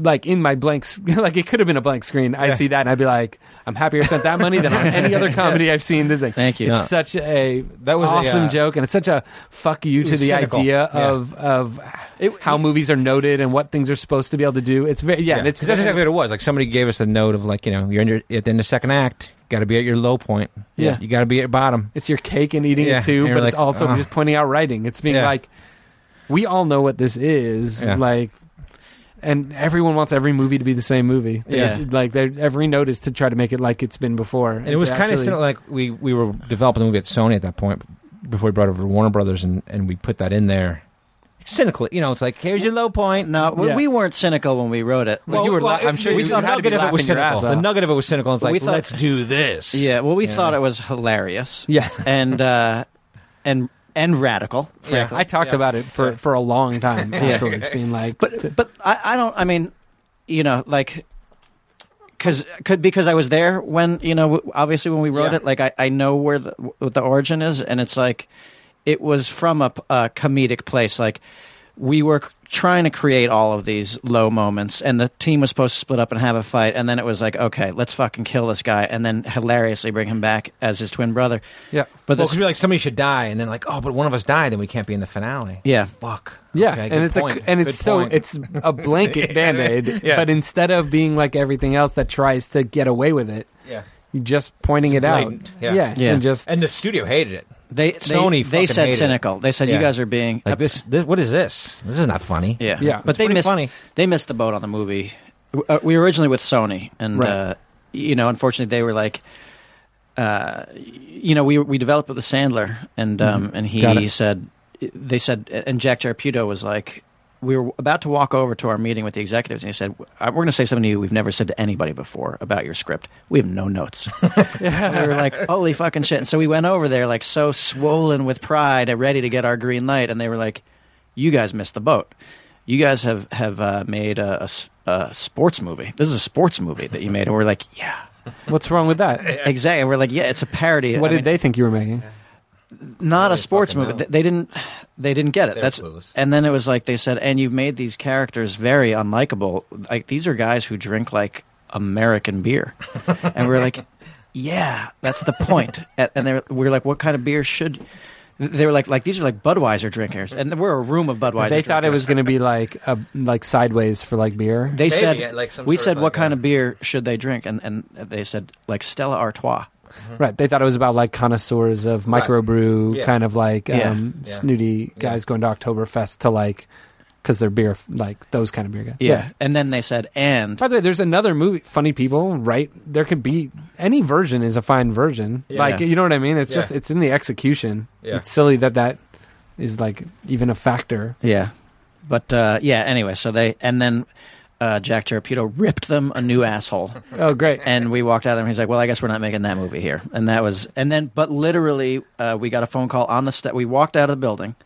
Speaker 5: like in my blank s- like it could have been a blank screen I
Speaker 1: Yeah.
Speaker 5: see that and I'd be like I'm happier I spent that money than on any other comedy I've seen this thing
Speaker 2: Thank you.
Speaker 1: Yeah.
Speaker 5: it's such a
Speaker 1: That was a,
Speaker 5: awesome
Speaker 1: uh,
Speaker 5: joke, and it's such a fuck you to
Speaker 1: was
Speaker 5: the
Speaker 1: cynical.
Speaker 5: idea
Speaker 1: Yeah.
Speaker 5: of of
Speaker 2: It-
Speaker 5: how movies are noted and what things are supposed to be able to do. It's very yeah, and it's
Speaker 1: 'Cause that's exactly what it was. Like somebody gave us a note of like you know you're in your, at the end of second act. Got to be at your low point.
Speaker 5: Yeah.
Speaker 1: You got to be at bottom.
Speaker 5: it's your cake and eating
Speaker 1: Yeah,
Speaker 5: it too,
Speaker 1: and you're
Speaker 5: but it's
Speaker 1: like,
Speaker 5: also
Speaker 1: "Ugh."
Speaker 5: just pointing out writing. It's being
Speaker 1: Yeah.
Speaker 5: like we all know what this is
Speaker 1: Yeah.
Speaker 5: like. And everyone wants every movie to be the same movie. They-
Speaker 2: Yeah.
Speaker 5: like they're, every note is to try to make it like it's been before.
Speaker 1: And it was kind of similar, like we, we were developing the movie at Sony at that point before we brought it over to Warner Brothers, and, and we put that in there cynically. You know, it's like here's your low point.
Speaker 2: No, we,
Speaker 5: Yeah.
Speaker 2: we weren't cynical when we wrote it.
Speaker 5: Well, you were la- I'm sure
Speaker 1: we
Speaker 5: you
Speaker 1: thought
Speaker 5: had to
Speaker 1: nugget
Speaker 5: be
Speaker 1: of it was
Speaker 5: laughing
Speaker 1: cynical.
Speaker 5: your ass
Speaker 1: The
Speaker 5: off.
Speaker 1: nugget of it was cynical. It's
Speaker 2: We
Speaker 1: like
Speaker 2: thought-
Speaker 1: let's do this.
Speaker 2: Yeah, well, we thought it was hilarious
Speaker 5: yeah.
Speaker 2: and uh, and and radical. Frankly.
Speaker 5: I talked
Speaker 1: Yeah.
Speaker 5: about it for,
Speaker 1: Yeah.
Speaker 5: for a long time afterwards, being like,
Speaker 2: but but I, I don't. I mean, you know, like because could because I was there when you know w- obviously when we wrote
Speaker 1: Yeah.
Speaker 2: it. Like I, I know where the what the origin is, and it's like it was from a, p- a comedic place. Like we were c- trying to create all of these low moments, and the team was supposed to split up and have a fight, and then it was like, okay, let's fucking kill this guy, and then hilariously bring him back as his twin brother.
Speaker 5: yeah,
Speaker 2: But
Speaker 1: Well,
Speaker 2: this,
Speaker 1: 'cause we were like somebody should die, and then like oh, but one of us died, then we can't be in the finale.
Speaker 2: yeah,
Speaker 1: Fuck.
Speaker 5: Yeah,
Speaker 1: Okay, good
Speaker 5: and it's
Speaker 1: point.
Speaker 5: a and it's
Speaker 1: Good
Speaker 5: so
Speaker 1: point.
Speaker 5: it's a blanket band aid,
Speaker 1: Yeah.
Speaker 5: but instead of being like everything else that tries to get away with it,
Speaker 1: yeah.
Speaker 5: you just pointing it out.
Speaker 1: Blatant, yeah.
Speaker 2: Yeah.
Speaker 5: and just
Speaker 1: And the studio hated it.
Speaker 2: they
Speaker 1: Sony
Speaker 2: they, they
Speaker 1: fucking
Speaker 2: said
Speaker 1: hated it.
Speaker 2: cynical. They said you
Speaker 1: Yeah.
Speaker 2: guys are being
Speaker 1: Like this, this. What is this? This is not funny.
Speaker 2: Yeah,
Speaker 5: Yeah.
Speaker 2: But
Speaker 1: It's
Speaker 2: they
Speaker 1: pretty
Speaker 2: missed
Speaker 1: funny.
Speaker 2: they missed the boat on the movie. W- uh, We were originally with Sony, and
Speaker 5: Right.
Speaker 2: uh, you know, unfortunately, they were like, uh, you know, we we developed with the Sandler, and um, and
Speaker 5: Mm-hmm. Got
Speaker 2: he
Speaker 5: it.
Speaker 2: said, they said, and Jack Jarputo was like, we were about to walk over to our meeting with the executives, and he said, "I- "We're going to say something to you we've never said to anybody before about your script. We have no notes." we were like, "Holy fucking shit!" And so we went over there, like so swollen with pride, and ready to get our green light, and they were like, "You guys missed the boat. You guys have have uh, made a, a s- a sports movie. This is a sports movie that you made." And we're like, "Yeah,
Speaker 5: What's wrong with that?
Speaker 2: exactly." And we're like, "Yeah, it's a parody."
Speaker 5: What
Speaker 2: I
Speaker 5: did
Speaker 2: mean,
Speaker 5: they think you were making?
Speaker 2: not a
Speaker 1: They
Speaker 2: sports
Speaker 1: fucking
Speaker 2: movie.
Speaker 1: know.
Speaker 2: They, they didn't. They didn't get it.
Speaker 1: They're
Speaker 2: That's
Speaker 1: clueless.
Speaker 2: and then it was like they said, and you've made these characters very unlikable. Like these are guys who drink like American beer, and we were like, yeah, that's the point. And, and they were, we were like, what kind of beer should? They were like, like these are like Budweiser drinkers, and we're a room of Budweiser.
Speaker 5: they thought it
Speaker 2: drinkers.
Speaker 5: was going to be like a, like sideways for like beer.
Speaker 2: They
Speaker 1: Maybe,
Speaker 2: said
Speaker 1: yeah, like some
Speaker 2: we
Speaker 1: sort
Speaker 2: said
Speaker 1: of
Speaker 2: what
Speaker 1: like
Speaker 2: kind
Speaker 1: a-
Speaker 2: of beer should they drink, and and they said like Stella Artois.
Speaker 5: Right. They thought it was about like connoisseurs of microbrew,
Speaker 1: Yeah.
Speaker 5: kind of like
Speaker 2: Yeah.
Speaker 5: um,
Speaker 1: Yeah.
Speaker 5: snooty guys going to Oktoberfest to like, because they're beer, like those kind of beer guys.
Speaker 2: Yeah, and then they said and.
Speaker 5: By the way, there's another movie, Funny People, right? There could be any version is a fine version.
Speaker 1: Yeah.
Speaker 5: Like,
Speaker 2: Yeah.
Speaker 5: you know what I mean? It's
Speaker 1: Yeah.
Speaker 5: just, it's in the execution.
Speaker 1: Yeah.
Speaker 5: It's silly that that is like even a factor.
Speaker 2: Yeah. But uh, yeah, anyway, so they and then uh, Jack Teraputo ripped them a new asshole,
Speaker 5: Oh, great.
Speaker 2: and we walked out of there. and He's like, "Well, I guess we're not making that movie here." And that was, and then, but literally, uh, we got a phone call on the step. We walked out of the building,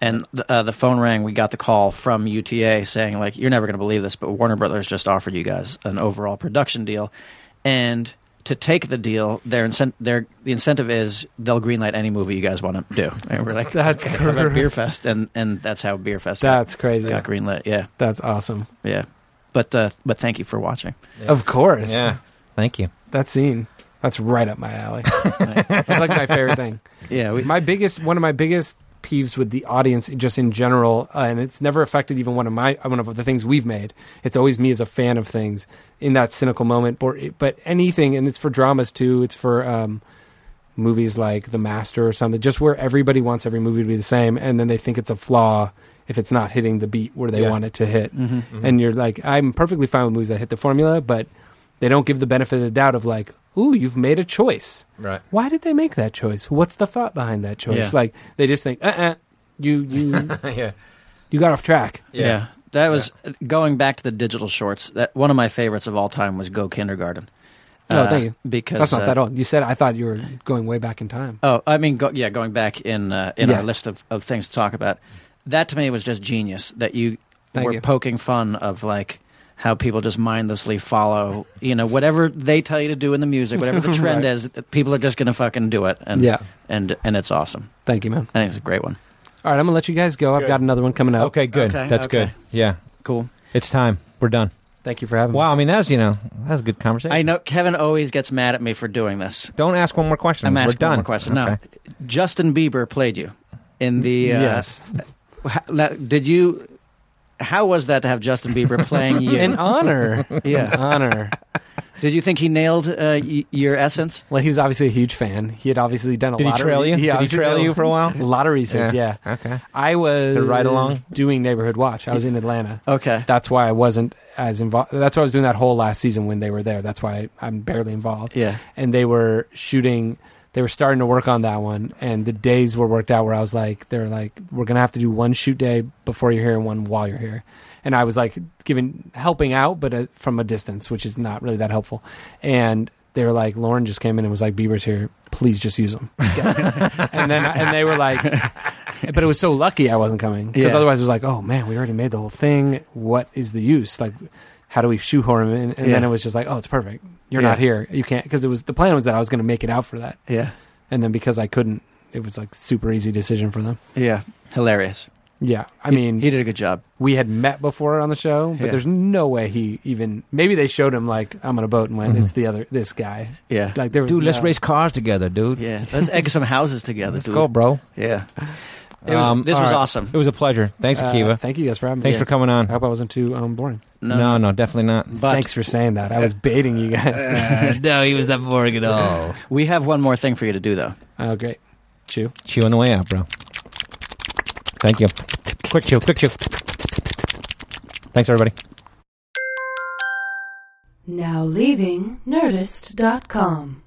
Speaker 2: and the, uh, the phone rang. We got the call from UTA saying, "Like, you're never going to believe this, but Warner Brothers just offered you guys an overall production deal, and to take the deal, their incent- their the incentive is they'll greenlight any movie you guys want to do." And we're like,
Speaker 5: That's
Speaker 2: "Okay, what about Beer Fest," and and that's how Beer Fest got-
Speaker 5: That's crazy.
Speaker 2: got greenlit. Yeah,
Speaker 5: That's awesome.
Speaker 2: yeah. But uh, but thank you for watching.
Speaker 1: Yeah.
Speaker 5: Of course.
Speaker 1: Yeah. Thank you.
Speaker 5: That scene. That's right up my alley. That's like my favorite thing.
Speaker 2: Yeah, we,
Speaker 5: my biggest one of my biggest peeves with the audience just in general uh, and it's never affected even one of my uh, one of the things we've made it's always me as a fan of things in that cynical moment or but anything and it's for dramas too it's for um movies like the master or something just where everybody wants every movie to be the same and then they think it's a flaw if it's not hitting the beat where they
Speaker 1: Yeah.
Speaker 5: want it to hit
Speaker 2: Mm-hmm.
Speaker 5: Mm-hmm. and you're like i'm perfectly fine with movies that hit the formula but they don't give the benefit of the doubt of like ooh you've made a choice
Speaker 1: Right.
Speaker 5: why did they make that choice? What's the thought behind that choice?
Speaker 2: Yeah.
Speaker 5: Like they just think, uh, uh you you
Speaker 1: yeah.
Speaker 5: you got off track.
Speaker 2: yeah. That was going back to the digital shorts. That one of my favorites of all time was Go Kindergarten.
Speaker 5: Oh, thank you.
Speaker 2: Because
Speaker 5: That's not
Speaker 2: uh,
Speaker 5: that old. You said I thought you were going way back in time.
Speaker 2: Oh, I mean, go, yeah, going back in uh, in
Speaker 5: Yeah.
Speaker 2: our list of, of things to talk about, that to me was just genius. That you
Speaker 5: Thank
Speaker 2: were
Speaker 5: you.
Speaker 2: poking fun of like how people just mindlessly follow, you know, whatever they tell you to do in the music, whatever the trend
Speaker 5: Right.
Speaker 2: is, people are just going to fucking do it, and
Speaker 5: Yeah.
Speaker 2: and and it's awesome.
Speaker 5: Thank you, man.
Speaker 2: I think it's a great one.
Speaker 5: All right, I'm gonna let you guys go. I've
Speaker 1: Good.
Speaker 5: got another one coming up.
Speaker 1: Okay. Good.
Speaker 2: Okay,
Speaker 1: That's
Speaker 2: okay.
Speaker 1: good. Yeah.
Speaker 2: Cool.
Speaker 1: It's time. We're done.
Speaker 5: Thank you for having me.
Speaker 1: Wow. I mean, that was you know that was a good conversation.
Speaker 2: I know Kevin always gets mad at me for doing this.
Speaker 1: Don't ask one more question.
Speaker 2: I'm
Speaker 1: Mm, We're
Speaker 2: asking
Speaker 1: done.
Speaker 2: one more question. No,
Speaker 1: Okay.
Speaker 2: Justin Bieber played you in the. Uh,
Speaker 5: Yes.
Speaker 2: ha- la- did you? How was that to have Justin Bieber playing you?
Speaker 5: In honor.
Speaker 2: Yeah.
Speaker 5: In honor.
Speaker 2: did you think he nailed uh, y- your essence?
Speaker 5: Well, he was obviously a huge fan. He had obviously done a
Speaker 1: Did he
Speaker 5: lot
Speaker 1: trail
Speaker 5: of
Speaker 1: you? Did he
Speaker 5: obviously
Speaker 1: trail
Speaker 5: did
Speaker 1: you for a while?
Speaker 5: A lot of research, yeah.
Speaker 1: Okay.
Speaker 5: I was
Speaker 1: The ride along?
Speaker 5: doing neighborhood watch. I was in Atlanta.
Speaker 2: Okay.
Speaker 5: that's why I wasn't as involved. That's why I was doing that whole last season when they were there. That's why I, I'm barely involved.
Speaker 2: Yeah.
Speaker 5: And they were shooting, they were starting to work on that one, and the days were worked out where I was like, they're like, we're gonna have to do one shoot day before you're here and one while you're here. And I was like, giving helping out, but uh, from a distance, which is not really that helpful. And they were like, Lauren just came in and was like, Bieber's here. Please just use him. and then and they were like, but it was so lucky I wasn't coming because
Speaker 2: Yeah.
Speaker 5: otherwise it was like, oh man, we already made the whole thing. What is the use? Like, how do we shoehorn him? in? And then
Speaker 2: Yeah.
Speaker 5: it was just like, oh, it's perfect. You're not
Speaker 2: Yeah.
Speaker 5: here. You can't because it was the plan was that I was going to make it out for that,
Speaker 2: Yeah.
Speaker 5: and then because I couldn't, it was like super easy decision for them.
Speaker 2: Yeah. Hilarious.
Speaker 5: Yeah, I
Speaker 2: He-
Speaker 5: mean,
Speaker 2: he, did a good job.
Speaker 5: we had met before on the show, but
Speaker 2: Yeah.
Speaker 5: there's no way he even. Maybe they showed him like I'm on a boat and went. It's the other this guy.
Speaker 2: Yeah.
Speaker 5: Like there was
Speaker 1: Dude, let's
Speaker 5: no-
Speaker 1: race cars together, dude.
Speaker 2: Yeah. Let's egg some houses together.
Speaker 1: Let's
Speaker 2: dude.
Speaker 1: go, bro.
Speaker 2: Yeah. It was,
Speaker 1: Um,
Speaker 2: this
Speaker 1: all
Speaker 2: was
Speaker 1: right.
Speaker 2: awesome.
Speaker 1: It was a pleasure. Thanks,
Speaker 5: Uh,
Speaker 1: Akiva.
Speaker 5: thank you guys for having
Speaker 1: Thanks
Speaker 5: me.
Speaker 1: for coming
Speaker 5: I
Speaker 1: on.
Speaker 5: hope I wasn't too um, boring.
Speaker 1: No, no, definitely not.
Speaker 2: But
Speaker 5: Thanks for saying that. I was baiting you guys.
Speaker 1: no, he was not boring at all.
Speaker 2: we have one more thing for you to do, though.
Speaker 5: Oh, great. Chew.
Speaker 1: Chew on the way out, bro. Thank you. Quick chew, quick chew. Thanks, everybody.
Speaker 3: Now leaving Nerdist.com.